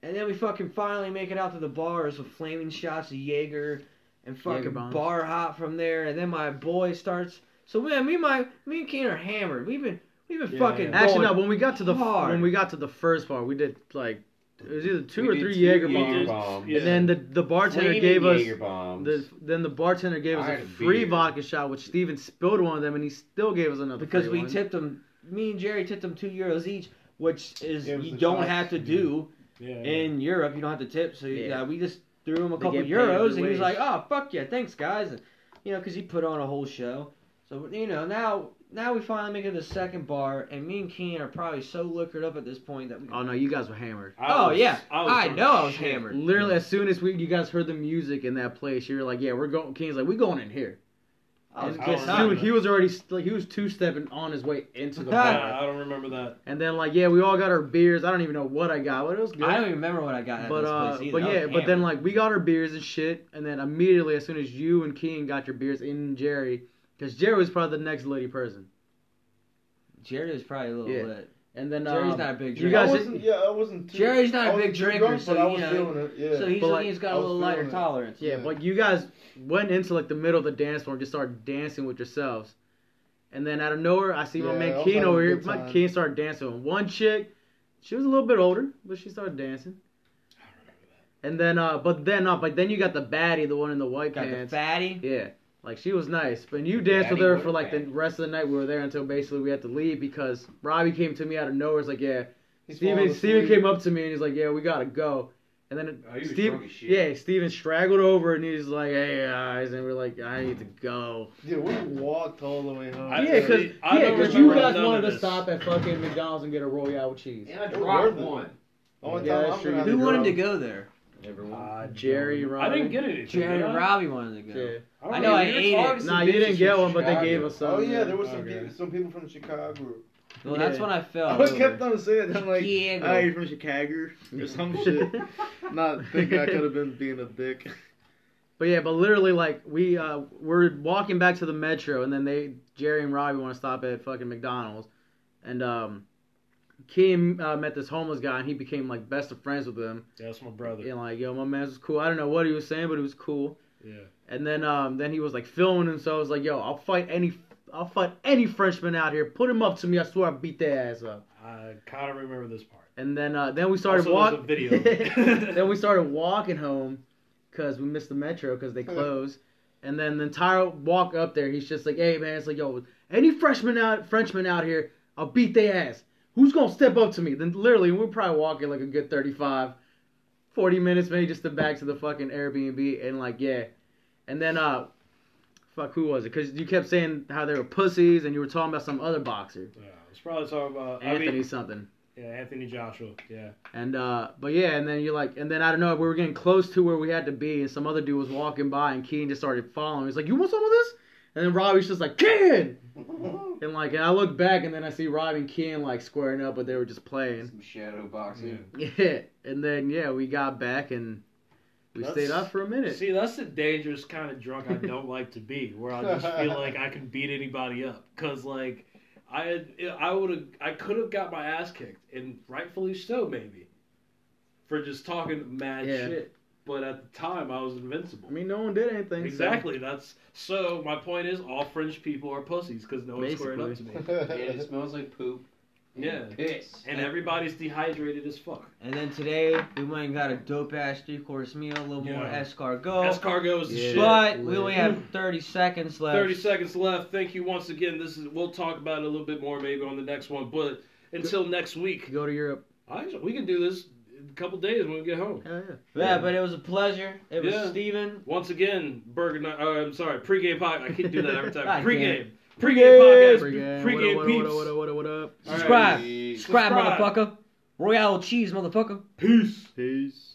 Speaker 4: and then we fucking finally make it out to the bars with flaming shots of Jaeger and fucking
Speaker 6: Jaeger bombs.
Speaker 4: bar hop from there, and then my boy starts. So man, me and my me and Kane are hammered. We've been we've been
Speaker 1: Yeah,
Speaker 4: fucking
Speaker 1: yeah.
Speaker 6: Actually,
Speaker 4: going
Speaker 6: no. When we got to the
Speaker 4: hard.
Speaker 6: when we got to the first bar, we did like it was either two
Speaker 5: We
Speaker 6: or
Speaker 5: did
Speaker 6: three
Speaker 5: two
Speaker 6: Jaeger
Speaker 5: Jaeger
Speaker 6: bombs.
Speaker 5: bombs.
Speaker 1: Yeah.
Speaker 6: And then the the bartender
Speaker 5: Flaming
Speaker 6: gave us
Speaker 5: Jaeger bombs.
Speaker 6: the then the bartender gave us
Speaker 5: I
Speaker 6: a
Speaker 5: had a
Speaker 6: free
Speaker 5: beer.
Speaker 6: vodka shot, which Steven spilled one of them, and he still gave us another.
Speaker 4: because
Speaker 6: free
Speaker 4: we
Speaker 6: one.
Speaker 4: tipped them. Me and Jerry tipped them two euros each, which is
Speaker 2: It was
Speaker 4: you
Speaker 2: the
Speaker 4: don't
Speaker 2: shots.
Speaker 4: have to do.
Speaker 1: Yeah.
Speaker 4: in Europe, you don't have to tip. So yeah,
Speaker 6: Yeah.
Speaker 4: we just threw him a
Speaker 6: They
Speaker 4: couple
Speaker 6: get paid either
Speaker 4: euros, and he was
Speaker 6: ways.
Speaker 4: like, "Oh fuck yeah, thanks guys," and, you know, because he put on a whole show. So you know now now we finally make it to the second bar, and me and Keen are probably so liquored up at this point that we.
Speaker 6: Oh no, you guys were hammered.
Speaker 4: Oh,
Speaker 1: was-
Speaker 4: yeah,
Speaker 1: was
Speaker 4: I
Speaker 1: drunk
Speaker 4: know I was
Speaker 1: as shit.
Speaker 4: hammered.
Speaker 6: Literally, as soon as we you guys heard the music in that place, you were like, "Yeah, we're going." King's like, "We going in here."
Speaker 4: I was
Speaker 6: And
Speaker 1: I was
Speaker 6: he
Speaker 1: not.
Speaker 6: was- he was already like he was two stepping on his way into the
Speaker 1: Yeah,
Speaker 6: bar,
Speaker 1: I don't remember that.
Speaker 6: and then like yeah, we all got our beers. I don't even know what I got, but it was good.
Speaker 4: I don't even remember what I got at
Speaker 6: but
Speaker 4: this
Speaker 6: uh,
Speaker 4: place either.
Speaker 6: but
Speaker 4: I was
Speaker 6: yeah, but then
Speaker 4: hammered.
Speaker 6: like we got our beers and shit, and then immediately as soon as you and King got your beers in Jerry, because Jerry was probably the next lady person,
Speaker 4: Jerry was probably a little
Speaker 6: Yeah.
Speaker 4: lit.
Speaker 6: and then
Speaker 4: Jerry's
Speaker 6: um,
Speaker 4: not a big
Speaker 6: you
Speaker 4: drinker.
Speaker 2: I
Speaker 6: guys,
Speaker 2: wasn't, yeah, I wasn't too.
Speaker 4: Jerry's not a
Speaker 2: I wasn't
Speaker 4: big
Speaker 2: too
Speaker 4: drinker,
Speaker 2: drunk,
Speaker 4: so,
Speaker 2: but I
Speaker 4: you
Speaker 2: was
Speaker 4: know,
Speaker 2: feeling it. Yeah.
Speaker 4: So he's,
Speaker 6: But, like,
Speaker 4: he's got a
Speaker 2: I was
Speaker 4: little lighter
Speaker 2: feeling it.
Speaker 4: tolerance.
Speaker 6: yeah,
Speaker 2: Yeah.
Speaker 6: but you guys went into like the middle of the dance floor and just started dancing with yourselves, and then out of nowhere I see my
Speaker 2: Yeah, I
Speaker 6: man
Speaker 2: was
Speaker 6: Keen
Speaker 2: having a
Speaker 6: over here.
Speaker 2: good
Speaker 6: My
Speaker 2: time.
Speaker 6: Keen started dancing with one chick. She was a little bit older, but she started dancing. And then, uh, but then, uh, but then you got the baddie, the one in the white
Speaker 4: Got the
Speaker 6: pants.
Speaker 4: fatty.
Speaker 6: Yeah, like she was nice. But you danced with
Speaker 5: Daddy
Speaker 6: her
Speaker 5: was
Speaker 6: for like the
Speaker 5: bad.
Speaker 6: rest of the night. We were there until basically we had to leave because Robbie came to me out of nowhere. It's like, yeah,
Speaker 2: He's falling
Speaker 6: Steven,
Speaker 2: asleep.
Speaker 6: Steven came up to me and he's like, yeah, we gotta go. And then
Speaker 5: Oh, he was
Speaker 6: Steve,
Speaker 5: drunk as shit.
Speaker 6: yeah, Steven straggled over and he's like, hey guys, and we're like, I need to go.
Speaker 2: Yeah, we walked all the way home.
Speaker 1: I-
Speaker 6: yeah, because
Speaker 1: I don't
Speaker 6: you
Speaker 1: remember
Speaker 6: guys
Speaker 1: none
Speaker 6: wanted
Speaker 1: of
Speaker 6: to
Speaker 1: this.
Speaker 6: stop at fucking McDonald's and get a royale with cheese.
Speaker 5: And I
Speaker 2: It was
Speaker 5: dropped
Speaker 2: worth it.
Speaker 5: one.
Speaker 2: Only
Speaker 6: Yeah,
Speaker 2: time
Speaker 6: that's
Speaker 2: I'm
Speaker 6: true.
Speaker 2: gonna have
Speaker 4: Who wanted
Speaker 2: go.
Speaker 4: to go there?
Speaker 6: Uh, Jerry, Robbie.
Speaker 1: I didn't get anything.
Speaker 4: Jerry
Speaker 1: did I?
Speaker 4: and Robbie wanted to go.
Speaker 6: Yeah.
Speaker 1: I don't
Speaker 4: I know I
Speaker 5: You're
Speaker 4: ate it.
Speaker 5: targeting some
Speaker 6: Nah, you
Speaker 5: bitches
Speaker 6: didn't get
Speaker 5: from
Speaker 6: one, but they
Speaker 5: Chicago.
Speaker 6: gave us some.
Speaker 2: Oh yeah, there was some
Speaker 6: Okay.
Speaker 2: people, some people from Chicago.
Speaker 4: Well, that's
Speaker 6: Yeah.
Speaker 4: when I
Speaker 2: I
Speaker 4: fell.
Speaker 2: was
Speaker 4: over.
Speaker 2: kept on saying that, I'm like,
Speaker 4: Oh, Yeah,
Speaker 2: "Ah, you're from Chicago or some shit. Not thinking I could have been being a dick.
Speaker 6: But yeah, but literally, like we uh, we're walking back to the metro, and then they Jerry and Robbie want to stop at fucking McDonald's, and um, Kim uh, met this homeless guy, and he became like best of friends with him,
Speaker 1: Yeah, that's my brother.
Speaker 6: and like yo, my man was cool. I don't know what he was saying, but he was cool.
Speaker 1: Yeah.
Speaker 6: And then um, then he was like filming himself. I was like, yo, I'll fight any, I'll fight any Frenchman out here. Put him up to me. I swear I beat their ass up.
Speaker 1: I kind of remember this part.
Speaker 6: And then uh, then we started
Speaker 1: Also,
Speaker 6: walking.
Speaker 1: there's a video.
Speaker 6: then we started walking home because we missed the metro because they closed. and then the entire walk up there, he's just like, "Hey man, it's like yo, any freshman out Frenchman out here, I'll beat their ass. Who's gonna step up to me?" Then literally, we we're probably walking like a good 35, 40 minutes maybe just to back to the fucking Airbnb and like yeah, and then uh. Fuck, who was it? Because you kept saying how they were pussies, and you were talking about some other boxer,
Speaker 1: Yeah, it's probably talking about
Speaker 6: Anthony
Speaker 1: I mean,
Speaker 6: something.
Speaker 1: yeah, Anthony Joshua. Yeah,
Speaker 6: And uh, but yeah, and then you're like, and then I don't know, we were getting close to where we had to be, and some other dude was walking by, and Keen just started following. He's like, "You want some of this?" And then Robbie's just like, "Keen," and like, and I look back, and then I see Robbie and Keen like squaring up, but they were just playing.
Speaker 5: Some shadow boxing.
Speaker 6: Yeah, and then yeah, we got back and we
Speaker 1: That's-
Speaker 6: stayed up for a minute.
Speaker 1: See, that's the dangerous kind of drunk I don't like to be, where I just feel like I can beat anybody up. Cause like, I had, I would have, I could have got my ass kicked, and rightfully so, maybe, for just talking mad
Speaker 6: Yeah.
Speaker 1: shit. But at the time, I was invincible.
Speaker 6: I mean, no one did anything. so-
Speaker 1: exactly. That's so. My point is, all French people are pussies because no one's squaring up to me.
Speaker 5: And it smells like poop. and
Speaker 1: Yeah.
Speaker 5: Piss.
Speaker 1: And everybody's dehydrated as fuck.
Speaker 4: And then today we went and got a dope ass three course meal, a little more
Speaker 1: Yeah.
Speaker 4: escargot.
Speaker 1: Escargot is the
Speaker 6: Oh. Yeah.
Speaker 1: shit.
Speaker 4: but we only have 30 seconds left.
Speaker 1: 30 seconds left. Thank you once again. This is we'll talk about it a little bit more maybe on the next one, but until next week,
Speaker 6: Go to Europe.
Speaker 1: I we can do this in a couple days when we get home.
Speaker 6: Hell yeah.
Speaker 4: Yeah, but it was a pleasure. It was
Speaker 1: Yeah.
Speaker 4: Steven.
Speaker 1: Once again, Burger Night. Uh, I'm sorry, pregame podcast. I keep doing that every
Speaker 4: God
Speaker 1: time.
Speaker 4: damn
Speaker 1: Pregame, pregame podcast,
Speaker 6: Pre-game.
Speaker 1: pregame
Speaker 6: What up,
Speaker 1: peeps.
Speaker 6: What up, what up, what up, what up?
Speaker 1: All right.
Speaker 4: Subscribe.
Speaker 2: Peace.
Speaker 4: Subscribe,
Speaker 1: Subscribe.
Speaker 4: motherfucker. Royal cheese, motherfucker.
Speaker 1: Peace.
Speaker 2: Peace.